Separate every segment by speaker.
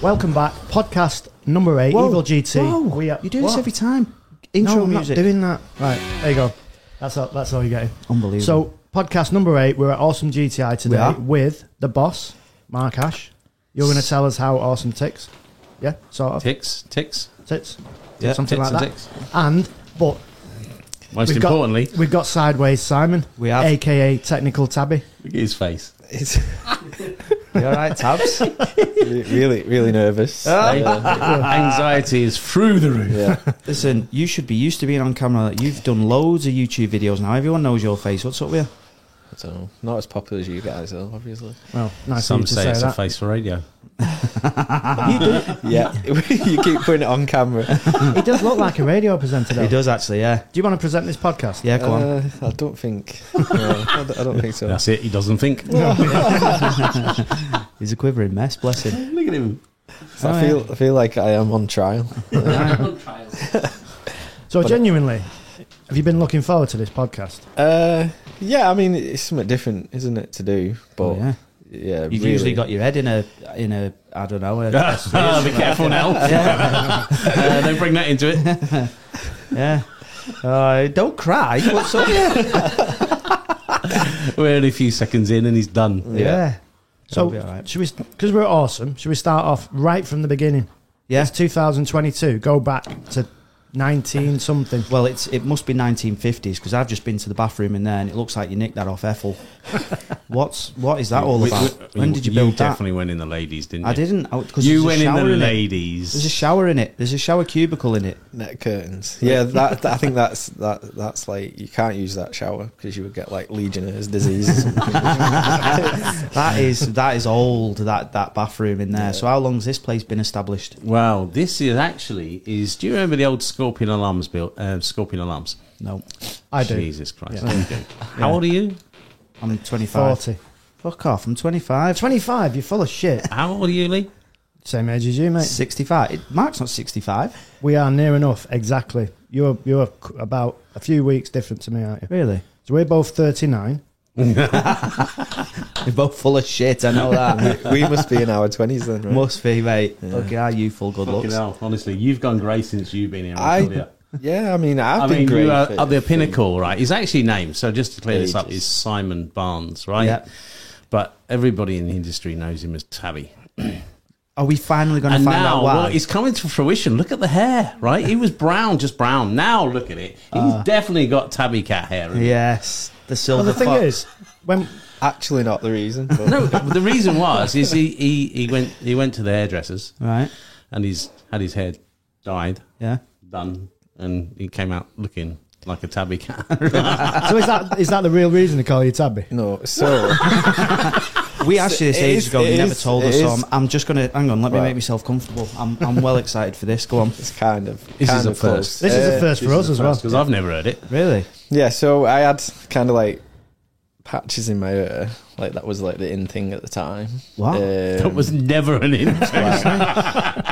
Speaker 1: Welcome back, podcast number eight, Evil GT.
Speaker 2: Whoa.
Speaker 1: We are,
Speaker 2: you do
Speaker 1: what?
Speaker 2: this every time.
Speaker 1: No,
Speaker 2: Intro
Speaker 1: I'm not
Speaker 2: music.
Speaker 1: doing that. Right, there you go. That's all, that's all you get.
Speaker 2: Unbelievable.
Speaker 1: So, podcast number eight, we're at Awesome GTI
Speaker 2: We
Speaker 1: today
Speaker 2: are.
Speaker 1: with the boss, Mark Ash. You're going to tell us how awesome ticks. Yeah, sort of.
Speaker 3: Ticks, ticks,
Speaker 1: Tits.
Speaker 3: yeah,
Speaker 1: something
Speaker 3: ticks
Speaker 1: like
Speaker 3: and
Speaker 1: that.
Speaker 3: ticks.
Speaker 1: And, but
Speaker 3: Most
Speaker 1: we've
Speaker 3: importantly,
Speaker 1: got, we've got Sideways Simon,
Speaker 2: We have.
Speaker 1: aka Technical Tabby.
Speaker 3: look at his face.
Speaker 4: It's you all right, Tabs? Re- really, really nervous.
Speaker 3: Anxiety is through the roof.
Speaker 4: Yeah.
Speaker 2: Listen, you should be used to being on camera. You've done loads of YouTube videos now. Everyone knows your face. What's up with you?
Speaker 4: I don't know. Not as popular as you guys, though, obviously.
Speaker 1: Well, nice of
Speaker 3: Some
Speaker 1: you to
Speaker 3: say,
Speaker 1: say
Speaker 3: it's
Speaker 1: that.
Speaker 3: a face for radio.
Speaker 4: Yeah. you keep putting it on camera.
Speaker 1: He does look like a radio presenter, though.
Speaker 2: He does actually. Yeah.
Speaker 1: Do you want to present this podcast?
Speaker 2: Yeah. Go on.
Speaker 4: Uh, I don't think. no, I don't- I don't think so.
Speaker 3: That's it. He doesn't think.
Speaker 2: He's a quivering mess. Bless him.
Speaker 3: look at him.
Speaker 2: Oh, yeah.
Speaker 4: I feel I feel like I am on trial.
Speaker 1: So, genuinely, have you been looking forward to this podcast?
Speaker 4: Uh, yeah, I mean it's something different, isn't it, to do? But
Speaker 2: Oh, yeah.
Speaker 4: yeah,
Speaker 2: You've
Speaker 4: really.
Speaker 2: usually got your head in a in a I don't know. A,
Speaker 3: oh, be careful now. uh, don't bring that into it.
Speaker 2: yeah. Uh, don't cry. What's up? yeah.
Speaker 3: We're only a few seconds in and he's done.
Speaker 2: yeah.
Speaker 1: So,
Speaker 2: That'll
Speaker 4: Oh.
Speaker 2: be all right.
Speaker 1: should we? Because we're awesome. Should we start off right from the beginning?
Speaker 2: Yeah.
Speaker 1: It's 2022. Go back to 19 something.
Speaker 2: Well, it's it must be 1950s because I've just been to the bathroom in there and it looks like you nicked that off Ethel. What's what is that all
Speaker 3: We-
Speaker 2: about?
Speaker 3: we-
Speaker 2: when did you build
Speaker 3: You
Speaker 2: that?
Speaker 3: definitely went in the ladies, didn't you?
Speaker 2: I didn't because
Speaker 3: You went in the
Speaker 2: It. There's a
Speaker 3: ladies.
Speaker 2: shower in it. There's a shower cubicle in it.
Speaker 4: net curtains. Yeah, that, I think that's that that's like you can't use that shower because you would get like Legionnaire's disease. Or something.
Speaker 2: That is that is old. That that bathroom in there. So how long's this place been established?
Speaker 3: Well, this is actually is. Do you remember the old Scorpion alarms built? Uh, Scorpion alarms.
Speaker 2: No,
Speaker 1: I do.
Speaker 3: Jesus Christ. you do. How old are you?
Speaker 2: I'm 25.
Speaker 1: 40.
Speaker 2: Fuck off. I'm 25.
Speaker 1: 25. You're full of shit.
Speaker 3: How old are you, Lee?
Speaker 1: Same age as you, mate.
Speaker 2: 65. It, Mark's not 65.
Speaker 1: We are near enough. Exactly. You're you're c- about a few weeks different to me, aren't you?
Speaker 2: Really?
Speaker 1: So we're both 39.
Speaker 2: You're both full of shit. I know that.
Speaker 4: we must be in our twenties then, right?
Speaker 2: Must be, mate. Okay, are you full good
Speaker 3: Fucking
Speaker 2: looks?
Speaker 3: hell, honestly, you've gone grey since you've been here. I,
Speaker 4: I yeah, I mean I've
Speaker 3: I
Speaker 4: been
Speaker 3: mean,
Speaker 4: great.
Speaker 3: you are
Speaker 4: for-
Speaker 3: at the
Speaker 4: for-
Speaker 3: pinnacle, right? His actually name, so just to clear this up,
Speaker 4: Ages.
Speaker 3: is Simon Barnes, right?
Speaker 2: Yeah.
Speaker 3: But everybody in the industry knows him as Tabby.
Speaker 2: Are we finally going to
Speaker 3: And
Speaker 2: find out
Speaker 3: now,
Speaker 2: why?
Speaker 3: well, it's coming to fruition. Look at the hair, right? He was brown, just brown. Now look at it. He's definitely got Tabby cat hair.
Speaker 2: yes, the silver.
Speaker 1: Well, the thing
Speaker 2: fox.
Speaker 1: is, when
Speaker 4: actually not the reason. But
Speaker 3: No, the reason was is he, he, he went he went to the hairdressers
Speaker 2: right?
Speaker 3: and he's had his hair dyed,
Speaker 2: Yeah.
Speaker 3: done, and he came out looking like a tabby cat.
Speaker 1: so is that is that the real reason to call you Tabby?
Speaker 4: no, so
Speaker 2: We asked you this
Speaker 4: it
Speaker 2: ages
Speaker 4: is-
Speaker 2: ago. You
Speaker 4: it
Speaker 2: never
Speaker 4: is-
Speaker 2: told
Speaker 4: it
Speaker 2: us. So I'm,
Speaker 4: is-
Speaker 2: I'm just gonna hang on. Let me
Speaker 4: Right.
Speaker 2: make myself comfortable. I'm, I'm well excited for this. Go on.
Speaker 4: it's kind of
Speaker 3: This
Speaker 4: kind
Speaker 3: is a
Speaker 4: of close.
Speaker 3: first.
Speaker 1: This is
Speaker 4: Uh,
Speaker 1: a first for us as well.
Speaker 3: because I've never heard it.
Speaker 2: Really?
Speaker 4: Yeah, so I had kind of like patches in my hair, like that was like the in thing at the time.
Speaker 2: Wow.
Speaker 4: Um,
Speaker 3: That was never an intro.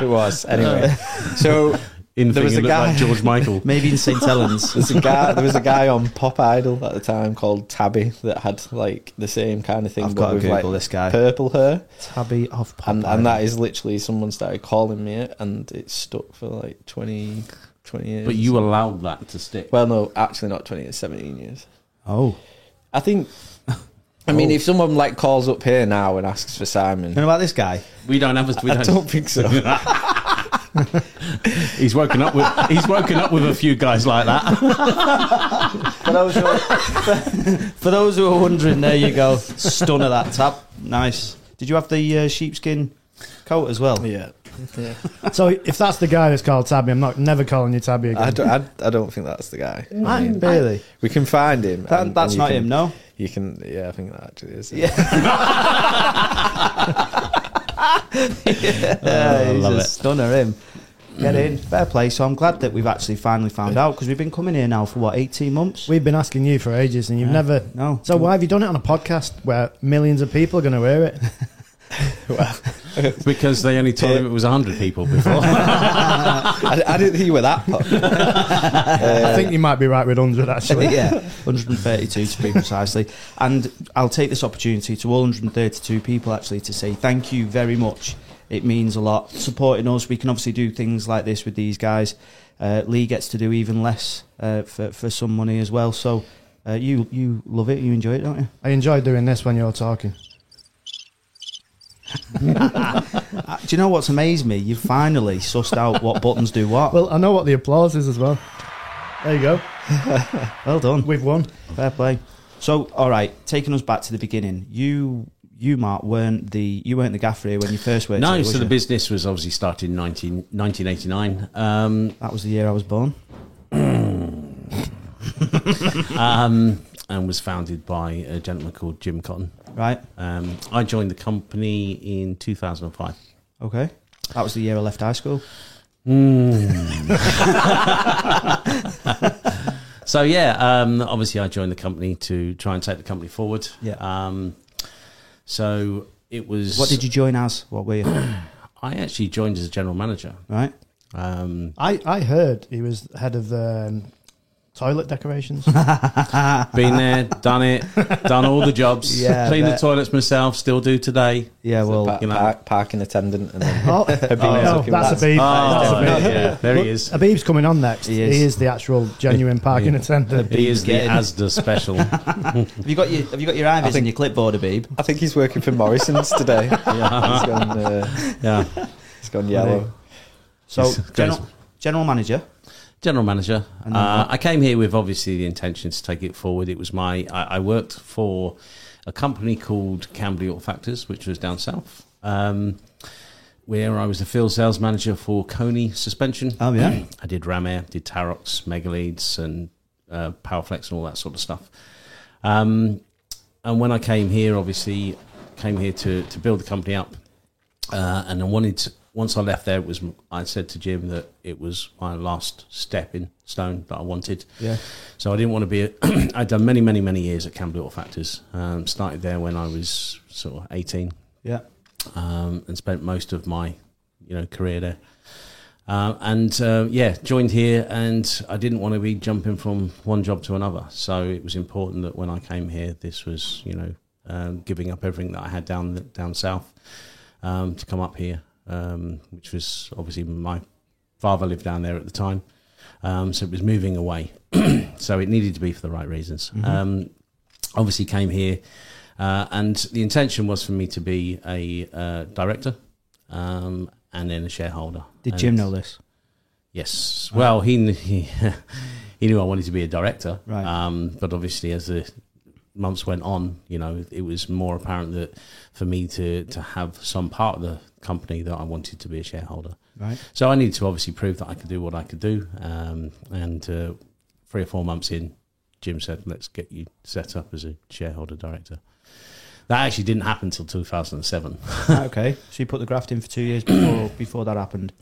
Speaker 4: it was anyway. so
Speaker 3: In
Speaker 4: There
Speaker 3: thing,
Speaker 4: was
Speaker 3: he
Speaker 4: a
Speaker 3: looked like
Speaker 4: guy-
Speaker 3: George Michael.
Speaker 2: Maybe in St. Helens.
Speaker 4: there's a guy there was a guy on Pop Idol at the time called Tabby that had like the same kind of thing
Speaker 2: I've
Speaker 4: but
Speaker 2: got to
Speaker 4: with
Speaker 2: Google
Speaker 4: like
Speaker 2: this guy.
Speaker 4: purple hair.
Speaker 2: Tabby of Popeye.
Speaker 4: and, and that is literally someone started calling me it and it stuck for like 20, 20 years.
Speaker 3: But you allowed that to stick.
Speaker 4: well, no, actually not 20 years, 17 years.
Speaker 2: Oh.
Speaker 4: I think, I mean, if someone like calls up here now and asks for Simon,
Speaker 2: You know about this guy?
Speaker 3: we don't have. A, we
Speaker 4: I
Speaker 3: don't.
Speaker 4: don't think so.
Speaker 3: he's woken up with. He's woken up with a few guys like that.
Speaker 2: For those who are, for those who are wondering, there you go. Stunner that tab. Nice. Did you have the uh, sheepskin coat as well?
Speaker 4: yeah. yeah.
Speaker 1: So if that's the guy that's called Tabby, I'm not never calling you Tabby again.
Speaker 4: I, don't, I, I don't think that's the guy.
Speaker 1: I-
Speaker 2: Really?
Speaker 4: We can find him.
Speaker 2: That-
Speaker 4: and-
Speaker 2: that's
Speaker 4: and you
Speaker 2: not
Speaker 4: can-
Speaker 2: him, no?
Speaker 4: You can, yeah, I think that actually is. it.
Speaker 2: Yeah.
Speaker 4: Oh,
Speaker 2: yeah, he's
Speaker 3: love
Speaker 2: a
Speaker 3: it.
Speaker 2: stunner, him. Get in, fair play. So I'm glad that we've actually finally found out because we've been coming here now for what 18 months.
Speaker 1: We've been asking you for ages, and you've never.
Speaker 2: No.
Speaker 1: So why have you done it on a podcast where millions of people are going to hear it?
Speaker 3: Because they only told him it was hundred people before.
Speaker 4: I, I didn't think you were that popular.
Speaker 3: Uh,
Speaker 1: I think you might be right with hundred actually.
Speaker 2: yeah, 132 to be precisely. And I'll take this opportunity to all 132 people actually to say thank you very much. It means a lot. Supporting us, we can obviously do things like this with these guys. Uh, Lee gets to do even less uh, for for some money as well. So uh, you you love it, you enjoy it, don't you?
Speaker 1: I enjoy doing this when you're talking.
Speaker 2: Uh, do you know what's amazed me? You finally sussed out what buttons do what. Well,
Speaker 1: Well, I know what the applause is as well. There you go.
Speaker 2: done.
Speaker 1: We've won.
Speaker 2: Fair play. So, all right, taking us back to the beginning, you. You, Mark, weren't the you weren't the gaffer here when you first worked.
Speaker 3: No,
Speaker 2: here, was
Speaker 3: so the
Speaker 2: you?
Speaker 3: business was obviously started in 19, 1989. Um,
Speaker 2: that was the year I was born.
Speaker 3: um, and was founded by a gentleman called Jim Cotton.
Speaker 2: Right.
Speaker 3: Um, I joined the company in 2005.
Speaker 2: Okay. That was the year I left high school.
Speaker 3: So yeah, um, obviously I joined the company to try and take the company forward.
Speaker 2: Yeah.
Speaker 3: Um, so it was.
Speaker 2: What did you join as? What were you?
Speaker 3: I actually joined as a general manager.
Speaker 2: right.
Speaker 3: Um,
Speaker 1: I, I heard he was head of the um, toilet decorations. Oh.
Speaker 3: been there, done it, done all the jobs.
Speaker 2: Yeah, I
Speaker 3: cleaned the
Speaker 2: bet.
Speaker 3: toilets myself. Still do today.
Speaker 2: Yeah. Well.
Speaker 4: Pa-
Speaker 3: you know.
Speaker 4: park- parking attendant and then
Speaker 1: oh, no,
Speaker 4: looking-
Speaker 1: that's Habib. that's
Speaker 3: Oh,
Speaker 1: Habib.
Speaker 3: yeah, there he is.
Speaker 1: Habib's coming on next.
Speaker 2: He
Speaker 1: He
Speaker 2: is.
Speaker 1: is, the actual genuine parking attendant.
Speaker 3: He is the
Speaker 2: Getting-
Speaker 3: ASDA special.
Speaker 2: Have you got your Have you got your Ivis and your clipboard, Habib?
Speaker 4: I think he's working for Morrison's today. he's gone. Uh,
Speaker 3: yeah.
Speaker 4: he's gone yellow.
Speaker 2: So
Speaker 3: Yes,
Speaker 2: general
Speaker 3: guys.
Speaker 2: general manager.
Speaker 3: general manager.
Speaker 2: And then
Speaker 3: Uh, I came here with obviously the intention to take it forward. It was my I, I worked for a company called Camberley Auto Factors, which was down south, um, where I was the field sales manager for Coney Suspension.
Speaker 2: Oh, yeah.
Speaker 3: I did Ram Air, did Tarox, Megaleads, and uh, Powerflex, and all that sort of stuff. Um, and when I came here, obviously came here to to build the company up uh, and I wanted to, once I left there, it was I said to Jim that it was my last stepping stone that I wanted.
Speaker 2: Yeah.
Speaker 3: So I didn't want to be. A, I'd done many, many, many years at Campbell Auto Factors. Um, started there when I was sort of eighteen,
Speaker 2: Yeah.
Speaker 3: um, and spent most of my, you know, career there. Um, and uh, yeah, joined here, and I didn't want to be jumping from one job to another. So it was important that when I came here, this was you know um, giving up everything that I had down down south um, to come up here, um, which was obviously my father lived down there at the time, um, so it was moving away. so it needed to be for the right reasons. Um, obviously, came here, uh, and the intention was for me to be a uh, director um, and then a shareholder.
Speaker 2: Did
Speaker 3: And-
Speaker 2: Jim know this?
Speaker 3: Yes. Well, he kn- he, he knew I wanted to be a director,
Speaker 2: Right.
Speaker 3: Um, but obviously, as the months went on, you know, it was more apparent that for me to to have some part of the company that I wanted to be a shareholder.
Speaker 2: Right.
Speaker 3: So I needed to obviously prove that I could do what I could do. Um, and uh, three or four months in, Jim said, "Let's get you set up as a shareholder director." That actually didn't happen till 2007.
Speaker 2: Right, okay. So you put the graft in for two years before before that happened.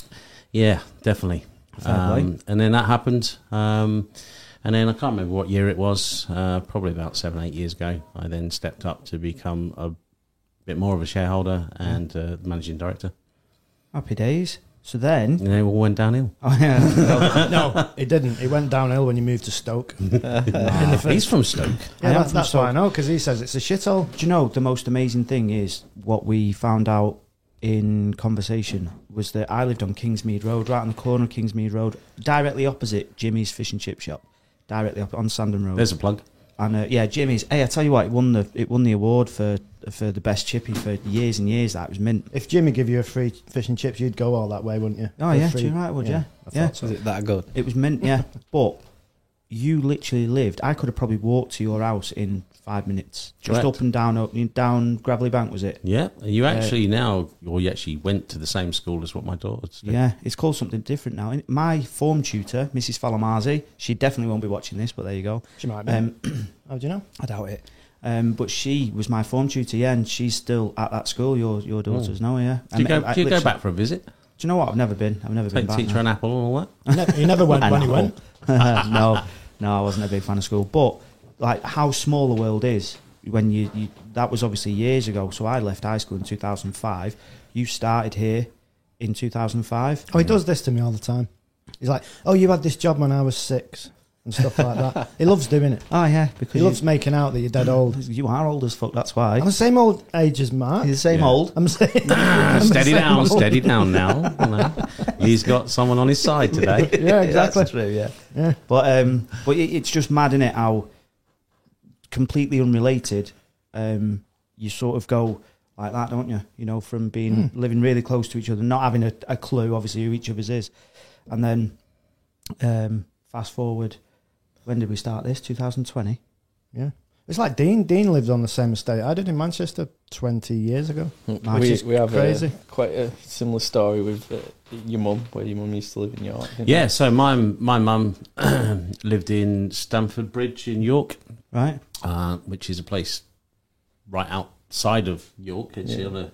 Speaker 3: Yeah, definitely.
Speaker 2: Fair play.
Speaker 3: Um, and then that happened. Um, and then I can't remember what year it was, uh, probably about seven, eight years ago. I then stepped up to become a bit more of a shareholder and uh, managing director.
Speaker 2: Happy days. So then.
Speaker 3: And then it all went downhill.
Speaker 2: Oh yeah.
Speaker 1: no, it didn't. It went downhill when you moved to Stoke.
Speaker 3: He's from
Speaker 1: Yeah,
Speaker 2: I
Speaker 3: Stoke.
Speaker 2: am
Speaker 1: that's,
Speaker 2: from
Speaker 1: that's why I
Speaker 2: Stoke.
Speaker 1: know because he says it's a shithole.
Speaker 2: Do you know the most amazing thing is what we found out in conversation was that I lived on Kingsmead Road, right on the corner of Kingsmead Road, directly opposite Jimmy's fish and chip shop, directly up on Sandon Road.
Speaker 3: There's a plug.
Speaker 2: And uh, yeah, Jimmy's. Hey, I tell you what, it won the it won the award for for the best chippy for years and years. That was mint.
Speaker 1: If Jimmy give you a free fish and chips, you'd go all that way, wouldn't you?
Speaker 2: Oh
Speaker 1: For
Speaker 2: yeah,
Speaker 1: free.
Speaker 2: you're right, would yeah,
Speaker 1: I thought
Speaker 2: yeah.
Speaker 1: so.
Speaker 4: Is it that good?
Speaker 2: It was mint, yeah. but you literally lived. I could have probably walked to your house in five minutes, just
Speaker 3: Correct.
Speaker 2: up and down, up, down Gravelly Bank, was it?
Speaker 3: Yeah. You
Speaker 2: Uh,
Speaker 3: actually now, or you actually went to the same school as what my daughter's did.
Speaker 2: Yeah, it's called something different now. And My form tutor, Mrs. Falamazi, she definitely won't be watching this, but there you go.
Speaker 1: She might be.
Speaker 2: Um,
Speaker 1: How do you know?
Speaker 2: I doubt it. Um, but she was my form tutor, yeah, and she's still at that school. Your your daughter's now, yeah.
Speaker 3: Hmm. Do you,
Speaker 2: I-
Speaker 3: go,
Speaker 2: I
Speaker 3: do you go
Speaker 2: literally-
Speaker 3: back for a visit?
Speaker 2: Do you know what? I've never been. I've never been
Speaker 3: Take
Speaker 2: back.
Speaker 3: teacher
Speaker 2: no.
Speaker 3: an apple and all that?
Speaker 1: He never, he never went
Speaker 2: I
Speaker 1: when he
Speaker 2: know.
Speaker 1: went.
Speaker 2: no, no, I wasn't a big fan of school. But like how small the world is when you, you that was obviously years ago. So I left high school in 2005. You started here in 2005.
Speaker 3: Oh.
Speaker 1: Oh, he does this to me all the time. He's like, "Oh, you had this job when I was six. and stuff like that. He loves doing it.
Speaker 2: Oh yeah,
Speaker 1: He
Speaker 2: because
Speaker 1: loves making out that you're dead old.
Speaker 2: you, you are old as fuck. That's why.
Speaker 1: I'm the same old age as
Speaker 2: You're
Speaker 1: Mark.
Speaker 2: the same
Speaker 3: Yeah.
Speaker 2: old.
Speaker 1: I'm saying.
Speaker 3: Ah,
Speaker 1: I'm the
Speaker 3: steady
Speaker 1: same
Speaker 3: down,
Speaker 1: old.
Speaker 3: steady down now. You know. He's got someone on his side today.
Speaker 1: Yeah, exactly.
Speaker 2: That's true. Yeah.
Speaker 1: Yeah.
Speaker 2: But um, but it, it's just mad, is it? How completely unrelated, um, you sort of go like that, don't you? You know, from being living really close to each other, not having a, a clue, obviously, who each of us is, and then um, fast forward. When did we start this? 2020.
Speaker 1: Yeah. It's like Dean. Dean lived on the same estate I did in Manchester 20 years ago.
Speaker 2: Which
Speaker 4: Mm, We,
Speaker 2: is
Speaker 4: we have
Speaker 1: crazy.
Speaker 4: A, quite a similar story with uh, your mum, where your mum used to live in York. didn't
Speaker 3: Yeah, so my my mum lived in Stamford Bridge in York,
Speaker 2: Right.
Speaker 3: uh, which is a place right outside of York. It's the other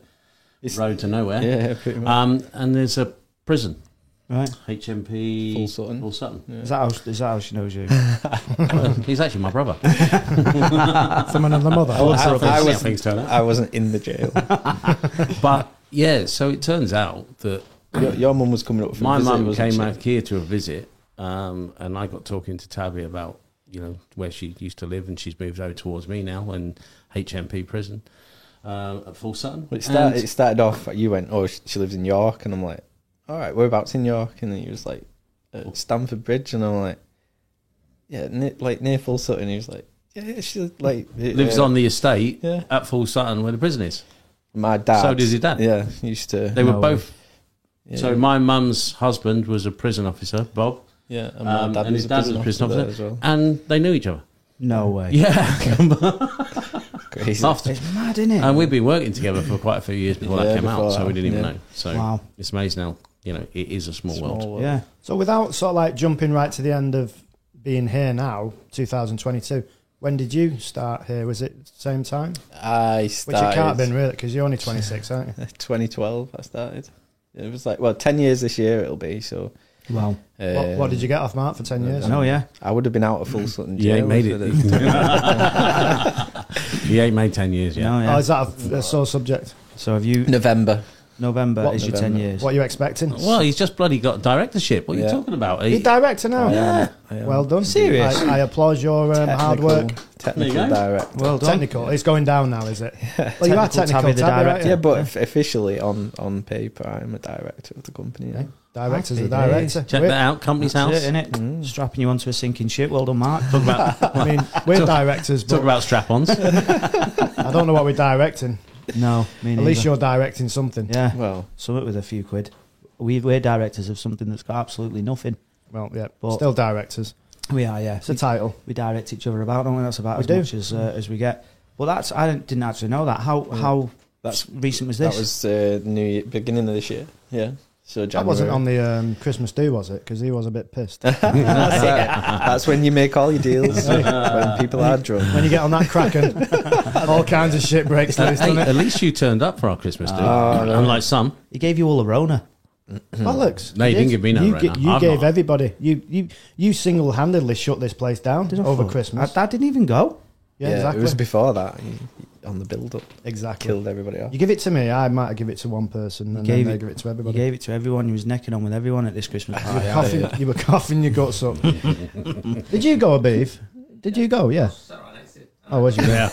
Speaker 4: It's-
Speaker 3: road to
Speaker 4: she?
Speaker 3: nowhere.
Speaker 4: Yeah, pretty much.
Speaker 3: Um, and there's a prison,
Speaker 2: Right.
Speaker 3: HMP
Speaker 4: Full Sutton.
Speaker 3: Full Sutton.
Speaker 4: Yeah.
Speaker 2: Is that how, is that how she knows you?
Speaker 3: Well, he's actually my brother.
Speaker 1: From another mother.
Speaker 4: I was-
Speaker 3: That's how things-
Speaker 4: Oh, I
Speaker 3: how
Speaker 4: was-
Speaker 3: things turn out.
Speaker 4: I wasn't in the jail.
Speaker 3: But yeah, so it turns out that
Speaker 4: your, your mum was coming up for a
Speaker 3: my
Speaker 4: visit,
Speaker 3: mum
Speaker 4: wasn't
Speaker 3: came
Speaker 4: she?
Speaker 3: out here to a visit, um, and I got talking to Tabby about you know where she used to live, and she's moved over towards me now in HMP prison uh, at Full Sutton.
Speaker 4: Well, It started,
Speaker 3: And-
Speaker 4: it started off, you went, oh, sh- she lives in York. And I'm like, all right, whereabouts in York? And then he was like,
Speaker 3: Oh.
Speaker 4: at Stamford Bridge. And I'm like, yeah, near, like near Full Sutton. He was like, yeah, yeah, she like it,
Speaker 3: lives
Speaker 4: uh,
Speaker 3: on the estate
Speaker 4: Yeah.
Speaker 3: at Full Sutton where the prison is.
Speaker 4: My dad.
Speaker 3: So does your dad.
Speaker 4: Yeah, used to.
Speaker 3: They were
Speaker 2: No
Speaker 3: both.
Speaker 4: yeah,
Speaker 3: So my mum's husband was a prison officer, Bob,
Speaker 4: yeah, and,
Speaker 3: um, and his
Speaker 4: a
Speaker 3: dad was a prison
Speaker 4: there
Speaker 3: officer.
Speaker 4: as well.
Speaker 3: and they knew each other.
Speaker 2: No way.
Speaker 3: Yeah,
Speaker 4: Crazy.
Speaker 3: after.
Speaker 2: It's mad, isn't it?
Speaker 3: And we'd been working together for quite a few years before
Speaker 4: Yeah,
Speaker 3: that came out,
Speaker 4: before
Speaker 3: so we didn't even
Speaker 4: that, yeah.
Speaker 3: know. So
Speaker 2: wow.
Speaker 3: it's amazing now. You know, it is a small, world.
Speaker 4: Small
Speaker 2: Yeah.
Speaker 1: So without sort of like jumping right to the end of being here now, 2022, when did you start here? Was it same time?
Speaker 4: I
Speaker 1: Which it
Speaker 4: started.
Speaker 1: can't have been really because you're only 26, aren't you?
Speaker 4: 2012, I started. It was like, well, 10 years this year it'll be. So,
Speaker 2: Wow.
Speaker 4: uh,
Speaker 1: what, what did you get off Mark for 10 years?
Speaker 2: Uh, No, yeah.
Speaker 4: I would have been out of Full Sutton
Speaker 3: You
Speaker 4: jail.
Speaker 3: ain't made
Speaker 4: if
Speaker 3: it.
Speaker 4: I'd have-
Speaker 3: You ain't made ten years yet.
Speaker 2: No,
Speaker 1: Oh,
Speaker 2: yeah.
Speaker 1: is that a, a sore subject?
Speaker 2: So have you?
Speaker 4: November.
Speaker 2: November
Speaker 4: What
Speaker 2: is your ten
Speaker 4: November?
Speaker 2: years.
Speaker 1: What are you expecting?
Speaker 3: Well, he's just bloody got directorship. What are you
Speaker 4: Yeah.
Speaker 3: talking about?
Speaker 1: You're
Speaker 3: He-
Speaker 1: director now.
Speaker 4: Oh, I am, I am.
Speaker 1: Well done.
Speaker 4: Serious?
Speaker 1: I, I applaud your um, hard work.
Speaker 4: Technical
Speaker 3: There you go.
Speaker 4: director.
Speaker 2: Well done.
Speaker 1: Technical. It's going down now, is it? Well, you are
Speaker 2: Technical
Speaker 1: technical
Speaker 2: Tabby, the
Speaker 1: Tabby,
Speaker 2: director.
Speaker 1: right?
Speaker 4: Yeah, but f- officially on, on paper, I'm a director of the company.
Speaker 1: Yeah. Director's a
Speaker 2: Happy
Speaker 1: director.
Speaker 3: Check
Speaker 1: We're-
Speaker 3: that out. Company's
Speaker 2: That's
Speaker 3: house.
Speaker 2: it, innit?
Speaker 4: Mm.
Speaker 2: Strapping you onto a sinking ship. Well done, Mark.
Speaker 3: Talk about
Speaker 1: I mean, we're directors,
Speaker 3: talk
Speaker 1: but
Speaker 3: about strap-ons.
Speaker 1: I don't know what we're directing.
Speaker 2: no, me
Speaker 1: At
Speaker 2: neither.
Speaker 1: least you're directing something.
Speaker 2: yeah.
Speaker 4: Well,
Speaker 2: Summit with a few quid. We, we're directors of something that's got absolutely nothing.
Speaker 1: Well, yeah,
Speaker 2: But-
Speaker 1: still directors.
Speaker 2: We are, yeah.
Speaker 1: It's a title.
Speaker 2: we direct each other about, don't we? That's about
Speaker 1: We
Speaker 2: as
Speaker 1: do.
Speaker 2: much as uh, as we get. Well, that's I didn't, didn't actually know that. How how
Speaker 4: That's-
Speaker 2: recent was this?
Speaker 4: that was uh, new year, beginning of this year. Yeah. So January.
Speaker 1: That wasn't on the um, Christmas do, was it? Because he was a bit pissed.
Speaker 4: that's, that's when you make all your deals when people are drunk.
Speaker 1: when you get on that Kraken, all kinds of shit breaks
Speaker 3: Hey,
Speaker 1: loose, doesn't it?
Speaker 3: at least you turned up for our Christmas, dude.
Speaker 4: Oh, no.
Speaker 3: Unlike some,
Speaker 2: he gave you all a Rona.
Speaker 1: Bollocks.
Speaker 3: No, you didn't give me no
Speaker 1: You,
Speaker 3: right
Speaker 1: gi-
Speaker 3: now.
Speaker 1: you
Speaker 3: I've
Speaker 1: gave
Speaker 3: not.
Speaker 1: everybody. You you you single handedly shut this place down
Speaker 2: Did I
Speaker 1: over
Speaker 2: fuck?
Speaker 1: Christmas.
Speaker 2: I, I didn't even go.
Speaker 1: yeah,
Speaker 4: yeah,
Speaker 1: exactly.
Speaker 4: it was before that. you- you- on the build up,
Speaker 1: exactly.
Speaker 4: killed everybody off.
Speaker 1: You give it to me, I might give it to one person, and
Speaker 2: gave
Speaker 1: then they
Speaker 2: it-
Speaker 1: give it to
Speaker 2: He
Speaker 1: everybody.
Speaker 2: gave it to everyone. He was necking on with everyone at this Christmas.
Speaker 1: You were, coughing, you were coughing your guts up. Did you go, Abiv? Did you go? Yeah. Oh, was you?
Speaker 3: yeah,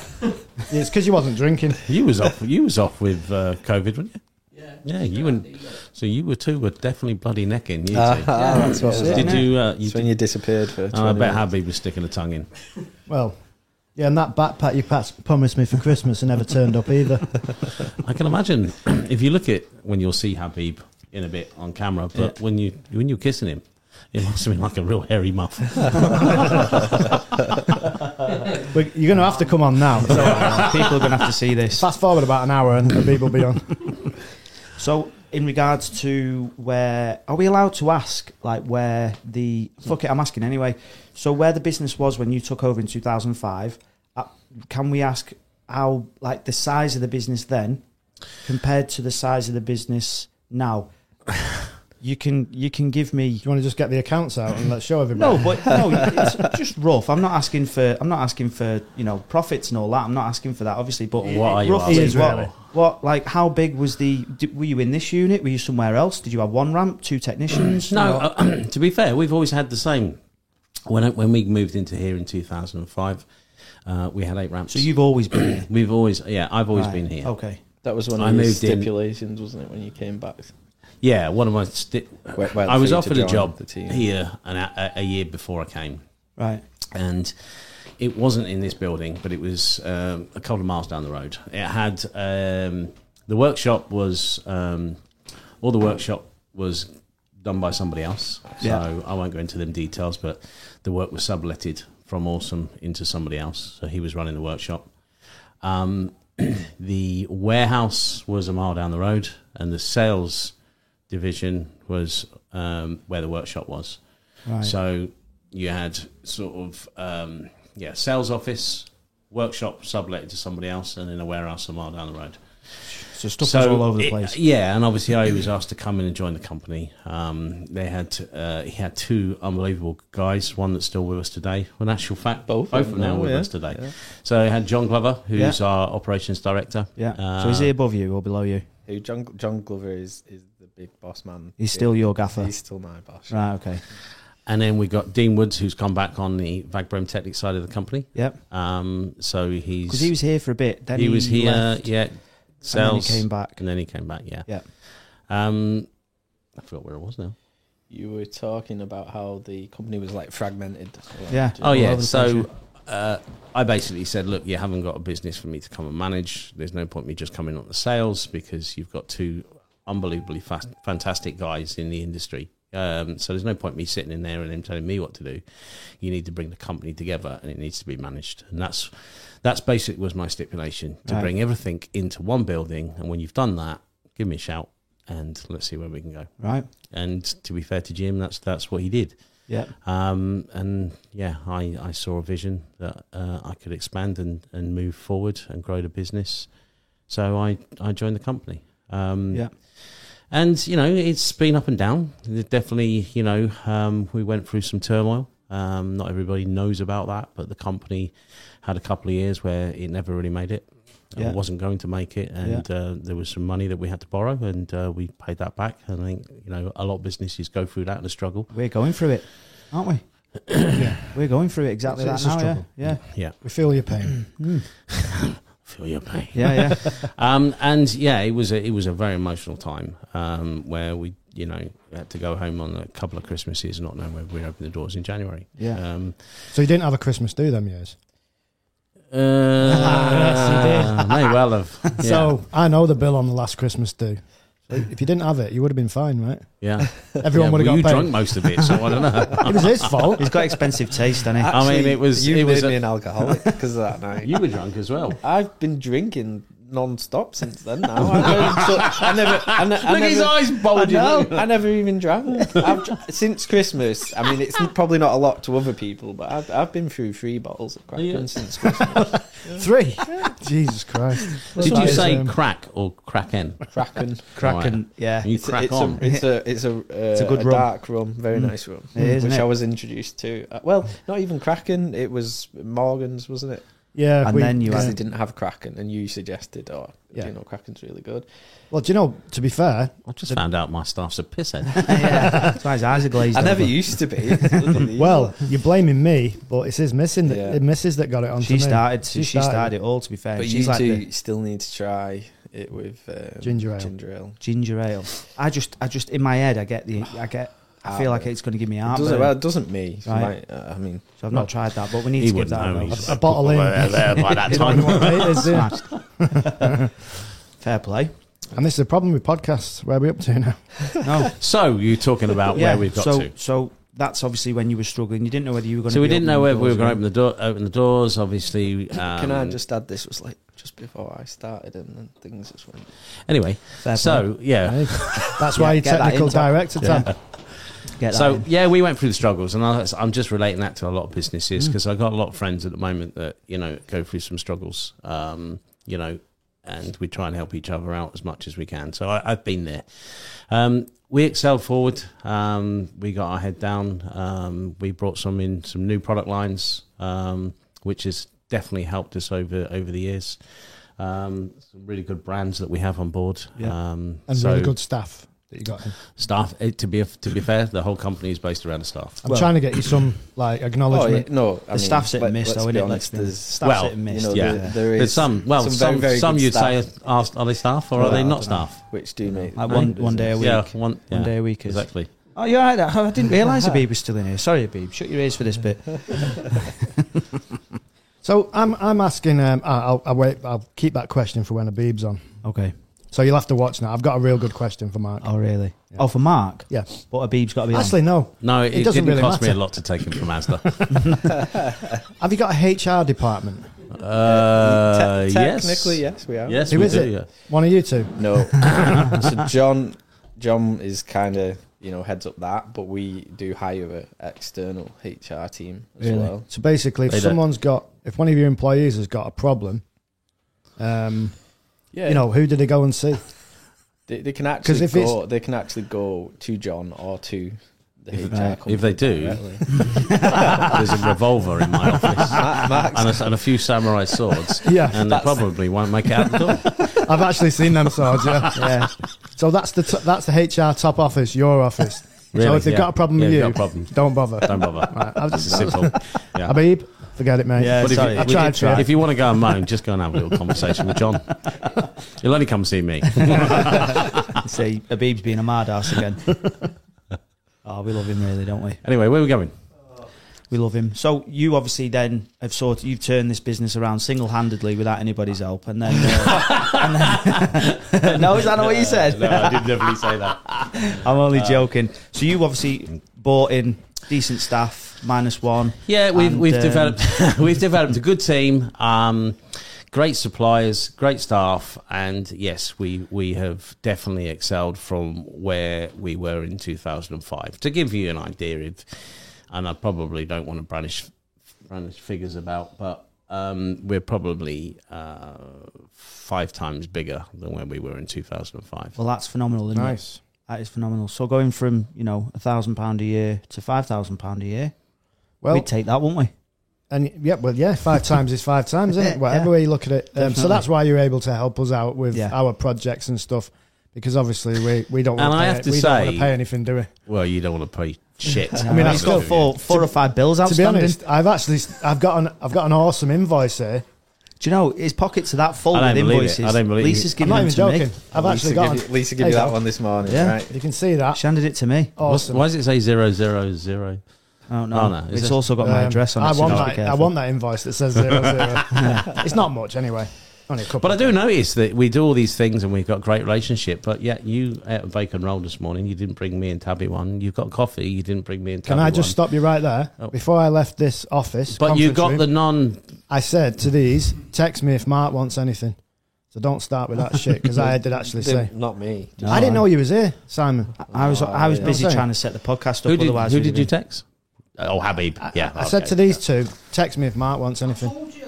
Speaker 1: It's because you wasn't drinking.
Speaker 3: you was off. You was off with uh, COVID, weren't you? Yeah, yeah. You and so you were two were definitely bloody necking. You two.
Speaker 4: Ah, ah, that's what it was.
Speaker 3: did you? Uh, you
Speaker 4: It's when you disappeared for.
Speaker 3: Oh, I
Speaker 4: 20
Speaker 3: bet
Speaker 4: minutes.
Speaker 3: Habib was sticking a tongue in.
Speaker 1: Well, yeah, and that backpack you pas- promised me for Christmas and never turned up either.
Speaker 3: I can imagine if you look at when you'll see Habib in a bit on camera, but when you when you're kissing him, it must have been like a real hairy muff.
Speaker 1: But you're going to have to come on now. So
Speaker 2: People are going to have to see this.
Speaker 1: fast forward about an hour and Habib will be on.
Speaker 2: So, in regards to where are we allowed to ask, like where the fuck it, I'm asking anyway. So, where the business was when you took over in 2005, uh, can we ask how, like, the size of the business then compared to the size of the business now? You can you can give me
Speaker 1: Do you want to just get the accounts out and let's show everybody?
Speaker 2: no, but no, it's just rough. I'm not asking for I'm not asking for you know profits and all that. I'm not asking for that, obviously. But
Speaker 3: What are you
Speaker 2: roughly,
Speaker 1: asking
Speaker 2: what,
Speaker 1: for?
Speaker 2: what like how big was the? Did, were you in this unit? Were you somewhere else? Did you have one ramp, two technicians?
Speaker 3: no,
Speaker 2: Or-
Speaker 3: uh, to be fair, we've always had the same When I, when we moved into here in 2005, uh, we had eight ramps.
Speaker 2: So you've always been here.
Speaker 3: We've always, yeah, I've always
Speaker 2: Right,
Speaker 3: been
Speaker 4: Oh.
Speaker 3: here.
Speaker 2: Okay.
Speaker 4: That was one
Speaker 3: I
Speaker 4: of your
Speaker 3: moved in-
Speaker 4: stipulations, wasn't it, when you came back?
Speaker 3: Yeah, one of my. Sti-
Speaker 4: Well- well,
Speaker 3: I was
Speaker 4: for you to
Speaker 3: offered a
Speaker 4: join
Speaker 3: job
Speaker 4: the team.
Speaker 3: here an, a, a year before I came,
Speaker 2: Right.
Speaker 3: and it wasn't in this building, but it was um, a couple of miles down the road. It had um, the workshop was um, all the workshop was done by somebody else, so
Speaker 2: Yeah.
Speaker 3: I won't go into them details. But the work was subletted from Awesome into somebody else, so he was running the workshop. Um, the warehouse was a mile down the road, and the sales division was um, where the workshop was.
Speaker 2: Right.
Speaker 3: So you had sort of um, yeah, sales office, workshop sublet to somebody else, and then a warehouse a mile down the road.
Speaker 2: So stuff was all over the
Speaker 3: it-
Speaker 2: place.
Speaker 3: yeah, and obviously I was asked to come in and join the company. Um, they had uh, he had two unbelievable guys, one that's still with us today. Well, in actual fact, both,
Speaker 4: Both
Speaker 3: both
Speaker 4: of
Speaker 3: of
Speaker 4: them
Speaker 3: them are
Speaker 4: now,
Speaker 3: with
Speaker 4: yeah,
Speaker 3: us today.
Speaker 4: yeah.
Speaker 3: So I had John Glover, who's
Speaker 2: Yeah.
Speaker 3: our operations director.
Speaker 2: yeah.
Speaker 3: Uh,
Speaker 2: so is he above you or below you?
Speaker 4: Who John John Glover is is the big boss man.
Speaker 2: He's still your gaffer.
Speaker 4: he's still my boss.
Speaker 2: Right. Okay.
Speaker 3: And then we got Dean Woods, who's come back on the Vagbrome Technic side of the company.
Speaker 2: Yep.
Speaker 3: Um, so he's
Speaker 2: Because he was here for a bit. Then he,
Speaker 3: he was here,
Speaker 2: left,
Speaker 3: yeah.
Speaker 2: and then he
Speaker 3: Sales,
Speaker 2: came back.
Speaker 3: and then he came back, yeah.
Speaker 2: Yeah.
Speaker 3: Um, I forgot where it was now.
Speaker 4: You were talking about how the company was like fragmented.
Speaker 2: Yeah.
Speaker 3: Oh
Speaker 2: All
Speaker 3: yeah.
Speaker 2: over the
Speaker 3: So
Speaker 2: country.
Speaker 3: uh, I basically said, look, you haven't got a business for me to come and manage. There's no point me just coming on the sales because you've got two unbelievably fast, fantastic guys in the industry. Um, so there's no point me sitting in there and them telling me what to do. You need to bring the company together, and it needs to be managed. And that's that's basically was my stipulation to
Speaker 2: Right.
Speaker 3: bring everything into one building. And when you've done that, give me a shout, and let's see where we can go.
Speaker 2: Right.
Speaker 3: And to be fair to Jim, that's that's what he did.
Speaker 2: Yeah.
Speaker 3: Um, and yeah, I, I saw a vision that uh, I could expand and, and move forward and grow the business. So I, I joined the company. Um,
Speaker 2: Yeah.
Speaker 3: And, you know, it's been up and down. It definitely, you know, um, we went through some turmoil. Um, not everybody knows about that, but the company had a couple of years where it never really made it.
Speaker 2: Yeah.
Speaker 3: It wasn't going to make it, and uh, there was some money that we had to borrow, and uh, we paid that back. And I think you know a lot of businesses go through that in a struggle.
Speaker 2: We're going through it, aren't we? yeah. We're going through it exactly
Speaker 1: It's- it's a
Speaker 2: that now.
Speaker 1: struggle.
Speaker 2: Yeah.
Speaker 1: We feel your pain.
Speaker 2: Yeah. Mm.
Speaker 3: Feel your pain.
Speaker 2: Yeah. Yeah.
Speaker 3: Um, and yeah, it was a, it was a very emotional time um, where we you know had to go home on a couple of Christmases, not knowing whether we'd open the doors in January.
Speaker 2: Yeah.
Speaker 3: Um,
Speaker 1: So you didn't have a Christmas do them years.
Speaker 3: uh, may well have. Yeah.
Speaker 1: So I know the bill on the last Christmas do. So if you didn't have it, you would have been fine, right?
Speaker 3: yeah,
Speaker 1: Everyone would
Speaker 3: Yeah, well,
Speaker 1: have
Speaker 3: you
Speaker 1: got
Speaker 3: drunk
Speaker 1: paid.
Speaker 3: most of it, so I don't know.
Speaker 1: It was his fault.
Speaker 2: He's got expensive taste, and he?
Speaker 3: I mean, it was-
Speaker 4: you
Speaker 3: it was
Speaker 4: made
Speaker 3: a-
Speaker 4: me an alcoholic because of that night.
Speaker 3: you were drunk as well.
Speaker 4: I've been drinking non-stop since then. Now I never, I, ne- I
Speaker 3: Look, his
Speaker 4: never,
Speaker 3: eyes
Speaker 4: I,
Speaker 3: bulging.
Speaker 4: know, I never even drank. I've, dr- since Christmas, I mean, it's probably not a lot to other people, but I've, I've been through three bottles of Kraken
Speaker 3: Yeah.
Speaker 4: since Christmas.
Speaker 1: Three. Jesus Christ.
Speaker 3: Did
Speaker 1: That
Speaker 3: you
Speaker 1: is,
Speaker 3: say
Speaker 1: um,
Speaker 3: crack or kraken?
Speaker 4: Kraken.
Speaker 3: Right.
Speaker 2: Kraken. Yeah.
Speaker 3: You
Speaker 4: It's a-
Speaker 3: crack
Speaker 4: it's
Speaker 3: on.
Speaker 4: A, it's a it's a uh,
Speaker 2: a good
Speaker 4: a
Speaker 2: rum.
Speaker 4: dark rum, very
Speaker 2: Mm.
Speaker 4: nice rum,
Speaker 2: It is, isn't
Speaker 4: which I
Speaker 2: it?
Speaker 4: was introduced to. Uh, well, not even Kraken. It was Morgan's, wasn't it?
Speaker 1: Yeah.
Speaker 2: And then you
Speaker 1: yeah.
Speaker 4: Because they didn't have Kraken, and you suggested, "Oh,
Speaker 1: Yeah.
Speaker 4: you know, Kraken's really good."
Speaker 1: Well, do you know, to be fair,
Speaker 3: I just found out my staff's a pisshead.
Speaker 2: yeah. That's why his eyes are glazed.
Speaker 4: I never
Speaker 2: over.
Speaker 4: used to be. It's unbelievable.
Speaker 1: well, you're blaming me, but it's his missing that
Speaker 4: Yeah.
Speaker 1: it misses that got it on
Speaker 2: She
Speaker 1: me.
Speaker 2: started.
Speaker 1: She
Speaker 2: She, she started.
Speaker 1: started.
Speaker 2: it all. To be fair,
Speaker 4: but
Speaker 2: she's
Speaker 4: you
Speaker 2: like
Speaker 4: two
Speaker 2: the
Speaker 4: still need to try it with um,
Speaker 1: Ginger ale.
Speaker 4: Ginger ale.
Speaker 2: ginger ale. I just, I just in my head, I get the, I get, I feel like it's going to give me
Speaker 4: It
Speaker 2: heartburn.
Speaker 4: doesn't, well, it doesn't me.
Speaker 2: Right.
Speaker 4: My- uh, I mean,
Speaker 2: so I've not tried that, but we need
Speaker 3: He
Speaker 2: to give
Speaker 3: wouldn't
Speaker 2: that.
Speaker 3: know.
Speaker 2: a go.
Speaker 3: He's
Speaker 1: A bottle in.
Speaker 3: Well, there by that
Speaker 1: You don't
Speaker 3: time.
Speaker 1: know what date it is, do you?
Speaker 2: Smashed. Fair play.
Speaker 1: And this is the problem with podcasts. Where are we up to now?
Speaker 2: No,
Speaker 3: So you're talking about
Speaker 2: yeah.
Speaker 3: where we've got
Speaker 2: so,
Speaker 3: to.
Speaker 2: so that's obviously when you were struggling. You didn't know whether you were going.
Speaker 3: So
Speaker 2: to
Speaker 3: we didn't know whether we were going to open the door, open the doors. Obviously, um,
Speaker 4: can I just add this was like just before I started, and then things just went.
Speaker 3: Anyway, so yeah,
Speaker 1: Hey, That's why
Speaker 2: Yeah,
Speaker 1: you're
Speaker 2: get that
Speaker 1: technical
Speaker 2: in, Tom.
Speaker 1: director, Tom.
Speaker 2: Yeah. Get that
Speaker 3: so
Speaker 2: in.
Speaker 3: yeah, we went through the struggles, and I, I'm just relating that to a lot of
Speaker 1: Mm.
Speaker 3: businesses because I've got a lot of friends at the moment that you know go through some struggles. Um, you know, and we try and help each other out as much as we can. So I, I've been there. Um, we excelled forward. Um, we got our head down. Um, we brought some in some new product lines, um, which has definitely helped us over over the years. Um, some really good brands that we have on board.
Speaker 2: Yeah.
Speaker 3: Um,
Speaker 1: And
Speaker 3: so-
Speaker 1: really good staff. that you got in?
Speaker 3: Staff. eh, To be to be fair, the whole company is based around a staff.
Speaker 1: I'm
Speaker 2: Well-
Speaker 1: trying to get you some like
Speaker 4: Oh, yeah,
Speaker 1: acknowledgement.
Speaker 4: no, I
Speaker 2: the staff's hit
Speaker 4: let-
Speaker 2: and miss,
Speaker 4: let's
Speaker 2: though, isn't
Speaker 4: be
Speaker 2: it? Let's
Speaker 4: honest,
Speaker 2: be
Speaker 4: there's-
Speaker 2: honest. Staff's
Speaker 3: Well,
Speaker 2: hit and
Speaker 4: you
Speaker 2: miss.
Speaker 4: know,
Speaker 3: yeah.
Speaker 4: there- there
Speaker 3: There's
Speaker 4: is
Speaker 3: some. Well, some
Speaker 4: some
Speaker 3: some,
Speaker 4: very, very good
Speaker 3: you'd say
Speaker 4: staff.
Speaker 3: are, are they staff or are
Speaker 4: Well, I
Speaker 3: they
Speaker 4: don't
Speaker 3: not
Speaker 2: know.
Speaker 3: staff?
Speaker 4: which do make
Speaker 2: Like one-
Speaker 4: wonders
Speaker 2: one day
Speaker 4: in
Speaker 2: a
Speaker 4: it.
Speaker 2: week.
Speaker 3: Yeah, one yeah,
Speaker 2: One day a week is.
Speaker 3: exactly.
Speaker 2: Oh, you're right. that- I didn't realise Habib was still in here. Sorry, Habib. Shut your ears for this bit.
Speaker 1: So I'm I'm asking. Um, I- I'll, I'll wait. I'll keep that question for when Abib's on.
Speaker 2: Okay.
Speaker 1: So you'll have to watch now. I've got a real good question for Mark.
Speaker 2: Oh, really?
Speaker 1: Yeah.
Speaker 2: Oh, for Mark.
Speaker 1: Yeah.
Speaker 2: But Habib's got to be on.
Speaker 1: Actually, no.
Speaker 3: No, it,
Speaker 1: It doesn't
Speaker 3: didn't
Speaker 1: really
Speaker 3: cost me a
Speaker 1: matter.
Speaker 3: lot to take him from Asda.
Speaker 1: Have you got a HR department?
Speaker 3: uh,
Speaker 4: Te-
Speaker 3: yes,
Speaker 4: technically, yes, we are.
Speaker 3: Yes,
Speaker 1: Who
Speaker 3: we
Speaker 1: is
Speaker 3: do,
Speaker 1: it?
Speaker 3: yeah.
Speaker 1: One of you two.
Speaker 4: No. so John, John is kind of you know heads up that, but we do hire a external HR team as
Speaker 2: Really?
Speaker 4: well.
Speaker 1: So basically, if
Speaker 3: They don't.
Speaker 1: someone's got, if one of your employees has got a problem, um,
Speaker 4: Yeah,
Speaker 1: you know, who do they go and see?
Speaker 4: they, they can
Speaker 1: 'Cause
Speaker 4: actually
Speaker 1: if it's-
Speaker 4: go. They can actually go to John or to the
Speaker 3: If-
Speaker 4: HR.
Speaker 2: right.
Speaker 4: company
Speaker 3: If they do.
Speaker 4: directly.
Speaker 3: There's a revolver in my office
Speaker 4: Ma- Max,
Speaker 3: and a, and a few samurai swords,
Speaker 1: Yeah,
Speaker 3: and they probably won't make it out the door.
Speaker 1: I've actually seen them swords. Yeah. yeah. So that's the t- that's the HR top office, your office. so
Speaker 3: Really,
Speaker 1: if they've
Speaker 3: yeah.
Speaker 1: got a problem
Speaker 3: Yeah,
Speaker 1: with
Speaker 3: you've
Speaker 1: you,
Speaker 3: got a problem.
Speaker 1: don't bother.
Speaker 3: Don't bother.
Speaker 1: Right, I'll
Speaker 3: It's
Speaker 1: just,
Speaker 3: simple. Yeah.
Speaker 1: Habib, forget it, mate.
Speaker 2: Yeah.
Speaker 3: But if,
Speaker 2: Sorry,
Speaker 3: you,
Speaker 2: I
Speaker 3: if you-
Speaker 1: tried to.
Speaker 3: if you want to go and moan, just go and have a little conversation with John. He'll only come see me.
Speaker 2: See, Habib's being a mad ass again. oh, we love him, really, don't we?
Speaker 3: Anyway, where are we going?
Speaker 2: We love him. So you obviously then have sort of, you've turned this business around single handedly without anybody's help, and then. Uh, and then no, is that not what you said? Uh,
Speaker 3: I did definitely say that.
Speaker 2: I'm only joking. So you obviously bought in decent staff, minus one.
Speaker 3: Yeah, we've
Speaker 2: And,
Speaker 3: we've
Speaker 2: um,
Speaker 3: developed we've developed a good team, um, great suppliers, great staff, and yes, we we have definitely excelled from where we were in 2005. To give you an idea, if and I probably don't want to brandish brandish figures about, but um, we're probably uh, five times bigger than when we were in 2005.
Speaker 2: Well, that's phenomenal, isn't it?
Speaker 1: Nice.
Speaker 2: That is phenomenal. So going from, you know, a thousand pound a year to five thousand pound a year,
Speaker 1: Well,
Speaker 2: we'd take that, wouldn't we?
Speaker 1: and yeah, well, yeah, five times is five times, isn't it?
Speaker 2: Yeah.
Speaker 1: Whatever way you look at it. Um, so
Speaker 2: Definitely.
Speaker 1: that's why you're able to help us out with
Speaker 2: Yeah.
Speaker 1: our projects and stuff, because obviously we, we don't
Speaker 3: And
Speaker 1: want
Speaker 3: I have to
Speaker 1: to we don't wanna
Speaker 3: say-
Speaker 1: pay anything, do we?
Speaker 3: Well, you don't want to pay shit.
Speaker 2: I mean,
Speaker 1: mean,
Speaker 2: I've
Speaker 1: I've
Speaker 2: got four, four or five bills
Speaker 1: To be
Speaker 2: outstanding.
Speaker 1: honest, I've actually I've got an I've got an awesome invoice here.
Speaker 2: Do you know his pockets are that full
Speaker 3: I
Speaker 2: with
Speaker 3: don't believe it.
Speaker 2: invoices?
Speaker 3: I don't believe
Speaker 2: Lisa's
Speaker 3: it.
Speaker 1: I'm
Speaker 2: giving
Speaker 1: not
Speaker 2: them
Speaker 1: even
Speaker 2: to
Speaker 1: joking.
Speaker 2: me.
Speaker 1: I've
Speaker 4: Lisa
Speaker 1: actually got
Speaker 4: give,
Speaker 1: an,
Speaker 4: you, Lisa give
Speaker 1: Hey,
Speaker 4: you that
Speaker 1: John.
Speaker 4: one this morning,
Speaker 2: Yeah.
Speaker 4: right?
Speaker 1: you can see that.
Speaker 2: She handed it to me.
Speaker 3: What's-
Speaker 1: Awesome.
Speaker 3: Why does it say zero zero zero?
Speaker 2: Oh no,
Speaker 3: Oh, no. Is
Speaker 2: it's
Speaker 3: this-
Speaker 2: also got my
Speaker 1: Um,
Speaker 2: address on it.
Speaker 1: I
Speaker 2: so
Speaker 1: want
Speaker 2: you have to
Speaker 1: that.
Speaker 2: be
Speaker 1: I
Speaker 2: careful.
Speaker 1: want that invoice that says zero zero. it's not much anyway. Only a couple.
Speaker 3: But I do notice that we do all these things and we've got great relationship. But yet, you ate a bacon roll this morning. You didn't bring me and Tabby one. You've got coffee. You didn't bring me and Tabby
Speaker 1: Can I just
Speaker 3: one.
Speaker 1: stop you right there?
Speaker 3: Oh.
Speaker 1: Before I left this office,
Speaker 3: But you
Speaker 1: conference
Speaker 3: got
Speaker 1: room,
Speaker 3: the non.
Speaker 1: I said to these, text me if Mark wants anything. So don't start with that shit because I did actually say.
Speaker 4: Didn't- Not me.
Speaker 2: No,
Speaker 1: I didn't know you was here, Simon.
Speaker 2: I I was I was
Speaker 4: Oh,
Speaker 2: busy
Speaker 1: yeah.
Speaker 2: trying to set the podcast up.
Speaker 3: Who did,
Speaker 2: otherwise,
Speaker 3: who
Speaker 2: we'd
Speaker 3: did
Speaker 2: have
Speaker 3: you
Speaker 2: been-
Speaker 3: text? Oh, Habib. Yeah.
Speaker 1: I said
Speaker 3: okay.
Speaker 1: to these two, text me if Mark wants anything.
Speaker 5: told you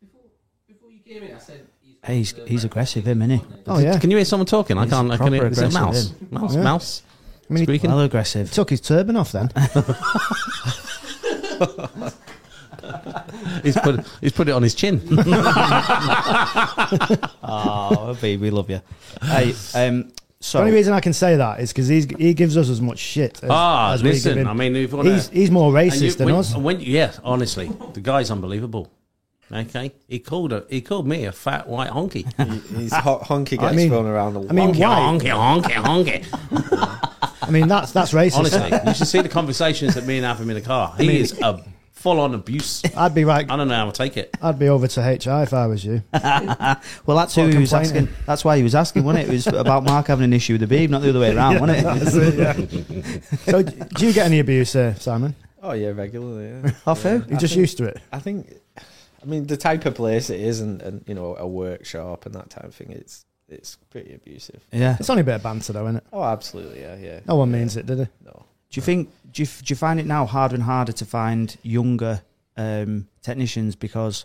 Speaker 5: before before you came in. I said he's.
Speaker 2: Hey, he's he's aggressive, him, isn't he?
Speaker 1: Oh yeah,
Speaker 3: Can you hear someone talking? I
Speaker 2: He's
Speaker 3: can't. I can
Speaker 2: proper
Speaker 3: hear. Is it
Speaker 2: aggressive,
Speaker 3: mouse? Mouse.
Speaker 1: Yeah.
Speaker 3: Mouse.
Speaker 1: I mean, he
Speaker 3: Squeaking.
Speaker 2: Well aggressive.
Speaker 1: took his turban off then.
Speaker 3: he's put. He's put it on his chin.
Speaker 2: Oh, baby, we love you. Hey, um,
Speaker 1: The only
Speaker 2: so
Speaker 1: reason I can say that is because he gives us as much shit as,
Speaker 3: Ah,
Speaker 1: as we give
Speaker 3: listen.
Speaker 1: him.
Speaker 3: I mean, if you want
Speaker 1: he's, he's more
Speaker 3: And you-
Speaker 1: racist than
Speaker 3: when-
Speaker 1: us.
Speaker 3: When, yeah, honestly, the guy's unbelievable. Okay, he called a, he called me a fat white honky.
Speaker 4: He- He's hon- honky gets
Speaker 1: mean-
Speaker 4: thrown around a lot.
Speaker 1: I mean,
Speaker 3: Honky,
Speaker 1: why?
Speaker 3: honky, honky, honky.
Speaker 1: I mean, that's that's racist.
Speaker 3: Honestly, you should see the conversations that me and I have him in the car. He is a full on abuse.
Speaker 1: I'd be right.
Speaker 3: I don't know how I take it.
Speaker 1: I'd be over to HR if I was you.
Speaker 2: well, that's who
Speaker 1: What
Speaker 2: he
Speaker 1: complaining?
Speaker 2: was asking. That's why he was asking, wasn't it? It was about Mark having an issue with the babe, not the other way around, wasn't it?
Speaker 1: So, d- do you get any abuse here, Simon?
Speaker 4: oh yeah, regularly. Yeah.
Speaker 2: Off who?
Speaker 1: You're just used to it.
Speaker 4: I think, I mean, the type of place it is, and, and you know, a workshop and that type of thing, it's it's pretty abusive.
Speaker 2: Yeah.
Speaker 1: It's only a bit of banter, though, isn't it?
Speaker 4: Oh, absolutely, yeah, yeah.
Speaker 1: No one
Speaker 4: Yeah,
Speaker 1: means it, did it?
Speaker 4: No,
Speaker 2: Do you think do you, do you find it now harder and harder to find younger um, technicians because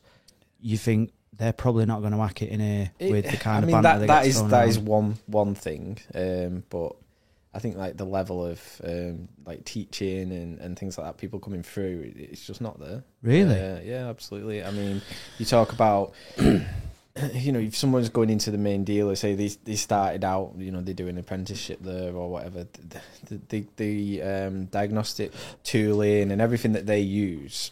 Speaker 2: you think they're probably not going to whack it in here
Speaker 4: It-
Speaker 2: with the kind
Speaker 4: I
Speaker 2: of
Speaker 4: mean
Speaker 2: banter
Speaker 4: that
Speaker 2: that,
Speaker 4: that
Speaker 2: gets
Speaker 4: is
Speaker 2: thrown
Speaker 4: that is
Speaker 2: around?
Speaker 4: one one thing, um, but I think like the level of um, like teaching and, and things like that, people coming through, it- it's just not there.
Speaker 2: really
Speaker 4: Yeah, yeah, absolutely. I mean, you talk about you know, if someone's going into the main dealer, say they they started out, you know, they do an apprenticeship there or whatever, the the, the, the um, diagnostic tooling and everything that they use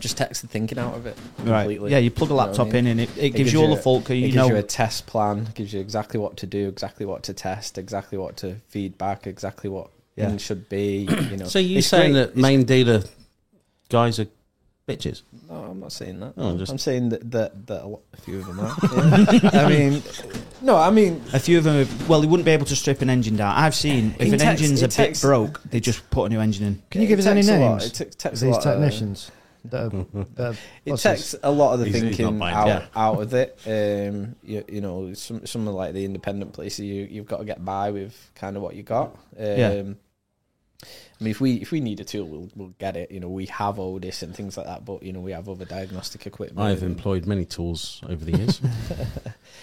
Speaker 4: just takes the thinking out of it completely.
Speaker 2: Right. Yeah, you plug a
Speaker 4: You know what I
Speaker 2: laptop
Speaker 4: mean?
Speaker 2: in and it, it, gives,
Speaker 4: gives
Speaker 2: you all
Speaker 4: you
Speaker 2: the fault. You,
Speaker 4: it gives
Speaker 2: know,
Speaker 4: you a test plan, gives you exactly what to do, exactly what to test, exactly what to feed back, exactly what
Speaker 2: Yeah.
Speaker 4: things should be. You know,
Speaker 3: So you
Speaker 4: It's
Speaker 3: saying
Speaker 4: great.
Speaker 3: that main dealer guys are bitches?
Speaker 4: No, I'm not saying that.
Speaker 3: Oh, just-
Speaker 4: I'm saying that that, that a, lot, a few of them are. yeah. I mean, no, I mean,
Speaker 2: a few of them. Have, well, they wouldn't be able to strip an engine down. I've seen if
Speaker 4: It
Speaker 2: an
Speaker 4: takes-
Speaker 2: engine's
Speaker 4: it
Speaker 2: a
Speaker 4: takes-
Speaker 2: bit broke, they just put a new engine in.
Speaker 1: Can you
Speaker 4: it
Speaker 1: give us any
Speaker 4: takes a lot.
Speaker 1: names
Speaker 4: It takes,
Speaker 1: of
Speaker 4: takes a
Speaker 1: these
Speaker 4: lot of-
Speaker 1: technicians that are, that are
Speaker 4: it
Speaker 1: bosses?
Speaker 4: takes a lot of the
Speaker 3: He's- he's not
Speaker 4: thinking
Speaker 3: buying,
Speaker 4: out,
Speaker 3: yeah.
Speaker 4: out of it. Um, you, you know, some some of like the independent places, you you've got to get by with kind of what you got. Um,
Speaker 2: Yeah.
Speaker 4: I mean, if we if we need a tool, we'll we'll get it. You know, we have Otis and things like that, but you know, we have other diagnostic equipment.
Speaker 3: I've
Speaker 4: and-
Speaker 3: employed many tools over the years.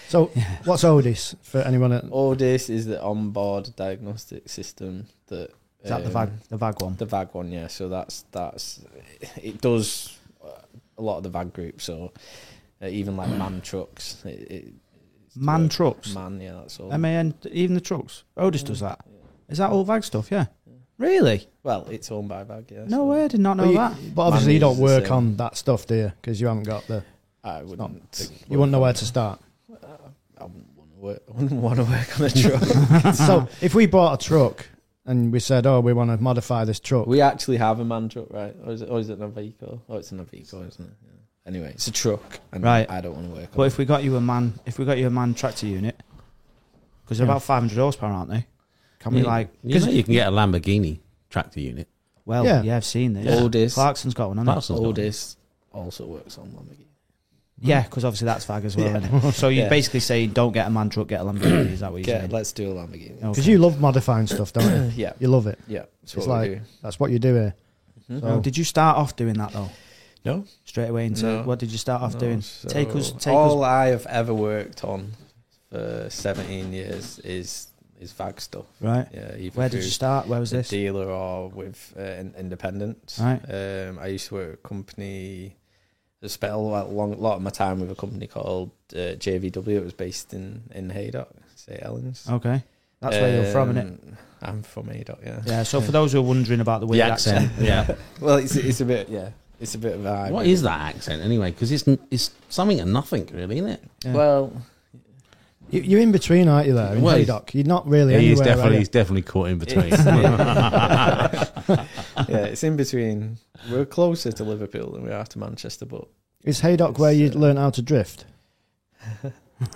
Speaker 1: So, what's Otis for anyone?
Speaker 4: Oh,
Speaker 1: At,
Speaker 4: Otis is the onboard diagnostic system that
Speaker 2: Is that the
Speaker 4: um,
Speaker 2: vag the vag one?
Speaker 4: The VAG one, yeah. So that's that's it does uh, a lot of the VAG group. So uh, even like man trucks, it, it, it's
Speaker 2: Man
Speaker 4: like
Speaker 2: trucks.
Speaker 4: man, yeah, that's all.
Speaker 2: M A N. Even the trucks. Otis does that. Is that all vag stuff? Yeah.
Speaker 4: Oh, Yeah.
Speaker 2: Really?
Speaker 4: well, it's owned by VAG, yeah.
Speaker 2: No
Speaker 4: so
Speaker 2: way. I did not know
Speaker 1: Well, you-
Speaker 2: that.
Speaker 1: but obviously, you
Speaker 4: Mondays
Speaker 1: don't
Speaker 4: the
Speaker 1: work
Speaker 4: same.
Speaker 1: on that stuff, do you? Because you haven't got the.
Speaker 4: I
Speaker 1: not
Speaker 4: wouldn't.
Speaker 1: You wouldn't know where to start.
Speaker 4: I wouldn't want to work. I wouldn't want to work on a truck.
Speaker 1: so, if we bought a truck and we said, "Oh, we want to modify this truck,"
Speaker 4: we actually have a man truck, right? Or is it? Or is it an Avico? Oh, it's an Avico, isn't it? Yeah. Anyway, it's a truck, and
Speaker 2: Right.
Speaker 4: I don't want to work.
Speaker 2: But
Speaker 4: on
Speaker 2: if we got you a man, if we got you a man tractor unit, because they're
Speaker 1: Yeah.
Speaker 2: about 500 horsepower, aren't they? Can we
Speaker 3: You-
Speaker 2: like?
Speaker 3: you, know
Speaker 2: Because
Speaker 3: you can get a Lamborghini tractor unit.
Speaker 2: well,
Speaker 1: Yeah.
Speaker 2: yeah. I've seen this.
Speaker 4: it. Oldest,
Speaker 2: Clarkson's got one, hasn't he?
Speaker 3: Clarkson's got one.
Speaker 4: oldest also works on Lamborghini.
Speaker 2: Yeah, because obviously that's fag as well. Isn't it? So you
Speaker 4: Yeah.
Speaker 2: basically say, don't get a man truck, get a Lamborghini. Is that what you're
Speaker 4: Yeah,
Speaker 2: saying?
Speaker 4: let's do a Lamborghini.
Speaker 2: Okay.
Speaker 1: because you love modifying stuff, don't you?
Speaker 4: Yeah,
Speaker 1: You love it.
Speaker 4: yeah. That's
Speaker 1: It's
Speaker 4: what we
Speaker 1: like-
Speaker 4: do.
Speaker 1: That's what you do here.
Speaker 4: Mhm.
Speaker 1: So-
Speaker 2: Oh, did you start off doing that though?
Speaker 4: No.
Speaker 2: Straight away into
Speaker 4: No.
Speaker 2: what did you start off
Speaker 4: No,
Speaker 2: doing?
Speaker 4: so
Speaker 2: take us, take
Speaker 4: all
Speaker 2: us.
Speaker 4: I have ever worked on for 17 years is is VAG stuff.
Speaker 2: Right.
Speaker 4: Yeah, even
Speaker 2: Where did you start? Where was
Speaker 4: a
Speaker 2: this?
Speaker 4: dealer or with uh, in- independents.
Speaker 2: Right.
Speaker 4: Um, I used to work at a company. I spent a lot, long, lot of my time with a company called uh, JVW. It was based in in Haydock, St Helens.
Speaker 2: Okay, Oh, that's where you're from, innit?
Speaker 4: Um, I'm from Haydock. Yeah.
Speaker 2: Yeah. So for those who are wondering about the weird accent,
Speaker 3: yeah.
Speaker 4: Well, it's it's a bit yeah. It's a bit of a
Speaker 3: What is that accent anyway? Because it's n- it's something and nothing really, isn't it?
Speaker 2: Yeah.
Speaker 4: Well,
Speaker 1: You, you're in between, aren't you? There in
Speaker 3: Well,
Speaker 1: Haydock, you're not really anywhere. are you?
Speaker 3: definitely caught in
Speaker 4: It's- yeah. yeah, it's in between. We're closer to Liverpool than we are to Manchester, but
Speaker 1: Is Haydock where you
Speaker 4: It's, uh,
Speaker 1: learn how to drift?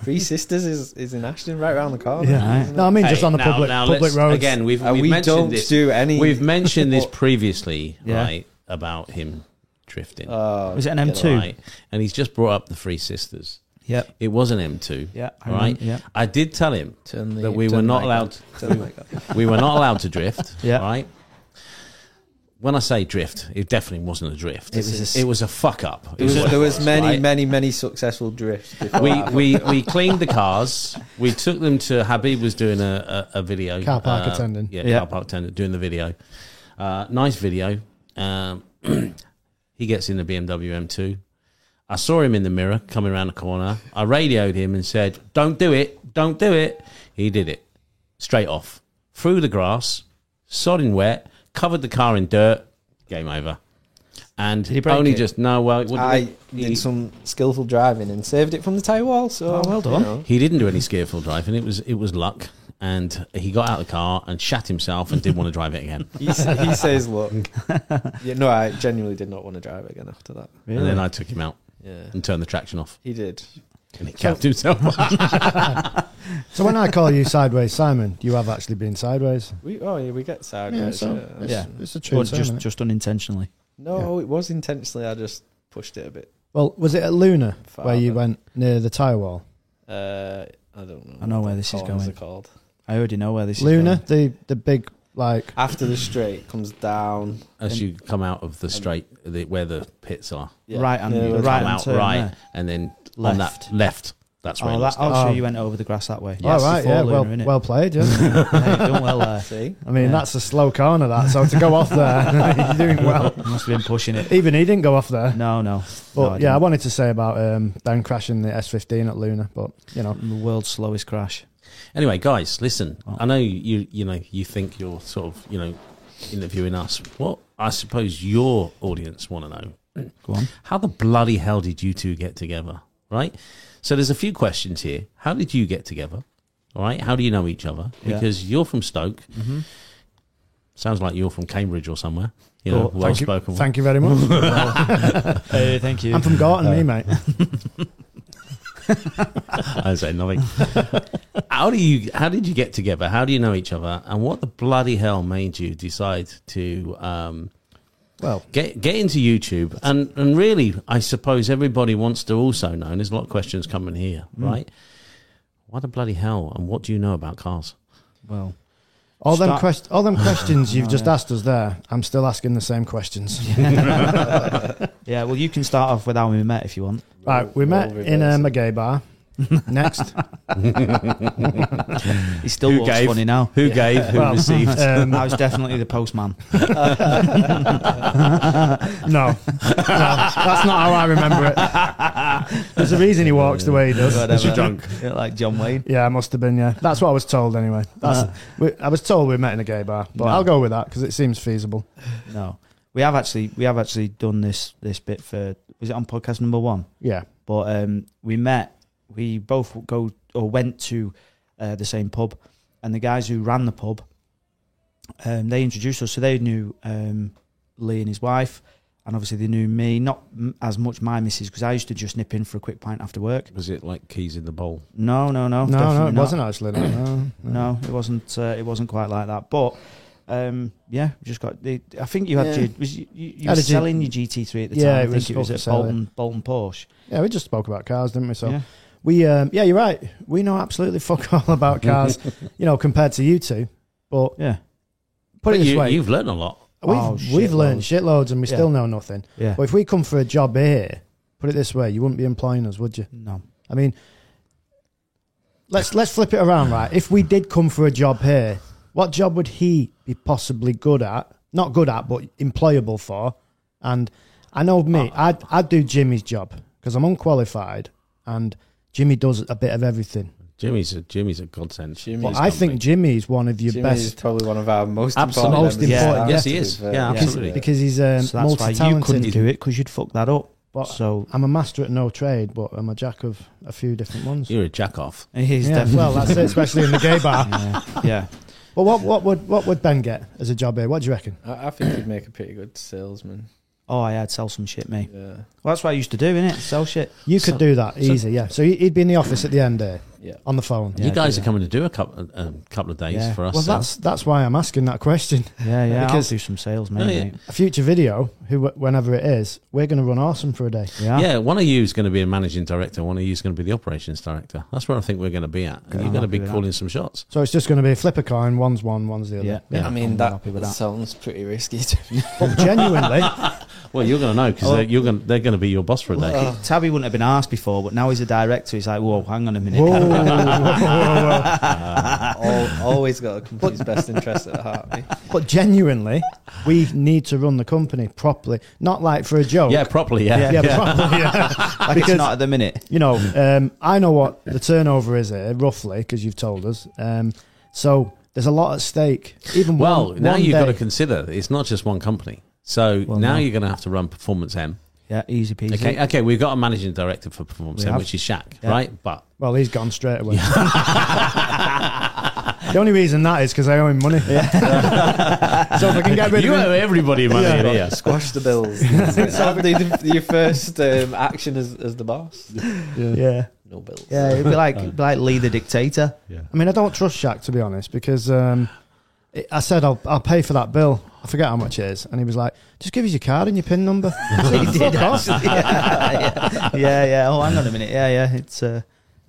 Speaker 4: Three Sisters is, is in Ashton, right around the corner.
Speaker 2: Yeah.
Speaker 4: isn't it?
Speaker 1: No, I mean
Speaker 3: Hey,
Speaker 1: just on the
Speaker 3: now-
Speaker 1: public
Speaker 3: now
Speaker 1: public
Speaker 3: let's-
Speaker 1: roads.
Speaker 3: Again, we've,
Speaker 4: and
Speaker 3: we've
Speaker 4: Uh, we
Speaker 3: mentioned
Speaker 4: don't
Speaker 3: this.
Speaker 4: do any.
Speaker 3: We've mentioned this
Speaker 4: What?
Speaker 3: previously,
Speaker 2: Yeah.
Speaker 3: right? About him drifting,
Speaker 4: Oh,
Speaker 2: Was it an M2?
Speaker 3: right? And he's just brought up the Three Sisters.
Speaker 2: Yep.
Speaker 3: It was an M2.
Speaker 2: yeah, I
Speaker 3: Right.
Speaker 2: remember, yeah,
Speaker 3: I did tell him
Speaker 4: Turn the,
Speaker 3: that we were
Speaker 4: turn the
Speaker 3: not
Speaker 4: mic
Speaker 3: allowed.
Speaker 4: on. Turn the mic on.
Speaker 3: we were not allowed to drift.
Speaker 2: Yeah.
Speaker 3: Right. When I say drift, it definitely wasn't a drift.
Speaker 2: It was a s-
Speaker 3: it was a fuck up.
Speaker 4: There was,
Speaker 3: It was-
Speaker 4: there was many,
Speaker 3: right?
Speaker 4: many, many successful drifts. before
Speaker 3: we,
Speaker 4: that.
Speaker 3: we we cleaned the cars. We took them to Habib was doing a, a, a video Um,
Speaker 1: Car park attendant.
Speaker 3: Yeah,
Speaker 2: Yeah.
Speaker 3: car park attendant doing the video. Uh, nice video. Um, he gets in the BMW M2. I saw him in the mirror coming around the corner. I radioed him and said, "Don't do it! Don't do it!" He did it straight off through the grass, sodding wet, covered the car in dirt. Game over. And
Speaker 2: he break
Speaker 3: only
Speaker 2: it?
Speaker 3: just no. Well, it wouldn't-
Speaker 4: I
Speaker 3: he-
Speaker 4: did some skillful driving and saved it from the tie wall. So
Speaker 2: Oh, well done.
Speaker 4: know.
Speaker 3: He didn't do any skillful driving. It was it was luck, and he got out of the car and shat himself and didn't want to drive it again.
Speaker 4: he, sa- he says, "Look, yeah, no, I genuinely did not want to drive again after that."
Speaker 3: And then
Speaker 2: Really?
Speaker 3: I took him out
Speaker 4: Yeah,
Speaker 3: and turned the traction off,
Speaker 4: he did.
Speaker 3: and he capped himself.
Speaker 1: So when I call you sideways, Simon, you have actually been sideways.
Speaker 4: We oh yeah, we get sideways.
Speaker 1: Yeah, so
Speaker 4: yeah.
Speaker 1: it's,
Speaker 2: Yeah.
Speaker 1: it's a true
Speaker 2: Or
Speaker 1: term,
Speaker 2: just
Speaker 1: innit?
Speaker 2: just unintentionally.
Speaker 4: No, it was intentionally. I just pushed it a bit.
Speaker 1: Well, was it at Luna where you
Speaker 4: Father.
Speaker 1: went near the tire wall?
Speaker 4: Uh, I don't know.
Speaker 2: I know
Speaker 4: what
Speaker 2: where
Speaker 4: the
Speaker 2: this is
Speaker 4: corners
Speaker 2: going.
Speaker 4: are called.
Speaker 2: I already know where this
Speaker 1: Luna,
Speaker 2: is.
Speaker 1: the the big like
Speaker 4: After the straight comes down.
Speaker 3: As you come out of the straight the, where the pits are,
Speaker 4: Yeah.
Speaker 2: Right hand-
Speaker 4: Yeah,
Speaker 3: you
Speaker 2: right
Speaker 3: come
Speaker 2: hand
Speaker 3: out
Speaker 2: turn
Speaker 3: right,
Speaker 2: there.
Speaker 3: and then
Speaker 2: Left.
Speaker 3: on that left, That's where
Speaker 2: Oh,
Speaker 3: it
Speaker 2: that,
Speaker 3: was.
Speaker 2: oh, so
Speaker 1: Oh.
Speaker 2: you went over the grass that way.
Speaker 1: All right, yeah, well, well played. Yeah,
Speaker 2: done well uh, there.
Speaker 4: See?
Speaker 1: I mean
Speaker 2: Yeah.
Speaker 1: that's a slow corner that. So to go off there, you're doing well.
Speaker 2: Must have been pushing it.
Speaker 1: Even he didn't go off there.
Speaker 2: No, no.
Speaker 1: But
Speaker 2: No, I
Speaker 1: yeah, I
Speaker 2: didn't.
Speaker 1: wanted to say about um, Dan crashing the S15 at Luna, but you know,
Speaker 2: the world's slowest crash.
Speaker 3: Anyway, guys, listen.
Speaker 2: Oh.
Speaker 3: I know you. You know you think you're sort of you know interviewing us. What I suppose your audience want to know
Speaker 2: Go on.
Speaker 3: how the bloody hell did you two get together, right? So there's a few questions here. How did you get together? All right. How do you know each other?
Speaker 2: Yeah.
Speaker 3: Because you're from Stoke.
Speaker 2: Mm-hmm.
Speaker 3: Sounds like you're from Cambridge or somewhere. You
Speaker 2: Cool. Thank
Speaker 3: know, well
Speaker 1: Oh, thank you,
Speaker 3: spoken. one.
Speaker 1: thank you very much.
Speaker 2: Hey, thank you.
Speaker 1: I'm from Gorton, me mate.
Speaker 3: I say nothing. how do you? How did you get together? How do you know each other? And what the bloody hell made you decide to um,
Speaker 1: Well,
Speaker 3: get get into YouTube? And and really, I suppose everybody wants to also know. And there's a lot of questions coming here,
Speaker 1: Hmm.
Speaker 3: right? Why the bloody hell? And what do you know about cars?
Speaker 2: well,
Speaker 1: all them
Speaker 2: Start-
Speaker 1: quest- all them questions you've
Speaker 2: Oh,
Speaker 1: just
Speaker 2: yeah.
Speaker 1: asked us there, I'm still asking the same questions.
Speaker 2: yeah. Well, you can start off with how we met if you want.
Speaker 1: Right, we
Speaker 4: Roll-
Speaker 1: met
Speaker 4: roll
Speaker 1: in um,
Speaker 4: reversal.
Speaker 1: a gay bar. Next,
Speaker 2: He still
Speaker 3: Who
Speaker 2: looks
Speaker 3: gave?
Speaker 2: funny now.
Speaker 3: Who gave? Who
Speaker 1: Well,
Speaker 3: received?
Speaker 1: um,
Speaker 2: I was definitely the postman.
Speaker 1: no, no, that's not how I remember it. There's a reason he walks the way he does.
Speaker 2: Whatever. Yeah, like John Wayne.
Speaker 1: Yeah, I must have been. Yeah, that's what I was told anyway. That's we, I was told we met in a gay bar, but
Speaker 2: Uh. No.
Speaker 1: I'll go with that because it seems feasible.
Speaker 2: No, we have actually we have actually done this this bit for was it on podcast number one?
Speaker 1: Yeah,
Speaker 2: But um, we met. We both go or went to uh, the same pub, and the guys who ran the pub, um, they introduced us. So they knew um, Lee and his wife, and obviously they knew me. Not m- as much my missus because I used to just nip in for a quick pint after work.
Speaker 3: Was it like keys in the bowl?
Speaker 2: No, no, no,
Speaker 1: no, no,
Speaker 2: Oh, definitely
Speaker 1: it
Speaker 2: not.
Speaker 1: wasn't actually. No, no,
Speaker 2: No, it wasn't. Uh, it wasn't quite like that. But um, yeah, we just got. The, I think you had.
Speaker 4: Yeah.
Speaker 2: Your, was you, you, you
Speaker 1: Had
Speaker 2: were
Speaker 1: a G-
Speaker 2: selling your GT3 at the
Speaker 1: Yeah,
Speaker 2: time. I
Speaker 1: it
Speaker 2: think
Speaker 1: was
Speaker 2: it was
Speaker 1: up for
Speaker 2: at
Speaker 1: sale,
Speaker 2: Bolton, Bolton Porsche.
Speaker 1: Yeah, we just spoke about cars, didn't we? So
Speaker 2: yeah.
Speaker 1: we, um, yeah, you're right. We know absolutely fuck all about cars, you know, compared to you two. But
Speaker 2: yeah,
Speaker 1: put it this
Speaker 3: you,
Speaker 1: way,
Speaker 3: you've learned a lot.
Speaker 1: we've
Speaker 2: Oh,
Speaker 1: we've learned
Speaker 2: shitloads.
Speaker 1: shitloads, and we
Speaker 2: Yeah.
Speaker 1: still know nothing.
Speaker 2: yeah.
Speaker 1: But if we come for a job here, put it this way, you wouldn't be employing us, would you?
Speaker 2: No,
Speaker 1: I mean, let's let's flip it around, right? If we did come for a job here, what job would he be possibly good at? Not good at, but employable for. And I know me,
Speaker 2: Uh,
Speaker 1: I'd I'd do Jimmy's job because I'm unqualified, and Jimmy does a bit of everything.
Speaker 3: Jimmy's a, Jimmy's a godsend.
Speaker 4: Jimmy's
Speaker 1: But I think Jimmy's one of your
Speaker 4: Jimmy's
Speaker 1: best
Speaker 4: probably one of our most
Speaker 3: Absolute-
Speaker 4: important
Speaker 1: Most
Speaker 4: members of
Speaker 1: important,
Speaker 4: staff,
Speaker 1: yes,
Speaker 4: to
Speaker 3: he
Speaker 4: be
Speaker 3: is.
Speaker 4: fair.
Speaker 3: Yeah,
Speaker 1: because-
Speaker 3: absolutely.
Speaker 1: because he's um,
Speaker 2: so that's why you couldn't
Speaker 1: multi-talented.
Speaker 2: do it because you'd fuck that up.
Speaker 1: But
Speaker 2: so
Speaker 1: I'm a master at no trade, but I'm a jack of a few different ones.
Speaker 3: You're a jack off.
Speaker 2: he's
Speaker 1: yeah,
Speaker 2: definitely
Speaker 1: well, that's it, especially in the gay bar.
Speaker 2: yeah, yeah.
Speaker 1: But what, what would what would Ben get as a job here? What do you reckon?
Speaker 4: I, I think he'd make a pretty good salesman.
Speaker 2: Oh, I had sell some shit, mate.
Speaker 4: Yeah,
Speaker 2: Well, that's what I used to do, innit? Sell shit.
Speaker 1: You could
Speaker 3: So-
Speaker 1: do that
Speaker 3: so-
Speaker 1: easy, yeah. So he- he'd be in the office at the end there
Speaker 4: yeah.
Speaker 1: on the phone.
Speaker 2: Yeah,
Speaker 3: you guys
Speaker 2: do
Speaker 3: are
Speaker 2: that.
Speaker 3: coming to do a couple a couple of days
Speaker 2: Yeah.
Speaker 3: for us.
Speaker 1: Well,
Speaker 3: so-
Speaker 1: that's that's why I'm asking that question.
Speaker 2: Yeah, yeah.
Speaker 1: Because-
Speaker 2: I'll do some sales,
Speaker 3: No,
Speaker 2: mate.
Speaker 3: Oh, yeah.
Speaker 2: mate.
Speaker 1: A future video, who whenever it is, we're going to run awesome for a day.
Speaker 2: Yeah.
Speaker 3: Yeah, one of you is going to be a managing director. One of you is going to be the operations director. That's where I think we're going to be at. And
Speaker 2: Okay,
Speaker 3: you're
Speaker 2: I'm
Speaker 3: going to
Speaker 2: happy
Speaker 3: be
Speaker 2: with that.
Speaker 3: calling some shots.
Speaker 1: So it's just going to be a flip a coin. One's one, one's the other.
Speaker 2: Yeah.
Speaker 4: I
Speaker 2: I'm
Speaker 4: mean that,
Speaker 2: happy with that.
Speaker 4: sounds pretty risky. To me.
Speaker 1: But genuinely,
Speaker 3: Well, you're going to know because
Speaker 2: Oh.
Speaker 3: they're, you're going to, they're going to be your boss for a day.
Speaker 1: Oh.
Speaker 2: Like, Tabby wouldn't have been asked before, but now he's a director. He's like, whoa, hang on a minute.
Speaker 1: whoa, whoa, whoa, whoa, whoa.
Speaker 4: Al always got the company's best interest at heart. mate.
Speaker 1: but genuinely, we need to run the company properly, not like for a joke.
Speaker 3: yeah, properly. Yeah.
Speaker 1: Oh. yeah,
Speaker 3: Yeah.
Speaker 1: properly. Yeah.
Speaker 2: like
Speaker 1: because-
Speaker 2: it's not at the minute.
Speaker 1: you know, um, I know what the turnover is here roughly because you've told us. Um, so there's a lot at stake. Even
Speaker 3: Well,
Speaker 1: one,
Speaker 3: now
Speaker 1: one
Speaker 3: you've
Speaker 1: day,
Speaker 3: got to consider that it's not just one company. So
Speaker 2: Well,
Speaker 3: now
Speaker 2: no.
Speaker 3: you're going to have to run Performance M.
Speaker 2: Yeah, easy peasy.
Speaker 3: Okay, okay, we've got a managing director for Performance
Speaker 2: We
Speaker 3: M,
Speaker 2: have.
Speaker 3: which is Shaq,
Speaker 2: Yeah.
Speaker 3: right? But
Speaker 1: Well, he's gone straight away. the only reason that is because I owe him money. so if I can get rid
Speaker 3: you
Speaker 1: of
Speaker 3: owe
Speaker 1: him,
Speaker 3: everybody money
Speaker 1: Yeah.
Speaker 3: in here.
Speaker 4: Squash the bills. That'd be the- your first um, action as, as the boss.
Speaker 1: yeah.
Speaker 4: No bills.
Speaker 2: Yeah, it'd be like it'd be like Lee the dictator.
Speaker 1: I mean, I don't trust Shaq to be honest because um, it, I said I'll I'll pay for that bill. I forget how much it is, and he was like, "Just give us your card and your pin number."
Speaker 2: He did, actually. yeah, yeah, yeah, yeah. Oh, hang on a minute. Yeah, yeah. It's uh,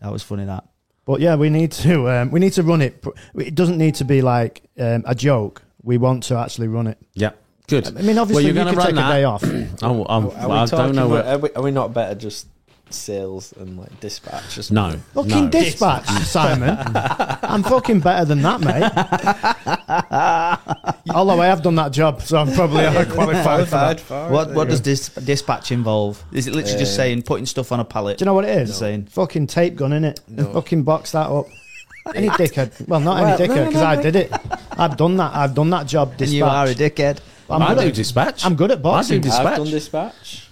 Speaker 2: that was funny. That
Speaker 1: But yeah, we need to um, we need to run it. It doesn't need to be like um, a joke. We want to actually run it.
Speaker 3: Yeah, good.
Speaker 1: I mean, obviously,
Speaker 3: you're
Speaker 1: you
Speaker 3: gonna
Speaker 1: can
Speaker 3: run
Speaker 1: take
Speaker 3: that.
Speaker 1: a day off.
Speaker 3: Oh, I'm,
Speaker 4: Are we
Speaker 3: I don't
Speaker 4: talking
Speaker 3: know.
Speaker 4: about-
Speaker 3: Where,
Speaker 4: Are we, are we not better just sales and like dispatch. Or something.
Speaker 3: No.
Speaker 1: Fucking
Speaker 3: no.
Speaker 1: dispatch, Simon. I'm fucking better than that, mate. Although I have done that job, so I'm probably qualified for that.
Speaker 4: Qualified for
Speaker 2: What
Speaker 4: it.
Speaker 2: what does dis- dispatch involve? Is it literally just
Speaker 4: Um,
Speaker 2: saying putting stuff on a pallet?
Speaker 1: Do you know what it is?
Speaker 2: Insane.
Speaker 1: Fucking tape gun, innit?
Speaker 4: No.
Speaker 1: Fucking box that up. Any dickhead. Well, not
Speaker 2: Well,
Speaker 1: any
Speaker 2: no,
Speaker 1: dickhead,
Speaker 2: no,
Speaker 1: because
Speaker 2: no,
Speaker 1: I
Speaker 2: no.
Speaker 1: did it. I've done that. I've done that job. Dispatch.
Speaker 2: And you are a dickhead.
Speaker 1: I'm
Speaker 3: I
Speaker 1: good
Speaker 3: do
Speaker 1: at-
Speaker 3: dispatch.
Speaker 1: I'm good at boxing.
Speaker 3: I do
Speaker 4: I've
Speaker 3: dispatch.
Speaker 4: done dispatch.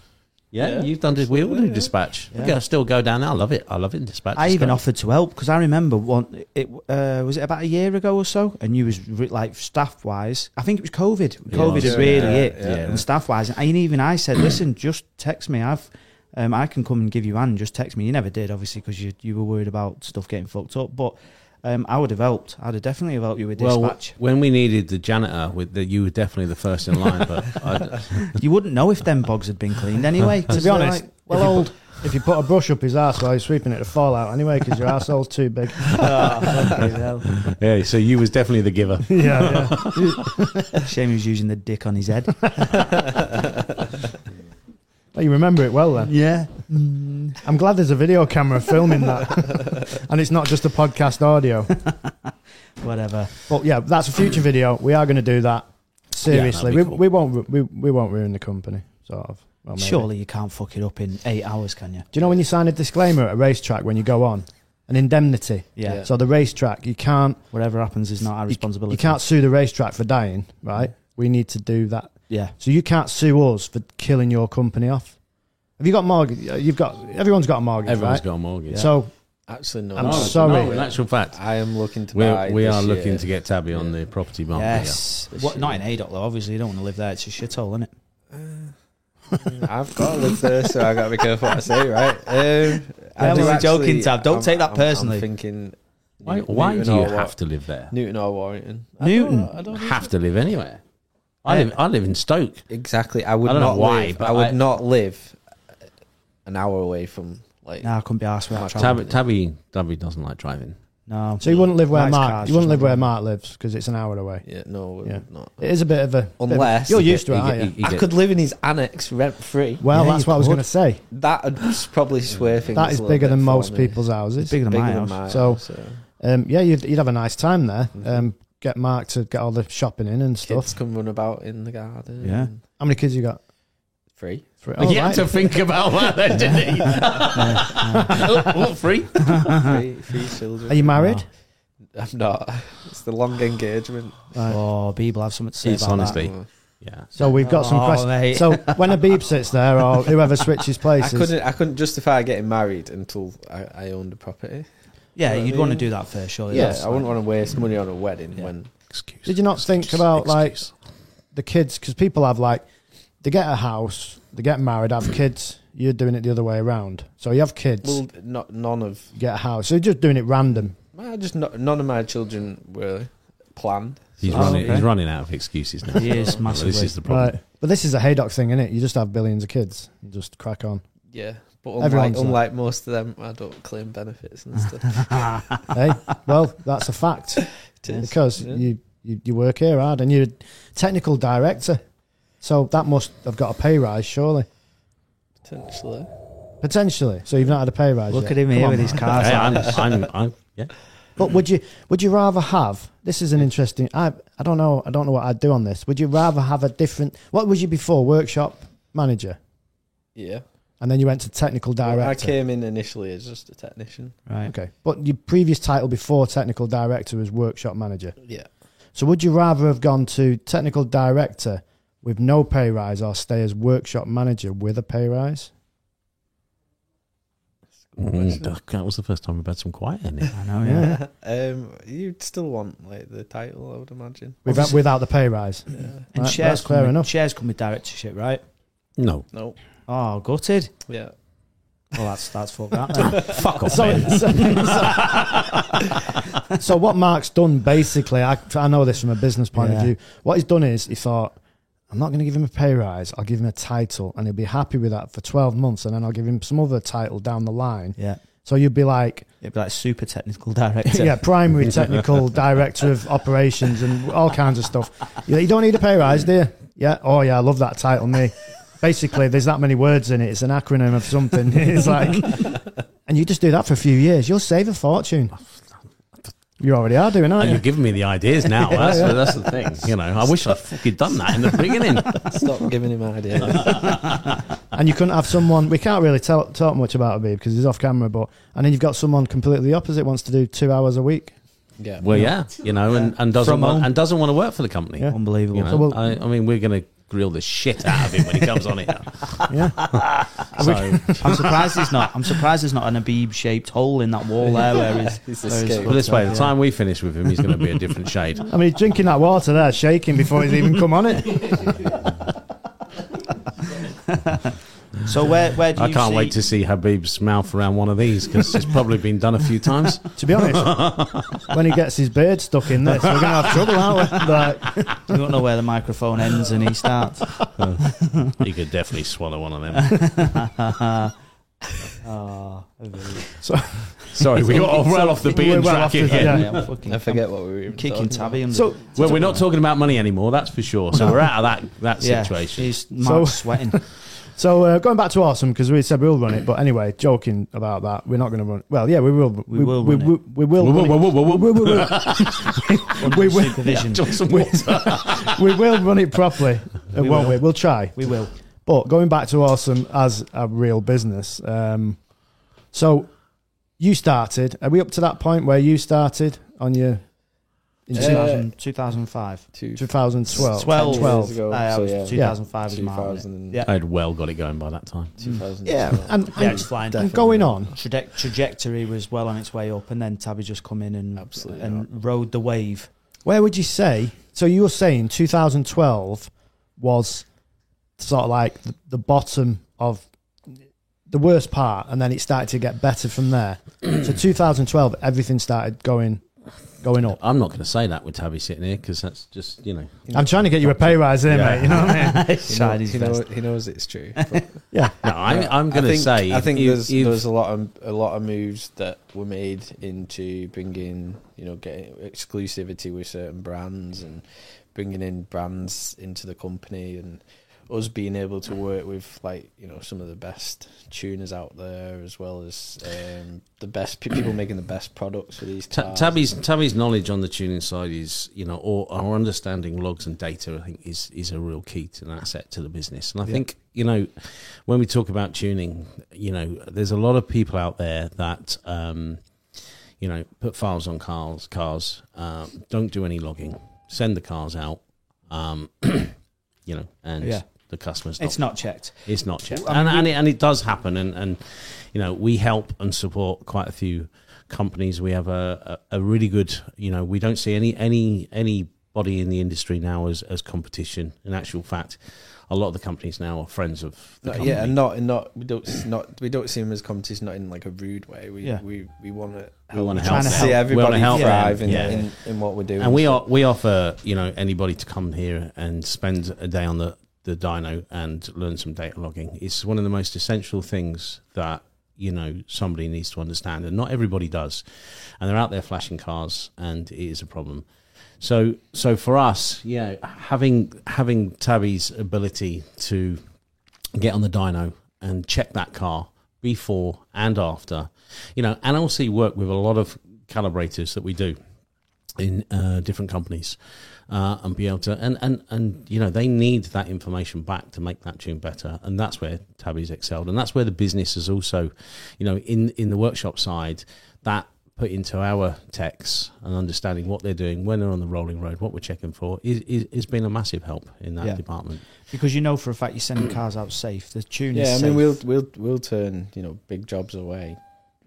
Speaker 3: yeah,
Speaker 4: yeah.
Speaker 3: you've done. This. We all do dispatch.
Speaker 2: Yeah.
Speaker 3: Okay, I still go down. there. I love it. I love it in dispatch.
Speaker 2: I
Speaker 3: It's
Speaker 2: even
Speaker 3: great.
Speaker 2: offered to help because I remember one. It uh, was it about a year ago or so, and you was re- like staff wise. I think it was COVID.
Speaker 3: Yeah,
Speaker 2: COVID
Speaker 3: yeah,
Speaker 2: is really
Speaker 4: yeah,
Speaker 2: it.
Speaker 4: yeah.
Speaker 2: And staff wise, and even I said, listen, just text me. I've um, I can come and give you a hand. Just text me. You never did, obviously, because you you were worried about stuff getting fucked up. But um, I would have helped. I'd have definitely have helped you with
Speaker 3: Well,
Speaker 2: dispatch.
Speaker 3: when we needed the janitor, with the, you were definitely the first in line. But I,
Speaker 2: you wouldn't know if them bogs had been cleaned anyway.
Speaker 1: To be honest,
Speaker 2: well
Speaker 1: if you
Speaker 2: old.
Speaker 1: If you put a brush up his ass while he's sweeping it, it'll fall out anyway because your arsehole's too big.
Speaker 3: Oh, yeah, so you was definitely the giver.
Speaker 1: yeah, yeah.
Speaker 2: Shame he was using the dick on his head.
Speaker 1: Well, you remember it well then.
Speaker 2: yeah.
Speaker 1: I'm glad there's a video camera filming that, and it's not just a podcast audio.
Speaker 2: Whatever.
Speaker 1: But yeah, that's a future video. We are going to do that. Seriously,
Speaker 3: be
Speaker 1: we,
Speaker 3: cool.
Speaker 1: we won't ru- we, we won't ruin the company. Sort of. Well, maybe.
Speaker 2: Surely you can't fuck it up in eight hours, can you?
Speaker 1: Do you know when you sign a disclaimer at a racetrack when you go on an indemnity?
Speaker 2: Yeah.
Speaker 4: Yeah.
Speaker 1: So the racetrack, you can't
Speaker 2: Whatever happens is not our responsibility.
Speaker 1: you can't sue the racetrack for dying, right? We need to do that.
Speaker 2: Yeah.
Speaker 1: So you can't sue us for killing your company off. Have you got mortgage? Uh, You've got everyone's got a mortgage,
Speaker 3: Everyone's
Speaker 1: right?
Speaker 3: got a mortgage.
Speaker 1: So
Speaker 4: Absolutely not.
Speaker 1: I'm
Speaker 3: No,
Speaker 1: sorry.
Speaker 3: No, in actual fact,
Speaker 4: I am looking to
Speaker 3: we're,
Speaker 4: buy.
Speaker 3: we
Speaker 4: this
Speaker 3: are
Speaker 4: year.
Speaker 3: looking to get tabby on the property market.
Speaker 2: Yes.
Speaker 4: Yeah.
Speaker 2: What, not in Haydock though. Obviously, you don't want to live there. It's a shithole, isn't it?
Speaker 4: I've got to live there, so I got to be careful what I say, right? Um, I
Speaker 2: I'm
Speaker 4: do
Speaker 2: only
Speaker 4: actually-
Speaker 2: joking, Tab. Don't take that
Speaker 4: I'm-
Speaker 2: personally.
Speaker 4: I'm thinking.
Speaker 3: Why,
Speaker 4: Newton
Speaker 3: why do
Speaker 4: or
Speaker 3: you
Speaker 4: Wa-
Speaker 3: have to live there?
Speaker 4: Newton or Warrington?
Speaker 2: Newton.
Speaker 4: I don't, I don't know.
Speaker 3: Have to live anywhere. I
Speaker 2: Yeah.
Speaker 3: live. I live in Stoke.
Speaker 4: Exactly. I would
Speaker 3: I don't know
Speaker 4: not
Speaker 3: why,
Speaker 4: live,
Speaker 3: but
Speaker 4: I would
Speaker 3: I-
Speaker 4: not live an hour away from like.
Speaker 2: No, I couldn't be arsed without
Speaker 1: Oh.
Speaker 4: Tab-
Speaker 2: travel.
Speaker 3: Tabby, tabby, tabby doesn't like driving.
Speaker 2: No.
Speaker 1: so you wouldn't live where
Speaker 2: Nice
Speaker 1: Mark
Speaker 2: cars,
Speaker 1: you wouldn't live
Speaker 2: just
Speaker 1: where
Speaker 2: not-
Speaker 1: Mark lives because it's an hour away.
Speaker 4: Yeah, no,
Speaker 1: Yeah.
Speaker 4: yeah. not.
Speaker 1: It is a bit of a bit of a-
Speaker 4: Unless-
Speaker 1: you're used to ah, it,
Speaker 3: He
Speaker 1: aren't
Speaker 3: get-
Speaker 1: you?
Speaker 3: he- he
Speaker 4: I
Speaker 3: get-
Speaker 4: could live in his annex rent free.
Speaker 1: Well,
Speaker 2: Yeah,
Speaker 1: that's
Speaker 2: you
Speaker 1: what I was
Speaker 2: could.
Speaker 1: going to say.
Speaker 4: That would probably swear things.
Speaker 1: That
Speaker 4: a
Speaker 1: is
Speaker 4: little
Speaker 1: bigger
Speaker 4: bit
Speaker 1: than
Speaker 4: for
Speaker 1: most
Speaker 4: me.
Speaker 1: people's houses.
Speaker 2: bigger than
Speaker 4: Bigger
Speaker 2: my
Speaker 4: than
Speaker 2: house.
Speaker 4: mine.
Speaker 1: So-
Speaker 4: so
Speaker 1: Um, yeah, you'd, you'd have a nice time there. Um, get Mark to get all the shopping in and stuff.
Speaker 4: Mm-hmm. kids can run about in the garden.
Speaker 2: Yeah.
Speaker 4: and
Speaker 1: How many kids you got?
Speaker 4: free.
Speaker 1: Three.
Speaker 3: he
Speaker 1: Oh,
Speaker 3: had
Speaker 1: right.
Speaker 3: to think about that, then, didn't he? oh, oh, free.
Speaker 4: three, three children.
Speaker 1: Uh-huh. Are you married?
Speaker 4: I'm not. It's the long engagement.
Speaker 1: Right.
Speaker 2: Oh, people have something to say
Speaker 3: It's
Speaker 2: about
Speaker 3: honestly-
Speaker 2: that.
Speaker 3: Hey.
Speaker 4: Oh.
Speaker 3: Yeah.
Speaker 1: So we've got some
Speaker 2: Oh,
Speaker 1: questions.
Speaker 2: mate.
Speaker 1: So when Habib sits there or whoever switches
Speaker 4: I
Speaker 1: places,
Speaker 4: couldn't. I couldn't justify getting married until I, I owned a property.
Speaker 2: Yeah,
Speaker 4: You know what
Speaker 2: you'd
Speaker 4: I
Speaker 2: want to
Speaker 4: mean?
Speaker 2: do that first, surely.
Speaker 4: Yeah,
Speaker 2: That's
Speaker 4: I wouldn't
Speaker 2: like-
Speaker 4: want to waste money on a wedding
Speaker 2: Yeah.
Speaker 4: when
Speaker 3: Excuse.
Speaker 1: Did you not think about, like-
Speaker 3: excuse.
Speaker 1: the kids, because people have like, they get a house, they get married, have kids. You're doing it the other way around. So you have kids,
Speaker 4: well, not none of
Speaker 1: get a house. So you're just doing it random.
Speaker 4: my just no, none of my children were planned.
Speaker 3: He's
Speaker 2: Oh,
Speaker 3: running.
Speaker 2: okay.
Speaker 3: He's running out of excuses now.
Speaker 2: He is
Speaker 3: This
Speaker 2: massively.
Speaker 3: is the problem.
Speaker 1: Right. But this is a Haydock thing, isn't it? You just have billions of kids. You just crack on.
Speaker 4: Yeah, but
Speaker 1: Everyone's
Speaker 4: unlike,
Speaker 1: like-
Speaker 4: unlike most of them, I don't claim benefits and stuff.
Speaker 1: hey, well, that's a fact
Speaker 4: It is.
Speaker 1: because
Speaker 4: Yeah.
Speaker 1: you, you, you work here hard and you're a technical director. So that must have got a pay rise, surely.
Speaker 4: potentially.
Speaker 1: Potentially. So you've not had a pay rise.
Speaker 2: Look
Speaker 1: yet.
Speaker 2: at him
Speaker 1: Come
Speaker 2: here
Speaker 1: on,
Speaker 2: with his
Speaker 1: man.
Speaker 2: cars.
Speaker 3: Hey,
Speaker 2: out.
Speaker 3: I'm, I'm, I'm, yeah.
Speaker 1: But would
Speaker 4: Mm-hmm.
Speaker 1: you would you rather have this is an interesting I I don't know I don't know what I'd do on this. Would you rather have a different what was you before? Workshop manager?
Speaker 4: Yeah,
Speaker 1: And then you went to technical
Speaker 4: Well, I
Speaker 1: director.
Speaker 4: came in initially as just a technician.
Speaker 2: Right.
Speaker 1: okay. But your previous title before technical director was workshop manager.
Speaker 4: Yeah,
Speaker 1: So would you rather have gone to technical director with no pay rise or stay as workshop manager with a pay rise?
Speaker 3: Mm, that was the first time we've had some quiet in it.
Speaker 2: I know, yeah.
Speaker 4: um, you'd still want like the title, I would imagine.
Speaker 1: Without, without the pay rise.
Speaker 4: Yeah.
Speaker 2: And
Speaker 1: Right,
Speaker 2: shares
Speaker 1: that's clear
Speaker 2: come with,
Speaker 1: enough.
Speaker 2: shares come with directorship, right?
Speaker 3: No.
Speaker 4: No,
Speaker 2: Oh, gutted.
Speaker 4: yeah.
Speaker 2: Well, that's that's fucked that. then.
Speaker 3: Fuck off.
Speaker 1: So,
Speaker 3: Ben.
Speaker 1: so, so- so what Mark's done basically, I, I know this from a business point
Speaker 2: Yeah.
Speaker 1: of view. What he's done is he thought, I'm not going to give him a pay rise. I'll give him a title, and he'll be happy with that for 12 months, and then I'll give him some other title down the line.
Speaker 2: yeah.
Speaker 1: So you'd be like,
Speaker 2: It'd be like super technical director.
Speaker 1: yeah, primary technical director of operations and all kinds of stuff. You, you don't need a pay rise, do you? Yeah. Oh yeah, I love that title, me. basically there's that many words in it. It's an acronym of something. It's like, and you just do that for a few years, you'll save a fortune. You already are doing,
Speaker 3: And
Speaker 1: aren't
Speaker 3: you're
Speaker 1: you?
Speaker 3: giving me the ideas now. That's, that's the thing. You know, I wish I'd fucking done that in the beginning.
Speaker 4: Stop giving him ideas.
Speaker 1: And you couldn't have someone. We can't really tell, talk much about Habib because he's off camera. But and then you've got someone completely the opposite wants to do two hours a week.
Speaker 4: yeah.
Speaker 3: Well, yeah, you know, and, and doesn't
Speaker 2: From
Speaker 3: want,
Speaker 2: home.
Speaker 3: and doesn't want to work for the company.
Speaker 1: Yeah.
Speaker 2: Unbelievable.
Speaker 3: You know,
Speaker 1: So we'll-
Speaker 3: I, I mean, we're going to grill the shit out of him when he comes on here.
Speaker 1: Yeah,
Speaker 3: So,
Speaker 2: I'm surprised there's not. I'm surprised there's not an Abib shaped hole in that wall there where his.
Speaker 4: He's
Speaker 2: where his
Speaker 4: escaped.
Speaker 3: but this way, the
Speaker 2: yeah.
Speaker 3: time we finish with him, he's going to be a different shade.
Speaker 1: I mean, he's drinking that water there, shaking before he's even come on it.
Speaker 2: So where where do you
Speaker 3: I can't
Speaker 2: see,
Speaker 3: wait to see Habib's mouth around one of these because it's probably been done a few times.
Speaker 1: To be honest, when he gets his beard stuck in this, we're gonna have trouble, aren't we? Like,
Speaker 2: We don't know where the microphone ends and he starts.
Speaker 3: He could definitely swallow one of them.
Speaker 2: oh,
Speaker 3: Sorry, we got off- well off the beaten
Speaker 1: We're well
Speaker 3: track
Speaker 1: off the-
Speaker 3: here.
Speaker 1: yeah.
Speaker 2: yeah, I'm fucking
Speaker 4: I forget what we were even
Speaker 2: kicking
Speaker 4: talking about.
Speaker 2: tabby. Under.
Speaker 1: so
Speaker 3: Well, we're not talking about money anymore, that's for sure. So we're out of that, that
Speaker 2: yeah,
Speaker 3: situation.
Speaker 2: he's Mark's sweating.
Speaker 1: So uh, going back to awesome because we said we'll run it, but anyway, joking about that, we're not going to run. Well, yeah, we will.
Speaker 2: We will
Speaker 1: We,
Speaker 2: run
Speaker 1: we, we will.
Speaker 3: Whoa, whoa,
Speaker 1: run
Speaker 3: whoa,
Speaker 1: it.
Speaker 3: whoa, whoa,
Speaker 1: We
Speaker 3: whoa.
Speaker 1: will- we will.
Speaker 2: Supervision.
Speaker 3: Drink some water.
Speaker 1: We will run it properly, uh,
Speaker 2: We
Speaker 1: won't
Speaker 2: will.
Speaker 1: we? We'll try.
Speaker 2: We will.
Speaker 1: But going back to awesome as a real business, um, so you started. Are we up to that point where you started on your in
Speaker 4: Uh,
Speaker 2: 2000, 2005.
Speaker 4: Two,
Speaker 1: 2012?
Speaker 2: 12.
Speaker 4: years
Speaker 1: 12.
Speaker 4: ago.
Speaker 2: I
Speaker 4: so,
Speaker 2: was
Speaker 4: yeah.
Speaker 2: 2005 is my
Speaker 4: 2000 and-
Speaker 2: Yeah.
Speaker 3: I'd well got it going by that time.
Speaker 4: 2000.
Speaker 1: Yeah, and,
Speaker 2: Yeah,
Speaker 1: and,
Speaker 2: it's flying.
Speaker 1: and going on.
Speaker 2: Traje- trajectory was well on its way up, and then Tabby just come in and
Speaker 4: Absolutely
Speaker 2: and rode the wave.
Speaker 1: Where would you say? So you were saying 2012 was sort of like the, the bottom of the worst part, and then it started to get better from there. so 2012, everything started going going up.
Speaker 3: I'm not going to say that with Tabby sitting here because that's just, you know.
Speaker 1: I'm trying to get you a pay rise here,
Speaker 3: Yeah.
Speaker 1: mate. You know what I mean?
Speaker 4: He,
Speaker 2: Tried
Speaker 4: knows,
Speaker 2: his
Speaker 4: he, know,
Speaker 2: best.
Speaker 4: he knows it's true. but-
Speaker 1: Yeah,
Speaker 3: No, I'm, I'm
Speaker 4: I
Speaker 3: going to
Speaker 4: think-
Speaker 3: say.
Speaker 4: I think
Speaker 3: you-
Speaker 4: there's
Speaker 3: you've-
Speaker 4: there's a lot of a lot of moves that were made into bringing you know getting exclusivity with certain brands and bringing in brands into the company and us being able to work with like you know some of the best tuners out there as well as um, the best pe- people making the best products for these
Speaker 3: Ta-
Speaker 4: cars.
Speaker 3: Tabby's Tabby's knowledge on the tuning side is, you know, or our understanding logs and data. I think is is a real key to an asset to the business. And I think you know, when we talk about tuning, you know, there's a lot of people out there that, um, you know, put files on cars, cars, um, don't do any logging, send the cars out, um, you know, and
Speaker 2: Yeah.
Speaker 3: the customers. not
Speaker 2: It's not checked.
Speaker 3: it's not checked,
Speaker 2: I mean,
Speaker 3: and and it, and it does happen, and and you know we help and support quite a few companies. We have a, a, a really good, you know, we don't see any any anybody in the industry now as as competition. In actual fact, a lot of the companies now are friends of the
Speaker 4: No,
Speaker 3: company.
Speaker 4: yeah, and not and not we don't s- not we don't see them as competition, not in like a rude way. We
Speaker 2: Yeah.
Speaker 4: we we want to
Speaker 3: We wanna
Speaker 4: try and
Speaker 3: help.
Speaker 4: see
Speaker 3: We wanna
Speaker 4: everybody
Speaker 3: help them,
Speaker 4: thrive in,
Speaker 3: yeah.
Speaker 4: in, in what we're doing.
Speaker 3: And we are we offer you know anybody to come here and spend a day on the the dyno and learn some data logging. It's one of the most essential things that you know somebody needs to understand, and not everybody does. And they're out there flashing cars, and it is a problem. So so for us, yeah, having having Tabby's ability to get on the dyno and check that car before and after, you know, and also work with a lot of calibrators that we do in uh, different companies uh, and be able to and, and and you know they need that information back to make that tune better and that's where tabby's excelled and that's where the business is also you know in in the workshop side that put into our techs and understanding what they're doing when they're on the rolling road what we're checking for is is, is been a massive help in that
Speaker 2: Yeah.
Speaker 3: department
Speaker 2: Because you know for a fact you're sending cars out safe. The tune is
Speaker 4: Yeah, I
Speaker 2: safe.
Speaker 4: mean, we'll we'll we'll turn you know big jobs away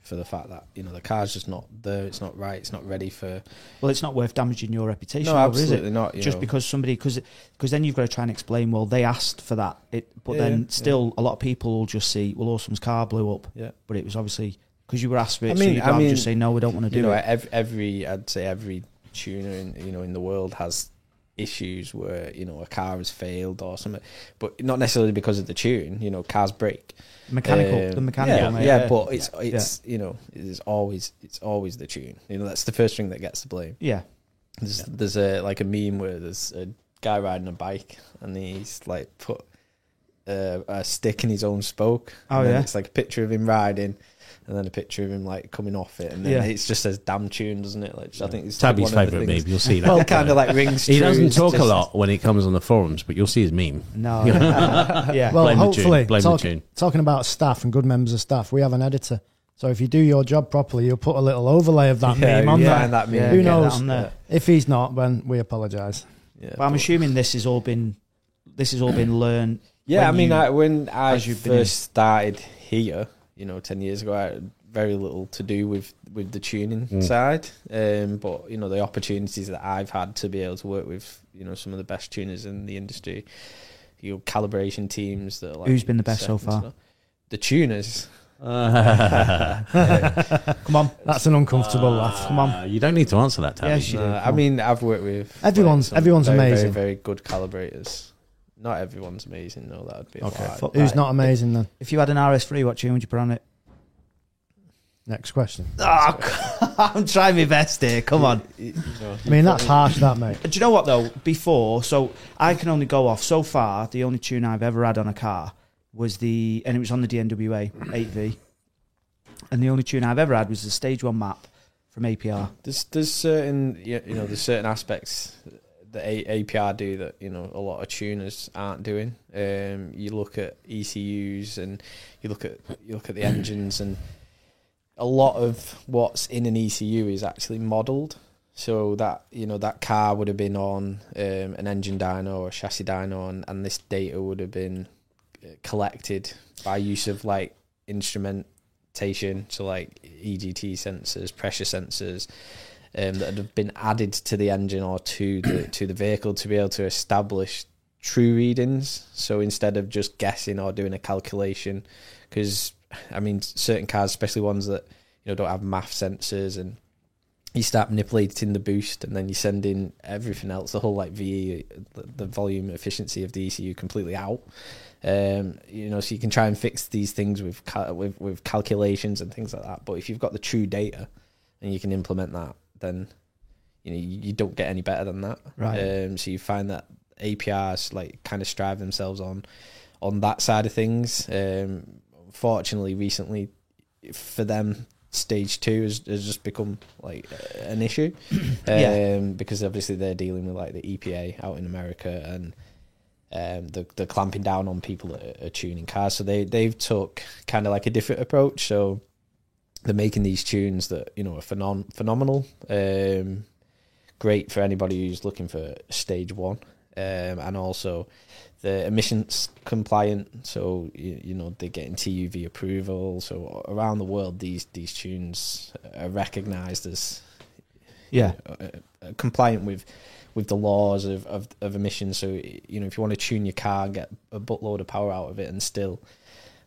Speaker 4: for the fact that you know the car's just not there. It's not right. It's not ready for.
Speaker 2: well, it's not worth damaging your reputation.
Speaker 4: No,
Speaker 2: over, is it?
Speaker 4: absolutely not. you
Speaker 2: just
Speaker 4: know.
Speaker 2: because somebody because because then you've got to try and explain well they asked for that it but
Speaker 4: Yeah,
Speaker 2: then
Speaker 4: yeah,
Speaker 2: still a lot of people will just see well awesome's car blew up
Speaker 4: Yeah.
Speaker 2: but it was obviously because you were asked for it
Speaker 4: I
Speaker 2: so
Speaker 4: mean-
Speaker 2: you'd
Speaker 4: I
Speaker 2: rather
Speaker 4: mean,
Speaker 2: just say no we don't want to do
Speaker 4: you know
Speaker 2: it
Speaker 4: every, every I'd say every tuner in you know in the world has issues where you know a car has failed or something, but not necessarily because of the tune. You know, cars break.
Speaker 2: mechanical
Speaker 4: Um,
Speaker 2: the mechanical
Speaker 4: yeah,
Speaker 2: mate,
Speaker 4: yeah, but it's it's you know it's always it's always the tune. You know, that's the first thing that gets the blame.
Speaker 2: yeah
Speaker 4: There's, there's a like a meme where there's a guy riding a bike and he's like put uh, a stick in his own spoke.
Speaker 2: Oh,
Speaker 4: and then
Speaker 2: yeah.
Speaker 4: it's like a picture of him riding, and then a picture of him like coming off it, and then
Speaker 2: Yeah.
Speaker 4: it's just says "damn tune," doesn't it? Like, I think it's like,
Speaker 3: Tabby's
Speaker 4: one of the
Speaker 3: favourite
Speaker 4: things-
Speaker 3: meme. You'll see that.
Speaker 4: Well, kind of like rings.
Speaker 3: he
Speaker 4: true,
Speaker 3: doesn't
Speaker 4: it's
Speaker 3: talk a
Speaker 4: just-
Speaker 3: lot when he comes on the forums, but you'll see his meme.
Speaker 2: No. Oh, yeah.
Speaker 1: Well,
Speaker 3: Blame the tune,
Speaker 1: hopefully,
Speaker 3: blame the
Speaker 1: talk-
Speaker 3: tune.
Speaker 1: talking about staff and good members of staff, we have an editor. So if you do your job properly, you'll put a little overlay of that
Speaker 4: Yeah,
Speaker 1: meme on
Speaker 4: yeah,
Speaker 1: there.
Speaker 4: and that meme.
Speaker 2: Yeah,
Speaker 1: Who
Speaker 2: get that
Speaker 1: knows?
Speaker 2: on there.
Speaker 1: If he's not, then we apologise.
Speaker 4: Yeah,
Speaker 2: But I'm
Speaker 4: but-
Speaker 2: assuming this has all been this has all been learned.
Speaker 4: Yeah,
Speaker 2: when
Speaker 4: I mean,
Speaker 2: you-
Speaker 4: I, when I
Speaker 2: as you've been in.
Speaker 4: first started here, you know, ten years ago, I had very little to do with with the tuning
Speaker 3: Mm.
Speaker 4: side. Um, but you know, the opportunities that I've had to be able to work with, you know, some of the best tuners in the industry, you know, calibration teams that are like
Speaker 2: Who's been the best so
Speaker 4: second to
Speaker 2: far?
Speaker 4: none. The tuners.
Speaker 1: Come on, that's an uncomfortable laugh.
Speaker 2: Come on.
Speaker 3: Uh, you don't need to answer that, Tabby.
Speaker 2: Yes, you do.
Speaker 4: No, I
Speaker 2: Come on.
Speaker 4: mean, I've worked with like,
Speaker 1: Everyone's-
Speaker 4: some
Speaker 1: everyone's
Speaker 4: very,
Speaker 1: amazing.
Speaker 4: Very, very good calibrators. Not everyone's amazing, though. Ah, That would be
Speaker 2: Okay,
Speaker 4: okay.
Speaker 2: fuck
Speaker 1: Who's
Speaker 2: Right.
Speaker 1: not amazing then?
Speaker 2: if you had an RS3, what tune would you put on it?
Speaker 1: Next question.
Speaker 2: Oh, I'm trying my best here. Come on.
Speaker 1: I mean, that's harsh, that mate.
Speaker 2: Do you know what though? Before, so I can only go off so far. The only tune I've ever had on a car was the, and it was on the DNWA 8V, and the only tune I've ever had was the Stage One map from APR.
Speaker 4: There's there's certain you you know there's certain aspects that A- APR do that you know a lot of tuners aren't doing. Um, you look at ECUs and you look at you look at the engines and a lot of what's in an ECU is actually modelled. So that you know that car would have been on um, an engine dyno or a chassis dyno, and, and this data would have been uh, collected by use of like instrumentation, so like EGT sensors, pressure sensors, um, that have been added to the engine or to the to the vehicle to be able to establish true readings. So instead of just guessing or doing a calculation, because I mean certain cars, especially ones that you know don't have math sensors and you start manipulating the boost and then you send in everything else the whole like ve the, the volume efficiency of the ecu completely out um you know so you can try and fix these things with cal- with, with calculations and things like that but if you've got the true data and you can implement that then you know you, you don't get any better than that
Speaker 2: Right.
Speaker 4: um so you find that aprs like kind of strive themselves on on that side of things um fortunately recently for them stage two has, has just become like uh, an issue um
Speaker 2: Yeah.
Speaker 4: because obviously they're dealing with like the epa out in america and um the the clamping down on people that are tuning cars so they they've took kind of like a different approach so they're making these tunes that you know are phenom- phenomenal um great for anybody who's looking for stage one um and also the emissions compliant so you, you know they're getting tuv approval so around the world these these tunes are recognized as
Speaker 2: Yeah.
Speaker 4: uh, uh, compliant with with the laws of, of, of emissions. So you know, if you want to tune your car and get a buttload of power out of it and still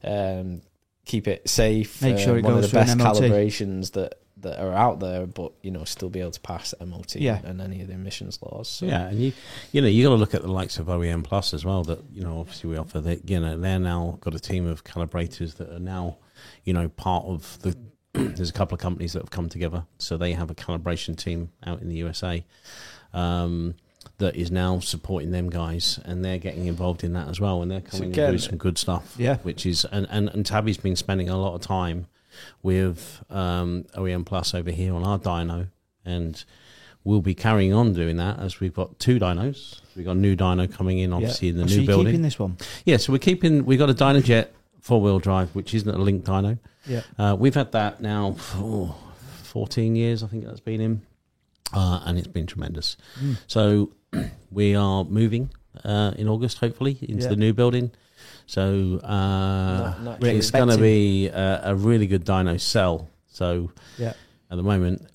Speaker 4: um, keep it safe,
Speaker 2: Make sure
Speaker 4: um,
Speaker 2: it
Speaker 4: one
Speaker 2: goes
Speaker 4: of the
Speaker 2: through
Speaker 4: best
Speaker 2: an MOT.
Speaker 4: calibrations that that are out there, but you know, still be able to pass MOT
Speaker 2: Yeah.
Speaker 4: and any of the emissions laws. So
Speaker 3: Yeah, and you, you know, you got to look at the likes of OEM Plus as well. That you know, obviously we offer that. You know, they're now got a team of calibrators that are now, you know, part of the. there's a couple of companies that have come together, so they have a calibration team out in the USA um, that is now supporting them guys, and they're getting involved in that as well, and they're coming and
Speaker 4: again-
Speaker 3: doing some good stuff.
Speaker 2: Yeah.
Speaker 3: which is and and, and Tabby's been spending a lot of time with um, OEM Plus over here on our dyno, and we'll be carrying on doing that as we've got two dynos. We've got a new dyno coming in, obviously, in the
Speaker 2: so
Speaker 3: new
Speaker 2: you're
Speaker 3: building.
Speaker 2: keeping this one.
Speaker 3: Yeah, so we're keeping. We've got a Dynajet four wheel drive, which isn't a link dyno.
Speaker 2: Yeah.
Speaker 3: Uh, we've had that now for 14 years, I think that's been in, uh, and it's been tremendous.
Speaker 2: Mm.
Speaker 3: So we are moving uh, in August, hopefully, into
Speaker 2: Yeah.
Speaker 3: the new building. So uh,
Speaker 4: Not- not
Speaker 3: it's
Speaker 2: expecting.
Speaker 3: going to be a, a really good dyno cell. So
Speaker 2: Yeah.
Speaker 3: at the moment,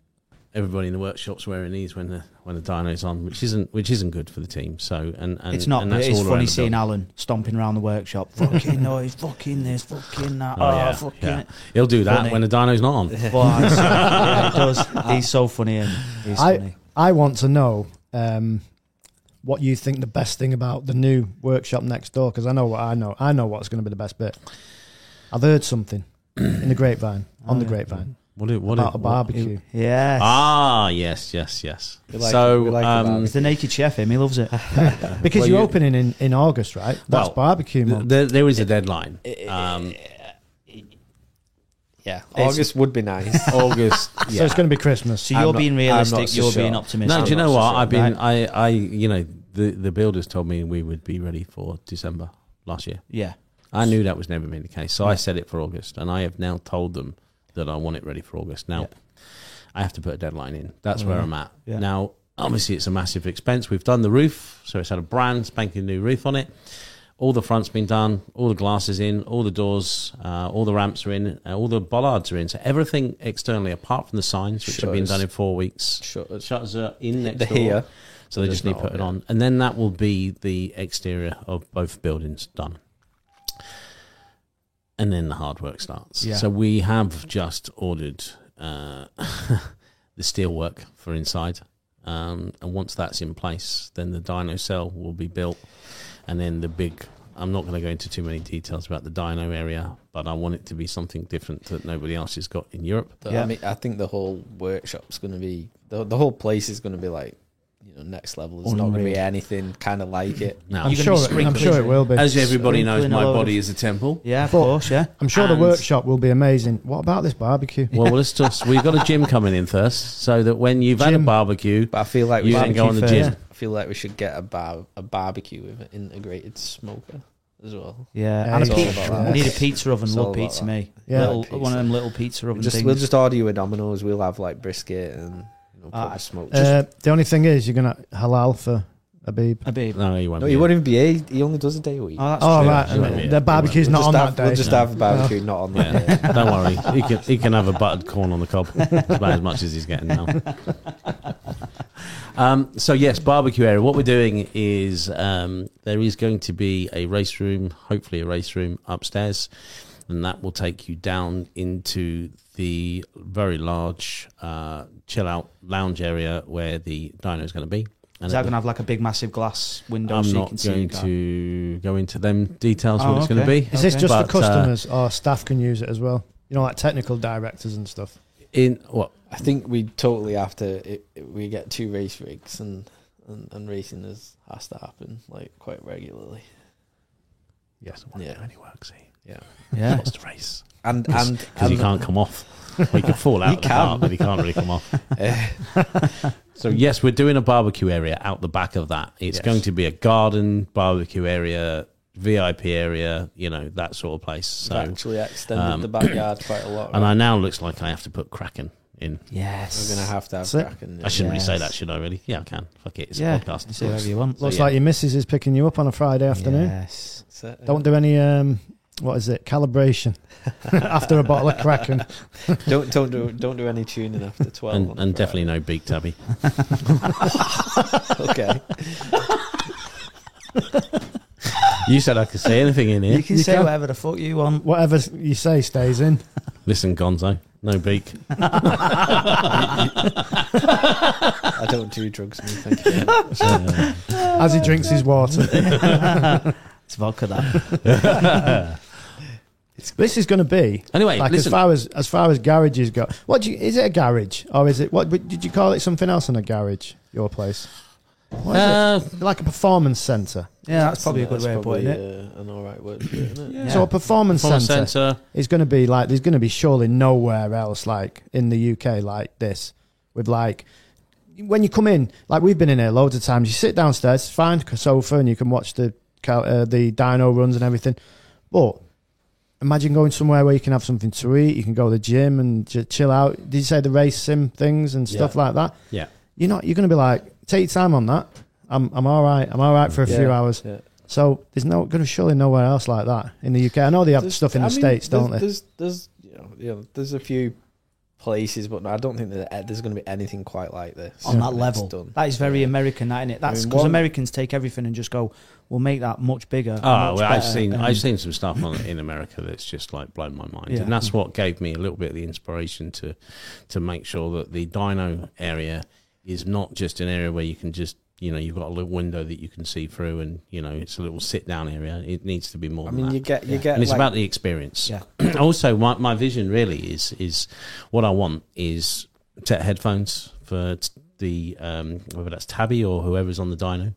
Speaker 3: everybody in the workshop's wearing these when the when the dyno's on, which isn't which isn't good for the team. So and, and
Speaker 2: it's not.
Speaker 3: and
Speaker 2: But
Speaker 3: that's
Speaker 2: it's
Speaker 3: all around
Speaker 2: funny
Speaker 3: the
Speaker 2: seeing
Speaker 3: building.
Speaker 2: Alan stomping around the workshop. Fucking noise. Fucking this. Fucking that.
Speaker 3: Oh,
Speaker 2: Oh,
Speaker 3: yeah,
Speaker 2: fucking
Speaker 3: yeah.
Speaker 2: it.
Speaker 3: He'll do that
Speaker 2: Funny.
Speaker 3: when the dyno's not on.
Speaker 2: Well, it's- yeah, it does. He's so funny. And he's
Speaker 1: Ah. I-
Speaker 2: funny.
Speaker 1: I want to know um, what you think the best thing about the new workshop next door, because I know what I know. I know what's going to be the best bit. I've heard something in the grapevine, on
Speaker 2: Oh,
Speaker 1: the
Speaker 2: yeah.
Speaker 1: grapevine,
Speaker 3: What did, what
Speaker 1: about a
Speaker 3: did, what-
Speaker 1: barbecue.
Speaker 2: Yes.
Speaker 3: Ah, yes, yes, yes.
Speaker 4: We like-
Speaker 3: so,
Speaker 4: we like the
Speaker 3: um,
Speaker 4: barbecue.
Speaker 2: It's the naked chef him. He loves it.
Speaker 1: Because
Speaker 3: Well,
Speaker 1: you're
Speaker 3: you-
Speaker 1: opening in, in August, right? That's
Speaker 3: Well,
Speaker 1: barbecue
Speaker 3: th-
Speaker 1: month.
Speaker 3: there, there is a deadline. Um,
Speaker 4: Yeah, August would be nice.
Speaker 3: August.
Speaker 1: So
Speaker 3: Yeah.
Speaker 1: it's going to be Christmas.
Speaker 2: So you're
Speaker 4: not-
Speaker 2: being
Speaker 4: I'm
Speaker 2: realistic.
Speaker 4: not so
Speaker 2: You're
Speaker 4: sure.
Speaker 2: being optimistic.
Speaker 3: No, do you know
Speaker 4: so
Speaker 3: what?
Speaker 4: sure.
Speaker 3: I've been, I, I, you know, the the builders told me we would be ready for December last year.
Speaker 2: Yeah.
Speaker 3: I knew that was never been the case, so I said it for August, and I have now told them that I want it ready for August. Now, I have to put a deadline in. That's where I'm at.
Speaker 2: Yeah.
Speaker 3: Now, obviously, it's a massive expense. We've done the roof, so it's had a brand spanking new roof on it. All the front's been done, all the glass is in, all the doors, uh, all the ramps are in, uh, all the bollards are in. So everything externally, apart from the signs, which have been
Speaker 4: Shutters.
Speaker 3: done in four weeks,
Speaker 4: Shutters.
Speaker 3: shutters are in next
Speaker 4: They're
Speaker 3: door.
Speaker 4: here.
Speaker 3: So they
Speaker 4: They're
Speaker 3: just
Speaker 4: just
Speaker 3: need to
Speaker 4: not
Speaker 3: put it
Speaker 4: up
Speaker 3: on. And then that will be the exterior of both buildings done. And then the hard work starts.
Speaker 2: Yeah.
Speaker 3: So we have just ordered uh, the steel work for inside. Um, and once that's in place, then the dyno cell will be built. And then the big, I'm not going to go into too many details about the dyno area, but I want it to be something different that nobody else has got in Europe.
Speaker 4: The-
Speaker 2: Yeah.
Speaker 4: I mean, I think the whole workshop's going to be the, the whole place is going to be like you know next level. There's not going to be
Speaker 2: Unreal.
Speaker 4: anything kind of like it.
Speaker 3: Now,
Speaker 1: I'm
Speaker 2: gonna be
Speaker 1: sure. It, I'm
Speaker 2: sprinkling-
Speaker 1: sure it will be.
Speaker 3: as everybody knows,
Speaker 2: Sprinkling
Speaker 3: my
Speaker 2: a load of-
Speaker 3: body is a temple.
Speaker 2: Yeah, of
Speaker 1: But-
Speaker 2: course. Yeah.
Speaker 1: I'm sure the
Speaker 3: and-
Speaker 1: workshop will be amazing. What about this barbecue?
Speaker 3: Well, let's just, we've got a gym coming in first, so that when you've had a
Speaker 1: Gym.
Speaker 3: barbecue,
Speaker 4: But I feel like we
Speaker 3: you
Speaker 4: should
Speaker 3: can go on the
Speaker 2: Barbecue
Speaker 3: gym.
Speaker 4: I feel like we should get a bar a barbecue with an integrated smoker as well.
Speaker 2: Yeah.
Speaker 1: Yeah,
Speaker 2: and a
Speaker 1: it's
Speaker 4: all
Speaker 2: pizza.
Speaker 4: about
Speaker 2: I need a
Speaker 4: that.
Speaker 2: pizza oven.
Speaker 4: It's all
Speaker 2: Love
Speaker 4: about
Speaker 2: pizza,
Speaker 4: that.
Speaker 2: me.
Speaker 1: Yeah.
Speaker 2: Little,
Speaker 4: Pizza.
Speaker 2: One of them little pizza oven
Speaker 4: Just
Speaker 2: things.
Speaker 4: we'll just order you a Domino's. We'll have like brisket and you know,
Speaker 2: Ah,
Speaker 4: proper smoke.
Speaker 1: Uh, the only thing is, you're going to halal for Habib.
Speaker 2: a babe.
Speaker 3: No, you won't.
Speaker 4: no,
Speaker 3: be
Speaker 4: he
Speaker 3: here.
Speaker 4: won't even be. here. He only does a day a week.
Speaker 2: Oh, that's
Speaker 1: Oh,
Speaker 2: true.
Speaker 1: right.
Speaker 3: Sure,
Speaker 1: and
Speaker 3: yeah.
Speaker 1: The barbecue's
Speaker 4: We'll
Speaker 1: not
Speaker 4: just
Speaker 1: on that
Speaker 4: have,
Speaker 1: day.
Speaker 4: We'll just have a barbecue, not on that. day.
Speaker 3: Yeah, don't worry. He can he can have a buttered corn on the cob. That's about as much as he's getting now. Um, so yes, barbecue area. What we're doing is um, there is going to be a race room, hopefully a race room upstairs, and that will take you down into the very large uh, chill out lounge area where the diner is going to be. And
Speaker 2: Is
Speaker 3: at
Speaker 2: that
Speaker 3: the-
Speaker 2: going to have like a big massive glass window
Speaker 3: I'm
Speaker 2: so you
Speaker 3: not
Speaker 2: can see
Speaker 3: going
Speaker 2: it?
Speaker 3: to go into them details
Speaker 2: Oh,
Speaker 3: what it's going
Speaker 2: okay.
Speaker 3: to be.
Speaker 1: Is this
Speaker 2: Okay.
Speaker 1: just
Speaker 3: But,
Speaker 1: for
Speaker 3: uh,
Speaker 1: customers or staff can use it as well? You know, like technical directors and stuff.
Speaker 3: In what?
Speaker 4: I think we totally have to. It, it- we get two race rigs, and, and and racing is has to happen like quite regularly.
Speaker 3: Yes,
Speaker 4: wanna do
Speaker 3: any work, see.
Speaker 4: Yeah,
Speaker 2: Yeah.
Speaker 3: Lost the race.
Speaker 4: and
Speaker 3: Yes,
Speaker 4: and
Speaker 3: because he
Speaker 4: and,
Speaker 3: can't come off. Well, he can fall out
Speaker 4: Um, He
Speaker 3: of the
Speaker 4: can.
Speaker 3: car, but he can't really come off.
Speaker 4: eh,
Speaker 3: So yes, we're doing a barbecue area out the back of that. It's
Speaker 4: Yes.
Speaker 3: going to be a garden barbecue area, VIP area, you know that sort of place. So,
Speaker 4: actually extended
Speaker 3: um,
Speaker 4: the backyard quite a lot.
Speaker 3: and I
Speaker 4: right?
Speaker 3: now looks like I have to put Kraken in.
Speaker 2: Yes.
Speaker 4: we're gonna have to have
Speaker 1: That's it.
Speaker 4: Kraken.
Speaker 3: I shouldn't really say
Speaker 2: Yes.
Speaker 3: that, should I? Really? Yeah, I can. Fuck it. It's
Speaker 2: yeah.
Speaker 3: a podcast.
Speaker 2: Say whatever you want.
Speaker 1: Looks
Speaker 3: yeah.
Speaker 1: like your missus is picking you up on a Friday afternoon.
Speaker 2: Yes.
Speaker 4: That's it, yeah.
Speaker 1: Don't do any, um, what is it, calibration after a bottle of Kraken.
Speaker 4: don't don't do don't do any tuning after twelve.
Speaker 3: And,
Speaker 4: on
Speaker 3: and
Speaker 4: Friday.
Speaker 3: definitely no beak tabby.
Speaker 4: okay.
Speaker 3: You said I could say anything in
Speaker 2: You
Speaker 3: here.
Speaker 2: can
Speaker 1: You
Speaker 2: say
Speaker 1: can.
Speaker 2: whatever the fuck you want.
Speaker 1: Whatever you say stays in.
Speaker 3: Listen, Gonzo, no beak.
Speaker 4: I don't do drugs. Me, thank you. very much.
Speaker 3: Uh,
Speaker 1: As he drinks his water.
Speaker 2: it's vodka, that.
Speaker 1: This is going to be
Speaker 3: anyway,
Speaker 1: like as
Speaker 3: listen.
Speaker 1: far as as far as garages go. What do you, is it a garage or is it what what- did you call it something else in a garage? Your place, what is
Speaker 3: Uh,
Speaker 1: it? like a performance center.
Speaker 2: Yeah, that's probably a good
Speaker 4: That's
Speaker 2: way of putting
Speaker 4: probably,
Speaker 2: it.
Speaker 4: uh, an all right word for it, isn't it?
Speaker 2: Yeah.
Speaker 1: So a performance,
Speaker 3: performance
Speaker 1: center,
Speaker 3: centre.
Speaker 1: is going to be like there's going to be surely nowhere else like in the UK like this with like. When you come in, like we've been in here loads of times, you sit downstairs, find a sofa, and you can watch the cal- uh, the dino runs and everything. But imagine going somewhere where you can have something to eat, you can go to the gym and j- chill out. Did you say the race sim things and stuff
Speaker 4: Yeah.
Speaker 1: like that?
Speaker 3: Yeah.
Speaker 1: You're not. You're going to be like, take your time on that. I'm I'm all right. I'm all right for a
Speaker 4: Yeah.
Speaker 1: few hours.
Speaker 4: Yeah.
Speaker 1: So there's no going to surely nowhere else like that in the UK. I know they have
Speaker 4: There's-
Speaker 1: stuff in
Speaker 4: I
Speaker 1: the
Speaker 4: mean,
Speaker 1: states,
Speaker 4: there's-
Speaker 1: don't they?
Speaker 4: There's there's you know, you know there's a few places, but no, I don't think that uh, there's going to be anything quite like this
Speaker 2: On that
Speaker 4: It's
Speaker 2: level.
Speaker 4: done.
Speaker 2: That is very American, that, innit? That's
Speaker 4: mean,
Speaker 2: because
Speaker 4: one-
Speaker 2: Americans take everything and just go, we'll make that much bigger. and
Speaker 3: Oh,
Speaker 2: much
Speaker 3: well, I've
Speaker 2: better,"
Speaker 3: seen
Speaker 2: and-
Speaker 3: I've seen some stuff on, in America that's just like blown my mind,
Speaker 2: Yeah.
Speaker 3: and that's what gave me a little bit of the inspiration to to make sure that the dyno area is not just an area where you can just you know you've got a little window that you can see through, and you know it's a little sit down area. It needs to be more
Speaker 4: I
Speaker 3: than
Speaker 4: mean,
Speaker 3: that,
Speaker 4: you get you
Speaker 2: Yeah.
Speaker 4: get
Speaker 3: and it's
Speaker 4: like,
Speaker 3: about the experience.
Speaker 2: Yeah.
Speaker 3: also, my, my vision really is is what I want is tech headphones for t- the um, whether that's Tabby or whoever's on the dyno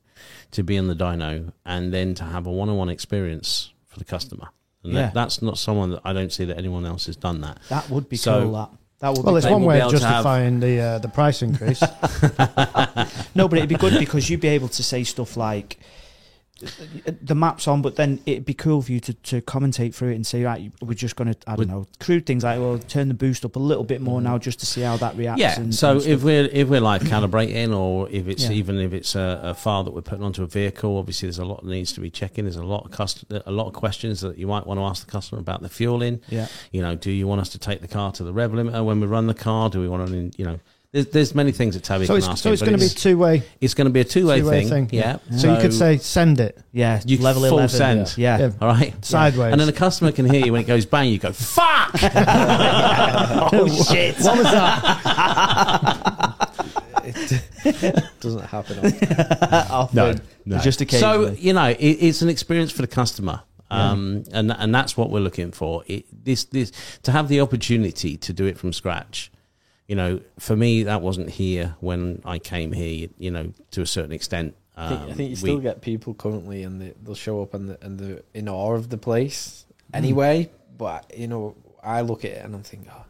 Speaker 3: to be in the dyno, and then to have a one-on-one experience for the customer. And that-
Speaker 2: Yeah.
Speaker 3: that's not someone that I don't see that anyone else has done that.
Speaker 2: That would be
Speaker 3: So-
Speaker 2: cool. That that would
Speaker 1: Well,
Speaker 2: be
Speaker 1: it's
Speaker 3: they
Speaker 1: one
Speaker 3: will
Speaker 1: way
Speaker 3: be
Speaker 1: of
Speaker 3: able to have-
Speaker 1: justifying the uh, the price increase.
Speaker 2: No, but it'd be good because you'd be able to say stuff like the map's on, but then it'd be cool for you to, to commentate through it and say, right, we're just going to, I don't
Speaker 3: Would- Mm.
Speaker 2: know, crude things like, well, turn the boost up a little bit more now just to see how that reacts.
Speaker 3: Yeah.
Speaker 2: and-
Speaker 3: so
Speaker 2: and stuff.
Speaker 3: if we're if we're live calibrating, or if it's
Speaker 2: Yeah.
Speaker 3: even if it's a, a file that we're putting onto a vehicle, obviously there's a lot that needs to be checking. There's a lot of cust- a lot of questions that you might want to ask the customer about the fueling.
Speaker 2: yeah,
Speaker 3: You know, do you want us to take the car to the rev limiter when we run the car? Do we want to? You know, there's there's many things that Tabby
Speaker 1: so
Speaker 3: can
Speaker 1: it's
Speaker 3: ask.
Speaker 1: so
Speaker 3: him,
Speaker 1: it's
Speaker 3: but
Speaker 1: going to be two way.
Speaker 3: it's going to be a two way
Speaker 1: two-way
Speaker 3: thing.
Speaker 1: thing.
Speaker 3: Yeah.
Speaker 1: So, you could say send it
Speaker 2: yeah,
Speaker 3: you
Speaker 2: level
Speaker 3: full
Speaker 2: 11.
Speaker 3: send.
Speaker 2: Yeah.
Speaker 1: Yeah.
Speaker 3: all right.
Speaker 1: sideways.
Speaker 3: And then the customer can hear you when it goes bang. You go fuck.
Speaker 2: oh, shit.
Speaker 1: what was that?
Speaker 4: doesn't happen. Often.
Speaker 2: Often. Just
Speaker 3: So
Speaker 2: occasionally.
Speaker 3: you know, it, it's an experience for the customer, um, and and that's what we're looking for. It, this this to have the opportunity to do it from scratch. You know, for me, that wasn't here when I came here. You know, to a certain extent. Um,
Speaker 4: I think, I think you still get people currently, and they, they'll show up and, the, and they're in awe of the place anyway. But you know, I look at it and I'm thinking, oh,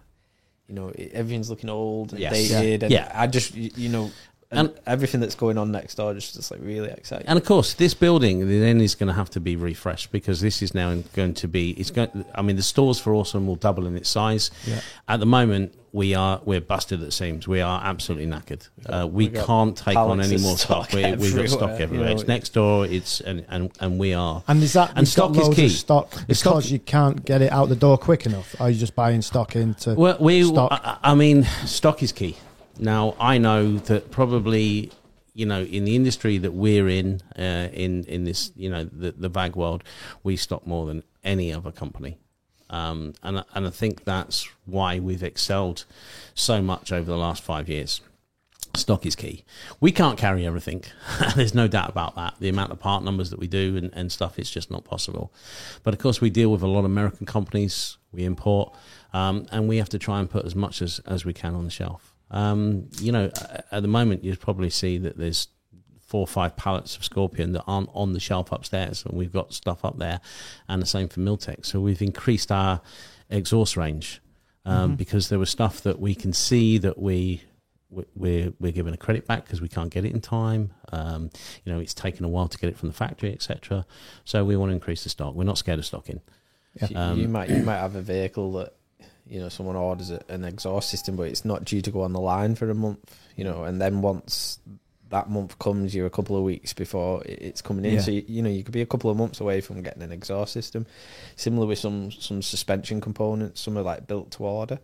Speaker 4: you know, e- everything's looking old and
Speaker 3: Yes. Yeah.
Speaker 4: dated, and
Speaker 3: Yeah.
Speaker 4: I just, y- you know, and,
Speaker 3: And-
Speaker 4: everything that's going on next door just just like really exciting.
Speaker 3: And of course, this building then is going to have to be refreshed because this is now going to be. It's going. I mean, the stores for Awesome will double in its size. At the moment, we are we're busted at seams. We are absolutely knackered. Uh, we
Speaker 4: We've got
Speaker 3: can't take on
Speaker 4: pallets
Speaker 3: any
Speaker 4: of
Speaker 3: more stock.
Speaker 4: stock
Speaker 3: We, we've got
Speaker 4: everywhere,
Speaker 3: stock
Speaker 4: you
Speaker 3: everywhere.
Speaker 4: know,
Speaker 3: it's
Speaker 4: it-
Speaker 3: next door. It's and and, and we are.
Speaker 1: And is that
Speaker 3: And
Speaker 1: you've got
Speaker 3: stock is
Speaker 1: loads of
Speaker 3: key.
Speaker 1: stock because
Speaker 3: stock-
Speaker 1: you can't get it out the door quick enough? Or are you just buying stock into?
Speaker 3: Well, we.
Speaker 1: stock.
Speaker 3: I, I mean, stock is key. Now I know that probably you know in the industry that we're in, uh, in in this you know the the bag world, we stock more than any other company. Um, and I- and I think that's why we've excelled so much over the last five years. Stock is key. We can't carry everything. There's no doubt about that. The amount of part numbers that we do and, and stuff, it's just not possible. But of course, we deal with a lot of American companies. We import, um, and we have to try and put as much as, as we can on the shelf. Um, you know, a- at the moment, you probably see that there's four or five pallets of Scorpion that aren't on the shelf upstairs, and we've got stuff up there, and the same for Miltech. So we've increased our exhaust range um, because there was stuff that we can see that we we- we're we're given a credit back because we can't get it in time. Um, you know, it's taken a while to get it from the factory, etc. So we want to increase the stock. We're not scared of stocking.
Speaker 4: You-
Speaker 2: Um,
Speaker 4: you might you might have a vehicle that you know someone orders a, an exhaust system, but it's not due to go on the line for a month. You know, and then once that month comes, you're a couple of weeks before it- it's coming in.
Speaker 2: Yeah.
Speaker 4: So you, you know you could be a couple of months away from getting an exhaust system. Similar with some some suspension components, some are like built to order.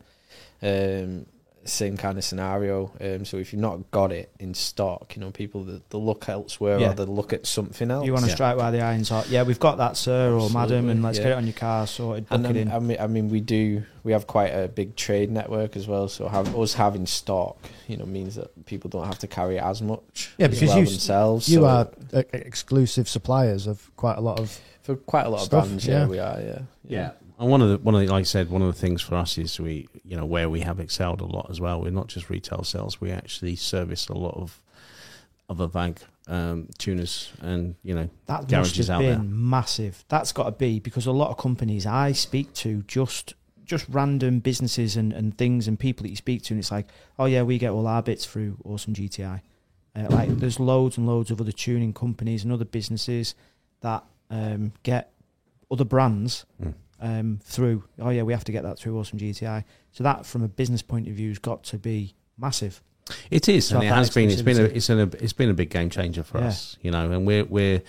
Speaker 4: Um, same kind of scenario. Um, so if you've not got it in stock, you know people that they look elsewhere
Speaker 2: Yeah.
Speaker 4: or they look at something else.
Speaker 2: you want to
Speaker 3: Yeah.
Speaker 2: strike while the iron's hot. Yeah, we've got that, sir or madam,
Speaker 4: Absolutely,
Speaker 2: and let's
Speaker 4: yeah.
Speaker 2: get it on your car sorted, book
Speaker 4: And
Speaker 2: it
Speaker 4: then, uh,
Speaker 2: in.
Speaker 4: I mean, I mean, we do. We have quite a big trade network as well. So have, us having stock, you know, means that people don't have to carry as much.
Speaker 1: Yeah,
Speaker 4: as
Speaker 1: because
Speaker 4: well
Speaker 1: you-
Speaker 4: themselves.
Speaker 1: you
Speaker 4: so
Speaker 1: are uh, exclusive suppliers of quite a lot of.
Speaker 4: for quite a lot of
Speaker 1: stuff,
Speaker 4: brands. Yeah,
Speaker 1: yeah.
Speaker 4: we are. Yeah,
Speaker 3: And one of the one of the, like I said, one of the things for us is we you know where we have excelled a lot as well. We're not just retail sales. We actually service a lot of other bank um, tuners and you know
Speaker 2: That must
Speaker 3: garages
Speaker 2: have
Speaker 3: out
Speaker 2: been
Speaker 3: there.
Speaker 2: massive. That's got to be because a lot of companies I speak to just just random businesses and, and things and people that you speak to, and it's like, oh yeah, we get all our bits through Awesome GTI. Uh, like there's loads and loads of other tuning companies and other businesses that um, get other brands
Speaker 3: Mm.
Speaker 2: um, through. Oh yeah, we have to get that through Awesome GTI. So that, from a business point of view, has got to be massive.
Speaker 3: It is,
Speaker 2: So
Speaker 3: and it
Speaker 2: that
Speaker 3: has been. It's been. A,
Speaker 2: exclusivity.
Speaker 3: it's been. A, it's been a big game changer for
Speaker 2: Yeah.
Speaker 3: us, you know. And we're we're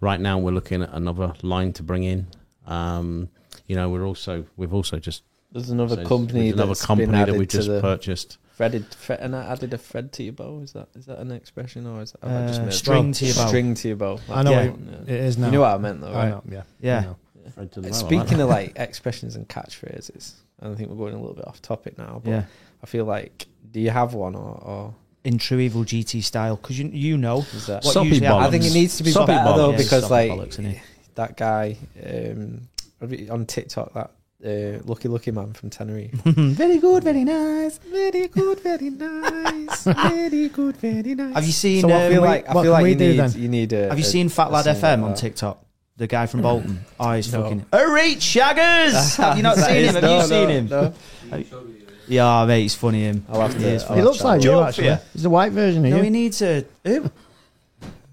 Speaker 3: right now we're looking at another line to bring in. Um, you know, we're also we've also just
Speaker 4: There's another
Speaker 3: there's
Speaker 4: company.
Speaker 3: another
Speaker 4: that's
Speaker 3: company
Speaker 4: been added
Speaker 3: that we
Speaker 4: to
Speaker 3: just
Speaker 4: the
Speaker 3: purchased.
Speaker 4: threaded. Thread, and I added a thread to your bow. Is that is that an expression or is that have I
Speaker 2: Uh,
Speaker 4: made it
Speaker 2: string
Speaker 4: up?
Speaker 2: to your bow.
Speaker 4: String to your bow.
Speaker 1: I know
Speaker 4: That's
Speaker 2: what
Speaker 4: the one,
Speaker 1: It is now.
Speaker 4: You know what I meant though,
Speaker 1: I
Speaker 4: right?
Speaker 1: know. Yeah.
Speaker 2: Yeah.
Speaker 1: I know.
Speaker 4: Uh, Speaking of like expressions and catchphrases, and I think we're going a little bit off topic now. But
Speaker 2: Yeah,
Speaker 4: I feel like, do you have one or, or
Speaker 2: in true evil GT style, because you you know
Speaker 4: is that?
Speaker 3: Soppy
Speaker 2: usually
Speaker 3: bollocks.
Speaker 4: I think it needs to be
Speaker 3: Soppy
Speaker 4: better though
Speaker 3: bollocks.
Speaker 4: because
Speaker 2: Soppy
Speaker 4: like
Speaker 2: bollocks, innit?
Speaker 4: that guy um, on TikTok that uh, Lucky Lucky Man from Tenerife.
Speaker 2: very good, very nice.
Speaker 4: very good, very nice. Very good, very nice.
Speaker 2: Have you seen?
Speaker 1: So what
Speaker 2: um,
Speaker 4: I feel
Speaker 1: we-
Speaker 4: like I
Speaker 1: what
Speaker 4: feel
Speaker 1: can
Speaker 4: like
Speaker 1: we
Speaker 4: you
Speaker 1: do
Speaker 4: need,
Speaker 1: then?
Speaker 4: you need a,
Speaker 2: have you
Speaker 4: a-
Speaker 2: seen Fat Lad
Speaker 4: song like
Speaker 2: FM on
Speaker 4: that.
Speaker 2: TikTok? The guy from Bolton. Oh, he's
Speaker 4: No.
Speaker 2: fucking. All right, Shaggers. have you not
Speaker 4: That
Speaker 2: seen
Speaker 4: is-
Speaker 2: him? Have
Speaker 4: no,
Speaker 2: you seen
Speaker 4: no,
Speaker 2: him?
Speaker 4: no.
Speaker 2: Yeah, oh, mate, he's funny. Him.
Speaker 4: I'll have to-
Speaker 2: He is
Speaker 4: I'll
Speaker 2: funny.
Speaker 1: He looks like you
Speaker 2: Joke for
Speaker 1: actually.
Speaker 2: you.
Speaker 1: He's the white version of
Speaker 2: No,
Speaker 1: you.
Speaker 2: he needs a. Who?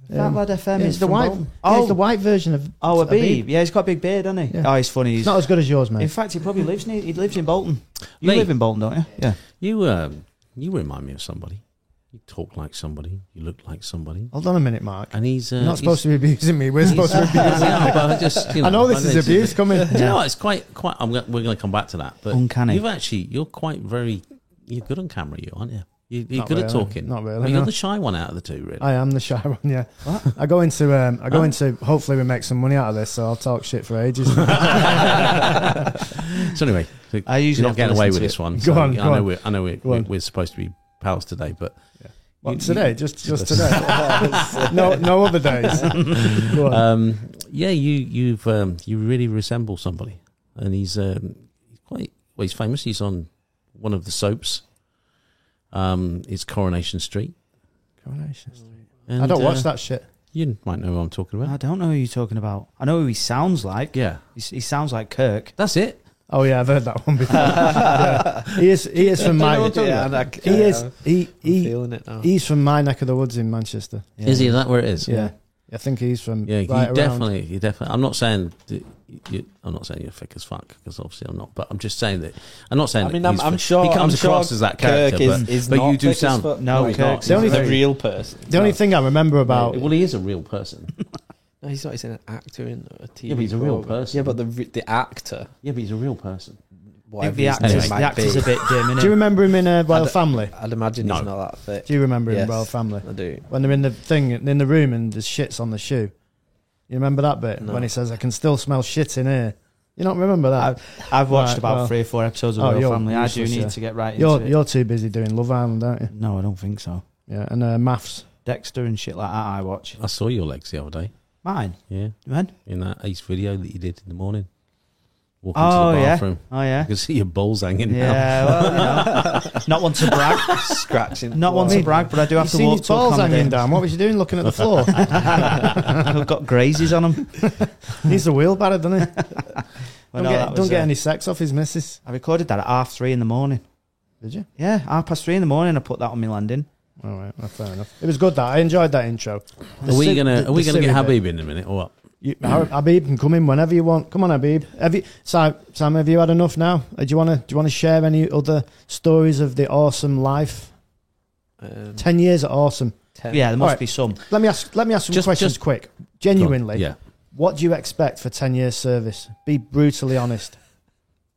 Speaker 2: Fat
Speaker 1: Um,
Speaker 2: Lad FM
Speaker 1: Yeah,
Speaker 2: is
Speaker 1: the
Speaker 2: from
Speaker 1: white.
Speaker 2: Bolton.
Speaker 1: yeah, he's
Speaker 2: Oh,
Speaker 1: the white version of.
Speaker 2: oh, a
Speaker 1: Habib.
Speaker 2: beeb. Yeah, he's got a big beard, doesn't he?
Speaker 1: Yeah.
Speaker 2: Oh, he's funny.
Speaker 1: It's
Speaker 2: He's,
Speaker 1: not as good as yours, mate.
Speaker 2: in fact, he probably lives near. He lives in Bolton. You
Speaker 3: Lee.
Speaker 2: live in Bolton, don't you? Yeah.
Speaker 3: You um, you remind me of somebody. You talk like somebody. You look like somebody.
Speaker 1: Hold on a minute, Mark.
Speaker 3: And he's uh,
Speaker 1: You're not supposed to be abusing me. We're
Speaker 3: he's-
Speaker 1: supposed to be.
Speaker 3: Yeah, but I just, you
Speaker 1: I know this
Speaker 3: I
Speaker 1: is abuse coming.
Speaker 3: Do you know what? It's quite quite. I'm go- we're going to come back to that, but
Speaker 2: Uncanny.
Speaker 3: you've actually you're quite very you're good on camera, you aren't you? you you're
Speaker 1: Not
Speaker 3: good at
Speaker 1: really,
Speaker 3: talking.
Speaker 1: not really,
Speaker 3: Well, You're
Speaker 1: no.
Speaker 3: the shy one out of the two, really.
Speaker 1: I am the shy one. Yeah, I go into. Um, I go
Speaker 3: Huh?
Speaker 1: into. Hopefully, we make some money out of this, so I'll talk shit for ages.
Speaker 3: so anyway, so
Speaker 2: I
Speaker 3: you're
Speaker 2: usually
Speaker 3: not
Speaker 2: have to listen
Speaker 3: getting away
Speaker 2: to
Speaker 3: with
Speaker 2: it.
Speaker 3: this one.
Speaker 1: Go
Speaker 3: so
Speaker 1: on,
Speaker 3: I
Speaker 1: go
Speaker 3: know
Speaker 1: on.
Speaker 3: we're I know we're,
Speaker 1: Go on.
Speaker 3: we're, we're supposed to be pals today, but
Speaker 1: What,
Speaker 3: You-
Speaker 1: today?
Speaker 3: you-
Speaker 1: just just today. no, no other days. Go on.
Speaker 3: um, yeah, you you've um, you really resemble somebody, and he's um, he's quite well. He's famous. He's on one of the soaps. Um, it's Coronation Street.
Speaker 1: Coronation Street.
Speaker 3: And,
Speaker 1: I don't
Speaker 3: uh,
Speaker 1: watch that shit.
Speaker 3: You might know who I'm talking about.
Speaker 2: I don't know who you're talking about. I know who he sounds like.
Speaker 3: yeah,
Speaker 2: He, s- he sounds like Kirk.
Speaker 3: that's it.
Speaker 1: Oh yeah, I've heard that one before. Yeah. He is. He is from my.
Speaker 4: Yeah, and I,
Speaker 1: He is. He
Speaker 4: I'm
Speaker 1: he.
Speaker 4: feeling it now.
Speaker 1: He's from my neck of the woods in Manchester.
Speaker 2: Yeah.
Speaker 3: Is that where it is?
Speaker 1: Yeah, I think he's from.
Speaker 3: Yeah,
Speaker 1: right
Speaker 3: you
Speaker 1: around.
Speaker 3: definitely, you definitely. I'm not saying that you, I'm not saying you're thick as fuck because obviously I'm not. But I'm just saying that I'm not saying.
Speaker 4: I mean,
Speaker 3: that
Speaker 4: I'm,
Speaker 3: he's
Speaker 4: I'm
Speaker 3: thick.
Speaker 4: sure
Speaker 3: he comes
Speaker 4: I'm
Speaker 3: across
Speaker 4: sure
Speaker 3: as that character,
Speaker 4: Kirk is,
Speaker 3: but,
Speaker 4: is
Speaker 3: but
Speaker 4: not
Speaker 3: you do
Speaker 4: thick as
Speaker 3: sound.
Speaker 4: fuck.
Speaker 2: No,
Speaker 4: he's
Speaker 2: Kirk's
Speaker 4: not.
Speaker 1: the only
Speaker 4: he's a
Speaker 1: thing-
Speaker 4: real person.
Speaker 1: The only thing I remember about
Speaker 3: well, he is a real person.
Speaker 4: No, he's not. He's an actor in a TV.
Speaker 3: Yeah, but he's a real
Speaker 4: program.
Speaker 3: person.
Speaker 4: Yeah, but the re- the actor.
Speaker 3: Yeah, but he's a real person.
Speaker 2: I think
Speaker 4: Whatever
Speaker 2: the
Speaker 4: his name
Speaker 2: actor's,
Speaker 4: might
Speaker 2: the actor's
Speaker 4: be.
Speaker 2: a bit dim,
Speaker 1: Do you
Speaker 2: innit?
Speaker 1: remember him in uh, Royal
Speaker 4: don't-
Speaker 1: Family?
Speaker 4: I'd imagine
Speaker 3: No.
Speaker 4: he's not that thick.
Speaker 1: Do you remember him in
Speaker 4: Yes.
Speaker 1: Royal Family?
Speaker 4: I do.
Speaker 1: When they're in the thing in the room and there's shits on the shoe. You remember that bit
Speaker 4: No.
Speaker 1: when he says, "I can still smell shit in here." You don't remember that?
Speaker 2: I've watched
Speaker 1: Right,
Speaker 2: about
Speaker 1: well.
Speaker 2: three or four episodes of
Speaker 1: Oh,
Speaker 2: Royal
Speaker 1: you're
Speaker 2: Family. I do
Speaker 1: useless,
Speaker 2: need
Speaker 1: yeah.
Speaker 2: to get right into
Speaker 1: you're
Speaker 2: it.
Speaker 1: you're too busy doing Love Island, aren't you?
Speaker 2: no, I don't think so.
Speaker 1: Yeah, and uh, maths.
Speaker 2: Dexter and shit like that I watch.
Speaker 3: I saw your legs the other day.
Speaker 2: Mine?
Speaker 3: Yeah,
Speaker 2: When?
Speaker 3: in that Ace video that you did in the morning, walking
Speaker 2: Oh,
Speaker 3: to the
Speaker 2: yeah.
Speaker 3: bathroom.
Speaker 2: Oh, yeah.
Speaker 3: You can see your balls hanging out.
Speaker 2: Yeah, well, you know. Not one to brag.
Speaker 4: Scratching.
Speaker 2: Not one to
Speaker 1: Well,
Speaker 2: brag, but I do
Speaker 1: You
Speaker 2: have to
Speaker 1: seen
Speaker 2: walk
Speaker 1: his
Speaker 2: to
Speaker 1: balls hanging
Speaker 2: accommodate.
Speaker 1: down? What was you doing, looking at the floor?
Speaker 2: I've got grazes on them.
Speaker 1: He's a wheelbarrow, doesn't he? Don't, get, don't get
Speaker 2: any.
Speaker 1: any sex off his missus.
Speaker 2: I recorded that at half three in the morning.
Speaker 1: Did you?
Speaker 2: Yeah, half past three in the morning. I put that on my landing.
Speaker 1: All right, well, fair enough. It was good that I enjoyed that intro.
Speaker 3: Are we
Speaker 1: si-
Speaker 3: gonna
Speaker 1: the-
Speaker 3: Are we
Speaker 1: the
Speaker 3: gonna get
Speaker 1: silly bit.
Speaker 3: Habib in a minute or what?
Speaker 1: You, Har- Habib can come in whenever you want. Come on, Habib. Have you, Sam, Sam, have you had enough now? Uh, Do you want to? Do you want to share any other stories of the awesome life?
Speaker 4: Um,
Speaker 1: Ten years are awesome.
Speaker 4: ten.
Speaker 2: Yeah, there must
Speaker 1: Alright.
Speaker 2: be some.
Speaker 1: Let me ask. Let me ask some
Speaker 3: Just-
Speaker 1: questions
Speaker 3: just-
Speaker 1: quick.
Speaker 3: Go on.
Speaker 1: Genuinely,
Speaker 3: yeah.
Speaker 1: what do you expect for ten years service? Be brutally honest.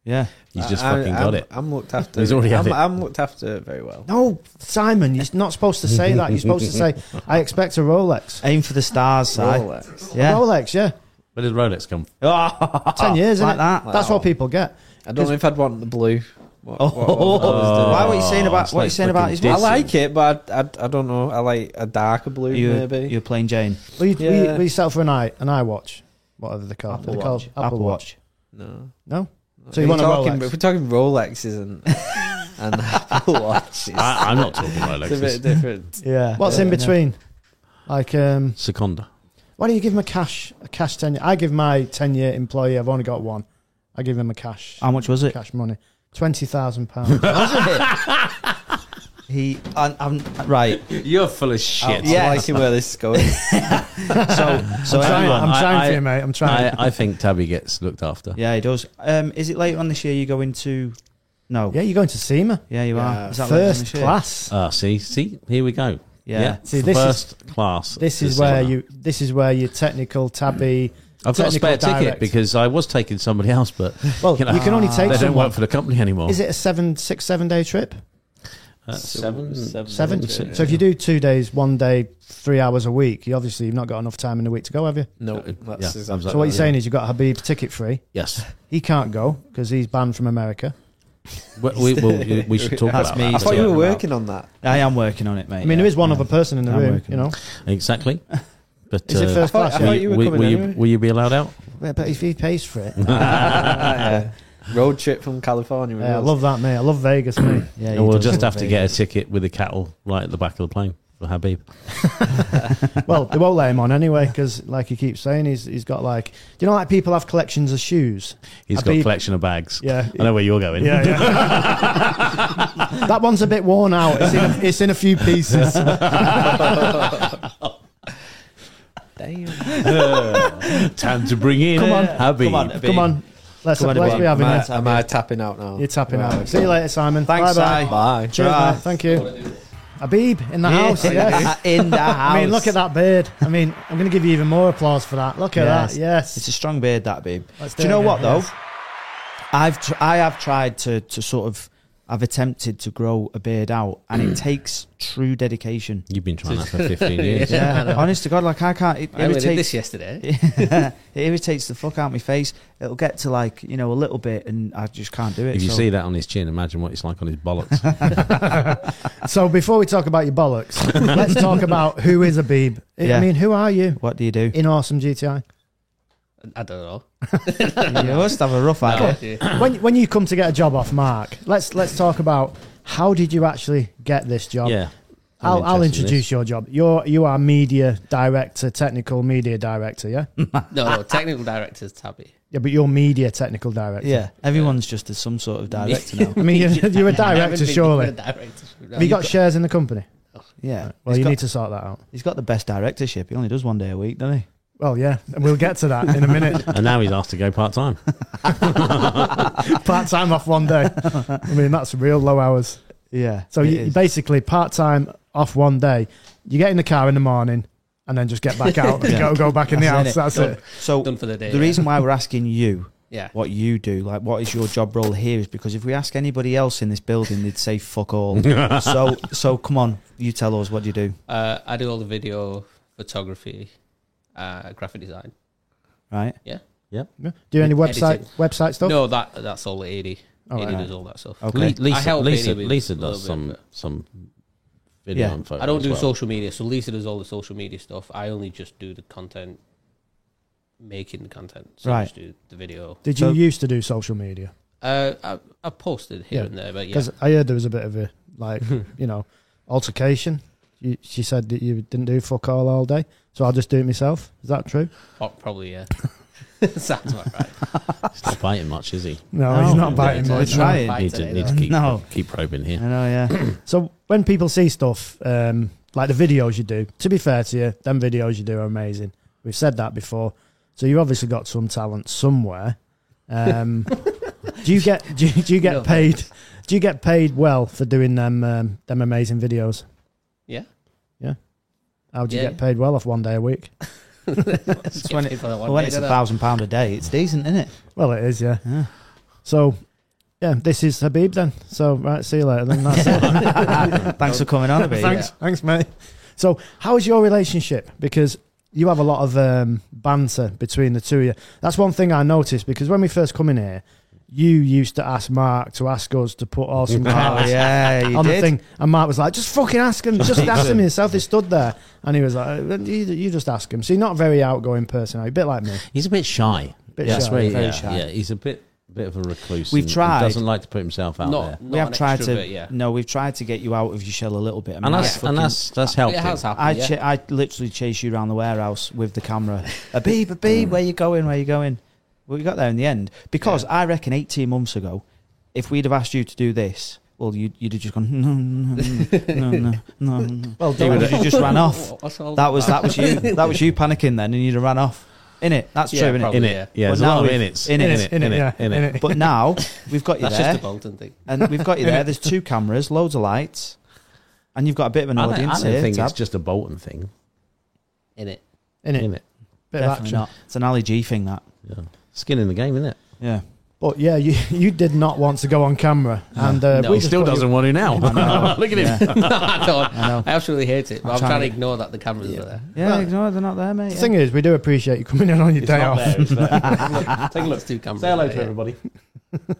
Speaker 2: Yeah.
Speaker 3: He's just
Speaker 4: I- I-
Speaker 3: fucking got
Speaker 4: I'm-
Speaker 3: it.
Speaker 4: I'm looked after.
Speaker 3: He's already had
Speaker 4: I'm,
Speaker 3: it.
Speaker 4: I'm looked after very well.
Speaker 1: No, Simon, you're not supposed to say that. You're supposed to say, "I expect a Rolex."
Speaker 2: Aim for the stars, Si.
Speaker 4: Rolex.
Speaker 2: Yeah. Oh,
Speaker 1: Rolex, yeah,
Speaker 3: Where did Rolex come from?
Speaker 1: ten years,
Speaker 2: like
Speaker 1: innit?
Speaker 2: that.
Speaker 1: That's what people get.
Speaker 4: I don't know if I'd want the blue. What,
Speaker 2: Oh.
Speaker 4: what- what the others do.
Speaker 2: Why were you saying about
Speaker 3: it's
Speaker 2: what you
Speaker 3: like
Speaker 2: saying about
Speaker 3: fucking
Speaker 2: his?
Speaker 4: I
Speaker 3: dissing.
Speaker 4: like it, but I, I, I don't know. I like a darker blue,
Speaker 2: you,
Speaker 4: maybe.
Speaker 2: You're playing Jane.
Speaker 1: Well, you, we,
Speaker 4: Yeah.
Speaker 1: we sell for an eye, an eye watch. What are they called?
Speaker 2: Apple
Speaker 1: Are they called
Speaker 2: Watch. Apple Watch.
Speaker 4: no.
Speaker 1: No.
Speaker 4: No,
Speaker 1: So you
Speaker 4: if
Speaker 1: want a
Speaker 4: we're talking,
Speaker 1: Rolex?
Speaker 4: If we're talking Rolexes and and Apple Watches,
Speaker 6: Ah,
Speaker 3: I, I'm not talking
Speaker 4: it's a bit
Speaker 3: Rolex.
Speaker 4: different.
Speaker 2: Yeah.
Speaker 1: What's in between? Like, um,
Speaker 3: Seconda.
Speaker 1: why don't you give him a cash, a cash ten? I give my ten year employee. I've only got one. I give him a cash,
Speaker 2: How much was it?
Speaker 1: cash money, twenty thousand pounds.
Speaker 2: He. I, I'm right.
Speaker 3: You're full of
Speaker 4: I,
Speaker 1: Oh,
Speaker 3: shit.
Speaker 4: yeah. I like where this is going.
Speaker 2: So so
Speaker 1: I'm trying,
Speaker 2: everyone.
Speaker 1: I'm
Speaker 3: I-
Speaker 1: trying
Speaker 3: I-
Speaker 1: for you, mate. I'm trying.
Speaker 3: I, I think Tabby gets looked after.
Speaker 2: Yeah, he does. Um, is it later on this year you go into? No.
Speaker 1: yeah, you're going to SEMA.
Speaker 2: Yeah, you
Speaker 4: Yeah.
Speaker 2: are. Is that later on
Speaker 1: First
Speaker 2: this year?
Speaker 1: class.
Speaker 3: Ah, see, see, here we go.
Speaker 2: Yeah.
Speaker 1: See, this is-
Speaker 3: first class.
Speaker 1: this
Speaker 3: to
Speaker 1: is where
Speaker 3: cinema.
Speaker 1: you. This is where your technical tabby.
Speaker 3: I've got a
Speaker 1: technical
Speaker 3: spare ticket
Speaker 1: direct-
Speaker 3: because I was taking somebody else, but
Speaker 1: Well, you,
Speaker 3: you know, Ah,
Speaker 1: can only take
Speaker 3: they don't
Speaker 1: someone.
Speaker 3: work for the company anymore.
Speaker 1: Is it a seven, six, seven day trip?
Speaker 3: Uh,
Speaker 4: Seven-
Speaker 3: seven,
Speaker 4: seven.
Speaker 1: Seven.
Speaker 3: six.
Speaker 1: So if you do two days, one day, three hours a week, you obviously you've not got enough time in the week to go, have you?
Speaker 4: No,
Speaker 3: Yeah,
Speaker 4: that's
Speaker 3: yeah,
Speaker 4: exactly.
Speaker 3: sounds like
Speaker 1: So what you're
Speaker 3: that, yeah.
Speaker 1: saying is you've got Habib ticket free.
Speaker 3: Yes,
Speaker 1: He can't go because he's banned from America.
Speaker 3: we, we, we'll- we should talk
Speaker 2: That's
Speaker 3: about
Speaker 2: me.
Speaker 3: that.
Speaker 4: I thought
Speaker 2: Yeah.
Speaker 4: you were working on that.
Speaker 2: I am working on it,
Speaker 1: I
Speaker 2: mate.
Speaker 1: mean,
Speaker 2: yeah.
Speaker 1: there is one
Speaker 2: Yeah.
Speaker 1: other person in the
Speaker 2: I'm
Speaker 1: room,
Speaker 2: working
Speaker 1: you know.
Speaker 3: exactly. But
Speaker 1: Is it
Speaker 3: uh,
Speaker 1: first
Speaker 4: I thought-
Speaker 1: class?
Speaker 4: I
Speaker 3: will
Speaker 1: yeah?
Speaker 4: thought
Speaker 3: you-
Speaker 4: you were
Speaker 3: will-
Speaker 4: coming
Speaker 3: will you-
Speaker 4: anyway.
Speaker 3: will you be allowed out?
Speaker 1: Yeah, but if he pays for it,
Speaker 4: Ah, yeah. Road trip from California. with
Speaker 1: Yeah, I
Speaker 4: us.
Speaker 1: love that, mate. I love Vegas, mate.
Speaker 2: Yeah,
Speaker 3: And we'll just have to get a ticket with the cattle right at the back of the plane for Habib.
Speaker 1: well, they won't let him on anyway because, like you keep saying, he's he's got like, do you know like people have collections of shoes?
Speaker 3: He's got
Speaker 1: Habib-
Speaker 3: a collection of bags.
Speaker 1: Yeah,
Speaker 3: I know where you're going.
Speaker 1: yeah, yeah. that one's a bit worn out. It's in a, it's in a few pieces.
Speaker 4: Damn.
Speaker 3: Time to bring in
Speaker 1: Come on.
Speaker 3: Habib.
Speaker 2: Come on.
Speaker 1: Come on, let's
Speaker 2: Come on,
Speaker 1: let's
Speaker 2: everyone.
Speaker 1: be having
Speaker 4: Am I,
Speaker 1: it.
Speaker 4: am I tapping out now?
Speaker 1: You're tapping
Speaker 4: Right.
Speaker 1: out. See you later, Simon.
Speaker 2: Thanks,
Speaker 1: Bye-bye.
Speaker 4: Bye.
Speaker 1: Cheers,
Speaker 4: Bye.
Speaker 1: mate. Thank you. Habib in the house. Yes.
Speaker 2: in the house.
Speaker 1: I mean, look at that beard. I mean, I'm going to give you even more applause for that. Look at
Speaker 2: Yes.
Speaker 1: that. Yes.
Speaker 2: It's a strong beard, that babe.
Speaker 1: Let's
Speaker 2: do you
Speaker 1: do it
Speaker 2: know what
Speaker 1: again,
Speaker 2: though?
Speaker 1: yes.
Speaker 2: I've tr- I have tried to to sort of I've attempted to grow a beard out, and it takes true dedication.
Speaker 3: You've been trying that for 15 years.
Speaker 2: Yeah, honest to God, like I can't. It
Speaker 6: I only did this
Speaker 2: irritates.
Speaker 6: yesterday.
Speaker 2: it irritates the fuck out of my face. It'll get to like you know a little bit, and I just can't do it.
Speaker 3: If you
Speaker 2: so-
Speaker 3: see that on his chin, imagine what it's like on his bollocks.
Speaker 1: So before we talk about your bollocks, let's talk about who is Habib. I
Speaker 2: Yeah.
Speaker 1: I mean, who are you
Speaker 2: what do you do?
Speaker 1: in Awesome GTI?
Speaker 6: I don't know.
Speaker 2: you must have a rough idea.
Speaker 6: Yeah.
Speaker 1: When when you come to get a job off Mark, let's let's talk about how did you actually get this job?
Speaker 3: yeah. I'm
Speaker 1: I'll, I'll
Speaker 3: interested in
Speaker 1: introduce your job. You're you are media director, technical media director, yeah,
Speaker 6: No, no, technical director's Tabby.
Speaker 1: yeah, but you're media technical director.
Speaker 2: Yeah, everyone's just as some sort of director now.
Speaker 1: I mean, you're, you're a
Speaker 6: I haven't
Speaker 1: director,
Speaker 6: been
Speaker 1: surely.
Speaker 6: a director. No,
Speaker 1: Have you got shares in the company?
Speaker 2: Yeah.
Speaker 1: Well,
Speaker 2: He's
Speaker 1: you
Speaker 2: got-
Speaker 1: need to sort that out.
Speaker 2: He's got the best directorship. He only does one day a week, doesn't he?
Speaker 1: Well, yeah, and we'll get to that in a minute.
Speaker 3: this. And now he's asked to go part time.
Speaker 1: part time off one day. I mean, that's real low hours.
Speaker 2: Yeah.
Speaker 1: So
Speaker 2: it
Speaker 1: you, you
Speaker 2: is.
Speaker 1: basically part time off one day. You get in the car in the morning and then just get back out and
Speaker 2: Yeah.
Speaker 1: go go back in the
Speaker 2: That's
Speaker 1: house.
Speaker 2: it.
Speaker 1: That's it.
Speaker 2: so
Speaker 6: done for the day.
Speaker 2: the
Speaker 6: yeah.
Speaker 2: reason why we're asking you
Speaker 6: yeah,
Speaker 2: what you do, like what is your job role here, is because if we ask anybody else in this building, they'd say fuck all. so so come on, you tell us what do you do,
Speaker 6: uh, I do all the video, photography, uh, graphic design.
Speaker 2: right?
Speaker 1: Do any
Speaker 6: Editing.
Speaker 1: website website stuff?
Speaker 6: No, that that's all eighty.
Speaker 1: All
Speaker 6: Eighty
Speaker 1: right.
Speaker 6: does all that stuff.
Speaker 2: Okay.
Speaker 3: Le- Lisa,
Speaker 6: I help
Speaker 3: Lisa,
Speaker 6: Bailey with
Speaker 3: Lisa
Speaker 6: a little
Speaker 3: does
Speaker 6: bit,
Speaker 3: some,
Speaker 6: but-
Speaker 3: some video
Speaker 2: Yeah.
Speaker 3: and photo.
Speaker 6: I don't
Speaker 3: as
Speaker 6: do
Speaker 3: well.
Speaker 6: social media, so Lisa does all the social media stuff. I only just do the content, making the content. So I
Speaker 2: Right.
Speaker 6: just do the video.
Speaker 1: Did you
Speaker 2: So-
Speaker 1: used to do social media?
Speaker 6: Uh, I, I posted here
Speaker 1: Yeah.
Speaker 6: and there, but yeah,
Speaker 1: Because I heard there was a bit of a like you know altercation. You, she said that you didn't do fuck all all day, so I'll just do it myself. Is that true?
Speaker 6: pro- oh, probably yeah. Sounds about right.
Speaker 3: He's not biting much, is he?
Speaker 1: No,
Speaker 2: No.
Speaker 1: he's not
Speaker 3: Yeah,
Speaker 1: biting
Speaker 3: yeah,
Speaker 1: much.
Speaker 2: yeah. Oh. Trying.
Speaker 6: Bite
Speaker 3: Need
Speaker 6: today,
Speaker 3: to, need
Speaker 6: though.
Speaker 3: to keep,
Speaker 2: No.
Speaker 3: keep probing
Speaker 2: I
Speaker 3: here.
Speaker 2: know, yeah.
Speaker 1: So when people see stuff um, like the videos you do, to be fair to you, them videos you do are amazing. We've said that before. So you've obviously got some talent somewhere. Um, do you get do you, do you get
Speaker 6: No.
Speaker 1: paid? Do you get paid well for doing them um, them amazing videos?
Speaker 6: Yeah.
Speaker 1: yeah. How do you
Speaker 6: Yeah,
Speaker 1: get
Speaker 6: yeah.
Speaker 1: paid well off one day a week?
Speaker 6: Get
Speaker 2: when
Speaker 6: paid for that one
Speaker 2: Well, when
Speaker 6: day,
Speaker 2: it's a
Speaker 6: don't I?
Speaker 2: thousand pound a day, it's decent, isn't it?
Speaker 1: Well, it is, yeah.
Speaker 2: Yeah.
Speaker 1: So yeah, this is Habib then. So right, see you later. Then that's it.
Speaker 2: Thanks for coming on, baby.
Speaker 1: thanks, thanks, mate. So, how is your relationship? Because you have a lot of um, banter between the two of you. That's one thing I noticed because when we first come in here, you used to ask Mark to ask us to put awesome
Speaker 2: Oh,
Speaker 1: cars
Speaker 2: yeah, you
Speaker 1: on the
Speaker 2: did.
Speaker 1: thing, and Mark was like, "Just fucking ask him, just ask him yourself." He stood there, and he was like, "Uh, "You, you just ask him." So you're not a very outgoing person, are you? A bit like me.
Speaker 3: He's a bit shy.
Speaker 1: Bit
Speaker 3: That's
Speaker 1: shy,
Speaker 3: where he-
Speaker 2: very
Speaker 3: yeah,
Speaker 2: shy.
Speaker 3: yeah, he's a bit bit of a recluse.
Speaker 2: We've
Speaker 3: and- and
Speaker 2: tried.
Speaker 3: Doesn't like to put himself out
Speaker 6: Not,
Speaker 3: there.
Speaker 6: not
Speaker 2: we have
Speaker 6: an
Speaker 2: tried to,
Speaker 6: extrovert, yeah.
Speaker 2: no, we've tried to get you out of your shell a little bit. I mean,
Speaker 3: And
Speaker 2: I
Speaker 3: that's,
Speaker 2: fucking-
Speaker 3: and that's, that's helped
Speaker 6: It
Speaker 3: him.
Speaker 6: has happened.
Speaker 2: I
Speaker 6: yeah.
Speaker 2: cha- I literally chase you around the warehouse with the camera. Habib, Habib, where you going? Where you going? Well, we got there in the end because I reckon 18 months ago, if we'd have asked you to do this, well, you'd, you'd have just gone no, no, no, no, no, no.
Speaker 1: Well,
Speaker 2: You would have just ran off.
Speaker 6: What's all
Speaker 2: That was that was you. That was you panicking then, and you'd have ran off. In it, that's
Speaker 6: Yeah,
Speaker 2: true. In it,
Speaker 6: probably.
Speaker 3: in
Speaker 6: Yeah.
Speaker 3: it. Yeah,
Speaker 2: But
Speaker 3: there's a
Speaker 2: now
Speaker 3: lot of
Speaker 2: we've-
Speaker 3: innits.
Speaker 2: in it,
Speaker 3: in it, in it.
Speaker 2: but now we've got you
Speaker 6: That's
Speaker 2: there,
Speaker 6: just a Bolton thing.
Speaker 2: and we've got you there. There's two cameras, loads of lights, and you've got a bit of an
Speaker 3: I don't,
Speaker 2: audience
Speaker 3: I don't
Speaker 2: here.
Speaker 3: think it's
Speaker 2: Tab.
Speaker 3: just a Bolton thing,
Speaker 6: In it.
Speaker 1: in it,
Speaker 3: in it.
Speaker 1: bit of
Speaker 2: Definitely
Speaker 1: action.
Speaker 2: not. It's an Ali G thing. That
Speaker 3: Yeah. Skin in the game, isn't it?
Speaker 2: yeah.
Speaker 1: But yeah, you you did not want to go on camera, and uh,
Speaker 6: No,
Speaker 1: we
Speaker 6: he
Speaker 1: just
Speaker 3: Still
Speaker 1: put you-
Speaker 3: doesn't want to now.
Speaker 2: know.
Speaker 3: Look at him.
Speaker 2: Yeah,
Speaker 6: I don't.
Speaker 2: I know.
Speaker 6: I absolutely hate it. But I'm,
Speaker 2: I'm trying
Speaker 6: trying,
Speaker 2: to-
Speaker 6: to ignore that the cameras are there.
Speaker 2: Yeah,
Speaker 1: Well,
Speaker 2: no, they're not there, mate.
Speaker 1: The
Speaker 2: yeah.
Speaker 1: thing is, we do appreciate you coming in on your day off.
Speaker 6: Take a look. Two cameras. there, yeah.
Speaker 3: everybody.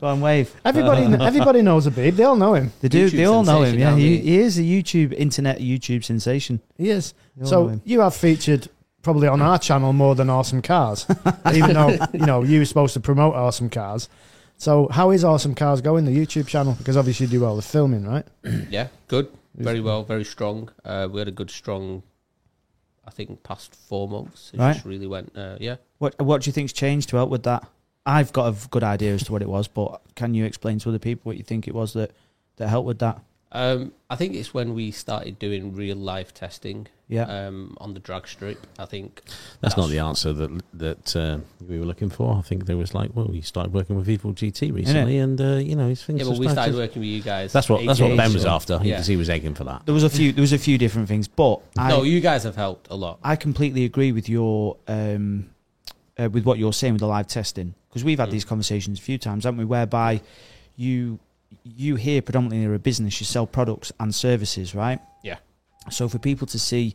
Speaker 2: Go and wave.
Speaker 1: Everybody, kn- everybody knows Habib. They all know him.
Speaker 2: They do.
Speaker 6: YouTube
Speaker 2: they all know him.
Speaker 6: sensation,
Speaker 2: Yeah,
Speaker 6: aren't
Speaker 2: he,
Speaker 6: they?
Speaker 2: he is a YouTube internet YouTube sensation.
Speaker 1: He is.
Speaker 2: They all
Speaker 1: So
Speaker 2: know him.
Speaker 1: you have featured probably on our channel more than Awesome Cars, even though you know you were supposed to promote Awesome Cars. So, how is Awesome Cars going? The YouTube channel, because obviously you do all the filming, right?
Speaker 6: Yeah, good.
Speaker 1: Is-
Speaker 6: Very well, very strong. Uh, we had a good, strong, I think, past four months. It
Speaker 2: Right.
Speaker 6: just really went, uh, yeah.
Speaker 2: What What do you think's changed to help with that? I've got a v- good idea as to what it was, but can you explain to other people what you think it was that that helped with that?
Speaker 6: Um, I think it's when we started doing real life testing
Speaker 2: Yeah,
Speaker 6: um, on the drag strip. I think
Speaker 3: That's, not
Speaker 6: That's-
Speaker 3: the answer that that uh, we were looking for. I think there was like, well, you started working with Evil GT recently, and uh, you know, his things.
Speaker 6: yeah,
Speaker 3: have
Speaker 6: but we started
Speaker 3: started-
Speaker 6: working with you guys.
Speaker 3: That's what that's what
Speaker 6: AKA,
Speaker 3: Ben was
Speaker 6: so-
Speaker 3: after
Speaker 6: Yeah.
Speaker 3: because he was egging for that.
Speaker 2: there was a few. There was a few different things, but I
Speaker 6: no, you guys have helped a lot.
Speaker 2: I completely agree with your um, uh, with what you're saying with the live testing because we've had
Speaker 6: Mm.
Speaker 2: these conversations a few times, haven't we? Whereby you you here predominantly are a business, you sell products and services, right?
Speaker 6: Yeah.
Speaker 2: So for people to see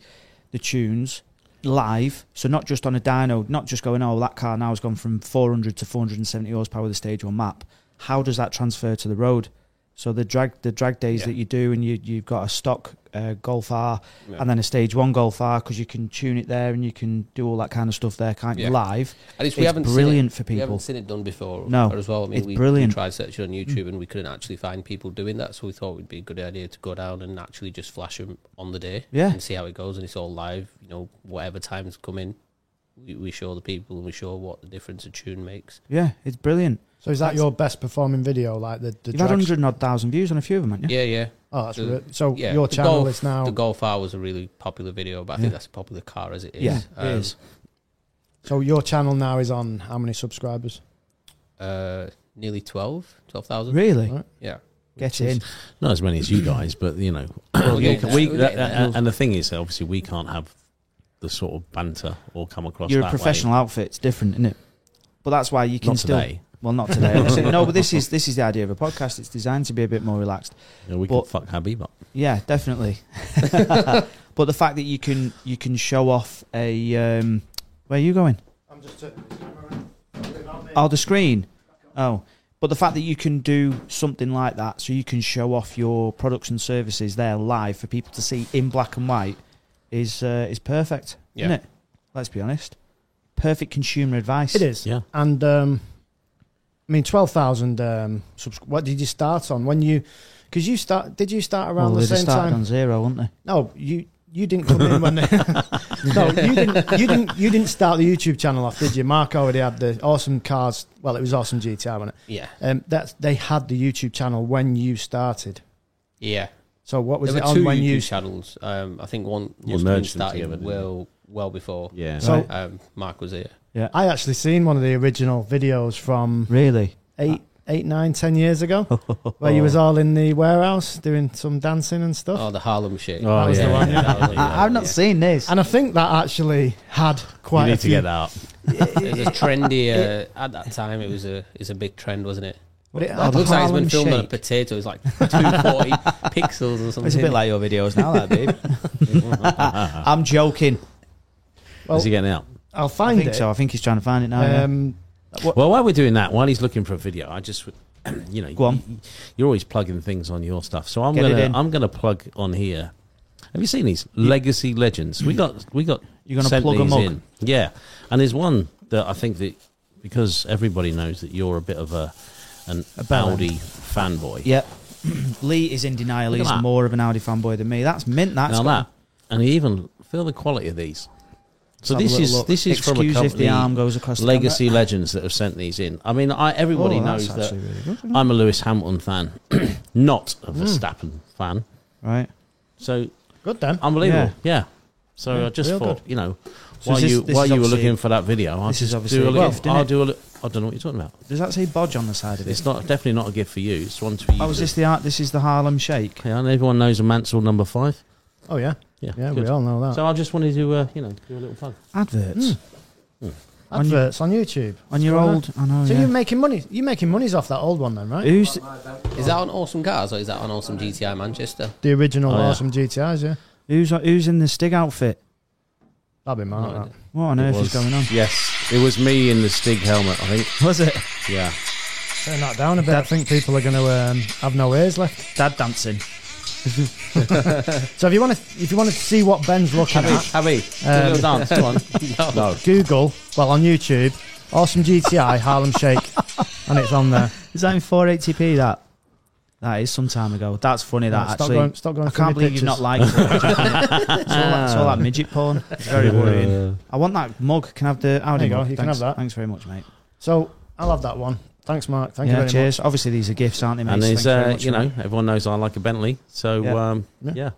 Speaker 2: the tunes live, so not just on a dyno, not just going, oh, that car now has gone from 400 to 470 horsepower with a stage one map. How does that transfer to the road? So the drag the drag days
Speaker 3: Yeah.
Speaker 2: that you do, and you you've got a stock uh, Golf R
Speaker 6: Yeah.
Speaker 2: and then a stage one Golf R because you can tune it there and you can do all that kind of stuff there, can't
Speaker 6: Yeah.
Speaker 2: you? Live,
Speaker 6: And it's, we
Speaker 2: it's
Speaker 6: haven't
Speaker 2: brilliant for
Speaker 6: Seen it, we haven't
Speaker 2: people.
Speaker 6: seen it done before. uh,
Speaker 2: No,
Speaker 6: as well. I mean,
Speaker 2: it's
Speaker 6: we,
Speaker 2: brilliant.
Speaker 6: we tried searching on YouTube and we couldn't actually find people doing that, so we thought it'd be a good idea to go down and actually just flash them on the day.
Speaker 2: Yeah.
Speaker 6: and see how it goes, and it's all live. You know, whatever times come in, we, we show the people and we show what the difference a tune makes.
Speaker 2: Yeah, it's brilliant.
Speaker 1: So, is that
Speaker 2: That's-
Speaker 1: your best performing video? Like the, the
Speaker 2: You've had
Speaker 1: drag-
Speaker 2: hundred and odd thousand views on a few of them, haven't you?
Speaker 6: Yeah, yeah.
Speaker 1: Oh, that's
Speaker 6: the-
Speaker 1: re- so
Speaker 6: yeah,
Speaker 1: your
Speaker 6: the
Speaker 1: channel
Speaker 6: golf-
Speaker 1: is now.
Speaker 6: The Golf R was a really popular video, but I
Speaker 2: Yeah.
Speaker 6: think that's a popular car as it is.
Speaker 2: Yeah, it
Speaker 6: Um,
Speaker 2: is.
Speaker 1: So your channel now is on how many subscribers?
Speaker 6: Uh, nearly 12, 12,000.
Speaker 2: Really?
Speaker 1: Right.
Speaker 6: Yeah.
Speaker 2: Get in.
Speaker 3: Not as many as you guys, but you know,
Speaker 6: We'll
Speaker 3: we
Speaker 6: get
Speaker 3: can-
Speaker 6: there,
Speaker 3: we-
Speaker 6: we'll
Speaker 3: that-
Speaker 6: get there.
Speaker 3: and- and the thing is, obviously, we can't have the sort of banter or come across.
Speaker 2: You're a
Speaker 3: that
Speaker 2: professional outfit. It's different, isn't it? But that's why you
Speaker 3: Way.
Speaker 2: can
Speaker 3: Not
Speaker 2: still.
Speaker 3: today.
Speaker 2: Well, not today. obviously. no, but this is this is the idea of a podcast. It's designed to be a bit more relaxed.
Speaker 3: You know, we
Speaker 2: But-
Speaker 3: can fuck Habib up.
Speaker 2: Yeah, definitely. but the fact that you can you can show off a um, where are you going?
Speaker 1: I'm just turning the camera around.
Speaker 2: Oh, the screen. Oh, but the fact that you can do something like that, so you can show off your products and services there live for people to see in black and white, is uh, is perfect, isn't
Speaker 6: Yeah.
Speaker 2: it? Let's be honest. Perfect consumer advice.
Speaker 1: It is.
Speaker 3: Yeah.
Speaker 1: And um, I mean, twelve thousand. Um, subs- what did you start on when you? Because you start. Did you start
Speaker 2: Well,
Speaker 1: around
Speaker 2: they'd
Speaker 1: the
Speaker 2: have
Speaker 1: same
Speaker 2: started
Speaker 1: time?
Speaker 2: on zero, wouldn't they?
Speaker 1: No, you you didn't come in when. They, no, you didn't. You didn't. You didn't start the YouTube channel off, did you? Mark already had the awesome cars. Well, it was awesome GTR, wasn't
Speaker 6: Yeah.
Speaker 1: it? Um, that's they had the YouTube channel when you started.
Speaker 6: Yeah.
Speaker 1: So what was
Speaker 6: there
Speaker 1: it
Speaker 6: were two
Speaker 1: on when
Speaker 6: YouTube
Speaker 1: you?
Speaker 6: channels. Um, I think one
Speaker 3: You
Speaker 6: was being
Speaker 3: merged them
Speaker 6: started
Speaker 3: together, didn't
Speaker 6: well, well before
Speaker 3: Yeah.
Speaker 1: So
Speaker 6: um, Mark was here.
Speaker 1: I actually seen one of the original videos from
Speaker 2: Really?
Speaker 1: eight, eight, nine, ten years ago, where you was all in the warehouse doing some dancing and stuff.
Speaker 6: Oh, the Harlem shake.
Speaker 3: Oh. Oh, That was yeah, the one, yeah.
Speaker 6: that was the
Speaker 2: I, I've
Speaker 6: one,
Speaker 2: not
Speaker 6: yeah.
Speaker 2: seen this.
Speaker 1: And I think that actually had
Speaker 3: you
Speaker 1: quite
Speaker 3: need
Speaker 1: a
Speaker 3: to
Speaker 1: few.
Speaker 3: get that up.
Speaker 6: It was a trendy uh, at that time. It was a it's a big trend, wasn't it?
Speaker 1: But it
Speaker 6: It
Speaker 1: had
Speaker 6: looks like it's
Speaker 2: Harlem
Speaker 6: been filmed on a
Speaker 2: Shake.
Speaker 6: potato. It's like two forty pixels or something.
Speaker 2: It's a bit like your videos now, that babe. I'm joking.
Speaker 1: Well,
Speaker 3: Is he getting out?
Speaker 1: I'll
Speaker 2: I
Speaker 1: find
Speaker 2: think
Speaker 1: it.
Speaker 2: so. I think he's trying to find it now. yeah.
Speaker 1: Um,
Speaker 3: Well, while we're doing that, while he's looking for a video, I just, would- you know,
Speaker 2: Go on.
Speaker 3: y- you're always plugging things on your stuff. So I'm
Speaker 2: Get it
Speaker 3: gonna,
Speaker 2: in.
Speaker 3: I'm gonna plug on here. Have you seen these legacy legends? We got, we got.
Speaker 2: You're gonna
Speaker 3: sent
Speaker 2: plug 'em
Speaker 3: these
Speaker 2: up?
Speaker 3: in. Yeah, and there's one that I think that because everybody knows that you're a bit of a an Audi fanboy.
Speaker 2: Yep. Lee is in denial.
Speaker 3: Look at
Speaker 2: He's
Speaker 3: that.
Speaker 2: more of an Audi fanboy than me. That's mint. That's
Speaker 3: now
Speaker 2: got-
Speaker 3: that, and you even feel the quality of these. So
Speaker 2: Let's
Speaker 3: this
Speaker 2: have a
Speaker 3: is
Speaker 2: little look.
Speaker 3: this is from a
Speaker 2: Excuse
Speaker 3: company,
Speaker 2: if the arm goes across the
Speaker 3: Legacy Legends that have sent these in. I mean, I
Speaker 2: camera.
Speaker 3: everybody
Speaker 2: Oh,
Speaker 3: knows
Speaker 2: that's
Speaker 3: that
Speaker 2: actually really good.
Speaker 3: I'm a Lewis Hamilton fan, not a
Speaker 2: Hmm.
Speaker 3: Verstappen fan.
Speaker 2: Right.
Speaker 3: So
Speaker 1: good then.
Speaker 3: unbelievable, yeah. So
Speaker 1: Yeah,
Speaker 3: I just
Speaker 1: real
Speaker 3: thought, you know,
Speaker 2: So
Speaker 3: while
Speaker 2: is this-
Speaker 3: you
Speaker 2: this
Speaker 3: while
Speaker 2: is
Speaker 3: you were
Speaker 2: obviously-
Speaker 3: looking for that video, I'll
Speaker 2: this is
Speaker 3: just
Speaker 2: obviously
Speaker 3: do a
Speaker 2: a
Speaker 3: little.
Speaker 2: gift,
Speaker 3: I'll
Speaker 2: innit?
Speaker 3: do a little. I don't know what you're talking about.
Speaker 2: Does that say bodge on the side of it?
Speaker 3: It's not definitely not a gift for you. It's one for you.
Speaker 2: Oh, is
Speaker 3: to-
Speaker 2: this the art? This is the Harlem Shake.
Speaker 3: Yeah, and everyone knows a Mansell number five.
Speaker 1: Oh yeah,
Speaker 3: Yeah,
Speaker 1: yeah,
Speaker 3: good.
Speaker 1: we all know that.
Speaker 3: So I just wanted to, uh, you know, do a little plug.
Speaker 2: Adverts
Speaker 3: Hmm.
Speaker 1: Adverts on YouTube.
Speaker 2: on your
Speaker 1: What's
Speaker 2: old. I know.
Speaker 1: So
Speaker 2: yeah.
Speaker 1: you're making money. You're making monies off that old one then, right?
Speaker 2: Who's
Speaker 6: Is that on Awesome Cars or is that on Awesome GTI Manchester?
Speaker 1: The original
Speaker 3: Oh, yeah.
Speaker 1: awesome GTIs, yeah.
Speaker 2: who's who's in the Stig outfit?
Speaker 1: That'd be mine.
Speaker 6: No,
Speaker 1: that.
Speaker 2: What on
Speaker 3: It
Speaker 2: earth
Speaker 3: was-
Speaker 2: is going on?
Speaker 3: Yes, it was me in the Stig helmet. I think.
Speaker 2: Was it
Speaker 3: Yeah.
Speaker 1: Turn that down a bit. I think people are going to um, have no ears left.
Speaker 2: dad dancing?
Speaker 1: So if you want to, if you want to see what Ben's looking
Speaker 3: Hey,
Speaker 1: at, um,
Speaker 3: Abby, do a little dance. Come on. No.
Speaker 1: Google well on YouTube, awesome GTI Harlem Shake, and it's on there.
Speaker 2: Is that in 480p? That that is some time ago. That's funny. That
Speaker 1: stop
Speaker 2: actually,
Speaker 1: going, stop going
Speaker 2: I
Speaker 1: through my
Speaker 2: can't believe
Speaker 1: pictures.
Speaker 2: you've not liked it. it's, all that, it's all that midget porn. It's very worrying. I want that mug. Can I have the
Speaker 1: There
Speaker 2: Audi
Speaker 1: you go,
Speaker 2: mug?
Speaker 1: you can
Speaker 2: Thanks.
Speaker 1: have that.
Speaker 2: Thanks very much, mate.
Speaker 1: So I'll have that one. Thanks, Mark. Thank
Speaker 2: yeah,
Speaker 1: you very much.
Speaker 2: cheers. Obviously, these are gifts, aren't they, mate?
Speaker 3: and
Speaker 2: So thanks
Speaker 3: there's,
Speaker 2: very
Speaker 3: uh,
Speaker 2: much
Speaker 3: you
Speaker 2: for-
Speaker 3: know, everyone knows I like a Bentley. So,
Speaker 2: Yeah.
Speaker 3: um,
Speaker 1: Yeah.
Speaker 3: yeah.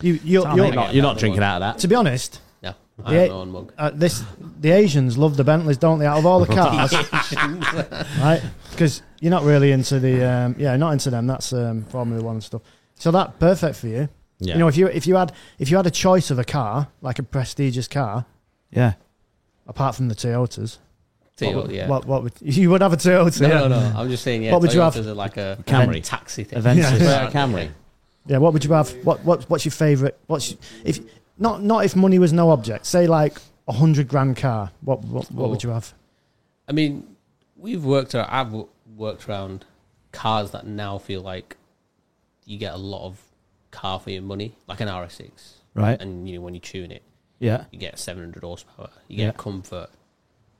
Speaker 1: You, you're,
Speaker 2: Tom,
Speaker 1: you're,
Speaker 2: mate.
Speaker 3: You're not, you're not drinking out of that.
Speaker 1: to be honest,
Speaker 6: No, I have
Speaker 1: Yeah.
Speaker 6: my own mug.
Speaker 1: uh, this the Asians love the Bentleys, don't they? Out of all the cars, right? Because you're not really into the um, yeah, not into them. That's um, Formula One and stuff. So that perfect for you.
Speaker 3: Yeah.
Speaker 1: You know, if you if you had if you had a choice of a car, like a prestigious car,
Speaker 2: Yeah.
Speaker 1: apart from the Toyotas,
Speaker 6: Too,
Speaker 1: what, would-
Speaker 6: oh, yeah.
Speaker 1: what, what would you would have a Toyota?
Speaker 6: no,
Speaker 1: yeah.
Speaker 6: no, no. I'm just saying. Yeah,
Speaker 1: What would you have?
Speaker 6: Toyotas are like a
Speaker 3: Camry.
Speaker 6: taxi thing.
Speaker 2: Aventus.
Speaker 3: Yeah, Uh, Camry.
Speaker 1: Yeah, what would you have? What what what's your favorite? What's your- if not not if money was no object? Say like a hundred grand car. What what, what would
Speaker 6: Oh.
Speaker 1: you have?
Speaker 6: I mean, we've worked. Around, I've w- worked around cars that now feel like you get a lot of car for your money, like an RS6,
Speaker 2: Right.
Speaker 6: and you know when you tune it,
Speaker 2: Yeah.
Speaker 6: you get 700 horsepower, you
Speaker 2: Yeah.
Speaker 6: get comfort,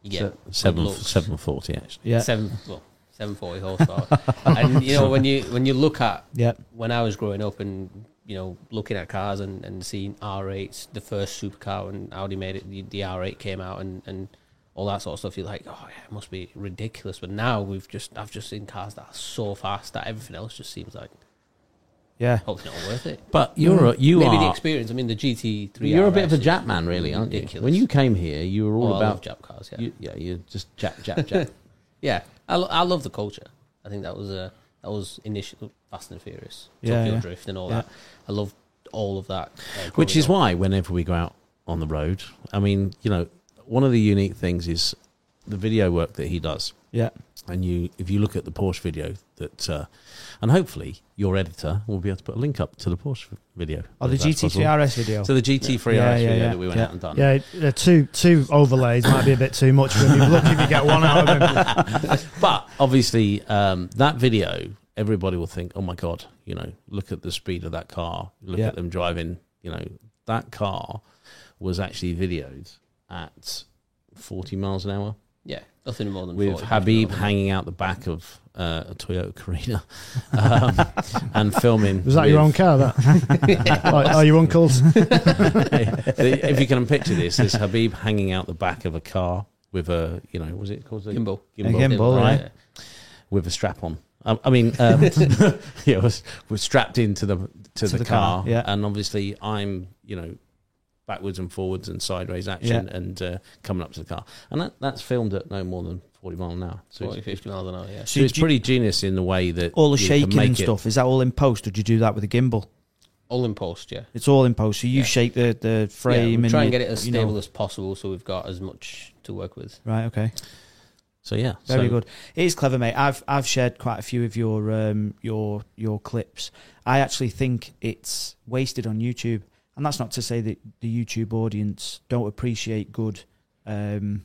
Speaker 6: you get good
Speaker 3: Seven,
Speaker 6: looks.
Speaker 3: seven forty actually.
Speaker 2: Yeah.
Speaker 6: seven, well, 740 horsepower, and you know when you when you look at
Speaker 2: Yeah.
Speaker 6: when I was growing up and you know looking at cars and, and seeing R8s, the first supercar when Audi made it, the, the R8 came out and, and all that sort of stuff. You're like, oh yeah, it must be ridiculous. But now we've just I've just seen cars that are so fast that everything else just seems like
Speaker 2: Yeah.
Speaker 6: hopefully not worth it.
Speaker 3: But you're a, you
Speaker 6: Maybe the
Speaker 3: are
Speaker 6: experience. I mean, the GT3.
Speaker 3: you're a bit of a
Speaker 6: RS is
Speaker 3: Jap man, really, aren't you?
Speaker 6: ridiculous.
Speaker 3: When you came here, you were all
Speaker 6: Oh, I love
Speaker 3: about
Speaker 6: Jap cars. Yeah,
Speaker 3: You, yeah, you're just Jap, Jap, Jap.
Speaker 6: yeah. I, lo- I love the culture. I think that was a that was initial Fast and Furious,
Speaker 2: Yeah,
Speaker 6: Tokyo
Speaker 2: yeah.
Speaker 6: Drift, and all
Speaker 2: Yeah.
Speaker 6: that. I love all of that. uh,
Speaker 3: Which
Speaker 6: growing
Speaker 3: is
Speaker 6: up.
Speaker 3: why, whenever we go out on the road, I mean, you know, one of the unique things is the video work that he does.
Speaker 2: Yeah.
Speaker 3: And you, if you look at the Porsche video that, uh, and hopefully your editor will be able to put a link up to the Porsche video.
Speaker 2: Oh, the
Speaker 3: if that's possible.
Speaker 2: GT3 RS video.
Speaker 3: So the GT3
Speaker 2: Yeah,
Speaker 3: RS
Speaker 2: yeah,
Speaker 3: video
Speaker 2: yeah.
Speaker 3: that we went
Speaker 2: Yeah.
Speaker 3: out and done.
Speaker 1: Yeah, it- uh, two two overlays might be a bit too much for him. You're lucky if you get one out of him.
Speaker 3: But obviously, um, that video, everybody will think, oh my God, you know, look at the speed of that car. Look
Speaker 2: Yeah.
Speaker 3: at them driving. You know, that car was actually videoed at 40 miles an hour.
Speaker 6: Yeah, nothing more than
Speaker 3: with
Speaker 6: 40
Speaker 3: Habib
Speaker 6: pounds.
Speaker 3: hanging out the back of uh, a Toyota Carina um, and filming.
Speaker 1: Was that your own
Speaker 3: with-
Speaker 1: car? That oh, oh, your uncle's.
Speaker 3: if you can picture this, there's Habib hanging out the back of a car with a, you know, was it called a
Speaker 6: Gimbal.
Speaker 2: A gimbal, right.
Speaker 6: yeah.
Speaker 3: with a strap on. I, I mean, um, yeah, was was strapped into the to, the,
Speaker 2: the
Speaker 3: car,
Speaker 2: car, yeah.
Speaker 3: and obviously I'm, you know, backwards and forwards and sideways action, and uh, coming up to the car, and that, that's filmed at no more than forty mile an hour. So
Speaker 6: 40,
Speaker 3: it's,
Speaker 6: 50 miles an hour, yeah.
Speaker 3: So it's pretty genius in the way that
Speaker 2: all the
Speaker 3: you can
Speaker 2: shaking
Speaker 3: make
Speaker 2: and
Speaker 3: it-
Speaker 2: stuff. Is that all in post? Did you do that with a gimbal?
Speaker 6: All in post, yeah.
Speaker 2: It's all in post. So you
Speaker 6: Yeah.
Speaker 2: shake the, the
Speaker 6: yeah
Speaker 2: frame
Speaker 6: we
Speaker 2: and
Speaker 6: try
Speaker 2: you-
Speaker 6: and get it as
Speaker 2: you know-
Speaker 6: stable as possible so we've got as much to work with.
Speaker 2: Right. Okay.
Speaker 3: So yeah,
Speaker 2: Very
Speaker 3: so-
Speaker 2: good. It is clever, mate. I've I've shared quite a few of your um your your clips. I actually think it's wasted on YouTube, and that's not to say that the YouTube audience don't appreciate good. Um,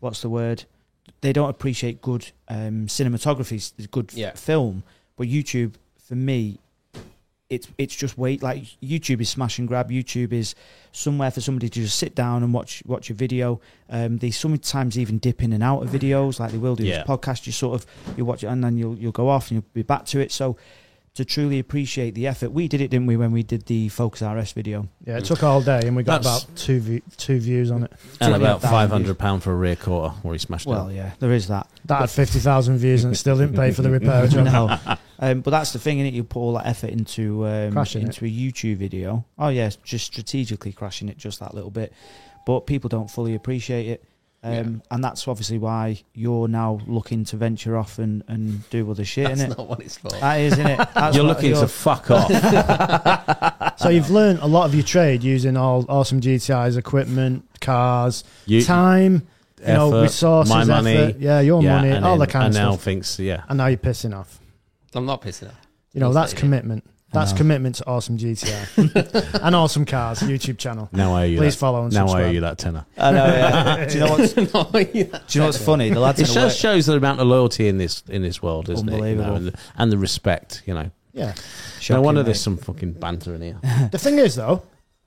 Speaker 2: what's the word? They don't appreciate good um cinematography, s- good f-
Speaker 6: Yeah.
Speaker 2: film. But YouTube, for me, it's it's just wait. Like YouTube is smash and grab. YouTube is somewhere for somebody to just sit down and watch watch a video. Um, they sometimes even dip in and out of videos, like they will do
Speaker 3: Yeah.
Speaker 2: this podcast. You sort of you watch it and then you'll you'll go off and you'll be back to it. So to truly appreciate the effort, we did it, didn't we, when we did the Focus RS video?
Speaker 1: Yeah, it took all day, and we got
Speaker 3: That's-
Speaker 1: about two view, two views on it.
Speaker 3: and
Speaker 2: Totally
Speaker 3: about
Speaker 2: down,
Speaker 3: five hundred pound for a rear quarter where he smashed
Speaker 2: Well,
Speaker 3: it.
Speaker 2: yeah, there is that.
Speaker 1: That had fifty thousand views, and it still didn't pay for the repair job.
Speaker 2: no, um, but that's the thing, innit? You put all that effort into um,
Speaker 1: Crashing
Speaker 2: into a YouTube video. Oh yeah, just strategically crashing it just that little bit, but people don't fully appreciate it, um, and that's obviously why you're now looking to venture off and, and do other shit,
Speaker 6: That's
Speaker 2: innit?
Speaker 6: not what it's for.
Speaker 2: that is, innit? That's
Speaker 3: You're
Speaker 2: what
Speaker 3: looking to fuck off.
Speaker 1: So you've learned a lot of your trade using all awesome GTIs, equipment, cars,
Speaker 3: You,
Speaker 1: time, you know,
Speaker 3: effort,
Speaker 1: resources,
Speaker 3: my money,
Speaker 1: effort, yeah, your
Speaker 3: yeah,
Speaker 1: money,
Speaker 3: and
Speaker 1: all
Speaker 3: then-
Speaker 1: that kind
Speaker 3: and
Speaker 1: of
Speaker 3: now
Speaker 1: stuff.
Speaker 3: thinks, yeah,
Speaker 1: And now you're pissing off.
Speaker 6: I'm not pissing off.
Speaker 1: You know,
Speaker 6: Don't
Speaker 1: that's
Speaker 6: say it.
Speaker 1: commitment. That's
Speaker 2: know.
Speaker 1: commitment to awesome GTI and awesome cars YouTube channel.
Speaker 3: now I owe you.
Speaker 1: Please
Speaker 3: that,
Speaker 1: follow and
Speaker 3: now I owe
Speaker 1: subscribe.
Speaker 3: you that tenner.
Speaker 2: I know, yeah. do you know what's do
Speaker 6: no, yeah.
Speaker 2: you know what's funny? The lads in
Speaker 3: It
Speaker 2: the
Speaker 3: just
Speaker 2: work,
Speaker 3: shows the amount of loyalty in this in this world, isn't it? You know,
Speaker 2: Unbelievable.
Speaker 3: and, the, and the respect, you know.
Speaker 1: Yeah.
Speaker 3: no
Speaker 2: Shocking,
Speaker 3: wonder
Speaker 2: mate.
Speaker 3: there's some fucking banter in here.
Speaker 1: The thing is, though,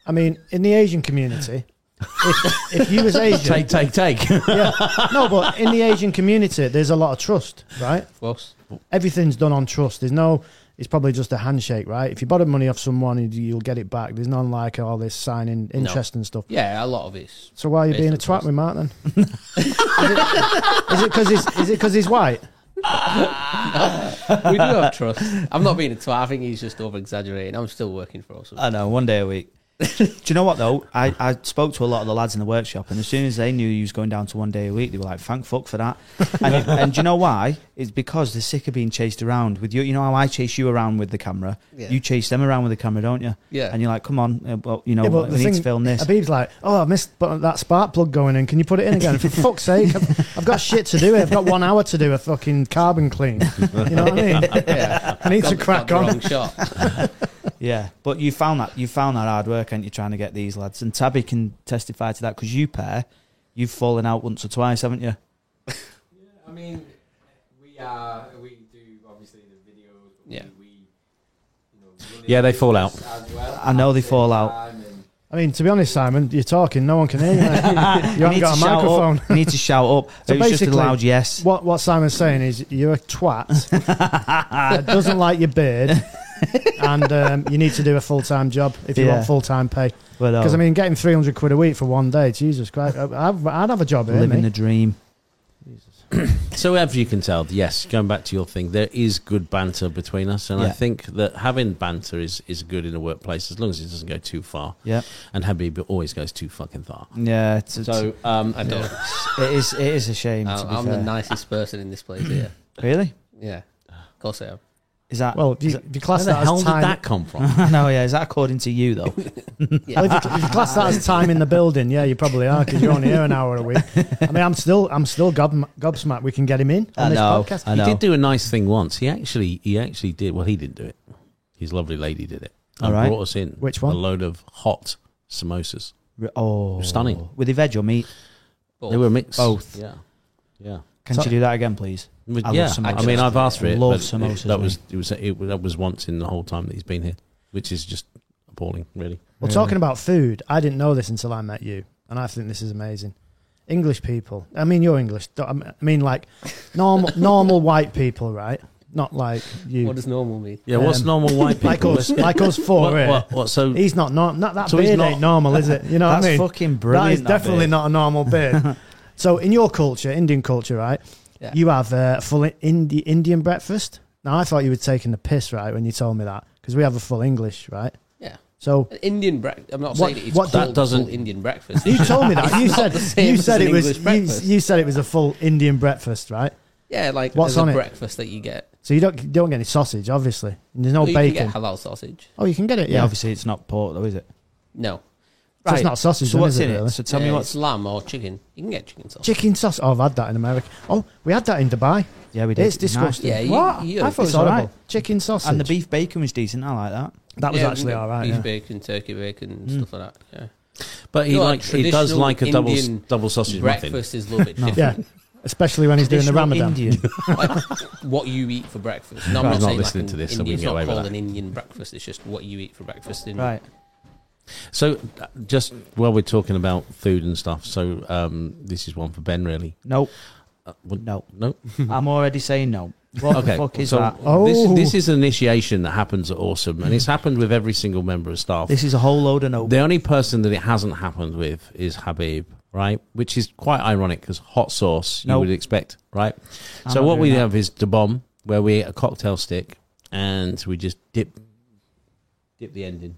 Speaker 1: I mean, in the Asian community, If, if you was Asian,
Speaker 3: Take, take, take.
Speaker 1: yeah, no, but in the Asian community, there's a lot of trust, right?
Speaker 6: Of course.
Speaker 1: Everything's done on trust. There's no, it's probably just a handshake, right? If you borrow money off someone, you- you'll get it back. There's none like all this signing interest and stuff.
Speaker 6: Yeah, a lot of it's
Speaker 1: So why are you
Speaker 6: Based
Speaker 1: being a
Speaker 6: on
Speaker 1: twat
Speaker 6: trust.
Speaker 1: with Mark then? is it because he's is it 'cause he's white?
Speaker 6: we do have trust. I'm not being a twat. I think he's just over exaggerating. I'm still working for us.
Speaker 2: I know, one day a week. Do you know what though? I, I spoke to a lot of the lads in the workshop, and as soon as they knew he was going down to one day a week, they were like, "Thank fuck for that." And, it- and do you know why? It's because they're sick of being chased around with you. You know how I chase you around with the camera.
Speaker 6: Yeah.
Speaker 2: You chase them around with the camera, don't you?
Speaker 6: Yeah.
Speaker 2: And you're like, "Come on, uh, well, you know,
Speaker 1: Yeah, but
Speaker 2: we
Speaker 1: the
Speaker 2: need to
Speaker 1: thing-
Speaker 2: film this."
Speaker 1: Habib's like, oh, I missed bu- that spark plug going in. Can you put it in again? For fuck's sake, I've, I've got shit to do. I've got one hour to do a fucking carbon clean. You know what I mean?
Speaker 6: yeah.
Speaker 1: I need to crack on.
Speaker 6: Wrong shot.
Speaker 2: Yeah, but you found that you found that hard work, and you're trying to get these lads. And Tabby can testify to that because you pair, you've fallen out once or twice, haven't you?
Speaker 5: I mean, we are we do obviously the videos. But
Speaker 6: Yeah.
Speaker 5: We, we, you know, run
Speaker 3: Yeah,
Speaker 5: it
Speaker 3: they fall out.
Speaker 5: as well
Speaker 2: I know
Speaker 5: at
Speaker 2: they
Speaker 5: the
Speaker 2: fall
Speaker 5: same
Speaker 2: out.
Speaker 5: time and-
Speaker 1: I mean, to be honest, Simon, you're talking. No one can hear you. mate. you
Speaker 2: need
Speaker 1: haven't got
Speaker 2: to
Speaker 1: a
Speaker 2: shout up.
Speaker 1: microphone.
Speaker 2: You need to shout up.
Speaker 1: So
Speaker 2: it was just a
Speaker 1: basically-
Speaker 2: loud yes.
Speaker 1: What what Simon's saying is you're a twat that doesn't like your beard, and um, you need to do a full time job if you
Speaker 2: Yeah.
Speaker 1: want full time pay.
Speaker 2: Well,
Speaker 1: Because
Speaker 3: Oh.
Speaker 1: I mean, getting three hundred quid a week for one day, Jesus Christ, I- I'd, I'd have a job here.
Speaker 2: living
Speaker 1: mate.
Speaker 2: the dream.
Speaker 3: So, as you can tell, yes, going back to your thing, there is good banter between us, and I
Speaker 2: Yeah.
Speaker 3: think that having banter is, is good in a workplace as long as it doesn't go too far.
Speaker 2: Yeah,
Speaker 3: And Habib always goes too fucking far.
Speaker 2: yeah. It's, it's,
Speaker 3: So, um,
Speaker 6: I don't.
Speaker 2: it is. It is a shame. to
Speaker 6: I'm,
Speaker 2: be
Speaker 6: I'm
Speaker 2: fair.
Speaker 6: the nicest person in this place here.
Speaker 2: really?
Speaker 6: Yeah. Of course I am.
Speaker 2: Is that?
Speaker 1: Well, if you,
Speaker 2: is
Speaker 1: if you
Speaker 3: where
Speaker 1: class
Speaker 3: the
Speaker 1: that
Speaker 3: hell
Speaker 1: as
Speaker 3: did
Speaker 1: time,
Speaker 3: that come from?
Speaker 2: that, no, yeah. Is that according to you though?
Speaker 6: Yeah.
Speaker 1: well, if you, if you class that as time in the building, yeah, you probably are because you're only here an hour a week. I mean, I'm still I'm still gob, gobsmacked. We can get him in on
Speaker 2: I
Speaker 1: this
Speaker 2: know.
Speaker 1: podcast.
Speaker 2: I
Speaker 3: He
Speaker 2: know.
Speaker 3: did do a nice thing once. He actually, he actually did. Well, he didn't do it. His lovely lady did it. And
Speaker 2: All right.
Speaker 3: Brought us in.
Speaker 1: Which one?
Speaker 3: A load of hot samosas.
Speaker 2: Re- oh,
Speaker 3: Stunning.
Speaker 2: With the veg or meat?
Speaker 3: They were mixed.
Speaker 2: Both.
Speaker 3: Yeah. Yeah.
Speaker 2: Can
Speaker 1: So-
Speaker 2: you do that again, please?
Speaker 3: But
Speaker 2: I love
Speaker 3: yeah,
Speaker 2: samosas.
Speaker 3: I mean, I've asked for it.
Speaker 2: Love
Speaker 3: but
Speaker 2: samosas,
Speaker 3: That was it was it, was- that was once in the whole time that he's been here, which is just appalling, really.
Speaker 1: Well, talking about food, I didn't know this until I met you, and I think this is amazing. English people, I mean, you're English. don't- I mean, like normal, normal white people, right? Not like you,
Speaker 6: What does normal mean?
Speaker 3: Yeah, what's
Speaker 1: Um,
Speaker 3: normal white people?
Speaker 1: like us,
Speaker 3: Let's-
Speaker 1: like us four.
Speaker 3: what,
Speaker 1: here.
Speaker 3: what, what- so
Speaker 1: He's not normal. Not that
Speaker 3: So he's
Speaker 1: beard
Speaker 3: not-
Speaker 1: ain't normal, is it? You know
Speaker 2: That's
Speaker 1: what I mean?
Speaker 2: fucking brilliant.
Speaker 1: that is definitely
Speaker 2: bit.
Speaker 1: not a normal beard. so, in your culture, Indian culture, right?
Speaker 6: Yeah.
Speaker 1: You have uh, full Indi- Indian breakfast. Now, I thought you were taking the piss, right, when you told me that, because we have a full English, right?
Speaker 6: Yeah.
Speaker 1: So,
Speaker 6: An Indian breakfast. I'm not
Speaker 1: What-
Speaker 6: saying it's
Speaker 1: what
Speaker 6: called
Speaker 3: that doesn't-
Speaker 6: full Indian breakfast.
Speaker 1: You told me that. You
Speaker 6: It's not
Speaker 1: said
Speaker 6: the same
Speaker 1: you
Speaker 6: as
Speaker 1: said
Speaker 6: an
Speaker 1: it was
Speaker 6: English
Speaker 1: you,
Speaker 6: breakfast.
Speaker 1: you said it was a full Indian breakfast, right?
Speaker 6: yeah, like
Speaker 1: What's
Speaker 6: there's a
Speaker 1: on it?
Speaker 6: breakfast that you get.
Speaker 1: So you don't you don't get any sausage, obviously. And there's no
Speaker 6: Well, you can
Speaker 1: bacon.
Speaker 6: get halal sausage.
Speaker 1: oh, you can get it.
Speaker 2: Yeah,
Speaker 1: Yeah,
Speaker 2: obviously it's not pork though, is it?
Speaker 6: No.
Speaker 1: So it's not sausage.
Speaker 2: So
Speaker 1: then,
Speaker 2: what's
Speaker 1: is
Speaker 2: in it?
Speaker 1: really?
Speaker 2: So tell me
Speaker 6: Yeah,
Speaker 2: what's.
Speaker 6: it's lamb or chicken. You can get chicken sausage.
Speaker 1: Chicken sauce. Oh, I've had that in America. Oh, we had that in Dubai.
Speaker 2: Yeah, we did.
Speaker 1: It's
Speaker 2: Nice.
Speaker 1: disgusting.
Speaker 6: Yeah, you-
Speaker 1: what?
Speaker 6: you-
Speaker 1: I thought it was
Speaker 2: it's all
Speaker 1: horrible.
Speaker 2: right.
Speaker 1: Chicken sausage.
Speaker 2: And the beef bacon was decent. I like that.
Speaker 1: that was
Speaker 6: Yeah,
Speaker 1: actually all right.
Speaker 6: Beef
Speaker 1: yeah. Mm.
Speaker 6: bacon, turkey bacon, stuff like that. Yeah.
Speaker 3: but he
Speaker 6: You're
Speaker 3: like
Speaker 6: like
Speaker 3: he does
Speaker 6: traditional
Speaker 3: like a double s-
Speaker 6: Indian
Speaker 3: double sausage muffin.
Speaker 6: breakfast is a little bit
Speaker 2: No.
Speaker 6: different.
Speaker 1: Yeah, especially when he's doing the
Speaker 2: Traditional
Speaker 1: Ramadan.
Speaker 2: Indian.
Speaker 6: What you eat for breakfast. No,
Speaker 3: Right.
Speaker 6: I'm
Speaker 3: He's not
Speaker 6: not saying
Speaker 3: listening
Speaker 6: like
Speaker 3: to
Speaker 6: an
Speaker 3: this, so we
Speaker 6: Indian,
Speaker 3: can
Speaker 6: it's
Speaker 3: get away
Speaker 6: not
Speaker 3: with
Speaker 6: called
Speaker 3: that.
Speaker 6: an Indian breakfast. It's just what you eat for breakfast. In,
Speaker 2: right.
Speaker 3: So, uh, just while we're talking about food and stuff, so um, this is one for Ben, really.
Speaker 2: Nope.
Speaker 3: Uh, what-
Speaker 2: No.
Speaker 3: no.
Speaker 2: I'm already saying no. What the fuck is
Speaker 3: so
Speaker 2: that?
Speaker 1: Oh.
Speaker 3: This, this is an initiation that happens at Awesome, and it's happened with every single member of staff.
Speaker 2: This is a whole load of no.
Speaker 3: The only person that it hasn't happened with is Habib, right? Which is quite ironic because hot sauce you
Speaker 2: Nope.
Speaker 3: would expect, right?
Speaker 2: I'm
Speaker 3: so
Speaker 2: not
Speaker 3: what we
Speaker 2: doing that.
Speaker 3: have is the bomb, where we eat a cocktail stick and we just dip, dip the end in.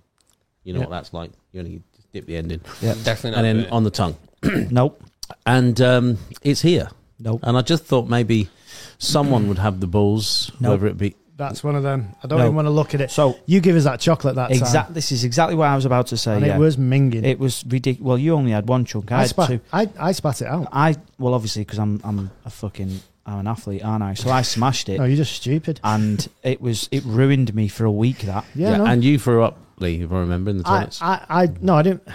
Speaker 3: You know
Speaker 2: Yeah.
Speaker 3: what that's like. You only just dip the end in,
Speaker 6: Definitely not.
Speaker 3: and then
Speaker 6: burnt.
Speaker 3: on the tongue,
Speaker 2: nope.
Speaker 3: and um, it's here.
Speaker 2: Nope.
Speaker 3: And I just thought maybe someone would have the balls,
Speaker 2: Nope.
Speaker 3: whether it be
Speaker 1: That's one of them. I don't
Speaker 2: No.
Speaker 1: even want to look at it.
Speaker 2: So
Speaker 1: You give us that chocolate that time,
Speaker 2: exact. This is exactly what I was about to say.
Speaker 1: and
Speaker 2: yeah.
Speaker 1: it was minging.
Speaker 2: It was ridiculous. Well, you only had one chunk. I,
Speaker 1: I
Speaker 2: had
Speaker 1: spat.
Speaker 2: two.
Speaker 1: I, I spat it out.
Speaker 2: I well, obviously, because I'm I'm a fucking I'm an athlete, aren't I? So I smashed it,
Speaker 1: No, you're just stupid.
Speaker 2: and it was it ruined me for a week. That
Speaker 1: Yeah, no.
Speaker 3: and you threw up, Lee, if I remember, in the
Speaker 1: I,
Speaker 3: toilets.
Speaker 1: I, I, no, I didn't.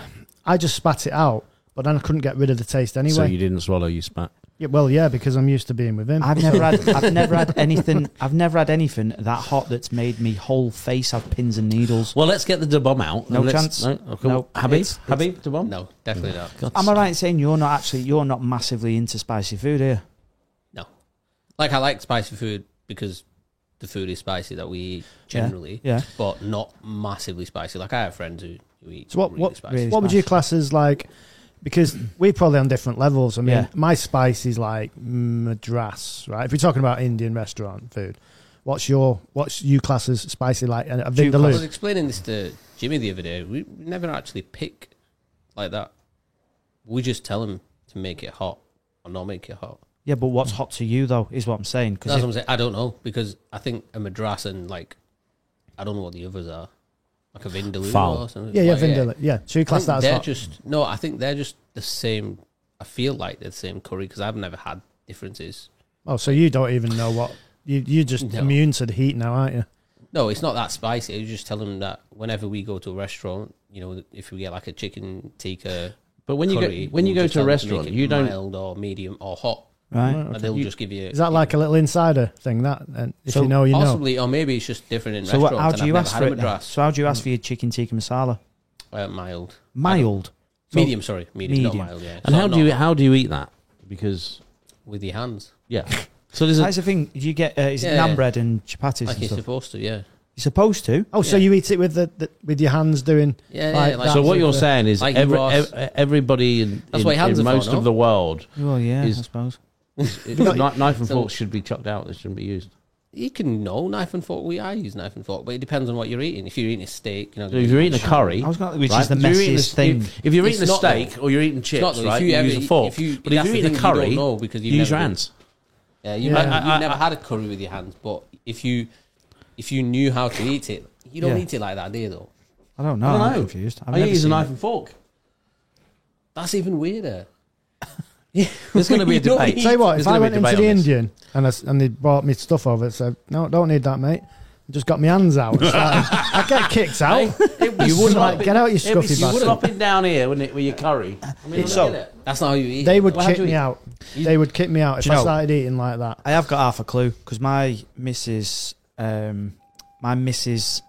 Speaker 1: I just spat it out, but then I couldn't get rid of the taste anyway.
Speaker 3: So you didn't swallow, you spat.
Speaker 1: Yeah, well, yeah, because I'm used to being with him.
Speaker 2: I've never had I've never had anything I've never had anything that hot that's made me whole face have pins and needles.
Speaker 3: Well, let's get the da bomb out.
Speaker 2: No
Speaker 3: Let's-
Speaker 2: chance.
Speaker 3: No, okay.
Speaker 2: No.
Speaker 3: Habib,
Speaker 2: It's-
Speaker 3: Habib, da bomb.
Speaker 6: No, definitely not.
Speaker 3: God.
Speaker 2: Am I right in saying you're not actually you're not massively into spicy food here?
Speaker 6: Like I like spicy food because the food is spicy that we eat generally,
Speaker 2: Yeah.
Speaker 6: but not massively spicy. Like I have friends who, who eat
Speaker 1: So what-
Speaker 6: really
Speaker 1: what-
Speaker 6: spicy.
Speaker 2: really-
Speaker 1: what would
Speaker 2: smash.
Speaker 1: your class as like? Because we're probably on different levels. I mean,
Speaker 2: Yeah.
Speaker 1: my spice is like madras, right? If you're talking about Indian restaurant food, what's your what's you class as spicy like? And a
Speaker 6: I was
Speaker 1: Vindaloo.
Speaker 6: explaining this to Jimmy the other day. We never actually pick like that. We just tell him to make it hot or not make it hot.
Speaker 2: Yeah, but what's hot to you though is what I'm saying.
Speaker 6: That's
Speaker 2: Because
Speaker 6: what I'm saying. I don't know because I think a madras and like I don't know what the others are, like a vindaloo
Speaker 3: Fowl.
Speaker 6: or something.
Speaker 1: Yeah, yeah,
Speaker 6: Like,
Speaker 1: Vindaloo. Yeah, so you
Speaker 6: I
Speaker 1: class
Speaker 6: think
Speaker 1: that as
Speaker 6: they're
Speaker 1: hot.
Speaker 6: just no. I think they're just the same. I feel like they're the same curry because I've never had differences.
Speaker 1: Oh, so you don't even know what you you're just
Speaker 6: No.
Speaker 1: immune to the heat now, aren't you?
Speaker 6: No, it's not that spicy. You just tell them that whenever we go to a restaurant, you know, if we get like a chicken tikka,
Speaker 3: But when you
Speaker 6: curry,
Speaker 3: go when you
Speaker 6: we'll
Speaker 3: go
Speaker 6: just
Speaker 3: to a
Speaker 6: tell them
Speaker 3: restaurant,
Speaker 6: make it
Speaker 3: you don't.
Speaker 6: mild or medium or hot,
Speaker 2: right,
Speaker 6: and they'll
Speaker 1: You-
Speaker 6: just give you.
Speaker 1: Is that like a little insider thing? That and if you know, you know.
Speaker 6: possibly, or maybe it's just different in
Speaker 2: so what,
Speaker 6: restaurants.
Speaker 2: how
Speaker 6: and
Speaker 2: do
Speaker 6: I've
Speaker 2: you
Speaker 6: never
Speaker 2: ask
Speaker 6: had
Speaker 2: for
Speaker 6: a
Speaker 2: it? then?
Speaker 6: madras.
Speaker 2: So how do you ask for your chicken tikka masala?
Speaker 6: Uh, mild,
Speaker 2: Mild. So-
Speaker 6: medium. Sorry, medium,
Speaker 2: Medium.
Speaker 6: not mild. Yeah.
Speaker 3: And
Speaker 6: So
Speaker 3: how do
Speaker 6: not
Speaker 3: you how do you eat that? Because
Speaker 6: with your hands?
Speaker 3: yeah, so there's a
Speaker 2: That's the thing. You get uh, is it
Speaker 6: Yeah,
Speaker 2: naan
Speaker 6: yeah.
Speaker 2: bread and chapatis
Speaker 6: Like
Speaker 2: and
Speaker 6: you're
Speaker 2: stuff.
Speaker 6: supposed to, yeah.
Speaker 2: You're supposed to.
Speaker 1: Oh, so
Speaker 6: Yeah.
Speaker 1: you eat it with the, the with your hands doing.
Speaker 6: Yeah, yeah,
Speaker 1: Like
Speaker 6: like
Speaker 1: that.
Speaker 3: so what
Speaker 1: you-
Speaker 3: you're saying is
Speaker 6: Like you
Speaker 3: every,
Speaker 6: asked-
Speaker 3: ev- everybody in,
Speaker 6: That's
Speaker 3: in-
Speaker 6: what your hands
Speaker 3: in
Speaker 6: are for,
Speaker 3: most
Speaker 6: no?
Speaker 3: of the world,
Speaker 2: Well, yeah, I
Speaker 3: Is-
Speaker 2: suppose.
Speaker 3: it- kni- knife and
Speaker 6: So-
Speaker 3: forks should be chucked out. They shouldn't be used.
Speaker 6: You can know knife and fork. We I use knife and fork, but it depends on what you're eating. If you're eating a steak, you know,
Speaker 3: So if you're eating a curry,
Speaker 2: I was gonna, which
Speaker 3: right,
Speaker 2: is the
Speaker 3: if you're eating
Speaker 2: messiest
Speaker 3: a s-
Speaker 2: thing.
Speaker 3: If, if you're
Speaker 6: It's
Speaker 3: eating a
Speaker 6: not, though.
Speaker 3: steak or you're eating chips,
Speaker 6: not, though. If
Speaker 3: right?
Speaker 6: you
Speaker 3: You,
Speaker 6: ever-
Speaker 3: use a fork.
Speaker 6: if you-
Speaker 3: but if
Speaker 6: that's
Speaker 3: you're
Speaker 6: the
Speaker 3: eating a
Speaker 6: thing, you don't
Speaker 3: curry,
Speaker 6: know because you've
Speaker 3: use your
Speaker 6: never-
Speaker 3: hands.
Speaker 6: Yeah, you,
Speaker 1: Yeah.
Speaker 6: I,
Speaker 3: I-
Speaker 6: you've never had a curry with your hands, but if you if you knew how to eat it, you don't
Speaker 2: Yeah.
Speaker 6: eat it like that, do you? Though
Speaker 2: I don't know.
Speaker 3: I don't
Speaker 2: I'm
Speaker 3: know.
Speaker 2: confused. I've
Speaker 3: I
Speaker 2: never
Speaker 3: use a
Speaker 2: seen
Speaker 3: knife
Speaker 2: it.
Speaker 3: and fork.
Speaker 6: that's even weirder.
Speaker 3: There's going to be a
Speaker 6: You don't
Speaker 3: debate.
Speaker 6: eat-
Speaker 1: Tell you what,
Speaker 3: There's
Speaker 1: if I
Speaker 3: gonna be
Speaker 1: went
Speaker 3: a
Speaker 1: into
Speaker 3: debate
Speaker 1: the
Speaker 3: on this.
Speaker 1: Indian and I s and they brought me stuff over, it said, "No, don't need that, mate." I just got my hands out. It's like, I get kicked out.
Speaker 3: you wouldn't
Speaker 1: like,
Speaker 3: have
Speaker 1: get out, you
Speaker 3: It'd be
Speaker 1: scuffy bastard.
Speaker 3: slopping down here, wouldn't it, with your curry? I mean,
Speaker 2: It's
Speaker 3: look
Speaker 2: so-
Speaker 3: at it.
Speaker 6: That's not how you eat.
Speaker 1: They would
Speaker 3: Well, how
Speaker 1: kick
Speaker 3: do you
Speaker 1: me
Speaker 3: eat?
Speaker 1: out. They would kick me out if
Speaker 2: Do you
Speaker 1: I
Speaker 2: know-
Speaker 1: started eating like that.
Speaker 2: I have got half a clue because my Mrs. Um, my Mrs.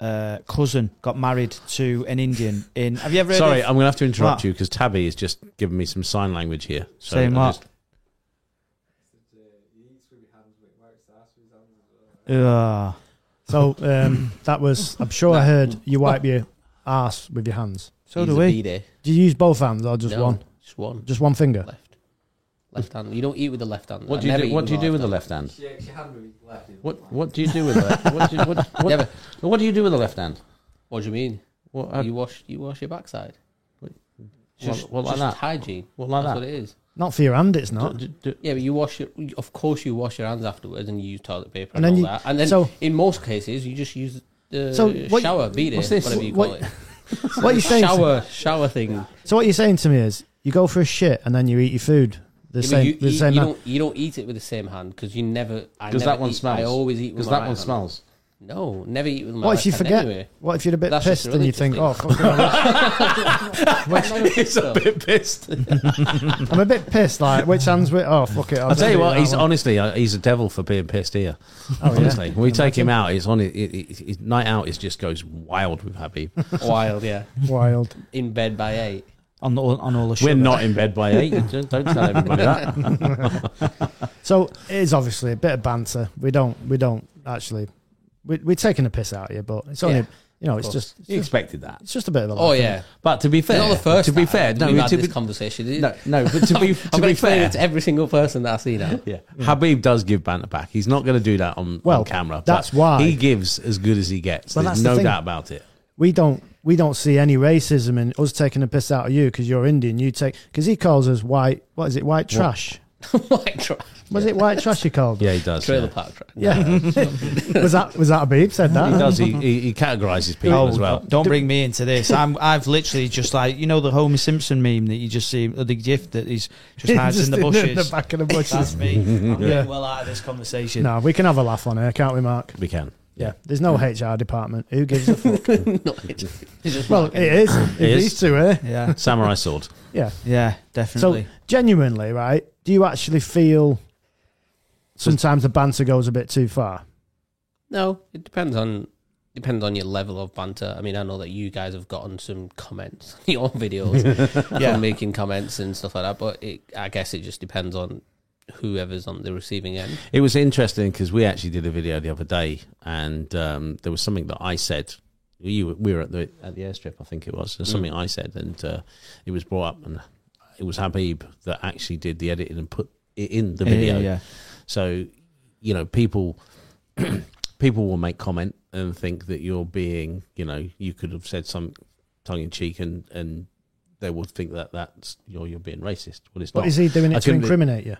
Speaker 2: Uh, cousin got married to an Indian in. Have you ever heard
Speaker 3: Sorry,
Speaker 2: of
Speaker 3: I'm going to have to interrupt
Speaker 2: What?
Speaker 3: you because Tabby is just giving me some sign language here. So
Speaker 2: Saying
Speaker 3: I'm
Speaker 2: what?
Speaker 3: just-
Speaker 2: Uh,
Speaker 1: So um, that was. I'm sure I heard you wipe your ass with your hands.
Speaker 2: so do we.
Speaker 6: There.
Speaker 1: Do you use both hands or just
Speaker 6: No,
Speaker 1: one?
Speaker 6: Just one.
Speaker 1: Just one finger.
Speaker 6: Left. Left hand. You don't eat with the left hand.
Speaker 3: What
Speaker 6: I've
Speaker 3: do you
Speaker 6: never
Speaker 3: do? What
Speaker 6: eaten
Speaker 3: do you do with the
Speaker 6: hand.
Speaker 3: left hand?
Speaker 5: She, she had me left. it.
Speaker 3: What What do you do with the left? What do you, what, what,
Speaker 6: Never.
Speaker 3: what do you do with the left hand?
Speaker 6: What do you mean?
Speaker 3: What, uh,
Speaker 6: you wash. You wash your backside.
Speaker 3: What-
Speaker 6: Just,
Speaker 3: what like
Speaker 6: just
Speaker 3: that?
Speaker 6: hygiene.
Speaker 3: what like
Speaker 6: That's
Speaker 3: that?
Speaker 6: what it is.
Speaker 1: Not for your hand, it's not.
Speaker 3: Do- do- do-
Speaker 6: Yeah, but you wash your. Of course, you wash your hands afterwards, and you use toilet paper
Speaker 1: And
Speaker 6: and,
Speaker 1: then
Speaker 6: all
Speaker 1: you-
Speaker 6: that. And then,
Speaker 1: so-
Speaker 6: in most cases, you just use the
Speaker 1: So what-
Speaker 6: shower beater,
Speaker 1: what's this?
Speaker 6: whatever you call
Speaker 1: What-
Speaker 6: it.
Speaker 1: What are you saying? to-
Speaker 6: shower, shower thing.
Speaker 1: So what you're saying to me is, you go for a shit and then you eat your food. The
Speaker 6: Yeah, but
Speaker 1: same.
Speaker 6: you,
Speaker 1: the
Speaker 6: eat-
Speaker 1: same.
Speaker 6: you
Speaker 1: hand.
Speaker 6: don't, you don't eat it with the same hand because you never. I
Speaker 3: Because
Speaker 6: never
Speaker 3: that one
Speaker 6: eat-
Speaker 3: smells.
Speaker 6: I always eat with
Speaker 3: Because
Speaker 6: my
Speaker 3: that
Speaker 6: right
Speaker 3: one
Speaker 6: hand.
Speaker 3: smells.
Speaker 6: No, never eat with my.
Speaker 1: What
Speaker 6: left
Speaker 1: if you
Speaker 6: hand
Speaker 1: forget?
Speaker 6: Anyway.
Speaker 1: What if you're a bit
Speaker 6: That's just
Speaker 1: pissed and you think, oh,
Speaker 6: ridiculous.
Speaker 1: fuck, it, I'm-
Speaker 3: He's a bit pissed.
Speaker 1: I'm a bit pissed. Like, which hand's with? Oh, fuck it.
Speaker 3: I'll tell you what. He's
Speaker 1: on.
Speaker 3: honestly, uh, he's a devil for being pissed here.
Speaker 1: Oh,
Speaker 3: honestly,
Speaker 1: yeah.
Speaker 3: when we take him out, it's on. It, it, it, it- night out, it just goes wild with Habib.
Speaker 6: Wild, yeah.
Speaker 1: Wild.
Speaker 6: In bed by eight.
Speaker 2: On the, on all the
Speaker 3: We're
Speaker 2: sugar.
Speaker 3: not in bed by eight. Don't don't tell everybody that.
Speaker 1: So it is obviously a bit of banter. We don't. We don't actually. We, we're taking a piss out here, but it's only.
Speaker 6: Yeah,
Speaker 1: you know, it's
Speaker 6: course.
Speaker 1: just.
Speaker 3: You expected that.
Speaker 1: It's just a bit of a.
Speaker 6: Oh
Speaker 1: laugh, isn't
Speaker 6: yeah.
Speaker 3: But to be fair,
Speaker 6: Not the first.
Speaker 3: to be
Speaker 6: time
Speaker 3: fair, no,
Speaker 6: we've had
Speaker 3: to
Speaker 6: this
Speaker 3: be,
Speaker 6: conversation. is it?
Speaker 3: no, no, but to be to
Speaker 6: I'm going to
Speaker 3: be
Speaker 6: explain
Speaker 3: fair,
Speaker 6: it to every single person that I see now.
Speaker 3: Yeah. Habib does give banter back. He's not going to do that on,
Speaker 1: Well,
Speaker 3: on camera. but
Speaker 1: that's why-
Speaker 3: he gives as good as he gets.
Speaker 1: Well,
Speaker 3: There's
Speaker 1: that's the
Speaker 3: no
Speaker 1: thing.
Speaker 3: doubt about it.
Speaker 1: we don't we don't see any racism in us taking a piss out of you because you're Indian. You take because he calls us white. What is it? White trash.
Speaker 6: like tra-
Speaker 1: Was it white trash? He called. us?
Speaker 3: Yeah, he does.
Speaker 6: trailer
Speaker 3: yeah.
Speaker 6: park track.
Speaker 1: Yeah. was that was that a beep? Said that.
Speaker 3: He does. He, he, he categorizes people
Speaker 2: Oh,
Speaker 3: as well.
Speaker 2: don't bring me into this. I'm, I've literally just like you know the Homer Simpson meme that you just see, or the GIF that he's just hides in the bushes.
Speaker 1: the back of the bushes.
Speaker 2: That's me. I'm
Speaker 1: Yeah.
Speaker 2: getting well out of this conversation.
Speaker 1: no, we can have a laugh on here, can't we, Mark?
Speaker 3: We can.
Speaker 1: Yeah. There's no HR department. Who gives a fuck?
Speaker 6: Not it. It's just
Speaker 1: well, it is. If
Speaker 3: It is.
Speaker 1: These two, eh?
Speaker 2: Yeah,
Speaker 3: Samurai sword.
Speaker 1: Yeah.
Speaker 2: yeah, definitely.
Speaker 1: Genuinely, right? Do you actually feel sometimes the banter goes a bit too far?
Speaker 6: No, it depends on depends on your level of banter. I mean, I know that you guys have gotten some comments on your videos
Speaker 2: Yeah.
Speaker 6: from making comments and stuff like that, but it, I guess it just depends on whoever's on the receiving end.
Speaker 3: It was interesting because we actually did a video the other day, and um, there was something that I said. You, were- we were at the at the airstrip, I think it was.
Speaker 1: Mm.
Speaker 3: There's something I said, and uh, it was brought up, and it was Habib that actually did the editing and put it in the
Speaker 2: Yeah,
Speaker 3: video.
Speaker 2: yeah, yeah.
Speaker 3: So, you know, people people will make comment and think that you're being, you know, you could have said some tongue in cheek, and and they will think that that's you're you're being racist. Well, it's
Speaker 1: But
Speaker 3: not.
Speaker 1: is he doing it
Speaker 3: I
Speaker 1: to
Speaker 3: couldn't-
Speaker 1: incriminate you?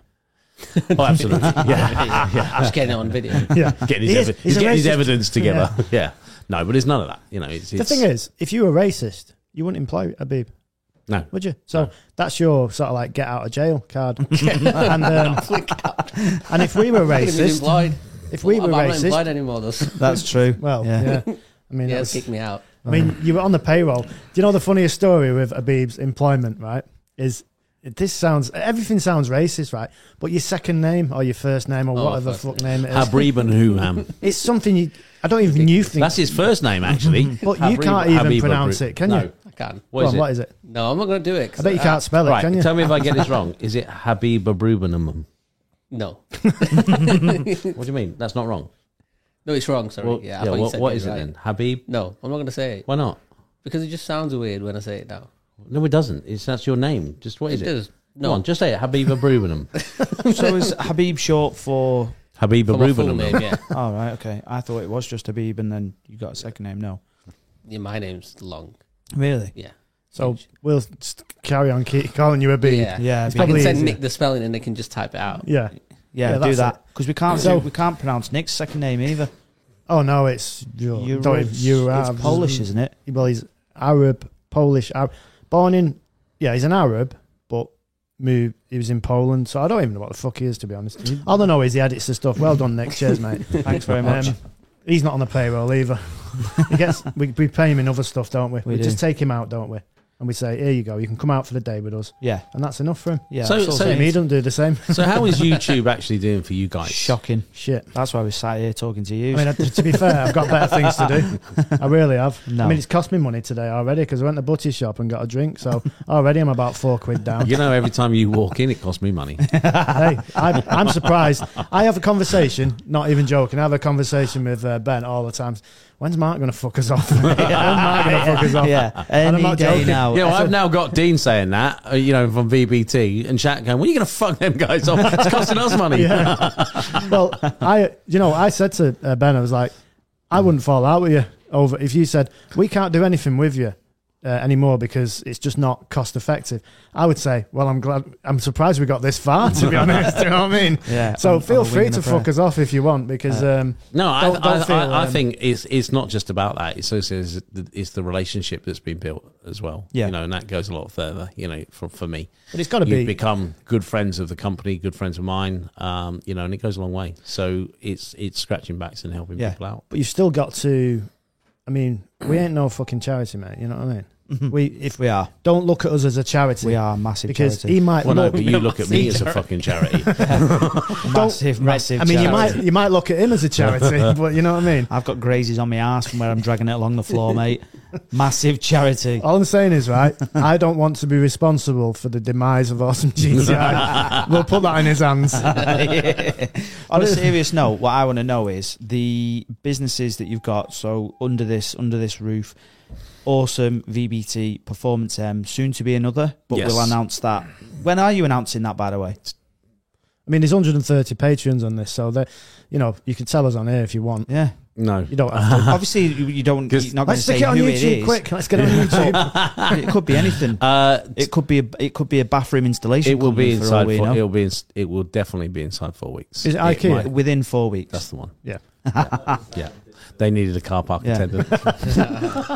Speaker 3: oh, absolutely. yeah,
Speaker 6: I'm just getting it on video.
Speaker 1: Yeah.
Speaker 3: getting his,
Speaker 1: He is-
Speaker 3: evi-
Speaker 1: he's
Speaker 3: he's
Speaker 1: a
Speaker 3: getting his
Speaker 1: racist.
Speaker 3: evidence together. Yeah. no, but it's none of that. You know, it's,
Speaker 1: The
Speaker 3: it's
Speaker 1: thing is, if you were racist, you wouldn't employ Habib,
Speaker 3: no.
Speaker 1: would you? So
Speaker 3: No.
Speaker 1: that's your sort of like get out of jail card. and, um, and if we were
Speaker 6: I've been
Speaker 1: racist,
Speaker 6: employed.
Speaker 1: if we were
Speaker 6: I'm not
Speaker 1: racist,
Speaker 6: employed anymore. Those
Speaker 2: That's true.
Speaker 1: well,
Speaker 2: Yeah.
Speaker 1: yeah. I mean,
Speaker 6: yeah,
Speaker 1: that's-
Speaker 6: kick me out.
Speaker 1: I
Speaker 3: Uh-huh.
Speaker 1: mean, you were on the payroll. Do you know the funniest story with Abib's employment, right? Is this sounds everything sounds racist, right? But your second name or your first name or
Speaker 6: Oh,
Speaker 1: whatever
Speaker 6: fuck.
Speaker 1: fuck name it is,
Speaker 3: Habib and Huham.
Speaker 1: it's something you I don't even you think,
Speaker 3: That's his first name, actually.
Speaker 1: but you
Speaker 3: Habib-
Speaker 1: can't even
Speaker 3: Habib
Speaker 1: pronounce
Speaker 3: Abreu.
Speaker 1: it, can
Speaker 3: no.
Speaker 1: you?
Speaker 6: I can.
Speaker 3: What
Speaker 1: Go
Speaker 3: is
Speaker 1: on,
Speaker 3: it? Uh,
Speaker 1: what is it?
Speaker 6: No, I'm not going to do it. 'cause
Speaker 1: I bet you can't spell it,
Speaker 3: Right,
Speaker 1: can you?
Speaker 3: tell me if I get this wrong. Is it Habib Abrubanum?
Speaker 6: No,
Speaker 3: What do you mean? That's not wrong.
Speaker 6: no, it's wrong. Sorry.
Speaker 3: Well,
Speaker 6: yeah,
Speaker 3: yeah,
Speaker 6: I thought you
Speaker 3: what-
Speaker 6: said
Speaker 3: what
Speaker 6: it
Speaker 3: is
Speaker 6: right.
Speaker 3: it then? Habib?
Speaker 6: No, I'm not going to say it
Speaker 3: Why not?
Speaker 6: because it just sounds weird when I say it now.
Speaker 3: No, it doesn't. It's that's your name. Just what
Speaker 6: It
Speaker 3: is it?
Speaker 6: does.
Speaker 3: No, on, just say it. Habib Abrubanum.
Speaker 2: so is Habib short for?
Speaker 3: Habib
Speaker 6: For my full
Speaker 3: Abrubanum.
Speaker 6: name, yeah.
Speaker 2: All right, oh, right, okay. I thought it was just Habib, and then you got a second name. No,
Speaker 6: yeah. My name's long.
Speaker 2: really?
Speaker 6: Yeah.
Speaker 1: So we'll s- carry on keep calling you Abib.
Speaker 6: Yeah.
Speaker 2: Yeah,
Speaker 1: It's
Speaker 2: it'd be-
Speaker 1: probably
Speaker 6: I can send
Speaker 1: easier.
Speaker 6: Nick the spelling and they can just type it out.
Speaker 1: yeah.
Speaker 2: yeah,
Speaker 1: Yeah,
Speaker 2: do
Speaker 1: that's
Speaker 2: that because we can't
Speaker 1: So-
Speaker 2: do, we can't pronounce Nick's second name either.
Speaker 1: Oh no, it's you.
Speaker 2: You're-
Speaker 1: don't even- you
Speaker 2: it's
Speaker 1: have-
Speaker 2: Polish, isn't it?
Speaker 1: Well, he's Arab, Polish, Arab. born in. Yeah, he's an Arab, but moved. He was in Poland, so I don't even know what the fuck he is to be honest. All I know is he edits the stuff. Well done, Nick. Cheers, mate.
Speaker 2: Thanks very much.
Speaker 1: Um, he's not on the payroll either. he gets. We, we pay him in other stuff, don't we? We,
Speaker 2: We do.
Speaker 1: just take him out, don't we? And we say, here you go. You can come out for the day with us,
Speaker 2: yeah,
Speaker 1: and that's enough for him.
Speaker 2: yeah.
Speaker 3: So-
Speaker 2: that's all
Speaker 3: so-
Speaker 2: it
Speaker 1: Same, he
Speaker 2: is.
Speaker 1: doesn't do the same.
Speaker 3: So how is YouTube actually doing for you guys?
Speaker 2: shocking.
Speaker 1: Shit.
Speaker 2: That's why we sat here talking to
Speaker 1: I
Speaker 2: you.
Speaker 1: mean, to be fair, I've got better things to do. I really have.
Speaker 2: No.
Speaker 1: I mean, it's cost me money today already because I went to the butcher shop and got a drink. So already I'm about four quid down.
Speaker 3: You know, every time you walk in, it costs me money.
Speaker 1: hey, I'm, I'm surprised. I have a conversation, not even joking. I have a conversation with uh, Ben all the time. When's Mark going to fuck us off? When's Mark going to fuck us off?
Speaker 2: yeah,
Speaker 1: And I'm
Speaker 2: any
Speaker 1: not
Speaker 2: day
Speaker 1: joking.
Speaker 2: now.
Speaker 6: Oh,
Speaker 3: Yeah, well, I've now got Dean saying that, uh, you know, from VBT and chat going, "Well, you going to fuck them guys off. It's costing us money."
Speaker 1: Yeah. well, I, you know, I said to uh, Ben, I was like, I wouldn't fall out with you over if you said we can't do anything with you uh, anymore because it's just not cost effective. I would say, well, I'm glad, I'm surprised we got this far. To be honest, do you know what I mean?
Speaker 2: Yeah,
Speaker 1: So
Speaker 2: I'm-
Speaker 1: feel
Speaker 2: I'm a
Speaker 1: free
Speaker 2: wing
Speaker 1: to
Speaker 2: and a prayer.
Speaker 1: fuck us off if you want because um,
Speaker 3: No, I,
Speaker 1: Don't- don't
Speaker 3: I,
Speaker 1: feel,
Speaker 3: I, I
Speaker 1: um,
Speaker 3: think it's it's not just about that. It's also it's the, it's the relationship that's been built as well.
Speaker 2: Yeah.
Speaker 3: you know, and that goes a lot further. You know, for for me,
Speaker 1: but it's got to
Speaker 3: you
Speaker 1: be.
Speaker 3: become good friends of the company, good friends of mine. Um, you know, and it goes a long way. So it's it's scratching backs and helping
Speaker 2: Yeah.
Speaker 3: people out.
Speaker 1: But you've still got to. I mean, we ain't no fucking charity, mate. You know what I mean? We if
Speaker 2: we are,
Speaker 1: don't look at us as a charity.
Speaker 2: we are a massive
Speaker 1: because
Speaker 2: charity.
Speaker 1: he might
Speaker 3: Well, no,
Speaker 1: look.
Speaker 3: but you look at me as a fucking charity.
Speaker 2: massive, massive.
Speaker 1: I mean, you
Speaker 2: charity.
Speaker 1: might you might look at him as a charity, but you know what I mean.
Speaker 2: I've got grazes on my ass from where I'm dragging it along the floor, mate. Massive charity.
Speaker 1: All I'm saying is, right, I don't want to be responsible for the demise of Awesome GTI. we'll put that in his hands.
Speaker 2: On a serious note, what I want to know is the businesses that you've got. So under this, under this roof, awesome VBT Performance M, soon to be another, but
Speaker 3: Yes.
Speaker 2: we'll announce that. When are you announcing that? By the way,
Speaker 1: I mean, there's 130 patrons on this, so that you know you can tell us on here if you want.
Speaker 2: yeah.
Speaker 3: no,
Speaker 1: You don't have to.
Speaker 2: Obviously, you, you don't. You're not going to
Speaker 1: Let's
Speaker 2: say
Speaker 1: stick it on
Speaker 2: who it
Speaker 1: YouTube
Speaker 2: is.
Speaker 1: quick. Let's get it on YouTube.
Speaker 2: It could be anything.
Speaker 3: uh,
Speaker 2: It could be a. It could be a bathroom installation.
Speaker 3: it will be
Speaker 2: company for all
Speaker 3: inside.
Speaker 2: we
Speaker 3: Four,
Speaker 2: know.
Speaker 3: it'll be. In, it will definitely be inside four weeks.
Speaker 1: Is it IKEA?
Speaker 3: might-
Speaker 2: within four weeks.
Speaker 3: That's the one.
Speaker 1: Yeah.
Speaker 3: yeah. They needed a car park
Speaker 2: Yeah.
Speaker 3: attendant.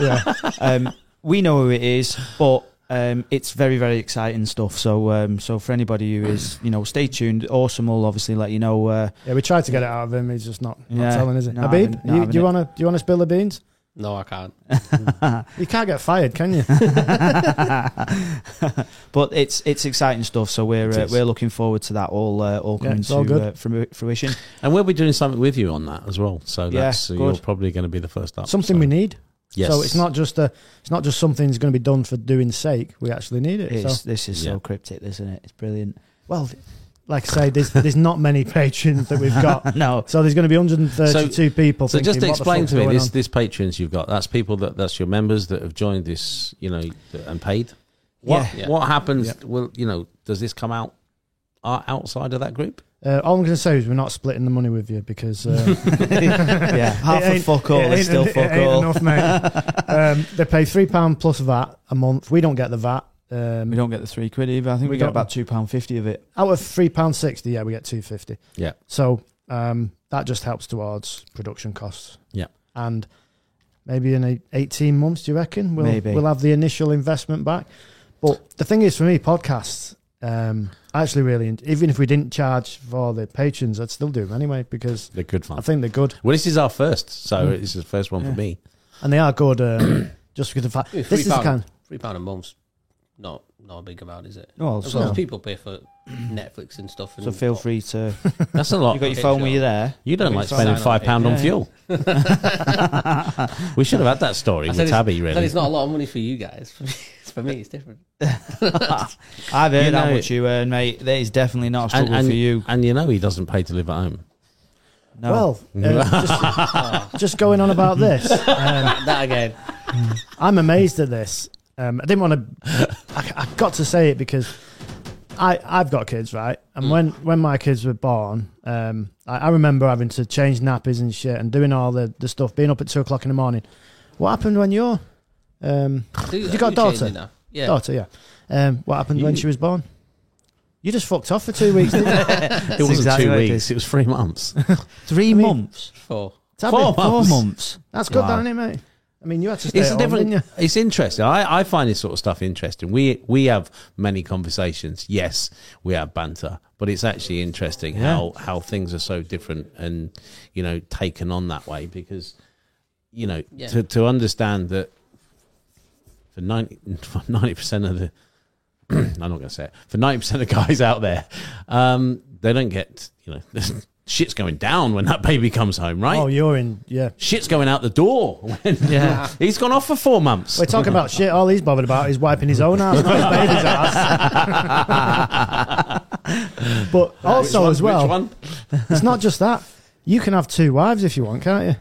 Speaker 1: yeah.
Speaker 2: um, we know who it is, but um, it's very very exciting stuff. So um, so for anybody who is you know stay tuned. Awesome will obviously let you know. Uh,
Speaker 1: Yeah, we tried to get it out of him. He's just not, not
Speaker 2: Yeah,
Speaker 1: telling, is it?
Speaker 2: not
Speaker 1: Habib,
Speaker 2: having- not
Speaker 1: you,
Speaker 2: having
Speaker 1: do you
Speaker 2: it.
Speaker 1: want to do you want to spill the beans?
Speaker 6: No, I can't.
Speaker 1: You can't get fired, can you?
Speaker 2: but it's it's exciting stuff. So we're uh,
Speaker 1: is.
Speaker 2: we're looking forward to that all uh, all
Speaker 1: Yeah,
Speaker 2: coming
Speaker 1: it's all
Speaker 2: to
Speaker 1: good.
Speaker 2: uh, frumu- fruition.
Speaker 3: And we'll be doing something with you on that as well. So
Speaker 2: Yeah,
Speaker 3: that's
Speaker 2: good.
Speaker 3: you're probably going to be the first up.
Speaker 1: Something
Speaker 3: so.
Speaker 1: we need.
Speaker 3: Yes.
Speaker 1: So it's not just a it's not just something that's going to be done for doing sake. We actually need it.
Speaker 2: It's,
Speaker 1: So,
Speaker 2: this is
Speaker 3: Yeah.
Speaker 2: so cryptic, isn't it? It's brilliant.
Speaker 1: well, like I say, there's there's not many patrons that we've got.
Speaker 2: no,
Speaker 1: So there's going to be 132 people.
Speaker 3: So
Speaker 1: thinking,
Speaker 3: just
Speaker 1: "What
Speaker 3: to
Speaker 1: the
Speaker 3: explain
Speaker 1: fuck's
Speaker 3: to me,
Speaker 1: going
Speaker 3: this
Speaker 1: on?"
Speaker 3: this patrons you've got that's people that that's your members that have joined this, you know, and paid. What
Speaker 6: Yeah.
Speaker 3: what happens?
Speaker 1: Yeah.
Speaker 3: Well, you know, does this come out uh, outside of that group?
Speaker 1: Uh, all I'm going to say is we're not splitting the money with you because uh,
Speaker 2: yeah, half
Speaker 1: It
Speaker 2: a
Speaker 1: ain't-
Speaker 2: fuck all
Speaker 1: it
Speaker 2: is
Speaker 1: ain't-
Speaker 2: still
Speaker 1: it
Speaker 2: fuck
Speaker 1: ain't
Speaker 2: all.
Speaker 1: enough, mate. um, they pay three pound plus VAT a month. We don't get the VAT. Um,
Speaker 2: We don't get the three quid either. I think
Speaker 1: We
Speaker 2: we, get
Speaker 1: don't.
Speaker 2: about two pound fifty of it.
Speaker 1: out of three pound sixty, yeah, we get two fifty.
Speaker 3: Yeah.
Speaker 1: So um, that just helps towards production costs.
Speaker 3: Yeah.
Speaker 1: And maybe in a, eighteen months, do you reckon we'll
Speaker 2: Maybe.
Speaker 1: we'll have the initial investment back? But the thing is, for me, podcasts. Um, I actually really, en- even if we didn't charge for the patrons, I'd still do them anyway because
Speaker 3: They're good
Speaker 1: I
Speaker 3: fun.
Speaker 1: think they're good
Speaker 3: Well, this is our first, so
Speaker 1: Mm.
Speaker 3: it's the first one
Speaker 2: Yeah.
Speaker 3: for me.
Speaker 1: and they are good. Um, just because of the fact
Speaker 6: Yeah,
Speaker 1: this is
Speaker 6: £3.
Speaker 1: kind.
Speaker 6: Three pound a month's not not big amount, is it?
Speaker 2: Well,
Speaker 6: As
Speaker 2: Oh, so,
Speaker 6: long as people pay for Netflix and stuff. And
Speaker 2: so feel free to.
Speaker 3: That's a
Speaker 2: You
Speaker 3: lot. you,
Speaker 2: got your phone with you there.
Speaker 3: don't
Speaker 6: you
Speaker 3: like
Speaker 6: sign
Speaker 3: spending
Speaker 6: on
Speaker 3: five
Speaker 6: it,
Speaker 3: pound on
Speaker 2: yeah.
Speaker 3: fuel. we should have had that story
Speaker 6: I
Speaker 3: with
Speaker 6: said it's-
Speaker 3: Tabby.
Speaker 6: That
Speaker 3: Really,
Speaker 6: is not a lot of money for you guys. for me, it's different.
Speaker 2: I've heard
Speaker 3: You
Speaker 2: how
Speaker 3: know-
Speaker 2: much you earn, mate. That is definitely not a
Speaker 3: and
Speaker 2: struggle
Speaker 3: and
Speaker 2: for you.
Speaker 3: and you know he doesn't pay to live at home.
Speaker 2: No.
Speaker 1: Well, uh, just, just going on about this. Um,
Speaker 6: that again.
Speaker 1: I'm amazed at this. Um, I didn't want to. I, I've got to say it because I I've got kids, right? And
Speaker 3: Mm.
Speaker 1: when when my kids were born, um, I, I remember having to change nappies and shit and doing all the, the stuff, being up at two o'clock in the morning. What happened when your um,
Speaker 6: Do that.
Speaker 1: got a
Speaker 6: You're
Speaker 1: daughter?
Speaker 6: changing now. Yeah.
Speaker 1: daughter, yeah? Um, what happened when
Speaker 3: You-
Speaker 1: she was born? You just fucked off for two weeks, didn't you?
Speaker 3: It wasn't
Speaker 2: exactly
Speaker 3: two
Speaker 2: what it
Speaker 3: weeks;
Speaker 2: is.
Speaker 3: it was three months.
Speaker 2: three
Speaker 1: I mean-
Speaker 2: months,
Speaker 6: Four.
Speaker 1: Tabby?
Speaker 3: Four
Speaker 2: four
Speaker 3: months.
Speaker 2: months.
Speaker 1: That's good,
Speaker 3: Wow.
Speaker 1: that, isn't it, mate? I mean, you had to stay at
Speaker 3: it's a
Speaker 1: home,
Speaker 3: different.
Speaker 1: didn't you?
Speaker 3: It's interesting. I, I find this sort of stuff interesting. We we have many conversations. Yes, we have banter, but it's actually interesting how how things are so different and you know taken on that way because you know
Speaker 6: Yeah.
Speaker 3: to to understand that for 90 percent of the I'm not going to say it for ninety percent of guys out there, um, they don't get you know shit's going down when that baby comes home, right?
Speaker 1: Oh, you're in, yeah.
Speaker 3: Shit's going out the door when
Speaker 2: Yeah.
Speaker 3: he's gone off for four months.
Speaker 1: We're talking about shit. All he's bothered about is wiping his own ass, not his baby's ass. but also, as well, it's not just that. You can have two wives if you want, can't you?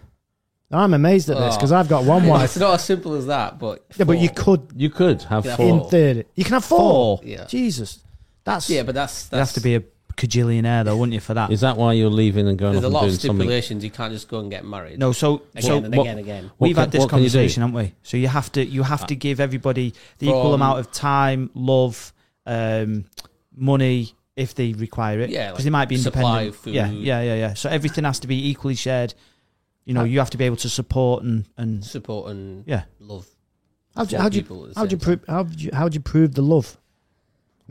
Speaker 1: I'm amazed at this
Speaker 6: Oh.
Speaker 1: because I've got one
Speaker 6: Well,
Speaker 1: wife.
Speaker 6: it's not as simple as that, but
Speaker 1: Yeah, but you
Speaker 6: four.
Speaker 1: could,
Speaker 3: You could have
Speaker 6: Yeah.
Speaker 3: four.
Speaker 1: in theory, you can have four.
Speaker 3: Four.
Speaker 6: Yeah.
Speaker 1: Jesus, that's
Speaker 6: Yeah, but that's
Speaker 2: You'd have
Speaker 6: that's
Speaker 2: to be a cajillionaire, though, wouldn't you, for that?
Speaker 3: Is that why you're leaving and going
Speaker 6: There's a
Speaker 3: off
Speaker 6: lot
Speaker 3: and
Speaker 6: of
Speaker 3: doing something?
Speaker 6: stipulations. You can't just go and get married.
Speaker 2: no, so
Speaker 6: Again
Speaker 2: so
Speaker 6: and
Speaker 3: what-
Speaker 6: again again.
Speaker 3: what
Speaker 2: we've
Speaker 3: can-
Speaker 2: had this
Speaker 3: what can you do?
Speaker 2: conversation, haven't we? So you have to you have to give everybody the equal
Speaker 6: From-
Speaker 2: amount of time, love, um, money if they require it.
Speaker 6: Yeah, like
Speaker 2: they might be
Speaker 6: supply,
Speaker 2: independent. Yeah,
Speaker 6: food.
Speaker 2: yeah, yeah, yeah. So everything has to be equally shared. You know, you have to be able to support and and
Speaker 6: Support and
Speaker 2: yeah.
Speaker 6: love.
Speaker 1: How do,
Speaker 6: four
Speaker 1: how do
Speaker 6: people
Speaker 1: you
Speaker 6: at the
Speaker 1: how do you
Speaker 6: same time.
Speaker 1: prove how do you, how do you prove the love? I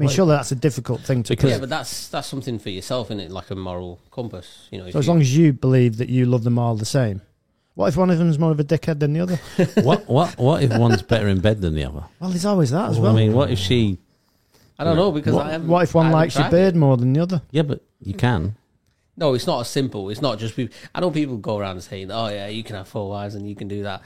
Speaker 1: mean,
Speaker 2: Well-
Speaker 1: surely that's a difficult thing to.
Speaker 3: Because
Speaker 6: Yeah, but that's that's something for yourself, isn't it? Like a moral compass. You know, if
Speaker 1: So as
Speaker 6: you-
Speaker 1: long as you believe that you love them all the same, what if one of them's more of a dickhead than the other?
Speaker 3: what what what if one's better in bed than the other?
Speaker 1: Well, there's always that as well.
Speaker 3: I mean, what if she?
Speaker 6: I don't know because I
Speaker 1: What,
Speaker 6: haven't.
Speaker 1: what if
Speaker 6: I
Speaker 1: one
Speaker 6: haven't
Speaker 1: likes your
Speaker 6: tried it.
Speaker 1: beard more than the other?
Speaker 3: Yeah, but you can.
Speaker 6: No, it's not as simple. It's not just people. I know people go around saying, "Oh yeah, you can have four wives and you can do that."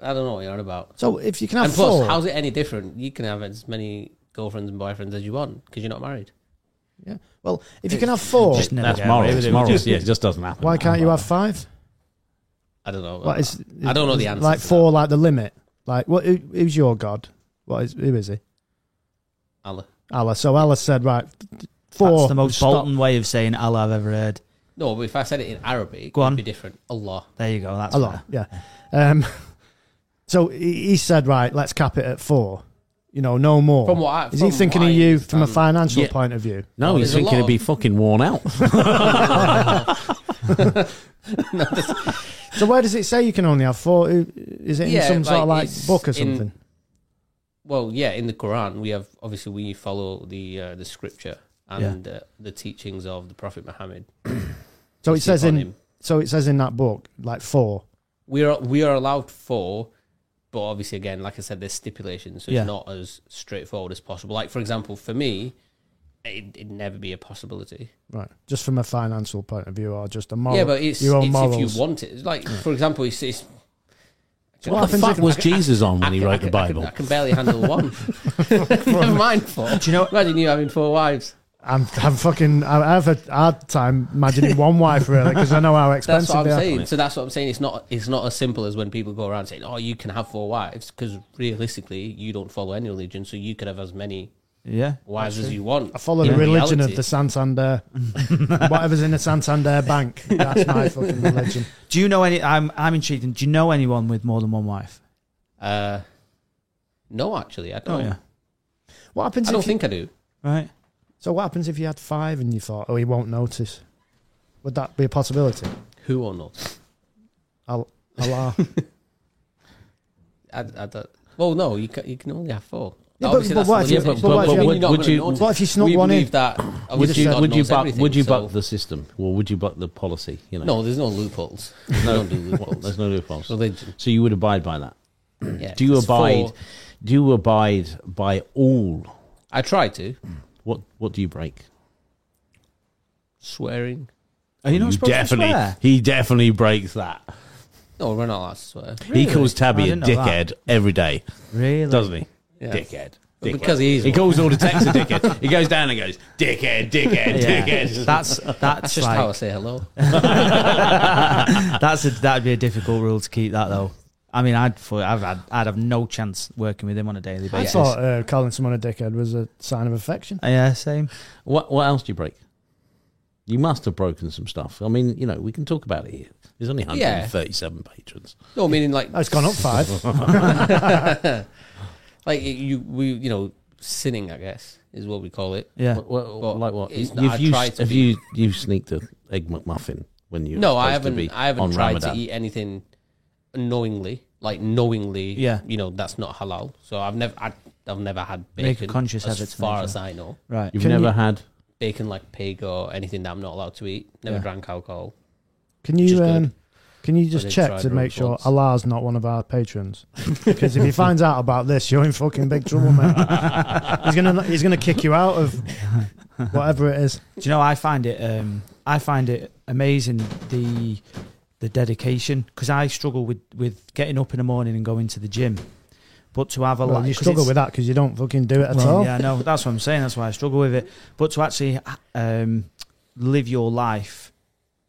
Speaker 6: I don't know what you're on about.
Speaker 1: So if you can have
Speaker 6: and plus,
Speaker 1: four,
Speaker 6: how's it any different? You can have as many girlfriends and boyfriends as you want because you're not married.
Speaker 1: yeah. Well, if you can have four,
Speaker 2: Just never
Speaker 3: That's
Speaker 2: get
Speaker 3: moral.
Speaker 2: away with
Speaker 3: It's
Speaker 2: it,
Speaker 3: moral.
Speaker 2: would you?
Speaker 3: Yeah, it just doesn't happen.
Speaker 1: why can't you have five?
Speaker 6: I don't know.
Speaker 1: What is?
Speaker 6: I don't know the answer.
Speaker 1: Like
Speaker 6: to that.
Speaker 1: four, like the limit. Like what? Who, who's your god? What is? Who is he?
Speaker 6: Allah.
Speaker 1: Allah. So Allah said, right, four.
Speaker 2: That's the most
Speaker 1: stop.
Speaker 2: Bolton way of saying Allah I've ever heard.
Speaker 6: No, but if I said it in Arabic,
Speaker 2: Go
Speaker 6: it
Speaker 2: on.
Speaker 6: would be different. Allah.
Speaker 2: There you go. That's
Speaker 1: Allah.
Speaker 2: better.
Speaker 1: Yeah. Um, so he he said, right, let's cap it at four. You know, no more.
Speaker 6: From what I-
Speaker 1: is
Speaker 6: from
Speaker 1: he thinking
Speaker 6: what
Speaker 1: of
Speaker 6: I
Speaker 1: you from a
Speaker 6: understand-
Speaker 1: financial
Speaker 3: Yeah.
Speaker 1: point of view?
Speaker 3: No,
Speaker 6: There's
Speaker 3: he's
Speaker 6: a
Speaker 3: thinking he'd
Speaker 6: lot
Speaker 3: be
Speaker 6: of-
Speaker 3: fucking worn out.
Speaker 1: So where does it say you can only have four? Who- Is it in
Speaker 6: Yeah,
Speaker 1: some sort of
Speaker 6: like,
Speaker 1: like
Speaker 6: it's
Speaker 1: book or
Speaker 6: in-
Speaker 1: something?
Speaker 6: well, yeah, in the Quran, we have obviously we follow the uh, the scripture and uh, the teachings of the Prophet Muhammad.
Speaker 1: So it
Speaker 6: Peace
Speaker 1: says
Speaker 6: upon
Speaker 1: in
Speaker 6: him.
Speaker 1: so it says in that book like four.
Speaker 6: we are we are allowed four, but obviously, again, like I said, there's stipulations, so
Speaker 2: Yeah.
Speaker 6: it's not as straightforward as possible. Like for example, for me, it, it'd never be a possibility.
Speaker 1: Right. Just from a financial point of view or just a moral.
Speaker 6: yeah, but it's,
Speaker 1: your own
Speaker 6: it's
Speaker 1: morals.
Speaker 6: if you want it. It's Like for example, it's, it's
Speaker 3: What the fuck was Jesus on when
Speaker 6: I
Speaker 3: he
Speaker 6: can- I
Speaker 3: wrote the
Speaker 6: can- I
Speaker 3: Bible?
Speaker 6: can- I can, barely handle one. Never mind four. Do you know? Imagine you having four wives.
Speaker 1: I'm, I'm fucking. I have a hard time imagining one wife really because I know how
Speaker 6: That's
Speaker 1: expensive
Speaker 6: what I'm
Speaker 1: they are.
Speaker 6: saying. So that's what I'm saying. It's not. It's not as simple as when people go around saying, "Oh, you can have four wives," because realistically, you don't follow any religion, so you could have as many
Speaker 2: Yeah.
Speaker 6: wives as you want.
Speaker 1: I follow
Speaker 6: In
Speaker 1: the religion
Speaker 6: reality-
Speaker 1: of the Santander. Whatever's in the Santander bank, that's my fucking religion.
Speaker 2: Do you know any? I'm I'm intrigued. Do you know anyone with more than one wife?
Speaker 6: Uh, no, actually,
Speaker 1: Oh,
Speaker 6: I don't.
Speaker 1: What happens
Speaker 6: I
Speaker 1: if
Speaker 6: don't
Speaker 1: you,
Speaker 6: think I do.
Speaker 2: Right.
Speaker 1: so? What happens if you had five and you thought, oh, he won't notice? Would that be a possibility?
Speaker 6: Who or not?
Speaker 1: Al- Allah.
Speaker 6: I, I don't. Well, no, you can, you can only have
Speaker 1: Yeah,
Speaker 6: four.
Speaker 1: but-
Speaker 6: Obviously,
Speaker 1: but
Speaker 6: that's
Speaker 1: what
Speaker 6: the
Speaker 1: if you-
Speaker 6: limit,
Speaker 1: but what if you-
Speaker 6: you're not
Speaker 3: would
Speaker 6: gonna
Speaker 3: you-
Speaker 6: notice-
Speaker 1: what if you snuck
Speaker 6: we
Speaker 1: one in?
Speaker 6: believe That,
Speaker 3: Would
Speaker 6: obviously
Speaker 3: you,
Speaker 6: God
Speaker 3: would you
Speaker 6: knows
Speaker 3: buck?
Speaker 6: everything,
Speaker 3: Would you
Speaker 6: so-
Speaker 3: buck the system, or would you buck the policy? You know,
Speaker 6: No, there's no loopholes. No, don't do
Speaker 3: Well,
Speaker 6: loopholes.
Speaker 3: there's no loopholes.
Speaker 6: Religion.
Speaker 3: So you would abide by that.
Speaker 6: Yeah.
Speaker 3: Do you
Speaker 6: There's
Speaker 3: abide?
Speaker 6: four.
Speaker 3: Do you abide by all?
Speaker 6: I try to.
Speaker 3: What What do you break?
Speaker 6: Swearing.
Speaker 2: Are you not
Speaker 3: You
Speaker 2: supposed
Speaker 3: definitely,
Speaker 2: to swear?
Speaker 3: he definitely breaks that.
Speaker 6: No, we're not allowed to swear.
Speaker 3: He calls Tabby
Speaker 2: I
Speaker 3: a
Speaker 2: didn't know that.
Speaker 3: dickhead every day,
Speaker 2: Really?
Speaker 3: doesn't he?
Speaker 6: Yeah.
Speaker 3: Dickhead.
Speaker 6: But
Speaker 3: dickhead.
Speaker 6: because he is
Speaker 3: He
Speaker 6: one.
Speaker 3: calls all the texts a dickhead. He goes down and goes, dickhead, dickhead,
Speaker 2: Yeah.
Speaker 3: dickhead.
Speaker 2: That's that's,
Speaker 6: That's just
Speaker 2: like,
Speaker 6: how I say hello.
Speaker 2: that's a, that'd be a difficult rule to keep. That though. I mean, I'd fu- I've had, I'd have no chance working with him on a daily
Speaker 1: I
Speaker 2: basis.
Speaker 1: thought uh, calling someone a dickhead was a sign of affection.
Speaker 2: yeah, same.
Speaker 3: What What else do you break? You must have broken some stuff. I mean, you know, we can talk about it here. There's only
Speaker 6: Yeah.
Speaker 3: 137 patrons.
Speaker 6: No, meaning like
Speaker 1: Oh, it's gone up five.
Speaker 6: like you we you know sinning. I guess is what we call it.
Speaker 2: Yeah.
Speaker 3: What, what,
Speaker 6: But
Speaker 3: like what?
Speaker 6: it's-
Speaker 3: You've,
Speaker 6: I
Speaker 3: you,
Speaker 6: try to
Speaker 3: have
Speaker 6: be-
Speaker 3: you you sneaked an egg McMuffin when you? were
Speaker 6: No, I
Speaker 3: supposed to
Speaker 6: haven't.
Speaker 3: be
Speaker 6: I haven't
Speaker 3: on
Speaker 6: tried
Speaker 3: Ramadan.
Speaker 6: to eat anything knowingly, like knowingly.
Speaker 2: Yeah.
Speaker 6: you know that's not halal. So I've never, I, I've never had bacon.
Speaker 2: Make a conscious
Speaker 6: as
Speaker 2: effort to
Speaker 6: far
Speaker 2: make
Speaker 6: as
Speaker 2: sure.
Speaker 6: I know.
Speaker 2: Right.
Speaker 3: You've
Speaker 1: Can
Speaker 3: never
Speaker 1: you-
Speaker 3: had.
Speaker 6: Bacon like pig or anything that I'm not allowed to eat. Never
Speaker 2: Yeah.
Speaker 6: drank alcohol.
Speaker 1: Can
Speaker 6: Which is
Speaker 1: you
Speaker 6: good.
Speaker 1: um, can you
Speaker 6: I
Speaker 1: just
Speaker 6: did
Speaker 1: check
Speaker 6: try
Speaker 1: to
Speaker 6: the
Speaker 1: make sure
Speaker 6: results.
Speaker 1: Allah's not one of our patrons? Because if he finds out about this, you're in fucking big trouble, mate. he's gonna he's gonna kick you out of whatever it is.
Speaker 2: Do you know I find it um, I find it amazing the the dedication because I struggle with with getting up in the morning and going to the gym, but to have a
Speaker 1: Well,
Speaker 2: lot
Speaker 1: you struggle with that because you don't fucking do it at all.
Speaker 2: Yeah, no, that's what I'm saying. That's why I struggle with it. But to actually um, live your life,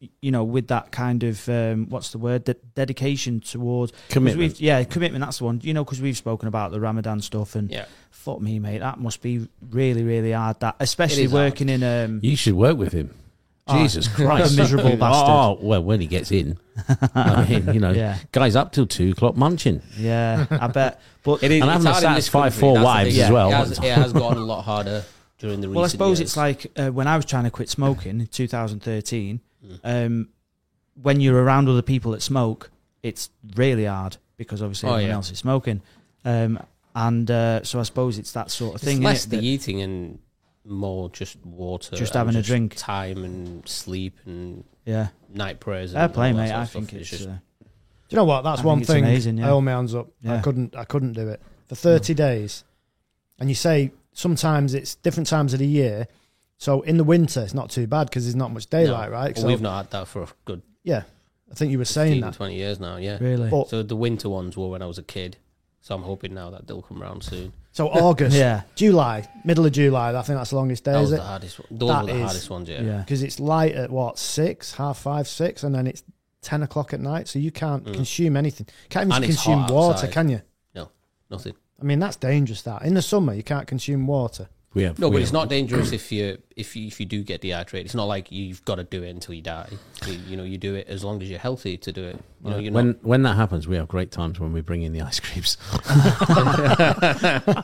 Speaker 2: y- you know, with that kind of um, what's the word? That dedication towards 'cause
Speaker 3: Commitment.
Speaker 2: we've- Yeah, commitment. That's the one. You know, because we've spoken about the Ramadan stuff and
Speaker 6: Yeah,
Speaker 2: fuck me, mate, that must be really really hard. That especially
Speaker 6: is hard.
Speaker 2: working in um,
Speaker 3: You should work with him.
Speaker 2: Oh,
Speaker 3: Jesus Christ,
Speaker 2: miserable bastard.
Speaker 3: Oh well, when he gets in, I mean, you know,
Speaker 2: Yeah.
Speaker 3: guys up till two o'clock munching.
Speaker 2: yeah, I bet. But
Speaker 6: is.
Speaker 3: And having
Speaker 6: it's hard
Speaker 3: to
Speaker 6: in this
Speaker 3: satisfy
Speaker 6: country,
Speaker 3: four
Speaker 6: that's the
Speaker 3: wives
Speaker 6: thing.
Speaker 3: as well.
Speaker 6: It has, it has gotten a lot harder during the.
Speaker 2: Well, I
Speaker 6: recent
Speaker 2: suppose
Speaker 6: years.
Speaker 2: it's like uh, when I was trying to quit smoking in 2013.
Speaker 6: Mm.
Speaker 2: Um, when you're around other people that smoke, it's really hard because obviously
Speaker 6: Oh,
Speaker 2: everyone
Speaker 6: yeah.
Speaker 2: else is smoking. Um, and uh, so I suppose it's that sort of
Speaker 6: It's
Speaker 2: thing.
Speaker 6: less
Speaker 2: innit,
Speaker 6: the
Speaker 2: that-
Speaker 6: eating and more just water,
Speaker 2: Just
Speaker 6: and
Speaker 2: having a drink.
Speaker 6: time and sleep and
Speaker 2: yeah,
Speaker 6: night prayers. and
Speaker 2: fair play,
Speaker 6: all that
Speaker 2: mate.
Speaker 6: sort of
Speaker 2: I
Speaker 6: stuff.
Speaker 2: think it's,
Speaker 6: just
Speaker 2: uh,
Speaker 1: Do you know what? That's
Speaker 2: I
Speaker 1: one
Speaker 2: think it's
Speaker 1: thing.
Speaker 2: amazing, yeah.
Speaker 1: I hold my hands up. I
Speaker 2: Yeah.
Speaker 1: couldn't. I couldn't do it for thirty days. And you say sometimes it's different times of the year. So in the winter, it's not too bad because there's not much daylight,
Speaker 6: No.
Speaker 1: right?
Speaker 6: Well,
Speaker 1: So
Speaker 6: we've not had that for a good
Speaker 1: yeah, I think you were saying
Speaker 6: 15,
Speaker 1: that.
Speaker 6: 20 years now. Yeah.
Speaker 2: really,
Speaker 1: But-
Speaker 6: So the winter ones were when I was a kid. So I'm hoping now that they'll come round soon.
Speaker 1: So August,
Speaker 2: yeah,
Speaker 1: July, middle of July. I think that's the longest day,
Speaker 6: that
Speaker 1: is
Speaker 6: was
Speaker 1: it?
Speaker 6: the hardest. One. Those
Speaker 1: That
Speaker 6: were the
Speaker 1: is-
Speaker 6: hardest ones. Yeah.
Speaker 2: yeah,
Speaker 1: because it's light at what six, half five, six, and then it's ten o'clock at night, so you can't consume anything. Can't even
Speaker 6: Mm. And it's
Speaker 1: consume
Speaker 6: hot
Speaker 1: water,
Speaker 6: outside.
Speaker 1: can you?
Speaker 6: Nothing.
Speaker 1: I mean, that's dangerous. That in the summer you can't consume water.
Speaker 3: We have
Speaker 6: No,
Speaker 3: we
Speaker 6: but it's
Speaker 3: have-
Speaker 6: not dangerous if you if you, if you do get dehydrated. It's not like you've got to do it until you die. You, you know, you do it as long as you're healthy to do it. You know, you're
Speaker 3: when
Speaker 6: not.
Speaker 3: when that happens, we have great times when we bring in the ice creams.
Speaker 2: yeah,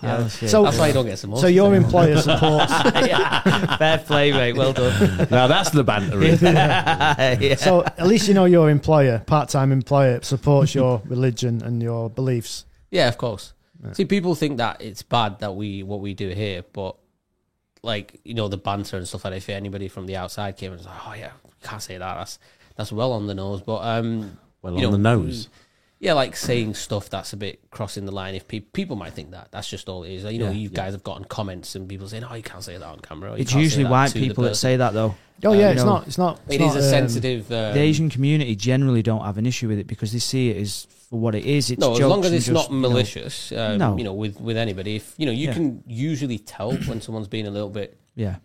Speaker 2: that's it.
Speaker 1: So,
Speaker 6: That's why you don't get some.
Speaker 1: so your employer supports.
Speaker 2: yeah, fair play, mate. Well done.
Speaker 3: now that's the banter. isn't it?
Speaker 2: yeah.
Speaker 1: so at least you know your employer, part-time employer, supports your religion and your beliefs.
Speaker 6: Yeah, of course. See, people think that it's bad that we what we do here, but like you know the banter and stuff like that. If anybody from the outside came and was like, "Oh yeah, can't say that," that's that's well on the nose. But um,
Speaker 3: Well,
Speaker 6: you
Speaker 3: on
Speaker 6: know,
Speaker 3: the nose.
Speaker 6: yeah, like saying stuff that's a bit crossing the line. If pe- people might think that, that's just all it is. You know,
Speaker 3: Yeah,
Speaker 6: you guys have gotten comments and people saying, "Oh, you can't say that on camera." or, "You
Speaker 2: It's
Speaker 6: can't say
Speaker 2: usually
Speaker 6: that
Speaker 2: white
Speaker 6: to the
Speaker 2: people that
Speaker 6: person."
Speaker 2: say that though.
Speaker 1: Oh
Speaker 2: Uh,
Speaker 1: yeah,
Speaker 2: you
Speaker 1: it's
Speaker 2: know,
Speaker 1: not. It's not. It's
Speaker 6: It is
Speaker 1: not,
Speaker 6: a
Speaker 1: um,
Speaker 6: sensitive. Um,
Speaker 2: the Asian community generally don't have an issue with it because they see it as for what it is. It's
Speaker 6: no, as
Speaker 2: jokes
Speaker 6: long as
Speaker 2: and
Speaker 6: it's
Speaker 2: just,
Speaker 6: not
Speaker 2: you know,
Speaker 6: malicious. um,
Speaker 2: No.
Speaker 6: you know, with with anybody, if you know, you
Speaker 2: Yeah.
Speaker 6: can usually tell when someone's being a little bit
Speaker 2: yeah,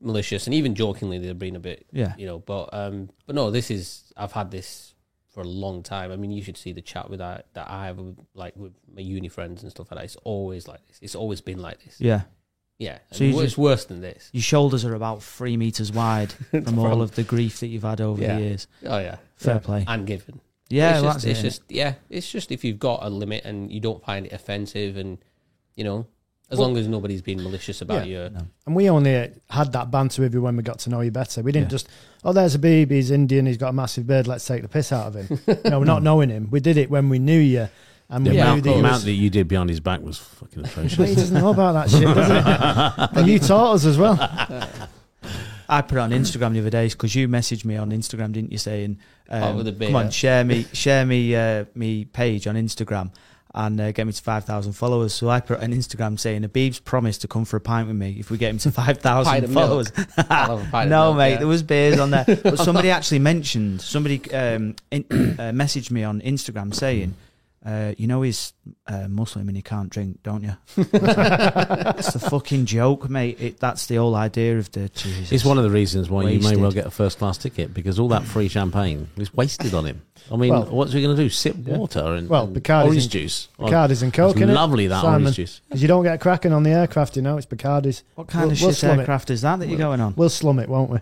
Speaker 6: malicious, and even jokingly, they're being a bit
Speaker 2: yeah.
Speaker 6: you know. But um, but no, this is I've had this for a long time. I mean, you should see the chat with that that I have with, like with my uni friends and stuff like that. It's always like this. It's always been like this.
Speaker 2: Yeah,
Speaker 6: Yeah,
Speaker 2: So
Speaker 6: so
Speaker 2: you
Speaker 6: it's
Speaker 2: just-
Speaker 6: worse than this.
Speaker 2: your shoulders are about three meters wide from all of the grief that you've had over
Speaker 6: Yeah.
Speaker 2: the years.
Speaker 6: Oh yeah,
Speaker 2: Fair
Speaker 1: Yeah.
Speaker 2: play.
Speaker 6: and given.
Speaker 2: Yeah,
Speaker 6: it's
Speaker 2: well,
Speaker 6: just,
Speaker 2: that's
Speaker 6: it's
Speaker 2: it.
Speaker 6: just yeah, it's just if you've got a limit and you don't find it offensive, and you know, as
Speaker 1: Well-
Speaker 6: long as nobody's being malicious about your
Speaker 2: No.
Speaker 1: And we only had that banter with you when we got to know you better. We didn't
Speaker 2: Yeah.
Speaker 1: just, oh, there's a baby, he's Indian, he's got a massive beard, let's take the piss out of him. no, not knowing him. We did it when we knew you. And
Speaker 3: The
Speaker 1: we knew
Speaker 6: Yeah,
Speaker 3: amount,
Speaker 1: that
Speaker 3: the
Speaker 1: you
Speaker 3: amount
Speaker 1: was,
Speaker 3: that you did behind his back was fucking
Speaker 1: But
Speaker 3: atrocious.
Speaker 1: he doesn't know about that shit, does he? and you taught us as well.
Speaker 2: I put it on Instagram the other day because you messaged me on Instagram, didn't you? Saying, um,
Speaker 6: Oh, with a beer.
Speaker 2: "Come on, share me, share me, uh, me page on Instagram." And uh, get me to five thousand followers. So I put an Instagram saying, "Abib's promised to come for a pint with me if we get him to five
Speaker 6: Pint
Speaker 2: thousand
Speaker 6: of milk.
Speaker 2: followers."
Speaker 6: I'll have a pint of
Speaker 2: no,
Speaker 6: milk,
Speaker 2: mate,
Speaker 6: yeah.
Speaker 2: there was beers on there. But somebody actually mentioned somebody um, in, uh, messaged me on Instagram saying, uh, "You know he's uh, Muslim and he can't drink, don't you?" it's a fucking joke, mate. It, that's the whole idea of the. Jesus.
Speaker 3: It's one of the reasons why you may well
Speaker 2: Wasted.
Speaker 3: get a first class ticket because all that free champagne was wasted on him. I mean,
Speaker 1: Well-
Speaker 3: what's he going to do? Sip
Speaker 1: Yeah.
Speaker 3: water and,
Speaker 1: Well,
Speaker 3: and
Speaker 1: Bacardi's
Speaker 3: orange
Speaker 1: in-
Speaker 3: juice. Oh,
Speaker 1: Bacardi's and
Speaker 3: it's
Speaker 1: Coke, innit?
Speaker 3: lovely that
Speaker 1: Simon.
Speaker 3: orange juice.
Speaker 1: Because you don't get cracking on the aircraft, you know, it's Bacardi's.
Speaker 2: What kind
Speaker 1: We'll-
Speaker 2: of
Speaker 1: we'll
Speaker 2: shit
Speaker 1: slum it.
Speaker 2: aircraft is that that you're going on?
Speaker 1: We'll slum it, won't we?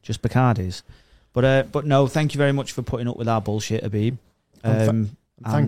Speaker 2: Just Bacardis. But uh, but no, thank you very much for putting up with our bullshit, Abib.
Speaker 1: And fa-
Speaker 2: Um,
Speaker 1: And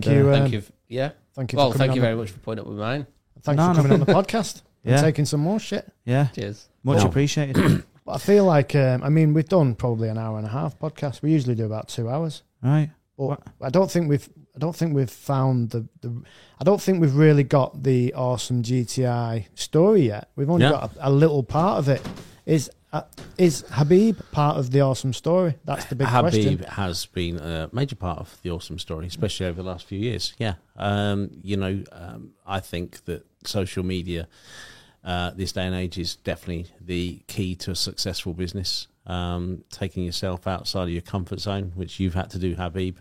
Speaker 1: thank
Speaker 2: and,
Speaker 1: you, um,
Speaker 6: uh, thank you. f- Yeah.
Speaker 1: Thank you
Speaker 6: Well,
Speaker 1: for coming
Speaker 6: thank
Speaker 1: on
Speaker 6: you
Speaker 1: the-
Speaker 6: very much for putting up with mine.
Speaker 1: Thanks
Speaker 2: No,
Speaker 1: for
Speaker 2: no.
Speaker 1: coming on the podcast
Speaker 2: Yeah.
Speaker 1: and taking some more shit.
Speaker 2: yeah,
Speaker 6: Cheers.
Speaker 2: much
Speaker 3: No.
Speaker 2: appreciated.
Speaker 1: But I feel like, um, I mean, we've done probably an hour and a half podcast. We usually do about two hours.
Speaker 2: right.
Speaker 1: But
Speaker 2: What?
Speaker 1: I don't think we've I don't think we've found the, the I don't think we've really got the awesome GTI story yet. We've only
Speaker 3: Yeah.
Speaker 1: got a, a little part of it. Is uh, is Habib part of the awesome story? That's the big
Speaker 3: Habib
Speaker 1: question.
Speaker 3: has been a major part of the awesome story, especially over the last few years. Yeah, um, you know, um, I think that social media uh, this day and age is definitely the key to a successful business. Um, taking yourself outside of your comfort zone, which you've had to do, Habib,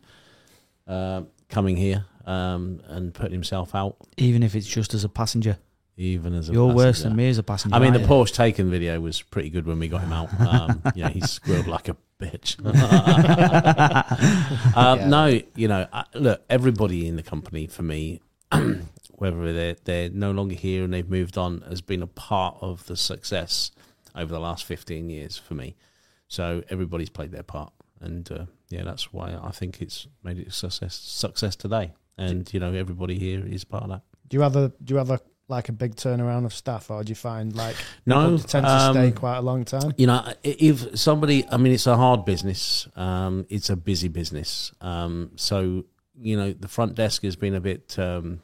Speaker 3: uh, coming here um, and putting himself out,
Speaker 2: Even if it's just as a passenger,
Speaker 3: even as a
Speaker 2: you're worse
Speaker 3: passenger.
Speaker 2: than me as a passenger.
Speaker 3: I mean, the
Speaker 2: aren't you?
Speaker 3: Porsche taken video was pretty good when we got him out. Um, yeah, he squirreled like a bitch. um, No, you know, I, look, everybody in the company for me, whether they're they're no longer here and they've moved on, has been a part of the success over the last fifteen years for me. So everybody's played their part, and uh, yeah, that's why I think it's made it a success success today. And you know, everybody here is part of that.
Speaker 1: Do you have a do you have a like a big turnaround of staff, or do you find like
Speaker 3: No,
Speaker 1: people tend to
Speaker 3: um,
Speaker 1: stay quite a long time?
Speaker 3: you know, i- if somebody, I mean, it's a hard business. Um, it's a busy business. Um, so you know, the front desk has been a bit. Um,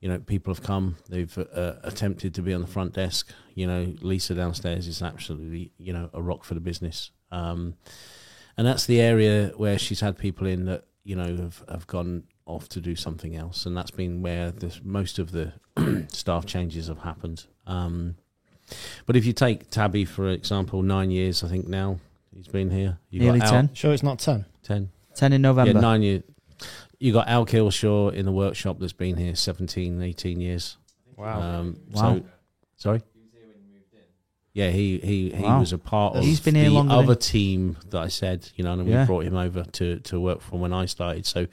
Speaker 3: you know, people have come. They've uh, attempted to be on the front desk. You know, Lisa downstairs is absolutely, you know, a rock for the business. Um, and that's the area where she's had people in that you know have, have gone off to do something else, and that's been where the, most of the staff changes have happened. Um, but if you take Tabby for example, nine years I think now he's been here. You
Speaker 2: nearly
Speaker 3: got Al-
Speaker 2: ten.
Speaker 1: Sure, it's not ten.
Speaker 3: Ten.
Speaker 2: Ten in November.
Speaker 3: Yeah, nine years. You got Al Kilshaw in the workshop that's been here 17, 18 years. Um,
Speaker 2: Wow.
Speaker 3: So, sorry. Yeah, he he, he
Speaker 2: Wow.
Speaker 3: was a part of
Speaker 2: He's been here
Speaker 3: the
Speaker 2: longer than-
Speaker 3: other team that I said, you know, and we
Speaker 2: Yeah.
Speaker 3: brought him over to, to work from when I started. So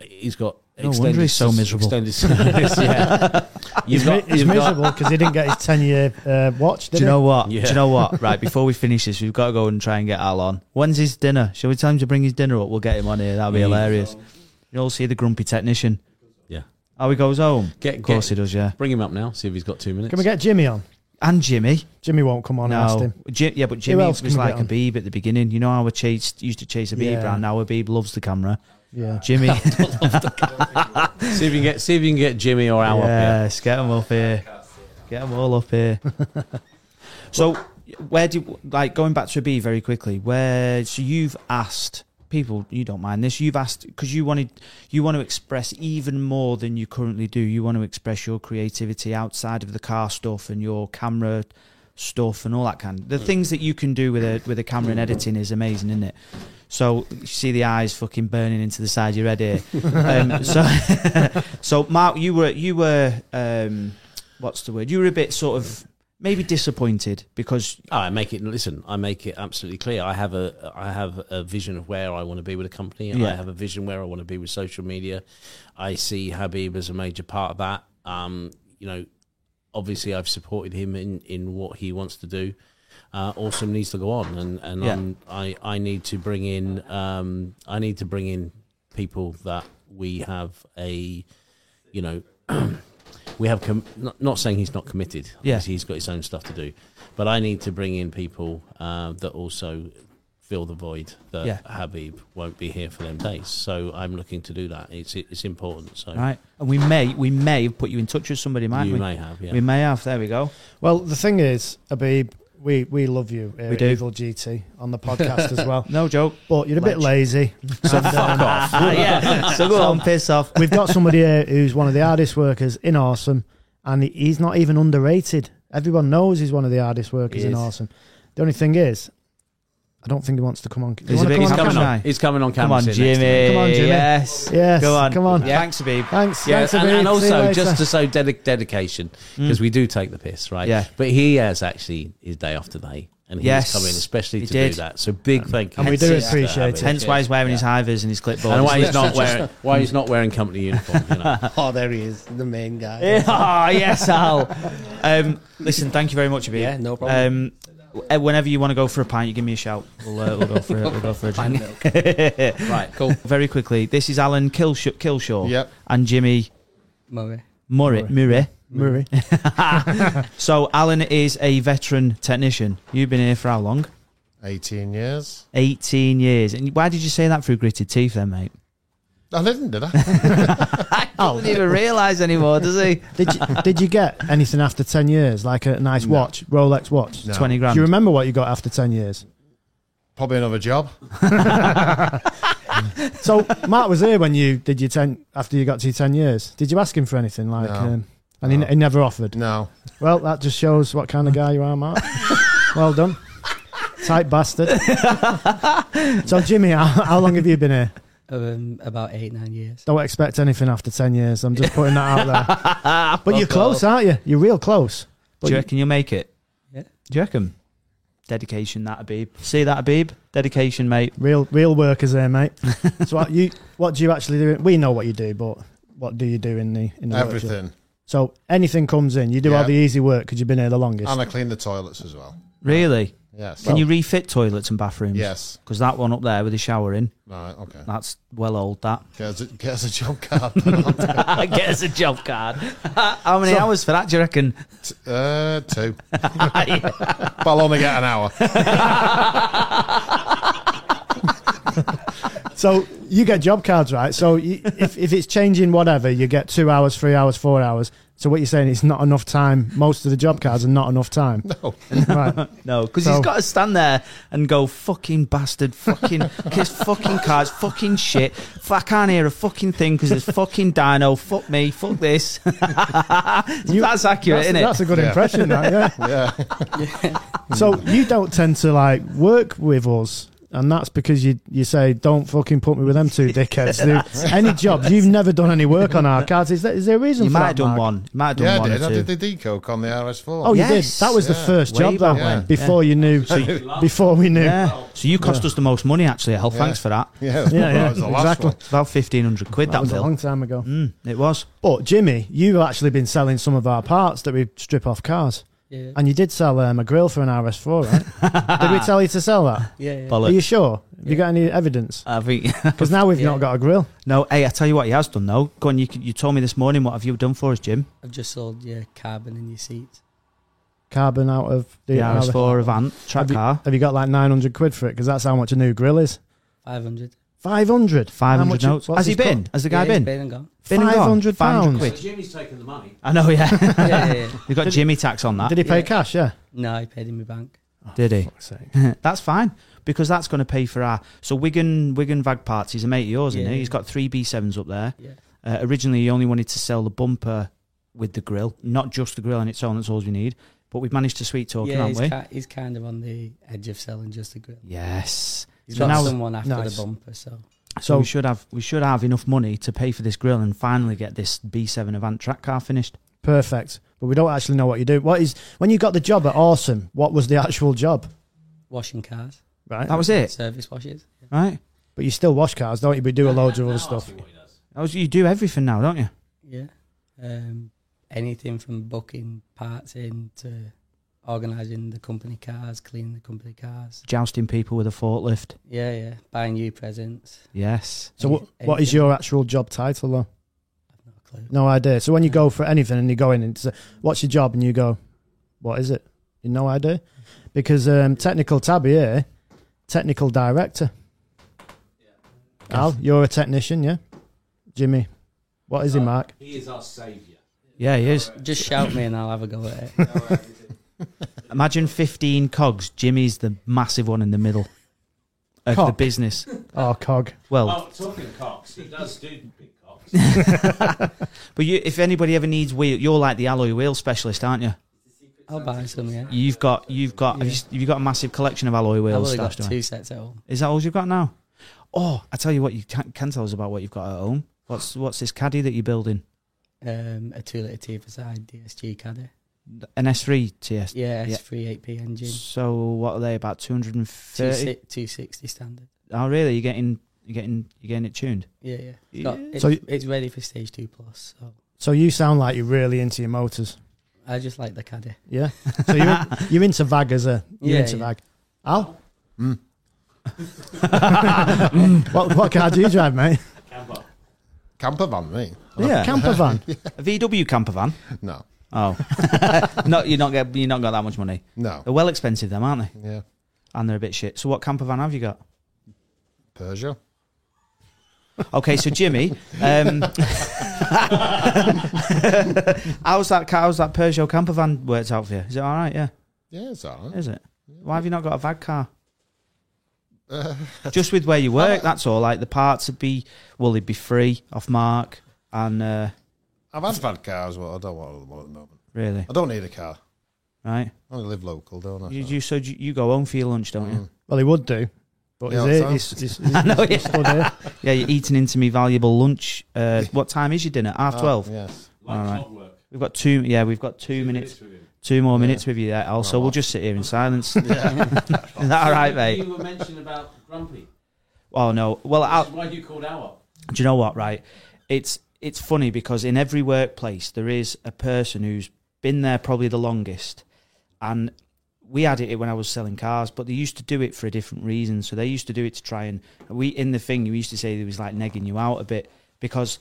Speaker 3: he's got
Speaker 2: No Oh, wonder he's so miserable.
Speaker 3: Extended service, yeah.
Speaker 1: He's,
Speaker 3: You've got-
Speaker 1: mi- he's
Speaker 3: you've got-
Speaker 1: miserable because he didn't get his ten year uh, watch. Did
Speaker 2: Do you
Speaker 1: he?
Speaker 2: know what?
Speaker 3: Yeah.
Speaker 2: Do you know what? Right, before we finish this, we've got to go and try and get Al on. When's his dinner? Shall we tell him to bring his dinner up? We'll get him on here. That'll be
Speaker 3: Yeah.
Speaker 2: hilarious. You'll all see the grumpy technician.
Speaker 3: Mm. Yeah.
Speaker 2: Oh, he goes home.
Speaker 3: Get-
Speaker 2: of course
Speaker 3: get-
Speaker 2: he does. Yeah.
Speaker 3: Bring him up now, see if he's got two minutes.
Speaker 1: Can we get Jimmy on?
Speaker 2: And Jimmy.
Speaker 1: Jimmy won't come on. I asked
Speaker 2: no.
Speaker 1: him.
Speaker 2: Ji- yeah, but Jimmy
Speaker 1: else
Speaker 2: was
Speaker 1: can we
Speaker 2: like
Speaker 1: get on?
Speaker 2: Habib at the beginning. You know how I chased used to chase Habib
Speaker 1: Yeah.
Speaker 2: around. Now Habib loves the camera.
Speaker 1: Yeah.
Speaker 2: Jimmy.
Speaker 3: see if you can get see if you can get Jimmy or Al up
Speaker 2: yes, get them up here. Get them all up here. so, where do like going back to a B very quickly? Where so you've asked people you don't mind this? You've asked because you wanted you want to express even more than you currently do. You want to express your creativity outside of the car stuff and your camera stuff and all that kind. Of, the things that you can do with a with a camera and editing is amazing, isn't it? So you see the eyes fucking burning into the side of your head here. um, so, so Mark, you were you were um, what's the word? You were a bit sort of maybe disappointed because
Speaker 3: here. Oh, I make it listen. I make it absolutely clear. I have a I have a vision of where I want to be with a company. and I
Speaker 2: Yeah.
Speaker 3: have a vision where I want to be with social media. I see Habib as a major part of that. Um, you know, obviously I've supported him in in what he wants to do. Uh, awesome needs to go on, and and
Speaker 2: Yeah.
Speaker 3: I'm, I I need to bring in um I need to bring in people that we have a you know we have com- not, not saying he's not committed
Speaker 2: Yeah.
Speaker 3: because he's got his own stuff to do but i need to bring in people uh, that also fill the void that
Speaker 2: Yeah.
Speaker 3: habib won't be here for them days so i'm looking to do that it's it's important so
Speaker 2: right, and we may we may have put you in touch with somebody, might
Speaker 3: you
Speaker 2: we?
Speaker 3: may have yeah
Speaker 2: We may have. There we go.
Speaker 1: Well, the thing is, Abib, we, we love you. Here
Speaker 2: We
Speaker 1: at
Speaker 2: do.
Speaker 1: Evil GT on the podcast as well.
Speaker 2: No joke.
Speaker 1: But you're a bit
Speaker 2: Ledge.
Speaker 1: lazy. And, um,
Speaker 2: yeah. So go on, piss off.
Speaker 1: We've got somebody here who's one of the hardest workers in Awesome, and he- he's not even underrated. Everyone knows he's one of the hardest workers
Speaker 2: He
Speaker 1: in
Speaker 2: is.
Speaker 1: Awesome. The only thing is, I don't think he wants to come on. Do you
Speaker 2: He's a
Speaker 1: wanna
Speaker 2: bit-
Speaker 1: come
Speaker 3: he's
Speaker 2: on,
Speaker 3: coming
Speaker 2: come
Speaker 3: on
Speaker 2: on.
Speaker 3: he's coming on
Speaker 2: Come
Speaker 3: camera
Speaker 2: on, Jimmy.
Speaker 1: Come on, Jimmy.
Speaker 2: Yes.
Speaker 1: Yes,
Speaker 2: Go on.
Speaker 1: come on.
Speaker 2: Yeah. Thanks, Habib.
Speaker 1: Thanks.
Speaker 3: Yeah,
Speaker 1: thanks
Speaker 3: and,
Speaker 1: Abib.
Speaker 3: and
Speaker 1: See you
Speaker 3: also
Speaker 1: later.
Speaker 3: just to show dedic- dedication because we do take the piss, right?
Speaker 2: Mm. Yeah.
Speaker 3: But he has actually his day off today, and he's
Speaker 2: Yes,
Speaker 3: come in especially
Speaker 2: he
Speaker 3: to
Speaker 2: did. Um,
Speaker 3: do that. So big thank you.
Speaker 1: And we do
Speaker 3: to
Speaker 1: appreciate
Speaker 3: Habib.
Speaker 1: it.
Speaker 2: Hence why he's wearing his hivers and his clipboard.
Speaker 3: and why he's not wearing why he's not wearing company uniform. You know?
Speaker 7: Oh, there he is, the main guy.
Speaker 2: Ah, yes, Al. Um, listen, thank you very much, Abir.
Speaker 7: Yeah, no problem.
Speaker 2: Um, uh, whenever you want to go for a pint, you give me a shout. We'll, uh, we'll go for a, we'll go for a drink.
Speaker 6: right, cool.
Speaker 2: Very quickly, this is Alan Kilsh- Kilshaw
Speaker 7: Yep.
Speaker 2: and Jimmy
Speaker 7: Murray.
Speaker 2: Murray. Murray.
Speaker 1: Murray.
Speaker 2: So Alan is a veteran technician. You've been here for how long?
Speaker 7: 18 years.
Speaker 2: 18 years. And why did you say that through gritted teeth, then, mate? Oh.
Speaker 7: I didn't, did I?
Speaker 2: I doesn't even realise anymore, does he?
Speaker 1: Did you, did you get anything after 10 years, like a nice watch, Rolex watch?
Speaker 7: No.
Speaker 2: 20
Speaker 1: Do
Speaker 2: grand.
Speaker 1: you remember what you got after 10 years?
Speaker 7: Probably another job.
Speaker 1: So Mark was here when you did your 10, after you got to your 10 years. Did you ask him for anything? Like,
Speaker 7: No.
Speaker 1: um, and he,
Speaker 7: No.
Speaker 1: he never offered.
Speaker 7: No.
Speaker 1: Well, that just shows what kind of guy you are, Mark. well done. Tight bastard. so, Jimmy, how, how long have you been here?
Speaker 7: Um, about eight, nine years.
Speaker 1: Don't expect anything after 10 years. I'm just putting that out there. But you're close, aren't you? You're real close.
Speaker 2: Do you reckon you'll make it?
Speaker 7: Yeah.
Speaker 2: Do you reckon? Dedication, that Abib. See that Abib? Dedication, mate.
Speaker 1: Real real workers here, mate. so, what, you, what do you actually do? We know what you do, but what do you do in the, in the workshop?
Speaker 7: Everything.
Speaker 1: So, anything comes in, you do all
Speaker 7: Yeah.
Speaker 1: the easy work because you've been here the longest.
Speaker 7: And I clean the toilets as well.
Speaker 2: Really?
Speaker 7: Yes.
Speaker 2: Can you refit toilets and bathrooms?
Speaker 7: Yes.
Speaker 2: Because that one up there with the shower in,
Speaker 7: Right, okay.
Speaker 2: that's well old, that.
Speaker 7: Get us a, get us a job card. then.
Speaker 2: Get us a job card. How many hours for that, do you reckon?
Speaker 7: uh, two. but I'll only get an hour.
Speaker 1: So you get job cards, right? So you, if, if it's changing whatever, you get two hours, three hours, four hours. So what you're saying is not enough time. Most of the job cards are not enough time.
Speaker 7: No.
Speaker 1: Right.
Speaker 2: No, because
Speaker 1: So-
Speaker 2: he's got to stand there and go, fucking bastard, fucking, kiss fucking cards, fucking shit. F- I can't hear a fucking thing because there's fucking dino, fuck me, fuck this. that's accurate,
Speaker 1: That's,
Speaker 2: isn't
Speaker 1: that's
Speaker 2: it?
Speaker 1: a good
Speaker 7: Yeah.
Speaker 1: impression, that, yeah.
Speaker 7: Yeah.
Speaker 1: So you don't tend to like work with us. And that's because you, you say, don't fucking put me with them two dickheads. They- any jobs, you've never done any work on our cards. Is there, is there a reason
Speaker 2: You
Speaker 1: for
Speaker 2: might
Speaker 1: that,
Speaker 2: have done
Speaker 1: Mark?
Speaker 2: one. You might have done
Speaker 7: Yeah,
Speaker 2: one
Speaker 7: I did.
Speaker 2: or
Speaker 7: I
Speaker 2: two.
Speaker 7: did the decoke on the RS4.
Speaker 1: Oh, you did.
Speaker 2: Yes.
Speaker 1: That was the
Speaker 7: Yeah.
Speaker 1: first
Speaker 2: Way
Speaker 1: job, that
Speaker 2: back
Speaker 7: when.
Speaker 1: one, before you knew. before we knew.
Speaker 2: Yeah. So you cost us the most money, actually, Hell. Thanks for that.
Speaker 7: Yeah, that
Speaker 1: Yeah, yeah,
Speaker 7: was the last
Speaker 1: exactly.
Speaker 7: one.
Speaker 2: It's about 1,500 quid,
Speaker 1: That,
Speaker 2: that,
Speaker 1: was a
Speaker 2: bill.
Speaker 1: long time ago.
Speaker 2: Mm, it was.
Speaker 1: But Jimmy, you've actually been selling some of our parts that we strip off cars,
Speaker 7: Yeah.
Speaker 1: and you did sell um, a grill for an RS4, right? did we tell you to sell that?
Speaker 7: Yeah,
Speaker 1: Are you
Speaker 2: Bollocks.
Speaker 1: sure? Have you got any evidence?
Speaker 2: I think.
Speaker 1: Because now we've not got a grill.
Speaker 2: no, hey, I tell you what he has done, though. Go on, you, you told me this morning, what have you done for us, Jim?
Speaker 7: I've just sold your carbon in your seats.
Speaker 1: Carbon out of the,
Speaker 2: The RS4 Avant track
Speaker 1: Have you,
Speaker 2: car.
Speaker 1: have you got like 900 quid for it? Because that's how much a new grill is.
Speaker 7: 500.
Speaker 1: Five hundred.
Speaker 2: Five hundred notes. Has he been? Has the guy
Speaker 6: Yeah,
Speaker 2: been?
Speaker 6: he's been and gone.
Speaker 2: Been and gone?
Speaker 1: 500
Speaker 2: 500
Speaker 3: So
Speaker 2: quid.
Speaker 3: Jimmy's taken the money.
Speaker 2: I know. Yeah,
Speaker 6: yeah, yeah, yeah.
Speaker 2: you got Jimmy tax on that.
Speaker 1: Did he pay
Speaker 6: Yeah.
Speaker 1: cash? Yeah.
Speaker 6: No, he paid in my bank.
Speaker 2: Did he?
Speaker 1: Fuck's sake.
Speaker 2: that's fine because that's going to pay for our. So Wigan, Wigan Vagparts, he's a mate of yours, isn't
Speaker 6: Yeah,
Speaker 2: he?
Speaker 6: yeah.
Speaker 2: He's got three B7s up there.
Speaker 6: Yeah.
Speaker 2: Uh, originally, he only wanted to sell the bumper with the grill, not just the grill on its own. That's all we need. But we've managed to sweet talk,
Speaker 6: yeah,
Speaker 2: haven't
Speaker 6: he's,
Speaker 2: we?
Speaker 6: ki- he's kind of on the edge of selling just a grill.
Speaker 2: yes.
Speaker 6: He's
Speaker 2: So
Speaker 6: got
Speaker 2: now-
Speaker 6: someone after
Speaker 1: Nice.
Speaker 6: the bumper, so
Speaker 2: So
Speaker 1: So-
Speaker 2: we should have we should have enough money to pay for this grill and finally get this B7 Avant track car finished.
Speaker 1: Perfect. But we don't actually know what you do. What is when you got the job at Awesome? What was the actual job?
Speaker 6: washing cars,
Speaker 1: Right.
Speaker 2: That was it,
Speaker 6: service washes.
Speaker 2: right?
Speaker 1: But you still wash cars, don't you? But you do a loads of
Speaker 3: Now
Speaker 1: other
Speaker 3: ask
Speaker 1: stuff.
Speaker 3: me what he does.
Speaker 2: That was you do everything now, don't you?
Speaker 6: Yeah. Um, anything from booking parts in to organising the company cars, cleaning the company cars.
Speaker 2: Jousting people with a forklift.
Speaker 6: Yeah, yeah. Buying you presents.
Speaker 2: Yes.
Speaker 1: So what, what is
Speaker 6: Anything.
Speaker 1: your actual job title though?
Speaker 6: I've not a clue.
Speaker 1: No idea. So when you go for anything and you go in and say, "What's your job?" and you go, "What is it?" You no idea, because um, technical tab here, technical director. Al, you're a technician, yeah. Jimmy, what is
Speaker 6: Uh,
Speaker 1: he, Mark?
Speaker 3: He is our saviour.
Speaker 2: Yeah, he is.
Speaker 6: Just shout me and I'll have a go at it.
Speaker 2: Imagine 15 cogs. Jimmy's the massive one in the middle of the
Speaker 1: Cog.
Speaker 2: business.
Speaker 1: Oh, cog.
Speaker 2: Well,
Speaker 3: Oh, talking cocks. He does do big cocks.
Speaker 2: but you, if anybody ever needs wheel, you're like the alloy wheel specialist, aren't you?
Speaker 6: I'll buy some, yeah.
Speaker 2: You've got, you've got, have you, have you got a massive collection of alloy
Speaker 6: I've
Speaker 2: wheels?
Speaker 6: only got
Speaker 2: stashed away?
Speaker 6: two sets at home.
Speaker 2: Is that all you've got now? Oh, I tell you what, you can, can tell us about what you've got at home. What's what's this caddy that you're building?
Speaker 6: Um, a two litre T for side DSG caddy.
Speaker 2: An S3 TS.
Speaker 6: Yeah,
Speaker 2: Yeah.
Speaker 6: it's free 8P engine.
Speaker 2: So what are they about 230?
Speaker 6: 260, 260 standard.
Speaker 2: Oh, really? You're getting you're getting you're getting it tuned.
Speaker 6: Yeah, yeah. It's, got, it's,
Speaker 1: So you-
Speaker 6: it's ready for stage two plus. So
Speaker 1: So you sound like you're really into your motors,
Speaker 6: I just like the caddy.
Speaker 1: yeah. So you're, you're into vag as a you're
Speaker 6: Yeah,
Speaker 1: into
Speaker 6: yeah.
Speaker 1: vag. Al,
Speaker 2: Mm.
Speaker 1: what what car do you drive, mate?
Speaker 7: Camper van, me?
Speaker 1: camper van.
Speaker 2: A VW camper van.
Speaker 7: No,
Speaker 2: Oh, no, you're not get, you're not got that much money.
Speaker 7: no.
Speaker 2: They're well expensive, them aren't they?
Speaker 7: Yeah,
Speaker 2: And they're a bit shit. So what camper van have you got?
Speaker 7: Peugeot.
Speaker 2: Okay, so Jimmy, um, how's that ca- how's that Peugeot camper van worked out for you? Is it all right? Yeah,
Speaker 7: Yeah, it's all right.
Speaker 2: is it? Why have you not got a vag car?
Speaker 7: Uh,
Speaker 2: Just with where you work, that's all. Like the parts would be well, they'd be free off mark and uh,
Speaker 7: I've had bad cars, but I don't want them at the moment.
Speaker 2: really
Speaker 7: I don't need a car.
Speaker 2: right.
Speaker 7: I only live local, don't I? Mm.
Speaker 2: You, you so you you go home for your lunch, don't you?
Speaker 1: Well, he would do, but
Speaker 7: Yeah,
Speaker 1: he's, here,
Speaker 7: so-
Speaker 1: he's, he's,
Speaker 2: I know, yeah.
Speaker 1: he's still here.
Speaker 2: Yeah, you're eating into me valuable lunch. Uh, what time is your dinner? Half
Speaker 7: Ah,
Speaker 2: twelve.
Speaker 7: Yes.
Speaker 3: Like
Speaker 2: All right.
Speaker 3: clockwork.
Speaker 2: We've got two. Yeah, we've got two, minutes.
Speaker 3: with him.
Speaker 2: Two more
Speaker 7: Yeah.
Speaker 2: minutes with you there, Al. So
Speaker 7: Well,
Speaker 2: we'll
Speaker 7: well.
Speaker 2: just sit here in silence. Is that all right, mate?
Speaker 3: You were mentioning about Grumpy.
Speaker 2: Oh no. Well,
Speaker 3: Which
Speaker 2: Al,
Speaker 3: is why you called Al up.
Speaker 2: do you know what? Right, it's it's funny because in every workplace there is a person who's been there probably the longest, and we had it when I was selling cars, but they used to do it for a different reason. So they used to do it to try and we in the thing we used to say it was like negging you out a bit because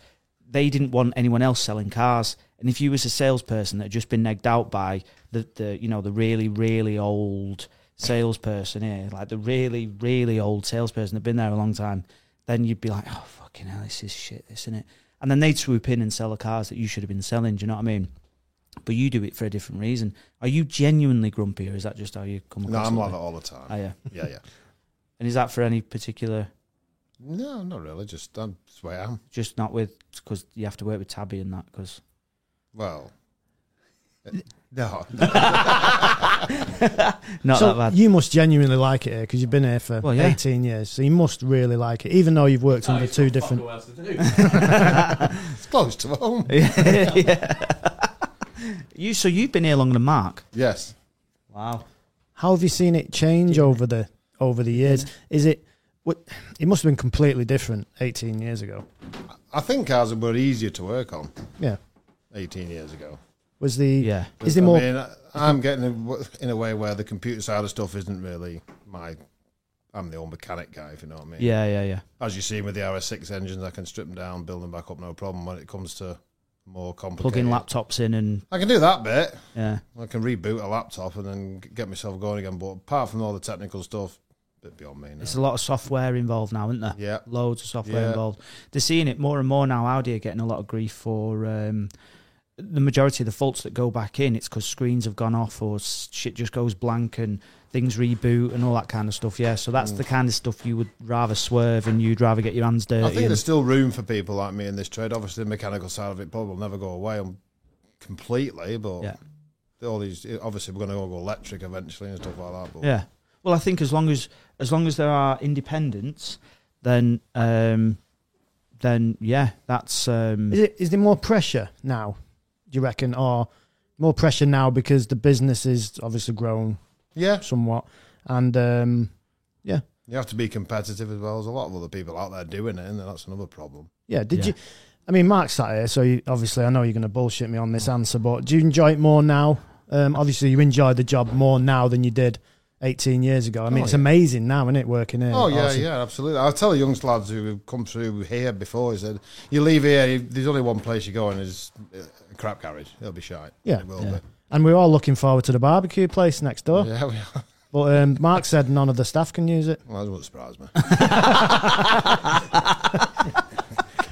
Speaker 2: they didn't want anyone else selling cars. And if you was a salesperson that had just been negged out by the, the you know the really really old salesperson here, like the really really old salesperson that'd been there a long time, then you'd be like, oh fucking hell, this is shit, this isn't it? And then they'd swoop in and sell the cars that you should have been selling. Do you know what I mean? But you do it for a different reason. Are you genuinely grumpy, or is that just how you come
Speaker 7: No,
Speaker 2: across?
Speaker 7: I'm
Speaker 2: it?
Speaker 7: like that all the time.
Speaker 2: Are you?
Speaker 7: Yeah, yeah.
Speaker 2: And is that for any particular?
Speaker 7: No, not really. Just I'm just the way I am.
Speaker 2: Just not with because you have to work with Tabby and that because
Speaker 7: Well, eh, no.
Speaker 2: not
Speaker 1: so
Speaker 2: that bad.
Speaker 1: you must genuinely like it here because you've been here for
Speaker 2: Well, yeah.
Speaker 1: 18 years. So you must really like it, even though you've worked
Speaker 3: No,
Speaker 1: under
Speaker 3: he's
Speaker 1: two
Speaker 3: got
Speaker 1: different.
Speaker 3: fuck all else to do.
Speaker 7: It's close to home.
Speaker 2: You so you've been here longer than Mark.
Speaker 7: Yes.
Speaker 2: Wow.
Speaker 1: How have you seen it change over the over the years? Is it? What, it must have been completely different 18 years ago.
Speaker 7: I think cars were easier to work on
Speaker 1: Yeah.
Speaker 7: 18 years ago.
Speaker 1: Was the
Speaker 2: Yeah.
Speaker 1: is there
Speaker 7: I
Speaker 1: more?
Speaker 7: mean, I- I'm getting in w- in a way where the computer side of stuff isn't really my. I'm the old mechanic guy, if you know what I mean.
Speaker 2: Yeah, yeah, yeah.
Speaker 7: As you see with the RS6 engines, I can strip them down, build them back up, no problem. When it comes to more complicated,
Speaker 2: Plugging laptops in and
Speaker 7: I can do that bit.
Speaker 2: yeah.
Speaker 7: I can reboot a laptop and then g- get myself going again. But apart from all the technical stuff, bit beyond me now.
Speaker 2: It's a lot of software involved now, isn't there?
Speaker 7: yeah,
Speaker 2: Loads of software
Speaker 7: Yeah.
Speaker 2: involved. They're seeing it more and more now. Audi are getting a lot of grief for um, the majority of the faults that go back in. It's because screens have gone off or s- shit just goes blank and things reboot and all that kind of stuff. Yeah, so that's the kind of stuff you would rather swerve and you'd rather get your hands dirty.
Speaker 7: Mm. I think
Speaker 2: and-
Speaker 7: there's still room for people like me in this trade. Obviously, the mechanical side of it probably will never go away um, completely, but
Speaker 2: Yeah.
Speaker 7: all these obviously we're going to go electric eventually and stuff like that. But
Speaker 2: Yeah. Well, I think as long as as long as there are independents, then um, then yeah, that's um,
Speaker 1: Is it is there more pressure now? Do you reckon, or more pressure now because the business is obviously grown
Speaker 7: yeah,
Speaker 1: somewhat, and um,
Speaker 7: you have to be competitive as well. There's a lot of other people out there doing it, and that's another problem.
Speaker 1: yeah, did
Speaker 2: Yeah.
Speaker 1: you? I mean, Mark's sat here, so you, obviously I know you're going to bullshit me on this answer, but do you enjoy it more now? Um, obviously, you enjoy the job more now than you did 18 years ago. I mean,
Speaker 7: Oh,
Speaker 1: it's
Speaker 7: yeah.
Speaker 1: amazing now, isn't it? Working here.
Speaker 7: Oh yeah,
Speaker 1: Awesome.
Speaker 7: yeah, absolutely. I tell the young lads who have come through here before, he said, "You leave here. you- There's only one place you go, and is uh, a crap garage. It'll be shite.
Speaker 1: Yeah.
Speaker 7: it will
Speaker 2: Yeah.
Speaker 1: And we're all looking forward to the barbecue place next door.
Speaker 7: be. Yeah, we are.
Speaker 1: But um, Mark said none of the staff can use it.
Speaker 7: Well, that wouldn't surprise me.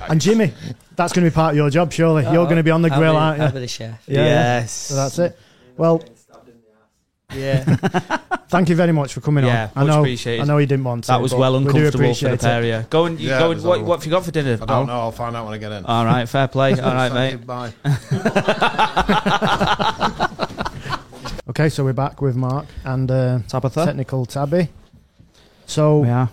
Speaker 1: And Jimmy, that's going to be part of your job, surely.
Speaker 8: Oh,
Speaker 1: You're going to be on the
Speaker 8: I'll
Speaker 1: grill,
Speaker 8: be-
Speaker 1: aren't you?
Speaker 8: I'll be the chef.
Speaker 1: Yeah, yeah.
Speaker 8: yes.
Speaker 1: So that's it. Well,
Speaker 8: Yeah.
Speaker 1: thank you very much for coming
Speaker 8: Yeah,
Speaker 1: on. I
Speaker 8: much
Speaker 1: know,
Speaker 8: appreciated.
Speaker 1: I know you didn't want to.
Speaker 8: that was
Speaker 1: but
Speaker 8: well
Speaker 1: we do
Speaker 8: uncomfortable for the
Speaker 1: appreciate it.
Speaker 8: pair of you. Go and you
Speaker 7: Yeah, it
Speaker 8: go and
Speaker 7: was
Speaker 8: what,
Speaker 7: all-
Speaker 8: what have you got for dinner?
Speaker 7: I
Speaker 2: Oh,
Speaker 8: Al?
Speaker 7: don't know. I'll find out when I get in.
Speaker 8: All right, fair play. All right,
Speaker 7: Thank you,
Speaker 8: mate.
Speaker 7: Bye.
Speaker 1: Okay, so we're back with Mark and uh,
Speaker 2: Tabitha.
Speaker 1: technical Tabby.
Speaker 2: We
Speaker 1: So
Speaker 2: are.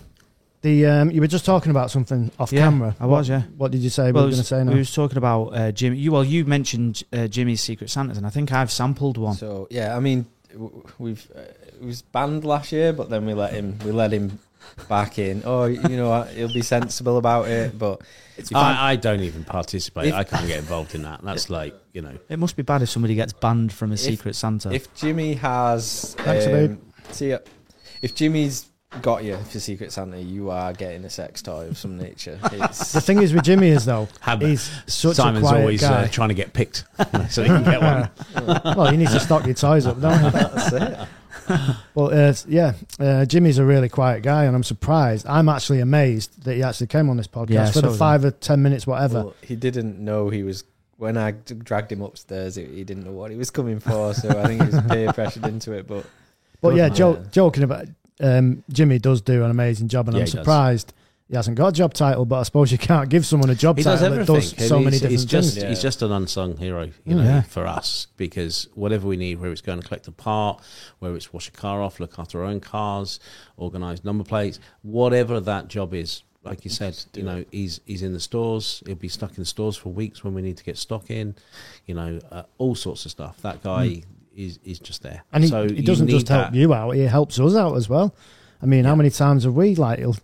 Speaker 1: the um, you were just talking about something Oh, off
Speaker 2: Yeah,
Speaker 1: camera.
Speaker 2: I was, yeah.
Speaker 1: What did you say? we were
Speaker 2: it
Speaker 1: going to
Speaker 2: was-
Speaker 1: say now.
Speaker 2: we was talking about uh, Jimmy. You well, you mentioned uh, Jimmy's Secret Santas, and I think I've sampled one.
Speaker 4: So yeah, I mean, w- we've uh, it was banned last year, but then we let him we let him back in. Oh, you know, what, he'll be sensible about it, but
Speaker 3: If
Speaker 1: Uh,
Speaker 3: I, I don't even participate. I can't get involved in that. That's like you know.
Speaker 2: It must be bad if somebody gets banned from a Secret Santa.
Speaker 4: um, if Jimmy has, um,
Speaker 1: Thanks, babe.
Speaker 4: see, ya. if Jimmy's got you for Secret Santa, you are getting a sex toy of some nature. It's,
Speaker 1: the thing is with Jimmy is though
Speaker 3: Have-
Speaker 1: he's such
Speaker 3: Simon's
Speaker 1: a quiet
Speaker 3: always
Speaker 1: guy.
Speaker 3: uh, trying to get picked so he can get one.
Speaker 1: well, you need to stock your toys up, don't you?
Speaker 4: that's it.
Speaker 1: Well, uh, yeah, uh, Jimmy's a really quiet guy, and I'm surprised. I'm actually amazed that he actually came on this podcast
Speaker 2: Yeah,
Speaker 1: for
Speaker 2: so
Speaker 1: the
Speaker 2: was I.
Speaker 1: five or ten minutes, whatever.
Speaker 4: Well, he didn't know he was. When I d- dragged him upstairs, he, he didn't know what he was coming for, so I think he was peer pressured into it. But
Speaker 1: but yeah,
Speaker 4: good
Speaker 1: jo-
Speaker 4: man.
Speaker 1: joking about um, Jimmy does do an amazing job, and
Speaker 3: Yeah,
Speaker 1: I'm
Speaker 3: he does.
Speaker 1: surprised he hasn't got a job title. But I suppose you can't give someone a job
Speaker 3: He does
Speaker 1: title that
Speaker 3: everything.
Speaker 1: does so
Speaker 3: he's,
Speaker 1: many
Speaker 3: he's
Speaker 1: different
Speaker 3: just,
Speaker 1: things.
Speaker 3: He's just an unsung hero, you know,
Speaker 2: Yeah.
Speaker 3: for us because whatever we need, whether it's going to collect a part, whether it's wash a car off, look after our own cars, organise number plates, whatever that job is. Like you said, you know, he's he's in the stores. He'll be stuck in the stores for weeks when we need to get stock in, you know, uh, all sorts of stuff. That guy is is just there,
Speaker 1: Mm. And he,
Speaker 3: So
Speaker 1: he
Speaker 3: you
Speaker 1: doesn't
Speaker 3: need
Speaker 1: just help
Speaker 3: that.
Speaker 1: you out; he helps us out as well. I mean, how many times have we like he'll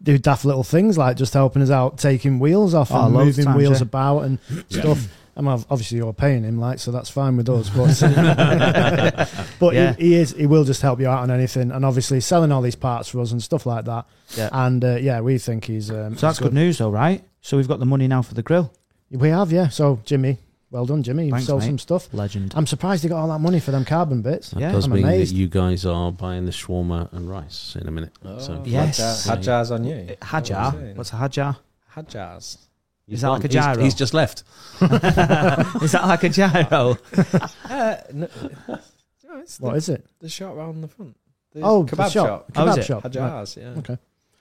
Speaker 1: do daft little things like just helping us out, taking wheels off
Speaker 2: Oh,
Speaker 1: and
Speaker 2: loads of
Speaker 1: moving
Speaker 2: times,
Speaker 1: wheels
Speaker 2: yeah.
Speaker 1: about and stuff. I mean, ob- obviously you're paying him, like, so that's fine with us. But, but
Speaker 2: Yeah.
Speaker 1: he, he is he will just help you out on anything, and obviously selling all these parts for us and stuff like that.
Speaker 2: Yeah.
Speaker 1: And uh, yeah, we think he's um,
Speaker 2: so that's good news, though, right? So we've got the money now for the grill.
Speaker 1: We have, yeah. So Jimmy, well done, Jimmy. You've
Speaker 2: Thanks,
Speaker 1: sold
Speaker 2: mate.
Speaker 1: some stuff.
Speaker 2: Legend.
Speaker 1: I'm surprised he got all that money for them carbon bits.
Speaker 3: That
Speaker 2: Yeah.
Speaker 3: does
Speaker 1: I'm
Speaker 3: mean
Speaker 1: amazed.
Speaker 3: that you guys are buying the shawarma and rice in a minute.
Speaker 4: Oh,
Speaker 1: Oh.
Speaker 3: so
Speaker 2: Yeah. Yes.
Speaker 4: Hadjar- Hadjar's on you.
Speaker 2: Hajar.
Speaker 4: Oh,
Speaker 2: What's a Hajar?
Speaker 4: Hadjar's.
Speaker 3: he's
Speaker 2: that
Speaker 3: gone.
Speaker 2: like a
Speaker 3: He's-
Speaker 2: gyro?
Speaker 3: he's just left.
Speaker 2: Is that like a gyro?
Speaker 4: Uh, no, no, it's
Speaker 1: What
Speaker 4: the,
Speaker 1: is it?
Speaker 4: the shop round the front. The
Speaker 1: Oh,
Speaker 4: kebab
Speaker 1: the
Speaker 4: shop.
Speaker 1: shop.
Speaker 2: Oh, is
Speaker 1: Kebab
Speaker 2: it?
Speaker 1: shop. right.
Speaker 4: Hadjar's. Yeah.
Speaker 1: Okay.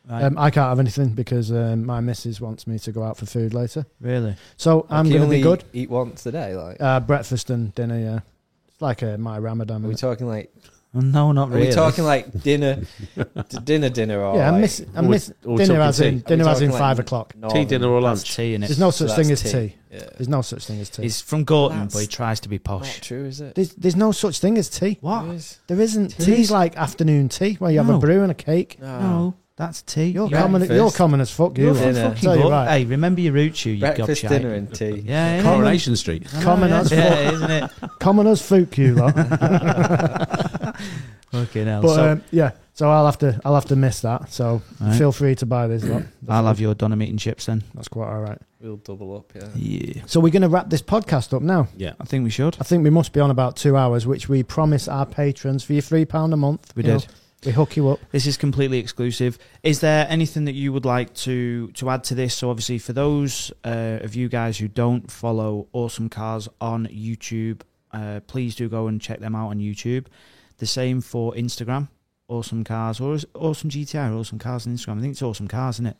Speaker 2: Right.
Speaker 1: Um, I can't have anything because um, my missus wants me to go out for food later.
Speaker 2: really?
Speaker 1: So I'm
Speaker 4: Like, you
Speaker 1: going to
Speaker 4: only
Speaker 1: be good.
Speaker 4: Eat once a day. Like,
Speaker 1: Uh, breakfast and dinner, yeah. It's like uh, my Ramadan.
Speaker 4: are we
Speaker 1: innit?
Speaker 4: talking like?
Speaker 2: No, not
Speaker 4: Are
Speaker 2: really.
Speaker 4: we talking like dinner, d- dinner, dinner? Or
Speaker 1: yeah,
Speaker 4: like,
Speaker 1: I'm missing
Speaker 3: Or
Speaker 1: I'm
Speaker 3: we-
Speaker 1: miss
Speaker 3: or
Speaker 1: dinner as
Speaker 3: talking
Speaker 1: in
Speaker 3: tea.
Speaker 4: are we
Speaker 1: dinner as in
Speaker 4: talking, like,
Speaker 1: five o'clock.
Speaker 4: northern-
Speaker 3: Tea, dinner, or
Speaker 2: That's
Speaker 3: lunch.
Speaker 2: tea in it.
Speaker 1: There's no
Speaker 4: So
Speaker 1: such
Speaker 4: that's
Speaker 1: thing as
Speaker 4: tea.
Speaker 1: tea.
Speaker 4: Yeah.
Speaker 1: There's no such thing as tea.
Speaker 2: He's from Gorton, but he
Speaker 4: That's-
Speaker 2: tries to be
Speaker 4: Not
Speaker 2: posh.
Speaker 4: true, is it?
Speaker 1: There's, there's no such thing as tea.
Speaker 4: It
Speaker 2: What?
Speaker 4: is.
Speaker 1: There isn't.
Speaker 2: Tea?
Speaker 1: Tea's like afternoon tea where you have
Speaker 2: No.
Speaker 1: a brew and a cake.
Speaker 4: No.
Speaker 2: No, that's tea.
Speaker 1: You're
Speaker 4: Yeah.
Speaker 1: common.
Speaker 4: Breakfast.
Speaker 1: You're common as fuck. You.
Speaker 2: You're
Speaker 1: lot.
Speaker 2: from
Speaker 4: Dinner.
Speaker 2: fucking
Speaker 1: Tell you
Speaker 2: Gorton.
Speaker 1: right.
Speaker 2: Hey, remember your root you, you
Speaker 4: Breakfast,
Speaker 2: gobshite.
Speaker 4: dinner, and tea.
Speaker 2: Yeah, yeah.
Speaker 3: Coronation Street.
Speaker 2: I know,
Speaker 1: Common
Speaker 2: yeah.
Speaker 1: as
Speaker 2: Yeah, isn't it?
Speaker 1: Common as fuck, you lot.
Speaker 2: Fucking hell.
Speaker 1: But
Speaker 2: so,
Speaker 1: um, yeah, so I'll have to. I'll have to miss that. So
Speaker 2: Right. Uh,
Speaker 1: feel free to buy this lot.
Speaker 2: I'll have your doner meat and chips then.
Speaker 1: That's quite all right.
Speaker 4: We'll double up. Yeah.
Speaker 2: Yeah.
Speaker 1: So we're going to wrap this podcast up now.
Speaker 3: Yeah.
Speaker 2: I think we should.
Speaker 1: I think we must be on about two hours, which we promise our patrons for your three pound a month.
Speaker 2: We
Speaker 1: you know,
Speaker 2: did.
Speaker 1: We hook you up.
Speaker 2: This is completely exclusive. Is there anything that you would like to to add to this? So obviously, for those uh, of you guys who don't follow Awesome Cars on YouTube, uh, please do go and check them out on YouTube. The same for Instagram, Awesome Cars or is Awesome GTI or Awesome Cars on Instagram. I think it's Awesome Cars, isn't it?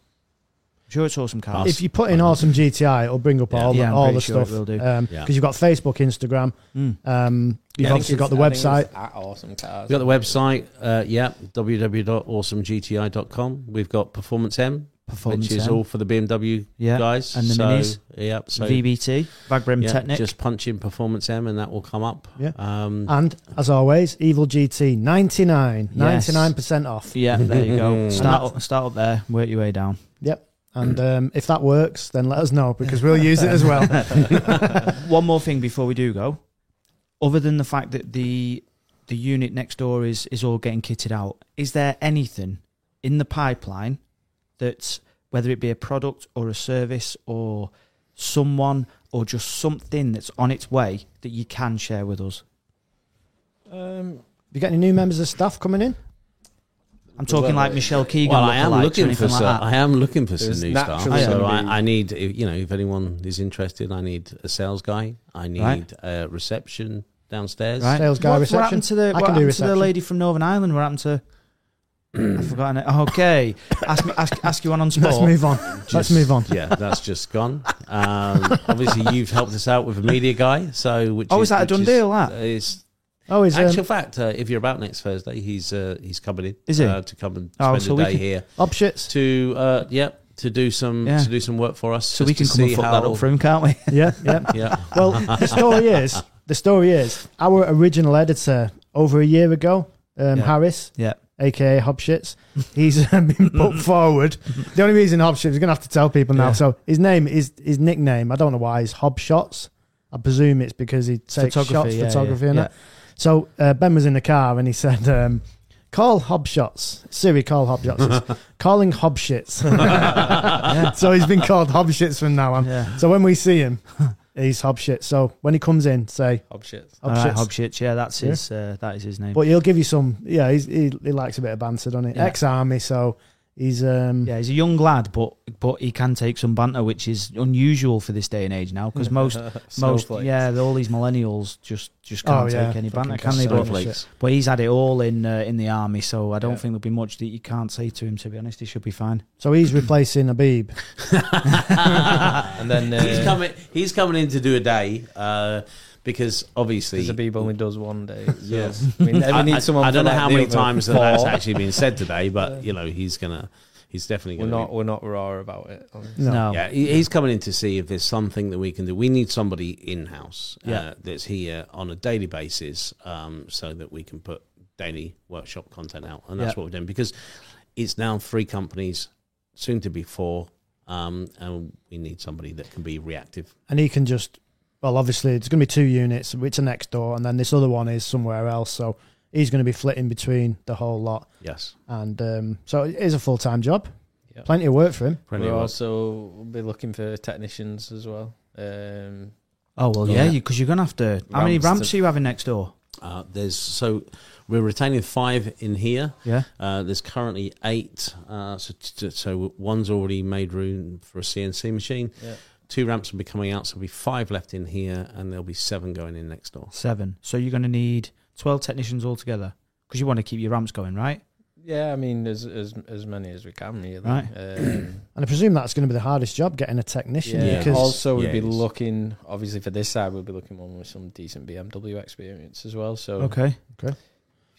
Speaker 2: I'm sure it's Awesome Cars.
Speaker 1: If you put in awesome GTI, it'll bring up
Speaker 3: Yeah.
Speaker 1: all
Speaker 2: Yeah, I'm
Speaker 1: the, all
Speaker 2: pretty
Speaker 1: the
Speaker 2: sure it
Speaker 1: stuff.
Speaker 2: will do.
Speaker 1: Because
Speaker 3: Yeah.
Speaker 1: you've got Facebook, Instagram.
Speaker 2: Mm.
Speaker 1: Um, you've
Speaker 4: I think
Speaker 1: obviously
Speaker 4: it's-
Speaker 1: got the
Speaker 4: I think it's
Speaker 1: website.
Speaker 4: At awesome cars.
Speaker 3: We've got the website, uh, yeah, www.awesomegti.com. We've got Performance M,
Speaker 2: Performance
Speaker 3: which is
Speaker 2: M.
Speaker 3: all for the BMW
Speaker 2: yeah,
Speaker 3: guys.
Speaker 2: and the
Speaker 3: so,
Speaker 2: minis.
Speaker 3: Yeah, so
Speaker 2: VBT, Vagrem
Speaker 3: yeah,
Speaker 2: Technic.
Speaker 3: just punch in Performance M and that will come up.
Speaker 1: Yeah.
Speaker 3: Um,
Speaker 1: And as always, Evil GT 99,
Speaker 2: Yes.
Speaker 1: 99% off.
Speaker 2: yeah, there you go.
Speaker 3: Mm.
Speaker 2: Start up, start up there, work your way down.
Speaker 1: And um, if that works, then let us know because we'll use it as well.
Speaker 2: One more thing before we do go. Other than the fact that the the unit next door is is all getting kitted out, is there anything in the pipeline that whether it be a product or a service or someone or just something that's on its way that you can share with us?
Speaker 4: Um,
Speaker 1: you got any new members of staff coming in?
Speaker 2: I'm talking
Speaker 4: Well,
Speaker 2: like Michelle Keegan.
Speaker 3: well, I am
Speaker 2: lookalikes or
Speaker 3: looking for
Speaker 2: anything like
Speaker 3: some,
Speaker 2: that.
Speaker 3: I am looking for
Speaker 4: There's
Speaker 3: some new staff.
Speaker 4: naturally
Speaker 3: So
Speaker 4: gonna be-
Speaker 3: I, I need, if- you know, if anyone is interested, I need a sales guy. I need
Speaker 2: Right.
Speaker 3: a reception downstairs.
Speaker 2: Right.
Speaker 1: Sales guy
Speaker 2: what, what
Speaker 1: reception.
Speaker 2: happened to the
Speaker 1: I
Speaker 2: what
Speaker 1: can do
Speaker 2: happened to the
Speaker 1: reception.
Speaker 2: lady from Northern Ireland? What happened to? I've forgotten it. Okay, ask me ask, ask you one on
Speaker 1: Let's
Speaker 2: sport.
Speaker 1: move on. Let's
Speaker 3: Just-
Speaker 1: move on.
Speaker 3: Yeah, that's just gone. Um, obviously, you've helped us out with a media guy. So, which
Speaker 2: Oh, is that a
Speaker 3: which
Speaker 2: done deal? That
Speaker 3: Is,
Speaker 1: Oh, is um,
Speaker 3: actual fact, uh, if you're about next Thursday, he's uh, he's coming in.
Speaker 2: Is he?
Speaker 3: uh, to come and
Speaker 2: Oh,
Speaker 3: spend
Speaker 2: so
Speaker 3: a
Speaker 2: we
Speaker 3: day
Speaker 2: can-
Speaker 3: here
Speaker 1: Obshits?
Speaker 3: to uh, yeah to do some
Speaker 2: Yeah.
Speaker 3: to do some work for us.
Speaker 2: so we can
Speaker 3: just to
Speaker 2: come and
Speaker 3: see
Speaker 2: fuck
Speaker 3: how-
Speaker 2: that up for him, can't we?
Speaker 1: Yeah, yeah.
Speaker 3: Yeah,
Speaker 1: Well, the story is the story is our original editor over a year ago, um,
Speaker 2: Yeah.
Speaker 1: Harris,
Speaker 2: Yeah.
Speaker 1: aka Hobshits. He's um, been put forward. The only reason Hobshits is going to have to tell people now.
Speaker 2: Yeah.
Speaker 1: So his name is his nickname. I don't know why is Hobshots. I presume it's because he takes shots, photography, and that. So uh, Ben was in the car and he said, um, "Call Hobshots, Siri. Call Hobshots. It's calling Hobshits." So he's been called Hobshits from now on.
Speaker 2: Yeah.
Speaker 1: So when we see him, he's Hobshit. So when he comes in, say
Speaker 4: hob shits.
Speaker 2: All
Speaker 1: Hobshits.
Speaker 2: right, Hobshits. Yeah, that's his. Uh, that is his name.
Speaker 1: But he'll give you some. Yeah, he's, he, he likes a bit of banter, doesn't he?
Speaker 2: Yeah.
Speaker 1: Ex-army, so he's um.
Speaker 2: yeah, he's a young lad, but but he can take some banter, which is unusual for this day and age now. Because most most
Speaker 4: Snowflakes.
Speaker 2: yeah, all these millennials just just can't
Speaker 1: Oh, yeah.
Speaker 2: take any banter,
Speaker 1: Fucking
Speaker 2: can they? But,
Speaker 1: snowflakes.
Speaker 2: but he's had it all in uh, in the army, so I don't
Speaker 4: Yeah.
Speaker 2: think there'll be much that you can't say to him. To be honest, he should be fine.
Speaker 1: So he's replacing Habib.
Speaker 4: And then uh,
Speaker 3: he's coming. He's coming in to do a day uh, because obviously
Speaker 4: Because Habib only does one day. So
Speaker 3: Yes.
Speaker 4: I, mean, never
Speaker 3: I,
Speaker 4: need
Speaker 3: I-
Speaker 4: someone
Speaker 3: I
Speaker 4: for,
Speaker 3: don't know
Speaker 4: like,
Speaker 3: how
Speaker 4: the
Speaker 3: many
Speaker 4: other
Speaker 3: times that that's
Speaker 4: four.
Speaker 3: actually been said today, but you know he's gonna, he's definitely
Speaker 4: We're
Speaker 3: gonna.
Speaker 4: not.
Speaker 3: be-
Speaker 4: We're not raw about it. Um,
Speaker 1: No.
Speaker 3: yeah, he, he's coming in to see if there's something that we can do. We need somebody in house
Speaker 2: Yeah.
Speaker 3: uh, that's here on a daily basis, um, so that we can put daily workshop content out, and that's
Speaker 2: Yeah.
Speaker 3: what we're doing because it's now three companies, soon to be four, um, and we need somebody that can be reactive.
Speaker 1: and he can just well obviously it's going to be two units which are next door and then this other one is somewhere else so he's going to be flitting between the whole lot
Speaker 3: Yes,
Speaker 1: and um, so it is a full-time job
Speaker 4: Yeah.
Speaker 1: plenty of work for him
Speaker 3: Friendly
Speaker 4: We're
Speaker 3: work.
Speaker 4: also we'll be looking for technicians as well. Um,
Speaker 2: Oh well,
Speaker 3: Yeah.
Speaker 2: yeah, because you're gonna have to. How many
Speaker 4: Ramps to-
Speaker 2: ramps are you having next door?
Speaker 3: Uh, there's so we're retaining five in here.
Speaker 2: Yeah.
Speaker 3: Uh, there's currently eight. Uh, so, t- t- so one's already made room for a CNC machine.
Speaker 4: Yeah.
Speaker 3: Two ramps will be coming out, so there'll be five left in here, and there'll be seven going in next door.
Speaker 2: Seven. So you're going to need 12 technicians altogether because you want to keep your ramps going, right?
Speaker 4: yeah, I mean, as as as many as we can, really.
Speaker 2: Right.
Speaker 4: Um,
Speaker 1: and i presume that's going to be the hardest job getting a technician
Speaker 4: yeah.
Speaker 1: because
Speaker 4: also, we'll
Speaker 3: yeah,
Speaker 4: be
Speaker 3: it's-
Speaker 4: looking obviously for this side. We'll be looking one with some decent BMW experience as well. So
Speaker 2: Okay.
Speaker 4: if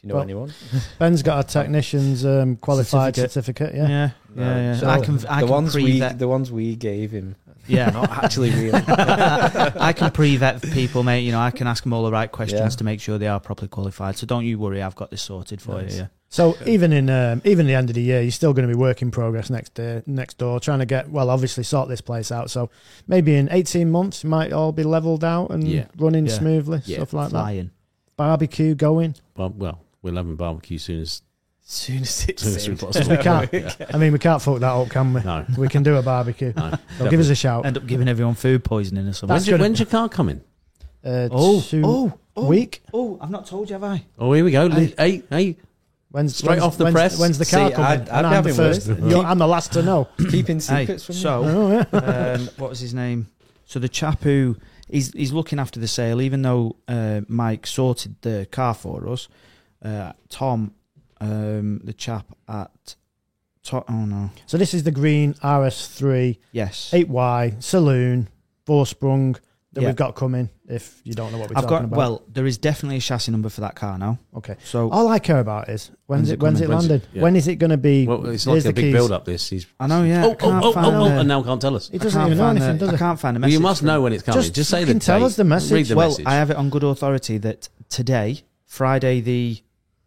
Speaker 4: you know
Speaker 1: Well,
Speaker 4: anyone,
Speaker 1: ben's got a technician's um, qualified certificate,
Speaker 2: Yeah.
Speaker 1: yeah
Speaker 2: Yeah.
Speaker 4: No.
Speaker 2: yeah,
Speaker 4: Um, So
Speaker 2: I can, I
Speaker 4: the
Speaker 2: can
Speaker 4: ones
Speaker 2: pre
Speaker 4: we
Speaker 2: vet.
Speaker 4: the ones we gave him
Speaker 2: Yeah.
Speaker 4: are not actually real.
Speaker 2: I can pre vet people, mate. You know, I can ask them all the right questions
Speaker 4: Yeah.
Speaker 2: to make sure they are properly qualified. So don't you worry. I've got this sorted for
Speaker 4: Nice.
Speaker 2: you. Yeah.
Speaker 1: so even in um, even the end of the year you're still going to be work in progress next day, next door trying to get well obviously sort this place out so maybe in 18 months it might all be leveled out and
Speaker 3: Yeah.
Speaker 1: running
Speaker 2: Yeah.
Speaker 1: smoothly
Speaker 3: Yeah.
Speaker 1: stuff like that
Speaker 2: Flying.
Speaker 1: barbecue going
Speaker 3: Well, well, we'll have a barbecue soon as
Speaker 4: soon as it's
Speaker 3: soon as we
Speaker 4: in.
Speaker 3: possible.
Speaker 1: We can't.
Speaker 3: Yeah.
Speaker 1: I mean, we can't fuck that up, can we?
Speaker 3: No.
Speaker 1: We can do a barbecue.
Speaker 3: No,
Speaker 1: So give us a
Speaker 4: Oh.
Speaker 1: shout.
Speaker 2: End up giving everyone food poisoning or something.
Speaker 3: When's, your, when's your car coming?
Speaker 1: Uh,
Speaker 2: Oh,
Speaker 1: two
Speaker 2: oh, oh,
Speaker 1: week.
Speaker 2: oh, I've not told you, have I?
Speaker 3: Oh, here we go. Hey, hey, hey.
Speaker 1: When's
Speaker 3: Straight
Speaker 1: when's-
Speaker 3: off the
Speaker 1: when's,
Speaker 3: press?
Speaker 1: When's the car
Speaker 4: See,
Speaker 1: coming? and
Speaker 4: I'd- I'd be
Speaker 1: I'm the
Speaker 4: having
Speaker 1: first.
Speaker 4: words.
Speaker 1: You're, I'm the last to know.
Speaker 4: Keeping
Speaker 2: Hey,
Speaker 4: secrets from
Speaker 2: so
Speaker 1: Oh, yeah.
Speaker 2: um, what was his name? So the chap who he's he's looking after the sale, even though uh, Mike sorted the car for us. Uh, Tom, um, the chap at to- oh no,
Speaker 1: So this is the green RS3
Speaker 2: yes,
Speaker 1: 8Y saloon four sprung that
Speaker 2: Yeah.
Speaker 1: we've got coming. If you don't know what we're
Speaker 2: I've
Speaker 1: talking
Speaker 2: got
Speaker 1: about,
Speaker 2: well, there is definitely a chassis number for that car now.
Speaker 1: okay. Oh,
Speaker 2: So
Speaker 1: All I care about is when's
Speaker 2: When's
Speaker 1: it
Speaker 2: it
Speaker 1: when's it
Speaker 3: coming? When's it-
Speaker 1: landed?
Speaker 3: yeah.
Speaker 1: When is it going to be?
Speaker 3: Well, it's
Speaker 1: here's the
Speaker 3: like a big
Speaker 1: keys.
Speaker 3: build up. This he's
Speaker 2: I know, yeah. I
Speaker 3: Oh, oh,
Speaker 2: can't
Speaker 3: oh,
Speaker 2: find
Speaker 3: oh,
Speaker 2: the-
Speaker 3: oh, and now can't tell us.
Speaker 1: It
Speaker 2: I
Speaker 1: doesn't
Speaker 2: can't
Speaker 1: even know
Speaker 2: find
Speaker 1: anything,
Speaker 2: the-
Speaker 1: does
Speaker 2: I
Speaker 1: it?
Speaker 2: can't find a
Speaker 3: Well,
Speaker 2: message.
Speaker 3: you must
Speaker 2: from-
Speaker 3: know when it's coming.
Speaker 1: Just
Speaker 3: Just, say the
Speaker 1: fucking tell
Speaker 3: date.
Speaker 1: us the message.
Speaker 3: Read the
Speaker 2: well,
Speaker 3: message.
Speaker 2: I have it on good authority that today, Friday the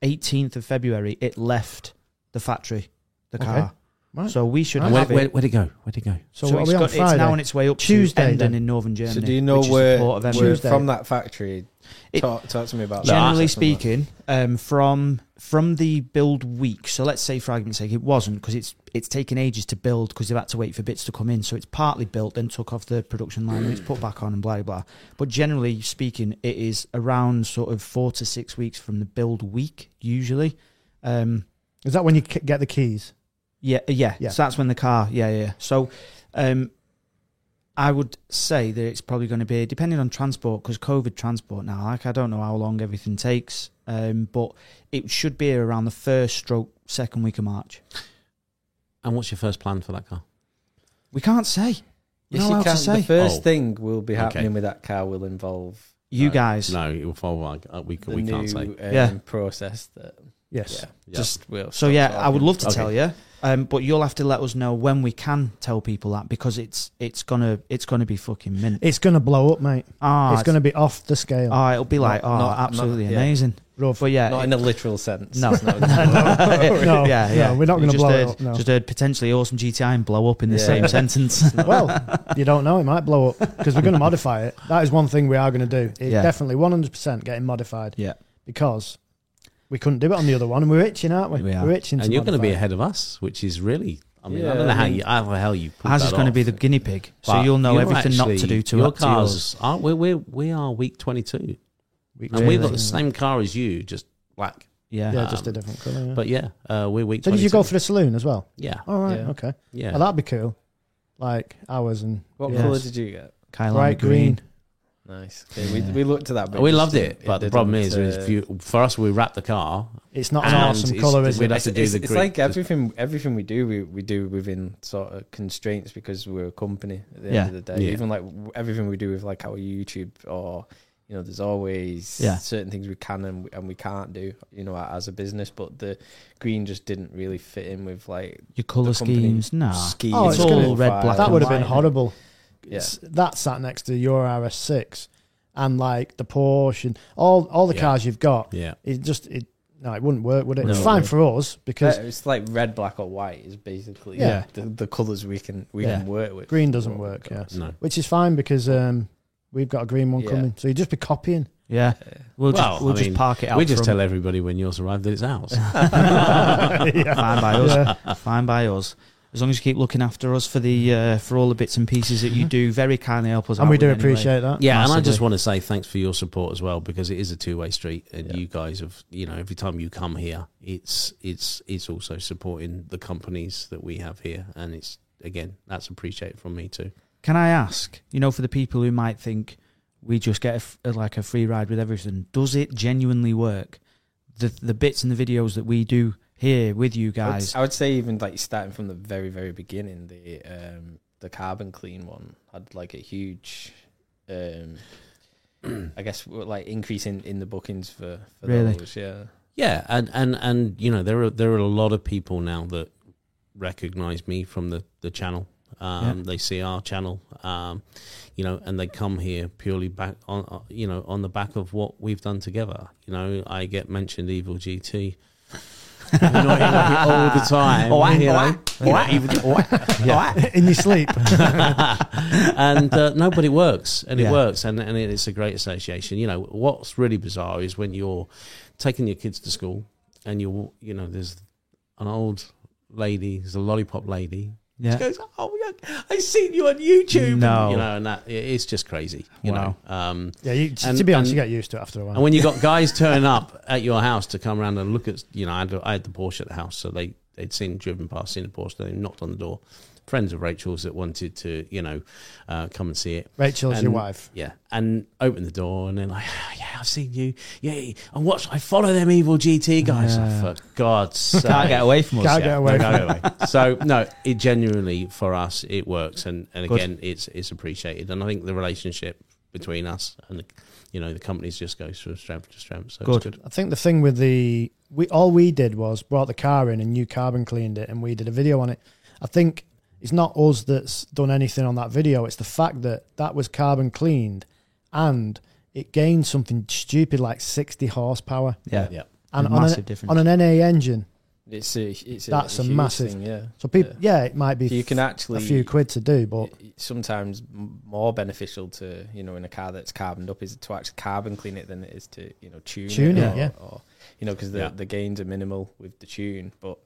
Speaker 2: 18th of February, it left the factory, the
Speaker 1: Okay.
Speaker 2: car.
Speaker 1: Right.
Speaker 2: So we should
Speaker 1: Right.
Speaker 2: have
Speaker 3: where,
Speaker 2: it.
Speaker 3: where, where'd it go? Where'd it go?
Speaker 1: So,
Speaker 2: So
Speaker 1: what are
Speaker 2: it's
Speaker 1: we on
Speaker 2: got-
Speaker 1: Friday?
Speaker 2: It's now on its way up
Speaker 1: Tuesday,
Speaker 2: to Emden
Speaker 1: then.
Speaker 2: in northern Germany.
Speaker 4: So do you know
Speaker 2: which is the
Speaker 4: where,
Speaker 2: port of Emden.
Speaker 4: where
Speaker 1: Tuesday.
Speaker 4: from that factory?
Speaker 2: It-
Speaker 4: talk, talk to me about that.
Speaker 2: Generally
Speaker 4: That's something.
Speaker 2: speaking, um, from from the build week. So let's say, for argument's sake, it wasn't because it's it's taken ages to build because they've had to wait for bits to come in. So it's partly built, then took off the production line, and it's put back on, and blah blah. But generally speaking, it is around sort of four to six weeks from the build week usually. Um,
Speaker 1: Is that when you k- get the keys?
Speaker 2: yeah, uh, yeah,
Speaker 1: Yeah.
Speaker 2: So that's when the car. Yeah, yeah. So, um, I would say that it's probably going to be depending on transport because COVID transport now. Like I don't know how long everything takes, um, but it should be around the first stroke second week of March.
Speaker 3: And what's your first plan for that car?
Speaker 2: We can't say. We
Speaker 4: Yes,
Speaker 2: don't know how
Speaker 4: you can.
Speaker 2: to say.
Speaker 4: The first
Speaker 3: Oh.
Speaker 4: thing will be
Speaker 3: Okay.
Speaker 4: happening with that car will involve
Speaker 2: you
Speaker 3: No,
Speaker 2: guys.
Speaker 3: No, it will follow. our- uh, We,
Speaker 4: the
Speaker 3: we
Speaker 4: new
Speaker 3: can't say.
Speaker 4: um,
Speaker 2: Yeah.
Speaker 4: process that.
Speaker 1: Yes.
Speaker 3: Yeah.
Speaker 4: Just will.
Speaker 2: So yeah, I would love to
Speaker 3: Okay.
Speaker 2: tell you, um, but you'll have to let us know when we can tell people that because it's it's gonna it's gonna be fucking mint.
Speaker 1: It's going to blow up, mate.
Speaker 2: Ah,
Speaker 1: it's going to be off the scale.
Speaker 2: ah, it'll be like
Speaker 4: Not-
Speaker 2: oh,
Speaker 4: not- not-
Speaker 2: absolutely
Speaker 4: yeah.
Speaker 2: amazing.
Speaker 1: Rough.
Speaker 2: But yeah,
Speaker 4: Not in a literal sense.
Speaker 2: uh, No.
Speaker 4: It's not in a-
Speaker 1: no,
Speaker 2: yeah,
Speaker 1: no,
Speaker 2: yeah.
Speaker 1: we're not
Speaker 2: We
Speaker 1: gonna
Speaker 2: just
Speaker 1: blow it
Speaker 2: heard,
Speaker 1: up, no.
Speaker 2: Just heard potentially awesome GTI and blow up in the
Speaker 4: Yeah.
Speaker 2: same sentence.
Speaker 1: well, you don't know. It might blow up because we're going to modify it. That is one thing we are going to do. It's
Speaker 2: Yeah.
Speaker 1: definitely 100% getting modified
Speaker 2: yeah,
Speaker 1: because we couldn't do it on the other one and we're itching, aren't we?
Speaker 2: We are.
Speaker 1: We're itching
Speaker 3: and
Speaker 1: to
Speaker 3: you're going to be
Speaker 1: modify
Speaker 3: ahead of us, which is really. I mean,
Speaker 4: Yeah,
Speaker 3: I don't know
Speaker 4: I
Speaker 3: how
Speaker 4: mean-
Speaker 3: you, how the hell you. pulled
Speaker 2: ours is
Speaker 3: that
Speaker 2: going to
Speaker 3: off,
Speaker 2: be the guinea pig, so
Speaker 3: but
Speaker 2: you'll know
Speaker 3: you're
Speaker 2: everything
Speaker 3: actually-
Speaker 2: not to do to
Speaker 3: your
Speaker 2: up to yours.
Speaker 3: cars. Are, we we we are week 22,
Speaker 1: Week
Speaker 3: and we've got
Speaker 1: 22.
Speaker 3: the same car as you, just black.
Speaker 2: Yeah,
Speaker 1: it.
Speaker 2: yeah.
Speaker 1: Yeah, just a different colour. Yeah.
Speaker 3: But yeah, uh, we're week.
Speaker 1: so
Speaker 3: 22.
Speaker 1: did you go for the saloon as well?
Speaker 3: Yeah,
Speaker 1: All right,
Speaker 4: Yeah.
Speaker 1: okay.
Speaker 3: yeah.
Speaker 1: Well, that'd be cool. Like ours and
Speaker 4: What
Speaker 2: Yes.
Speaker 4: colour did you get?
Speaker 2: Kyle
Speaker 1: bright green.
Speaker 4: Nice. Okay, we,
Speaker 2: Yeah.
Speaker 4: we looked at that. but
Speaker 3: we
Speaker 4: just
Speaker 3: loved
Speaker 4: didn't-
Speaker 3: it, but the
Speaker 4: didn't,
Speaker 3: problem is,
Speaker 4: uh,
Speaker 3: is if you, for us, we wrap the car.
Speaker 1: It's not an
Speaker 3: And
Speaker 1: awesome
Speaker 3: it's-
Speaker 1: colour, is
Speaker 3: we'd
Speaker 1: it?
Speaker 3: have to do
Speaker 4: it's,
Speaker 3: the
Speaker 4: it's
Speaker 3: grid.
Speaker 4: like uh, everything everything we do we, we do within sort of constraints because we're a company at the
Speaker 2: Yeah.
Speaker 4: end of the day
Speaker 3: Yeah.
Speaker 4: even like w- everything we do with like our youtube or you know there's always
Speaker 2: Yeah.
Speaker 4: certain things we can and we, and we can't do you know as a business but the green just didn't really fit in with like
Speaker 2: Your colour
Speaker 4: The company-
Speaker 2: schemes, nah.
Speaker 4: ski
Speaker 1: Oh, it's
Speaker 2: all red, black
Speaker 1: that
Speaker 2: and
Speaker 1: would have been
Speaker 2: white.
Speaker 1: horrible.
Speaker 4: Yeah.
Speaker 1: S- That sat next to your RS6 and like the Porsche and all, all the
Speaker 3: Yeah.
Speaker 1: cars you've got.
Speaker 3: Yeah,
Speaker 1: It just, it, no, it wouldn't work, would it?
Speaker 4: No,
Speaker 1: it's
Speaker 4: it
Speaker 1: fine
Speaker 4: wouldn't.
Speaker 1: for us because
Speaker 4: it's like red black or white is basically
Speaker 1: Yeah.
Speaker 4: the, the colors we can we
Speaker 2: Yeah.
Speaker 4: can work with
Speaker 1: green doesn't work, yeah.
Speaker 3: no.
Speaker 1: Which is fine because um, we've got a green one
Speaker 4: Yeah.
Speaker 1: coming. So you'd just be copying.
Speaker 2: Yeah, we'll
Speaker 3: Well,
Speaker 2: just we'll
Speaker 3: I
Speaker 2: just
Speaker 3: mean,
Speaker 2: park it out.
Speaker 3: we just
Speaker 2: front.
Speaker 3: tell everybody when yours arrived that it's ours.
Speaker 2: Fine by us.
Speaker 1: Yeah.
Speaker 2: Fine by us. As long as you keep looking after us for the uh, for all the bits and pieces that you do, very kindly help us out.
Speaker 1: And we
Speaker 2: with
Speaker 1: do
Speaker 2: anyway.
Speaker 1: appreciate that.
Speaker 3: Yeah, and I just
Speaker 2: Massively.
Speaker 3: want to say thanks for your support as well because it is a two-way street, and
Speaker 4: Yeah.
Speaker 3: you guys have, you know, every time you come here, it's it's it's also supporting the companies that we have here, and it's again that's appreciated from me too.
Speaker 2: Can I ask, you know, for the people who might think we just get a f a like a free ride with everything, does it genuinely work? The the bits and the videos that we do here with you
Speaker 4: I would-
Speaker 2: guys.
Speaker 4: I would say even like starting from the very very beginning, the um the carbon clean one had like a huge, um, I guess w- like increase in, in the bookings for for
Speaker 2: Really?
Speaker 4: those. Yeah,
Speaker 3: Yeah, and and and you know there are there are a lot of people now that recognise me from the the channel. Um, They see our channel, um, you know, and they come here purely back on, uh, you know, on the back of what we've done together. You know, I get mentioned Evil GT. You know, all the time.
Speaker 2: Oh, I-
Speaker 3: you
Speaker 2: oh,
Speaker 3: know.
Speaker 2: I-
Speaker 3: You know, even- oh, I-
Speaker 1: In your sleep.
Speaker 3: and uh, no, but it works, and
Speaker 2: Yeah.
Speaker 3: it works, and and it's a great association. You know, what's really bizarre is when you're taking your kids to school, and you are you know, there's an old lady, there's a lollipop lady
Speaker 2: Yeah.
Speaker 3: She goes, "Oh, yeah, I seen you on YouTube."
Speaker 2: No.
Speaker 3: you know, and that it- it's just crazy. You
Speaker 2: Wow.
Speaker 3: know, um,
Speaker 1: Yeah, you, t-
Speaker 3: And-
Speaker 1: to be honest,
Speaker 3: and-
Speaker 1: you get used to it after a while.
Speaker 3: and when you got guys turning up at your house to come around and look at, you know, I had, I had the Porsche at the house, so they they'd seen driven past, seen the Porsche, they knocked on the door. Friends of Rachel's that wanted to, you know, uh, come and see it.
Speaker 1: Rachel's your
Speaker 3: and-
Speaker 1: wife.
Speaker 3: Yeah, and open the door, and then like, yeah, I've seen you. Yeah, and watch, I follow them evil GT guys.
Speaker 2: Yeah.
Speaker 3: Oh, for God's sake,
Speaker 2: Can't get away from us.
Speaker 1: Can't get away.
Speaker 3: no, no, no, no. so no, it genuinely for us it works, and and
Speaker 2: Good.
Speaker 3: again it's it's appreciated, and I think the relationship between us and the, you know the companies just goes from strength to strength. So
Speaker 2: Good.
Speaker 3: it's good.
Speaker 1: I think the thing with the we all we did was brought the car in and you carbon cleaned it and we did a video on it. I think it's not us that's done anything on that video. It's the fact that that was carbon cleaned and it gained something stupid like 60 horsepower
Speaker 2: Yeah.
Speaker 3: Yeah.
Speaker 1: and
Speaker 2: A
Speaker 1: on
Speaker 2: massive
Speaker 1: an,
Speaker 2: difference.
Speaker 1: on an NA engine.
Speaker 4: It's a, it's a
Speaker 1: That's a
Speaker 4: huge
Speaker 1: massive-
Speaker 4: thing, yeah.
Speaker 1: So people, yeah, it might be
Speaker 4: You can
Speaker 1: f-
Speaker 4: actually
Speaker 1: a few quid to do, but
Speaker 4: it- it's sometimes m- more beneficial to you know in a car that's carboned up is to actually carbon clean it than it is to you know tune,
Speaker 1: Tune
Speaker 4: it,
Speaker 1: it,
Speaker 4: or,
Speaker 1: yeah.
Speaker 4: or you know because the,
Speaker 3: Yeah.
Speaker 4: the gains are minimal with the tune but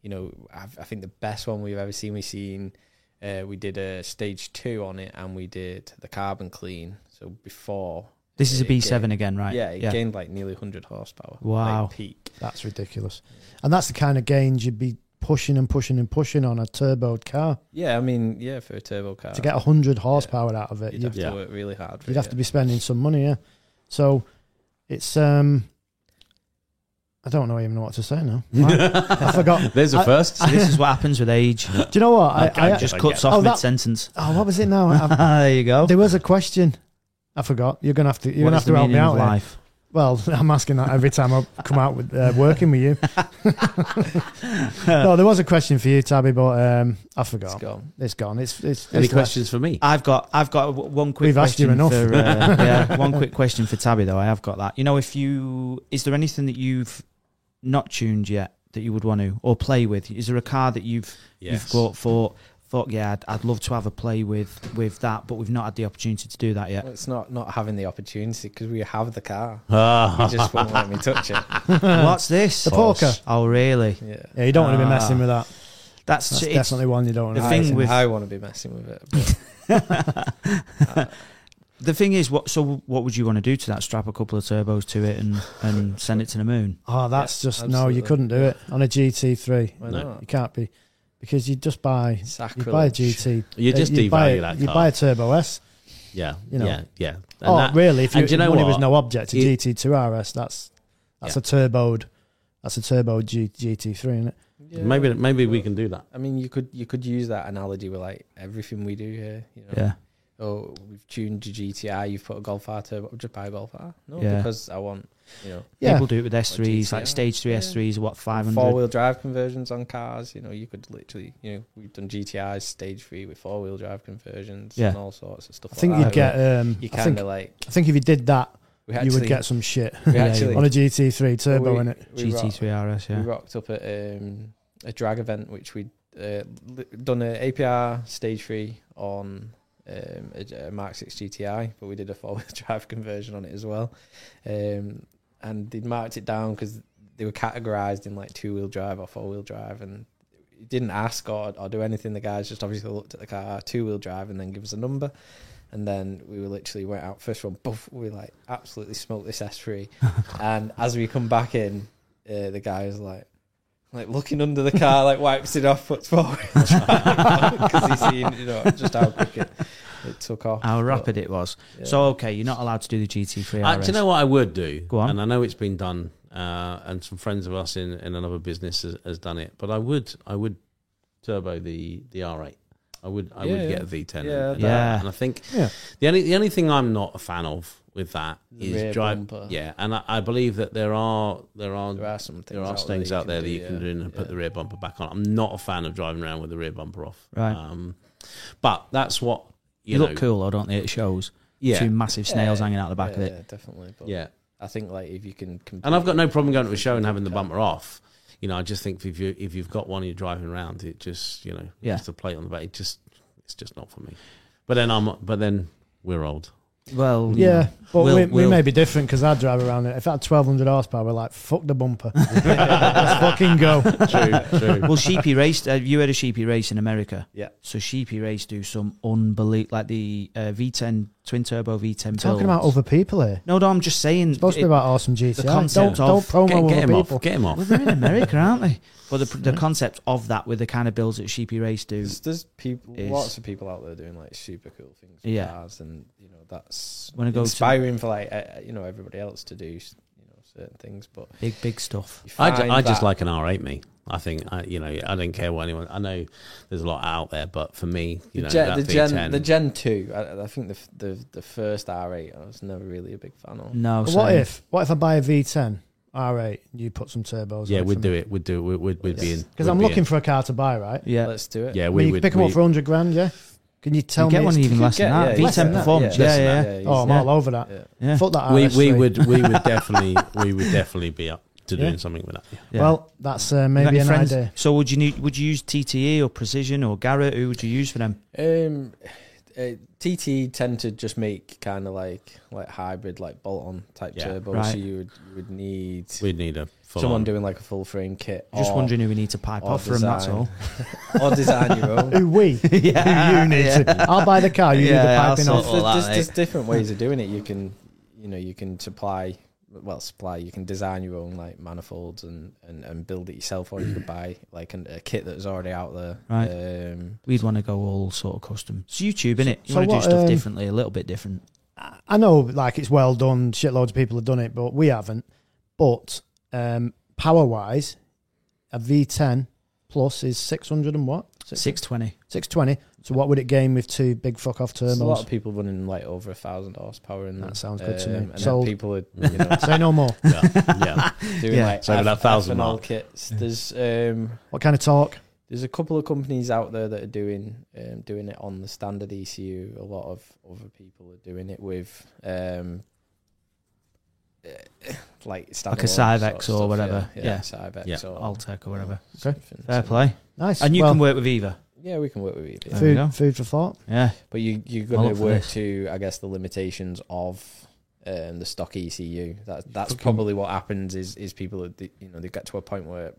Speaker 4: you know I've, I think the best one we've ever seen we've seen uh, we did a stage two on it and we did the carbon clean so before
Speaker 2: This is a
Speaker 4: it gained-
Speaker 2: B7 again, right?
Speaker 4: yeah it gained like nearly 100 horsepower
Speaker 2: Wow.
Speaker 4: like peak
Speaker 1: that's ridiculous. And that's the kind of gains you'd be pushing and pushing and pushing on a turboed car
Speaker 4: yeah I mean yeah for a turbo car
Speaker 1: to get 100 horsepower out of it.
Speaker 4: you'd
Speaker 1: you-
Speaker 4: have
Speaker 3: Yeah.
Speaker 4: to work really hard for
Speaker 1: You'd
Speaker 4: it,
Speaker 1: have to be
Speaker 4: yeah.
Speaker 1: spending some money, yeah. So it's um I don't know even know what to say now. Wow. I forgot.
Speaker 3: There's a
Speaker 1: I-
Speaker 3: first.
Speaker 2: So this is what happens with age.
Speaker 1: Do you know what? I,
Speaker 2: It
Speaker 1: I,
Speaker 2: just
Speaker 3: I
Speaker 2: cuts
Speaker 1: it.
Speaker 3: get
Speaker 2: off
Speaker 1: Oh, that-
Speaker 2: mid sentence.
Speaker 1: oh, what was it now? I,
Speaker 2: there you go.
Speaker 1: there was a question. I forgot. You're gonna have to. You're
Speaker 2: What
Speaker 1: gonna
Speaker 2: is
Speaker 1: have to
Speaker 2: the
Speaker 1: help me
Speaker 2: meaning of
Speaker 1: out. here.
Speaker 2: life?
Speaker 1: Well, I'm asking that every time I come out with uh, working with you.
Speaker 2: Uh,
Speaker 1: no, there was a question for you, Tabby, but um, I
Speaker 4: it's
Speaker 1: forgot.
Speaker 4: gone
Speaker 1: It's gone. It's it's.
Speaker 3: Any
Speaker 1: it's
Speaker 3: questions for me?
Speaker 2: I've got I've got w- one quick
Speaker 1: We've asked you
Speaker 2: question
Speaker 1: enough.
Speaker 2: for uh, yeah, one quick question for Tabby though. I have got that. You know, if you is there anything that you've not tuned yet that you would want to or play with? Is there a car that you've you've got for thought yeah, I'd, I'd love to have a play with with that, but we've not had the opportunity to do that yet.
Speaker 4: Well, it's not not having the opportunity because we have the car.
Speaker 3: Ah.
Speaker 4: You just won't let me touch it.
Speaker 2: What's this?
Speaker 1: The poker.
Speaker 2: Oh really?
Speaker 4: Yeah.
Speaker 1: Yeah, you don't want to be messing with that.
Speaker 2: That's,
Speaker 1: That's
Speaker 2: Ah. it's-
Speaker 1: definitely one you don't want.
Speaker 2: The
Speaker 1: to
Speaker 4: I-
Speaker 2: thing with-
Speaker 4: I want to be messing with it. uh,
Speaker 2: the thing is what so what would you want to do to that? Strap a couple of turbos to it and and send it to the moon.
Speaker 1: Oh, that's
Speaker 4: Yeah,
Speaker 1: just no. You
Speaker 4: absolutely.
Speaker 1: couldn't do it on a GT3.
Speaker 4: Why
Speaker 3: No.
Speaker 1: You
Speaker 4: not?
Speaker 1: can't be because you just buy you
Speaker 4: Sacrilege.
Speaker 1: buy a GT.
Speaker 3: You just
Speaker 1: uh, buy
Speaker 3: devalue
Speaker 1: a-
Speaker 3: that
Speaker 1: You
Speaker 3: car.
Speaker 1: buy a Turbo S.
Speaker 3: yeah,
Speaker 1: you know.
Speaker 3: yeah, yeah. And
Speaker 1: oh,
Speaker 3: that-
Speaker 1: really? If
Speaker 3: and
Speaker 1: you,
Speaker 3: do you know
Speaker 1: money
Speaker 3: what?
Speaker 1: was no object to
Speaker 3: It-
Speaker 1: GT2 RS, that's that's
Speaker 3: Yeah.
Speaker 1: a turboed. That's a turbo G, GT3, isn't it?
Speaker 4: Yeah.
Speaker 3: maybe maybe we can do that.
Speaker 4: I mean, you could you could use that analogy with like everything we do here. You know,
Speaker 2: Yeah.
Speaker 4: oh, we've tuned your GTI. You've put a Golf R turbo. Would you buy a Golf R? No,
Speaker 2: Yeah.
Speaker 4: because I want you know
Speaker 1: Yeah.
Speaker 2: People do it with S3s,
Speaker 4: GTR.
Speaker 2: like stage three
Speaker 4: Yeah.
Speaker 2: S3s, what, 500?
Speaker 4: four wheel drive conversions on cars. You know, you could literally you know we've done GTIs stage three with four wheel drive conversions
Speaker 2: Yeah.
Speaker 4: and all sorts of stuff.
Speaker 1: I think
Speaker 4: like
Speaker 1: you'd
Speaker 4: that,
Speaker 1: get. Um,
Speaker 4: but you
Speaker 1: I
Speaker 4: kind
Speaker 1: think
Speaker 4: of like
Speaker 1: I think if you did that,
Speaker 4: we
Speaker 1: you
Speaker 4: actually,
Speaker 1: would get some shit
Speaker 4: we
Speaker 2: Yeah, you
Speaker 4: actually
Speaker 2: would.
Speaker 1: on a GT3 turbo
Speaker 4: we-
Speaker 1: in it.
Speaker 4: we rock-
Speaker 2: GT3 RS, yeah.
Speaker 4: We rocked up at um, a drag event which we'd uh, li- done an APR stage three on um, a, J- a Mark 6 GTI, but we did a four wheel drive conversion on it as well. Um, and they'd marked it down because they were categorized in like two wheel drive or four wheel drive. And it didn't ask or, or do anything. The guys just obviously looked at the car, two wheel drive, and then give us a number. And then we were literally went out first one, buff, we like absolutely smoked this S3. and as we come back in, uh, the guy was like, like looking under the car, like wipes it off, puts forward because he's seen, you know, just how quick it, it took
Speaker 3: Ah,
Speaker 4: off.
Speaker 2: How
Speaker 4: But,
Speaker 2: rapid it was.
Speaker 4: yeah.
Speaker 2: So, okay, you're not allowed to do the GT3
Speaker 3: Uh,
Speaker 2: RS.
Speaker 3: do you know what I would do?
Speaker 2: Go on.
Speaker 3: And I know it's been done, uh, and some friends of us in, in another business has, has done it. But I would I would turbo the the R8. I would I would
Speaker 4: Yeah,
Speaker 3: get
Speaker 4: yeah.
Speaker 3: a V10.
Speaker 4: Yeah,
Speaker 3: and,
Speaker 2: Yeah.
Speaker 3: And I think
Speaker 1: Yeah.
Speaker 3: the only the only thing I'm not a fan of with that
Speaker 4: The
Speaker 3: is
Speaker 4: rear
Speaker 3: drive.
Speaker 4: bumper.
Speaker 3: Yeah, and I, I believe that there are there are
Speaker 4: there are some things
Speaker 3: there are
Speaker 4: out
Speaker 3: things out there that you can do and put
Speaker 4: yeah.
Speaker 3: the rear bumper back on. I'm not a fan of driving around with the rear bumper off.
Speaker 2: Right.
Speaker 3: Um, but that's what
Speaker 2: you
Speaker 3: you, know,
Speaker 2: look cool, though, don't they? It shows.
Speaker 3: Yeah.
Speaker 2: Two massive snails hanging out the back
Speaker 4: yeah,
Speaker 2: of it.
Speaker 4: yeah, definitely. But
Speaker 3: Yeah.
Speaker 4: I think like if you can,
Speaker 3: And I've got no
Speaker 4: completely-
Speaker 3: problem going to a show and having the bumper off. You know, I just think if you if you've got one and you're driving around, it just you know,
Speaker 2: Yeah.
Speaker 3: just a plate on the back. It just it's just not for me. But then I'm but then we're old.
Speaker 2: Well, you
Speaker 1: Yeah, but
Speaker 6: We'll-
Speaker 1: we, we
Speaker 6: we'll-
Speaker 1: may be different because I drive around it. If I had 1200 horsepower, we're like, fuck the bumper. Let's fucking go.
Speaker 3: True, true.
Speaker 2: know. well, Sheepy Race. Have you heard of Sheepy Race in America?
Speaker 4: Yeah.
Speaker 2: So Sheepy Race do some unbelievable, like the uh, V10 twin turbo V10.
Speaker 1: Talking about
Speaker 2: builds.
Speaker 1: other people here.
Speaker 2: No, no, I'm just saying.
Speaker 1: It's supposed to be
Speaker 2: it-
Speaker 1: about awesome GTI.
Speaker 2: concept
Speaker 1: Don't, don't
Speaker 2: of-
Speaker 1: promo
Speaker 3: get, get
Speaker 1: other
Speaker 3: him
Speaker 1: people.
Speaker 3: off. Get him off.
Speaker 2: Well, they're in America, aren't they? But the, the concept of that with the kind of builds that Sheepy Race do.
Speaker 4: There's, there's people,
Speaker 2: Is-
Speaker 4: lots of people out there doing like super cool things with
Speaker 2: Yeah.
Speaker 4: cars, and you know that's
Speaker 2: When I go to-
Speaker 4: inspiring for like uh, you know everybody else to do you know certain things. But
Speaker 2: Big, big stuff.
Speaker 4: you
Speaker 3: I, ju-
Speaker 4: find
Speaker 3: I just
Speaker 4: that-
Speaker 3: like an R8 me. I think I, you know I don't care what anyone. I know there's a lot out there, but for me, you know,
Speaker 4: the gen,
Speaker 3: that
Speaker 4: the
Speaker 3: V10,
Speaker 4: gen, the gen two. I, I think the, f- the the first R8, I was never really a big fan of.
Speaker 2: No.
Speaker 1: But what
Speaker 2: same.
Speaker 1: if what if I buy a V10 R8 and you put some turbos?
Speaker 3: yeah, we'd do it. We'd do it. We'd, we'd, we'd be in
Speaker 1: because
Speaker 3: we'd
Speaker 1: I'm
Speaker 3: be
Speaker 1: looking
Speaker 3: in.
Speaker 1: for a car to buy, right?
Speaker 2: Yeah.
Speaker 4: Let's do it.
Speaker 3: Yeah,
Speaker 1: I mean,
Speaker 3: we
Speaker 1: you
Speaker 3: would.
Speaker 1: pick them
Speaker 3: we,
Speaker 1: up for 100 grand, yeah. Can you tell me?
Speaker 2: you get one
Speaker 1: it's-
Speaker 2: even less than
Speaker 4: Yeah,
Speaker 2: that.
Speaker 4: yeah,
Speaker 2: V10
Speaker 4: yeah,
Speaker 2: performance.
Speaker 4: yeah,
Speaker 2: Yeah, yeah.
Speaker 4: yeah,
Speaker 1: Oh, I'm
Speaker 2: Yeah.
Speaker 1: all over that.
Speaker 4: yeah.
Speaker 2: yeah.
Speaker 1: Fuck that.
Speaker 3: we,
Speaker 1: RS3.
Speaker 3: we would. We would definitely. We would definitely be up to doing
Speaker 1: Yeah.
Speaker 3: something with that.
Speaker 2: Yeah.
Speaker 1: Well, that's uh,
Speaker 2: You got
Speaker 1: maybe
Speaker 2: any
Speaker 1: an
Speaker 2: friends?
Speaker 1: idea.
Speaker 2: So would you need, would you use TTE or Precision or Garrett? Who would you use for them?
Speaker 4: Um, uh, TT tend to just make kind of like like hybrid, like bolt on type
Speaker 3: Yeah,
Speaker 4: turbo.
Speaker 2: right.
Speaker 4: So you would you would need
Speaker 3: We'd need a full
Speaker 4: someone
Speaker 3: on.
Speaker 4: doing like a full frame kit.
Speaker 2: Just
Speaker 1: Oh.
Speaker 4: or,
Speaker 2: wondering who we need to pipe
Speaker 4: or
Speaker 2: off for them. That's
Speaker 4: design.
Speaker 2: all.
Speaker 4: or design your own.
Speaker 1: Who we? Who you need to? I'll buy the car. You
Speaker 2: Yeah, I'll
Speaker 1: do the piping off.
Speaker 2: sort all
Speaker 4: There's,
Speaker 2: that,
Speaker 4: there's,
Speaker 2: mate.
Speaker 4: there's different ways of doing it. You can you know you can supply well supply you can design your own like manifolds and and, and build it yourself, or you could buy like an, a kit that's already out there.
Speaker 2: Right.
Speaker 4: Um,
Speaker 2: We'd want to go all sort of custom. It's YouTube, innit?
Speaker 1: so
Speaker 2: You want to do
Speaker 1: what,
Speaker 2: stuff
Speaker 1: um,
Speaker 2: differently, a little bit different.
Speaker 1: I- I know, like it's well done. Shitloads of people have done it, but we haven't. But um, power wise, a V10 plus is 600 and what?
Speaker 2: Six twenty.
Speaker 1: 620. So what would it gain with two big fuck off
Speaker 4: there's a lot of
Speaker 1: turbos?
Speaker 4: people running like over a thousand horsepower, and
Speaker 1: That sounds good to me.
Speaker 4: And then
Speaker 1: Sold.
Speaker 4: people are you know,
Speaker 1: Say no more.
Speaker 3: Yeah, yeah.
Speaker 4: doing
Speaker 2: Yeah.
Speaker 4: like
Speaker 3: So about
Speaker 4: F-
Speaker 3: that thousand
Speaker 4: ethanol
Speaker 3: mark.
Speaker 4: kits. There's um
Speaker 1: What kind of talk?
Speaker 4: there's a couple of companies out there that are doing um, doing it on the standard ECU. A lot of other people are doing it with um eh,
Speaker 2: Like
Speaker 4: like
Speaker 2: a
Speaker 4: standalone sort of
Speaker 2: Cyvex or
Speaker 4: stuff,
Speaker 2: whatever.
Speaker 4: Yeah,
Speaker 2: Yeah.
Speaker 4: Cyvex
Speaker 3: Yeah.
Speaker 4: or
Speaker 2: Altec or whatever.
Speaker 4: something
Speaker 2: Fair
Speaker 4: similar.
Speaker 2: play.
Speaker 1: Nice.
Speaker 2: And you
Speaker 1: Well,
Speaker 2: can work with either.
Speaker 4: Yeah, we can work with either.
Speaker 2: There we go.
Speaker 1: food, food for thought.
Speaker 2: Yeah.
Speaker 4: But you you're
Speaker 2: I'll
Speaker 4: gonna
Speaker 2: look for
Speaker 4: work
Speaker 2: this.
Speaker 4: to I guess the limitations of um, the stock ECU. That that's
Speaker 2: Fucking-
Speaker 4: probably what happens is is people are, you know they get to a point where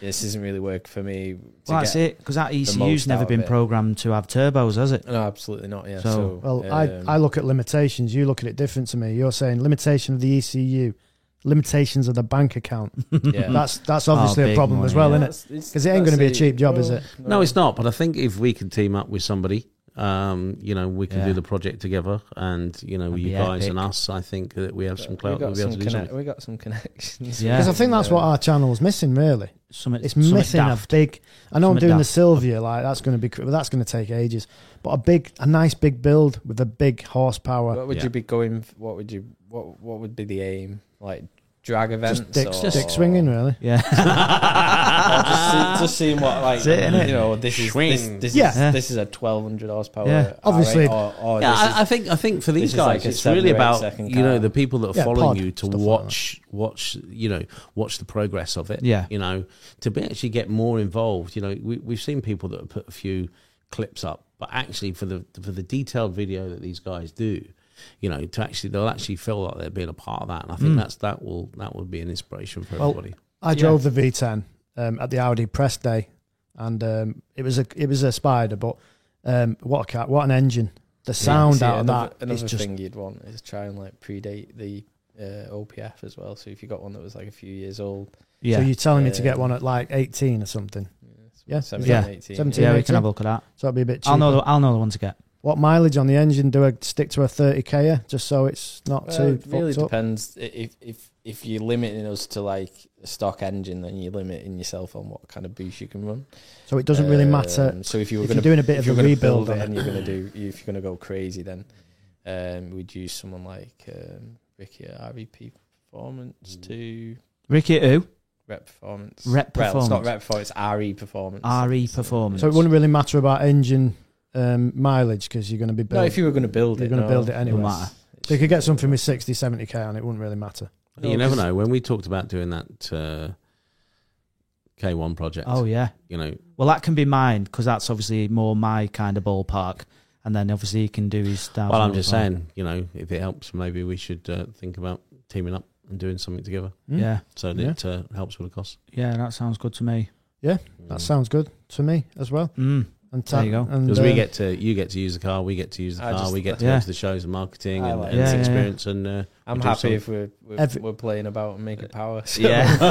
Speaker 4: this isn't really work for me. To
Speaker 2: Well, that's
Speaker 4: get-
Speaker 2: it. Because that ECU's
Speaker 4: most out
Speaker 2: never
Speaker 4: of
Speaker 2: been
Speaker 4: it.
Speaker 2: programmed to have turbos, has it?
Speaker 4: No, absolutely not. Yeah.
Speaker 2: So-
Speaker 4: So,
Speaker 1: Well,
Speaker 4: um,
Speaker 1: I, I look at limitations. You look at it different to me. You're saying limitation of the ECU, limitations of the bank account.
Speaker 4: yeah.
Speaker 1: That's that's obviously
Speaker 2: Oh, big
Speaker 1: a problem
Speaker 2: money,
Speaker 1: as well,
Speaker 2: yeah.
Speaker 1: isn't it? Because it ain't going to be a cheap job,
Speaker 4: Oh,
Speaker 1: is it?
Speaker 3: No, it's not. But I think if we can team up with somebody, um, you know, we can
Speaker 2: Yeah.
Speaker 3: do the project together, and you know,
Speaker 2: That'd
Speaker 3: you
Speaker 2: be
Speaker 3: guys
Speaker 2: epic.
Speaker 3: and us. I think that we have some clout.
Speaker 4: We
Speaker 3: We'll
Speaker 4: got
Speaker 3: be able
Speaker 4: some,
Speaker 3: to do
Speaker 4: connect-
Speaker 3: something.
Speaker 4: we got some connections.
Speaker 2: Yeah.
Speaker 1: Because I think that's what our channel is missing, really.
Speaker 2: Something,
Speaker 1: It's
Speaker 2: something
Speaker 1: missing a
Speaker 2: daft.
Speaker 1: big. I know I'm
Speaker 2: Something
Speaker 1: doing the
Speaker 2: daft.
Speaker 1: Sylvia, like that's going to be, cr- well, that's going to take ages. But a big, a nice big build with a big horsepower.
Speaker 4: What would
Speaker 3: Yeah.
Speaker 4: you be going? f- What would you? What What would be the aim? Like drag events?
Speaker 1: Just dick,
Speaker 4: or,
Speaker 1: dick swinging, really.
Speaker 2: Yeah.
Speaker 4: Or just, see, just seeing what like
Speaker 2: That's it, innit?
Speaker 4: you know. This is this,
Speaker 3: Swing.
Speaker 4: this
Speaker 1: Yeah.
Speaker 4: is this is a twelve hundred horsepower.
Speaker 2: Yeah.
Speaker 4: R8
Speaker 1: Obviously.
Speaker 4: Or, or
Speaker 3: Yeah,
Speaker 4: this is,
Speaker 3: I, I think I think for these
Speaker 4: is like
Speaker 3: guys,
Speaker 4: a
Speaker 3: it's
Speaker 4: seven
Speaker 3: really
Speaker 4: or eight
Speaker 3: about
Speaker 4: second
Speaker 3: you know
Speaker 4: car.
Speaker 3: the people that are
Speaker 1: Yeah,
Speaker 3: following
Speaker 1: pod,
Speaker 3: you to
Speaker 1: stuff like
Speaker 3: watch watch you know watch the progress of it.
Speaker 2: Yeah.
Speaker 3: you know to be actually get more involved. You know, we, we've seen people that have put a few clips up, but actually for the for the detailed video that these guys do. You know, to actually, they'll actually feel like they're being a part of that, and I think that's that will that will be an inspiration for
Speaker 1: Well,
Speaker 3: everybody.
Speaker 1: I drove the V10 um, at the Audi press day, and um, it was a it was a Spider, but um, what a car, what an engine! The sound
Speaker 4: See,
Speaker 1: out of
Speaker 4: another,
Speaker 1: that is
Speaker 4: Another
Speaker 1: just
Speaker 4: thing you'd want is try and like predate the uh, OPF as well. So if you got one that was like a few years old,
Speaker 2: Yeah.
Speaker 1: So you're telling me to get
Speaker 4: Yeah.
Speaker 1: one at like 18 or something. Yeah.
Speaker 4: 17,
Speaker 2: Yeah.
Speaker 4: 18,
Speaker 1: 17,
Speaker 2: yeah, we
Speaker 1: 18.
Speaker 2: can have a look at that.
Speaker 1: So that'd be a bit cheaper.
Speaker 2: I'll know. The, I'll know the one to get.
Speaker 1: what mileage on the engine do I stick to a 30k -er, just so it's not
Speaker 4: Well,
Speaker 1: too
Speaker 4: it really
Speaker 1: fucked up?
Speaker 4: depends. I- If if if you're limiting us to like a stock engine, then you're limiting yourself on what kind of boost you can run.
Speaker 1: So it doesn't really matter
Speaker 4: Um, so if you were
Speaker 1: if
Speaker 4: going
Speaker 1: you're
Speaker 4: to
Speaker 1: doing a bit of a rebuild.
Speaker 4: it
Speaker 1: on
Speaker 4: and
Speaker 1: it.
Speaker 4: you're going to do if you're going to go crazy, then um, we'd use someone like um, Ricky at RVP Performance to
Speaker 2: Ricky who?
Speaker 4: Rep Performance.
Speaker 2: Rep
Speaker 4: Well, it's not
Speaker 2: Performance.
Speaker 4: Rep Performance. It's RE Performance.
Speaker 2: RE
Speaker 4: So-
Speaker 1: E
Speaker 2: Performance.
Speaker 1: So it wouldn't really matter about engine um, mileage because you're going to be
Speaker 4: No,
Speaker 1: building.
Speaker 4: if you were going to build
Speaker 1: You're
Speaker 4: it,
Speaker 1: gonna
Speaker 4: no,
Speaker 1: build it anyway.
Speaker 4: it's-
Speaker 2: Don't
Speaker 1: so you could get something with 60, 70k on it, wouldn't really matter.
Speaker 3: you never know. When we talked about doing that uh, K1 project,
Speaker 2: Oh yeah.
Speaker 3: you know,
Speaker 2: Well, that can be mine because that's obviously more my kind of ballpark. and then obviously he can do his.
Speaker 3: Well, I'm just saying, you know, if it helps, maybe we should uh, think about teaming up and doing something together
Speaker 1: Mm.
Speaker 2: Yeah,
Speaker 3: so that
Speaker 1: Yeah.
Speaker 3: it uh, helps with the cost.
Speaker 2: yeah, that sounds good to me.
Speaker 1: That sounds good to me as well.
Speaker 2: Mm.
Speaker 1: And
Speaker 2: There you go.
Speaker 1: and,
Speaker 3: Because
Speaker 1: uh,
Speaker 3: we get to, you get to use the car, we get to use the
Speaker 4: I
Speaker 3: car,
Speaker 4: just-
Speaker 3: we get to
Speaker 2: yeah.
Speaker 3: go to the shows and marketing
Speaker 4: I
Speaker 3: and,
Speaker 4: like
Speaker 3: and
Speaker 2: it. Yeah,
Speaker 3: the
Speaker 2: yeah,
Speaker 3: experience. And uh,
Speaker 4: I'm
Speaker 3: we do
Speaker 4: happy
Speaker 3: some-
Speaker 4: if we're we're,
Speaker 1: Every-
Speaker 4: we're playing about and making power. so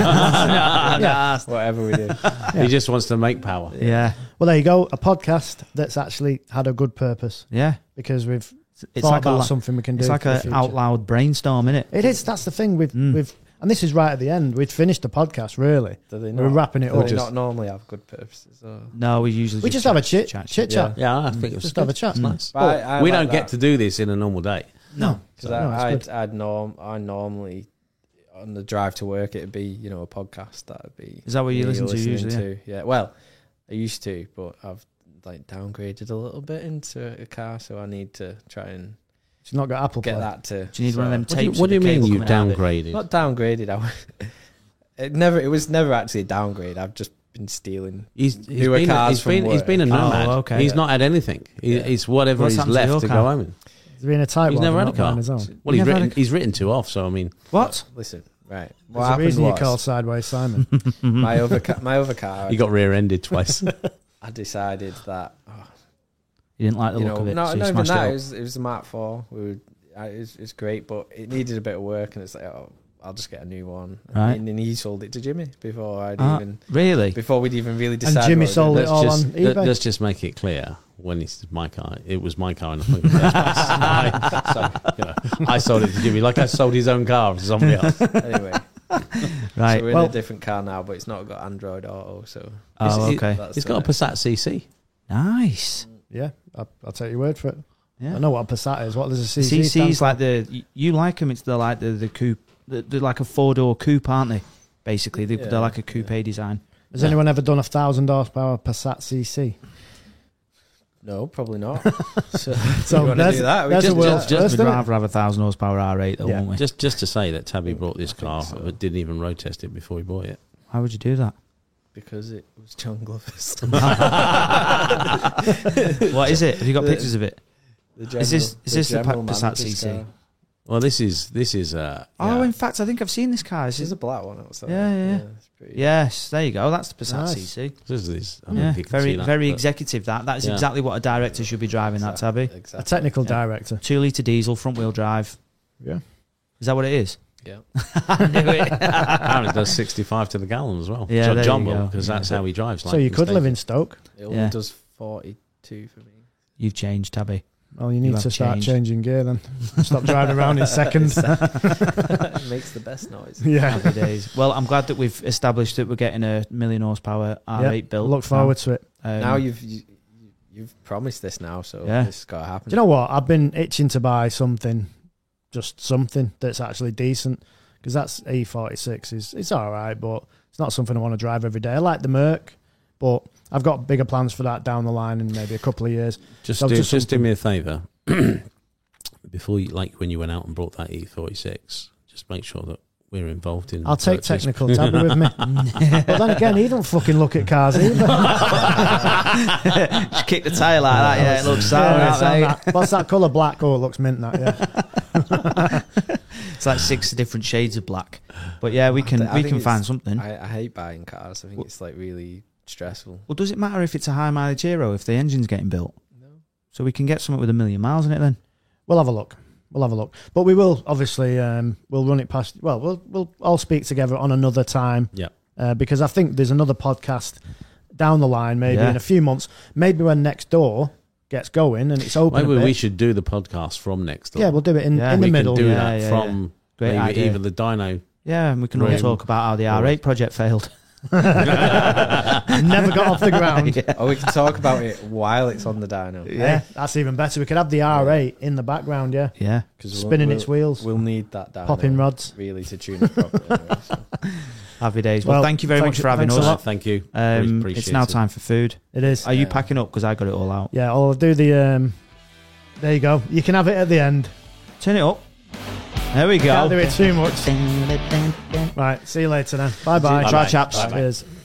Speaker 2: yeah.
Speaker 4: whatever we do.
Speaker 1: Yeah.
Speaker 3: he just wants to make power.
Speaker 2: yeah,
Speaker 1: well, there you go. A podcast that's actually had a good purpose
Speaker 2: yeah.
Speaker 1: because we've
Speaker 2: It's, it's
Speaker 1: thought
Speaker 2: like a
Speaker 1: about
Speaker 2: la-
Speaker 1: something we can do.
Speaker 2: it's like
Speaker 1: for the
Speaker 2: an
Speaker 1: future.
Speaker 2: out loud brainstorm, innit?
Speaker 1: It is. That's the thing. We've
Speaker 2: Mm.
Speaker 1: we've and this is right at the end. We'd finished the podcast. Really,
Speaker 4: Do they
Speaker 1: we're
Speaker 4: not?
Speaker 1: wrapping it
Speaker 4: do
Speaker 1: up.
Speaker 4: they not normally have good purposes? Or?
Speaker 2: No, we usually
Speaker 1: we just have a chit
Speaker 2: chat.
Speaker 1: chat. Chit chat.
Speaker 3: Yeah, I think it was
Speaker 1: Just have a
Speaker 3: good.
Speaker 1: chat.
Speaker 3: It's nice.
Speaker 4: But I- I
Speaker 3: we
Speaker 4: like
Speaker 3: don't get
Speaker 4: that.
Speaker 3: to do this in a normal day.
Speaker 1: No,
Speaker 4: Because
Speaker 1: No, it's
Speaker 4: I,
Speaker 1: good.
Speaker 4: I'd, I'd norm, I normally on the drive to work, it'd be you know a podcast that'd be.
Speaker 2: Is that what you
Speaker 4: me
Speaker 2: listen to
Speaker 4: listening
Speaker 2: usually?
Speaker 4: to. Yeah. Well, I used to, but I've like downgraded a little bit into a car, so I need to try and
Speaker 1: she's not got Apple
Speaker 4: get
Speaker 1: Play.
Speaker 4: that to.
Speaker 2: Do you need one of them
Speaker 3: What do you,
Speaker 2: tapes?
Speaker 3: what do you
Speaker 2: with the
Speaker 3: mean
Speaker 2: cable
Speaker 3: you
Speaker 2: coming out of it?
Speaker 3: downgraded?
Speaker 4: Not downgraded. I. was- It never. It was never actually a downgrade. I've just been stealing.
Speaker 3: He's, he's
Speaker 4: Newer
Speaker 3: been, a-
Speaker 4: cars
Speaker 3: he's
Speaker 4: from
Speaker 3: been, he's
Speaker 4: work.
Speaker 3: been a
Speaker 4: Oh,
Speaker 3: nomad.
Speaker 2: okay.
Speaker 3: He's
Speaker 4: Yeah.
Speaker 3: not had anything. He,
Speaker 4: Yeah.
Speaker 3: It's whatever
Speaker 2: What's
Speaker 3: he's
Speaker 2: happened to
Speaker 3: left
Speaker 2: your
Speaker 3: to
Speaker 2: car?
Speaker 3: go home in.
Speaker 1: He's being a tight
Speaker 3: He's
Speaker 1: one,
Speaker 3: never had a
Speaker 1: not mine
Speaker 3: car.
Speaker 1: as well.
Speaker 3: Well, he's
Speaker 2: Never had
Speaker 3: written,
Speaker 2: a-
Speaker 3: he's written two off, so I mean,
Speaker 2: What?
Speaker 4: Listen, right. What
Speaker 1: There's a
Speaker 4: happened
Speaker 1: reason you
Speaker 4: was
Speaker 1: call sideways Simon.
Speaker 4: my other ca- my other car.
Speaker 3: he got rear ended twice.
Speaker 4: I decided that oh,
Speaker 2: You didn't like the
Speaker 4: you
Speaker 2: look
Speaker 4: know,
Speaker 2: of it,
Speaker 4: no,
Speaker 2: so you
Speaker 4: no, even
Speaker 2: smashed
Speaker 4: that. It,
Speaker 2: it up.
Speaker 4: was it was a Mark Four. We were, I, it was, it's great, but it needed a bit of work, and it's like, oh, I'll just get a new one.
Speaker 2: Right.
Speaker 4: And then he sold it to Jimmy before I'd
Speaker 2: Ah.
Speaker 4: even
Speaker 2: Really?
Speaker 4: before we'd even really decided.
Speaker 1: and Jimmy
Speaker 4: what
Speaker 1: sold
Speaker 4: we're
Speaker 1: it
Speaker 3: let's,
Speaker 1: all
Speaker 3: just,
Speaker 1: on
Speaker 3: let,
Speaker 1: eBay.
Speaker 3: us just make it clear when it's my car, it was my car in the fucking first place. I, you know, I sold it to Jimmy like I sold his own car to somebody else.
Speaker 4: doing. anyway,
Speaker 2: Right.
Speaker 4: so we're
Speaker 1: well-
Speaker 4: in a different car now, but it's not got Android Auto, so
Speaker 2: oh,
Speaker 3: It's-
Speaker 2: okay.
Speaker 4: that's
Speaker 3: He's got a
Speaker 4: uh,
Speaker 3: Passat CC.
Speaker 2: Nice.
Speaker 1: yeah, I'll, I'll take your word for it. I
Speaker 2: Yeah.
Speaker 1: know what a Passat is. What does a CC stand
Speaker 2: CC's
Speaker 1: for?
Speaker 2: like the you- you like them. It's the like the the coupe. They're, they're like a four door coupe, aren't they? Basically, they,
Speaker 4: Yeah,
Speaker 2: they're like a coupe design.
Speaker 1: Has
Speaker 3: Yeah.
Speaker 1: anyone ever done a thousand horsepower Passat CC?
Speaker 4: no, probably not. so
Speaker 1: So
Speaker 4: you want to
Speaker 1: there's-
Speaker 4: do that?
Speaker 1: there's a
Speaker 4: Oh, just-
Speaker 1: world-
Speaker 4: just-
Speaker 1: Just
Speaker 2: We'd
Speaker 1: do it.
Speaker 2: rather have a thousand horsepower R eight, though,
Speaker 1: Yeah.
Speaker 2: wouldn't we?
Speaker 3: Just just to say that Tabby brought this
Speaker 4: I think
Speaker 3: car,
Speaker 4: so.
Speaker 3: but didn't even road test it before he bought it.
Speaker 2: Why would you do that?
Speaker 4: because it was John Glover's.
Speaker 2: what is it? Have you got
Speaker 4: The-
Speaker 2: pictures of it?
Speaker 4: The
Speaker 2: Is this-
Speaker 4: general-
Speaker 2: is this the
Speaker 4: general
Speaker 2: Pa- Passat
Speaker 4: manager's
Speaker 2: CC?
Speaker 4: car.
Speaker 3: Well, this is this is uh,
Speaker 2: Oh,
Speaker 3: yeah.
Speaker 2: in fact, I think I've seen this car. This
Speaker 4: This is
Speaker 2: is
Speaker 4: a black one outside.
Speaker 2: Yeah, yeah, yeah.
Speaker 4: it's pretty-
Speaker 2: yes. There you go. That's the Passat
Speaker 1: Nice.
Speaker 2: CC.
Speaker 3: this is I don't know
Speaker 2: Yeah,
Speaker 3: if you can
Speaker 2: very
Speaker 3: see that,
Speaker 2: very
Speaker 3: but-
Speaker 2: executive. That that is
Speaker 3: Yeah.
Speaker 2: exactly what a director should be driving. That tabby.
Speaker 1: A
Speaker 4: Exactly.
Speaker 1: technical
Speaker 2: Yeah.
Speaker 1: director.
Speaker 2: Two litre diesel, front wheel drive.
Speaker 1: Yeah.
Speaker 2: Is that what it is?
Speaker 4: Yeah.
Speaker 2: I knew it.
Speaker 3: Apparently, it does 65 to the gallon as well.
Speaker 2: Yeah,
Speaker 3: So
Speaker 2: there
Speaker 3: John
Speaker 2: you
Speaker 3: will,
Speaker 2: go.
Speaker 3: because that's
Speaker 2: Yeah.
Speaker 3: how he drives.
Speaker 1: so you could live in Stoke.
Speaker 4: It only
Speaker 2: Yeah.
Speaker 4: does 42 for me.
Speaker 2: You've changed, Tabby.
Speaker 1: Well, you need
Speaker 2: have
Speaker 1: to start
Speaker 2: changed.
Speaker 1: changing gear then. Stop driving around in seconds.
Speaker 4: it makes the best noise.
Speaker 1: yeah.
Speaker 2: Happy days. Well, I'm glad that we've established that we're getting a million horsepower
Speaker 1: Yeah,
Speaker 2: R8 built.
Speaker 1: Look forward to it.
Speaker 2: Now, Um,
Speaker 4: now you've you, you- you've promised this now, so
Speaker 2: Yeah.
Speaker 4: this has got to happen.
Speaker 1: Do you know what? I've been itching to buy something, just something that's actually decent. Because that's E46 is it's all right, but it's not something I want to drive every day. I like the Merc, but I've got bigger plans for that down the line in maybe a couple of years.
Speaker 3: Just,
Speaker 1: So
Speaker 3: do,
Speaker 1: just
Speaker 3: just, do
Speaker 1: something-
Speaker 3: me a favour. Before you, like when you went out and bought that E46, just make sure that we're involved in.
Speaker 1: I'll take
Speaker 3: Mm, purchase.
Speaker 1: technical tabby with me. but then again, he don't fucking look at cars either.
Speaker 2: Just kick the tail like that. Yeah, it looks sour.
Speaker 1: Yeah, it's on
Speaker 2: that,
Speaker 1: that- What's that colour? Black. Oh, it looks mint. That yeah.
Speaker 2: mate. It's like six different shades of black. But yeah, we
Speaker 4: I
Speaker 2: can
Speaker 4: thi- I
Speaker 2: we
Speaker 4: think
Speaker 2: can find
Speaker 4: it's-
Speaker 2: something.
Speaker 4: I, I hate buying cars. I think it's like really stressful.
Speaker 2: well, does it matter if it's a high mileage hero if the engine's getting built?
Speaker 4: No.
Speaker 2: So we can get something with a million miles in it then.
Speaker 1: We'll have a look. We'll have a look. But we will obviously um, we'll run it past. Well, we'll we'll all speak together on another time.
Speaker 3: Yeah.
Speaker 1: Uh, because I think there's another podcast down the line, maybe
Speaker 2: Yeah.
Speaker 1: in a few months, maybe when next door gets going and it's open. a
Speaker 3: Maybe we
Speaker 1: bit.
Speaker 3: should do the podcast from next door.
Speaker 1: yeah, we'll do it in,
Speaker 2: Yeah.
Speaker 1: in the
Speaker 3: we
Speaker 1: middle.
Speaker 3: Can do
Speaker 2: Yeah,
Speaker 3: that
Speaker 2: yeah,
Speaker 3: from
Speaker 2: Great
Speaker 3: maybe
Speaker 2: idea.
Speaker 3: either the dyno.
Speaker 2: Yeah, and we can all
Speaker 3: Right.
Speaker 2: talk about how the R8 project failed.
Speaker 1: Never got off the ground.
Speaker 2: Yeah.
Speaker 4: Or Oh, we can talk about it while it's on the dyno.
Speaker 1: Hey, that's even better. We could have the R8 in the background, yeah,
Speaker 2: Yeah.
Speaker 4: 'Cause we'll-
Speaker 1: spinning
Speaker 4: we'll-
Speaker 1: its wheels,
Speaker 4: We'll need that dyno.
Speaker 1: popping rods.
Speaker 4: Really to tune it properly. anyway, so.
Speaker 2: Happy days. Well,
Speaker 1: Well,
Speaker 2: thank you very
Speaker 1: thanks-
Speaker 2: much for having
Speaker 1: thanks a
Speaker 2: us.
Speaker 1: lot.
Speaker 3: Thank you. Really
Speaker 2: Um,
Speaker 3: appreciate
Speaker 2: it's now
Speaker 3: it.
Speaker 2: time for food.
Speaker 1: It is.
Speaker 2: Are you
Speaker 4: Yeah.
Speaker 2: packing up? Because I got it all out.
Speaker 1: Yeah, I'll do the. Um, there you go. You can have it at the end.
Speaker 2: Turn it up. There we
Speaker 1: Can't do
Speaker 2: go.
Speaker 1: it too much. Right. See you later then. Bye bye.
Speaker 3: Bye-bye.
Speaker 1: chaps.
Speaker 3: Bye-bye.
Speaker 1: Cheers.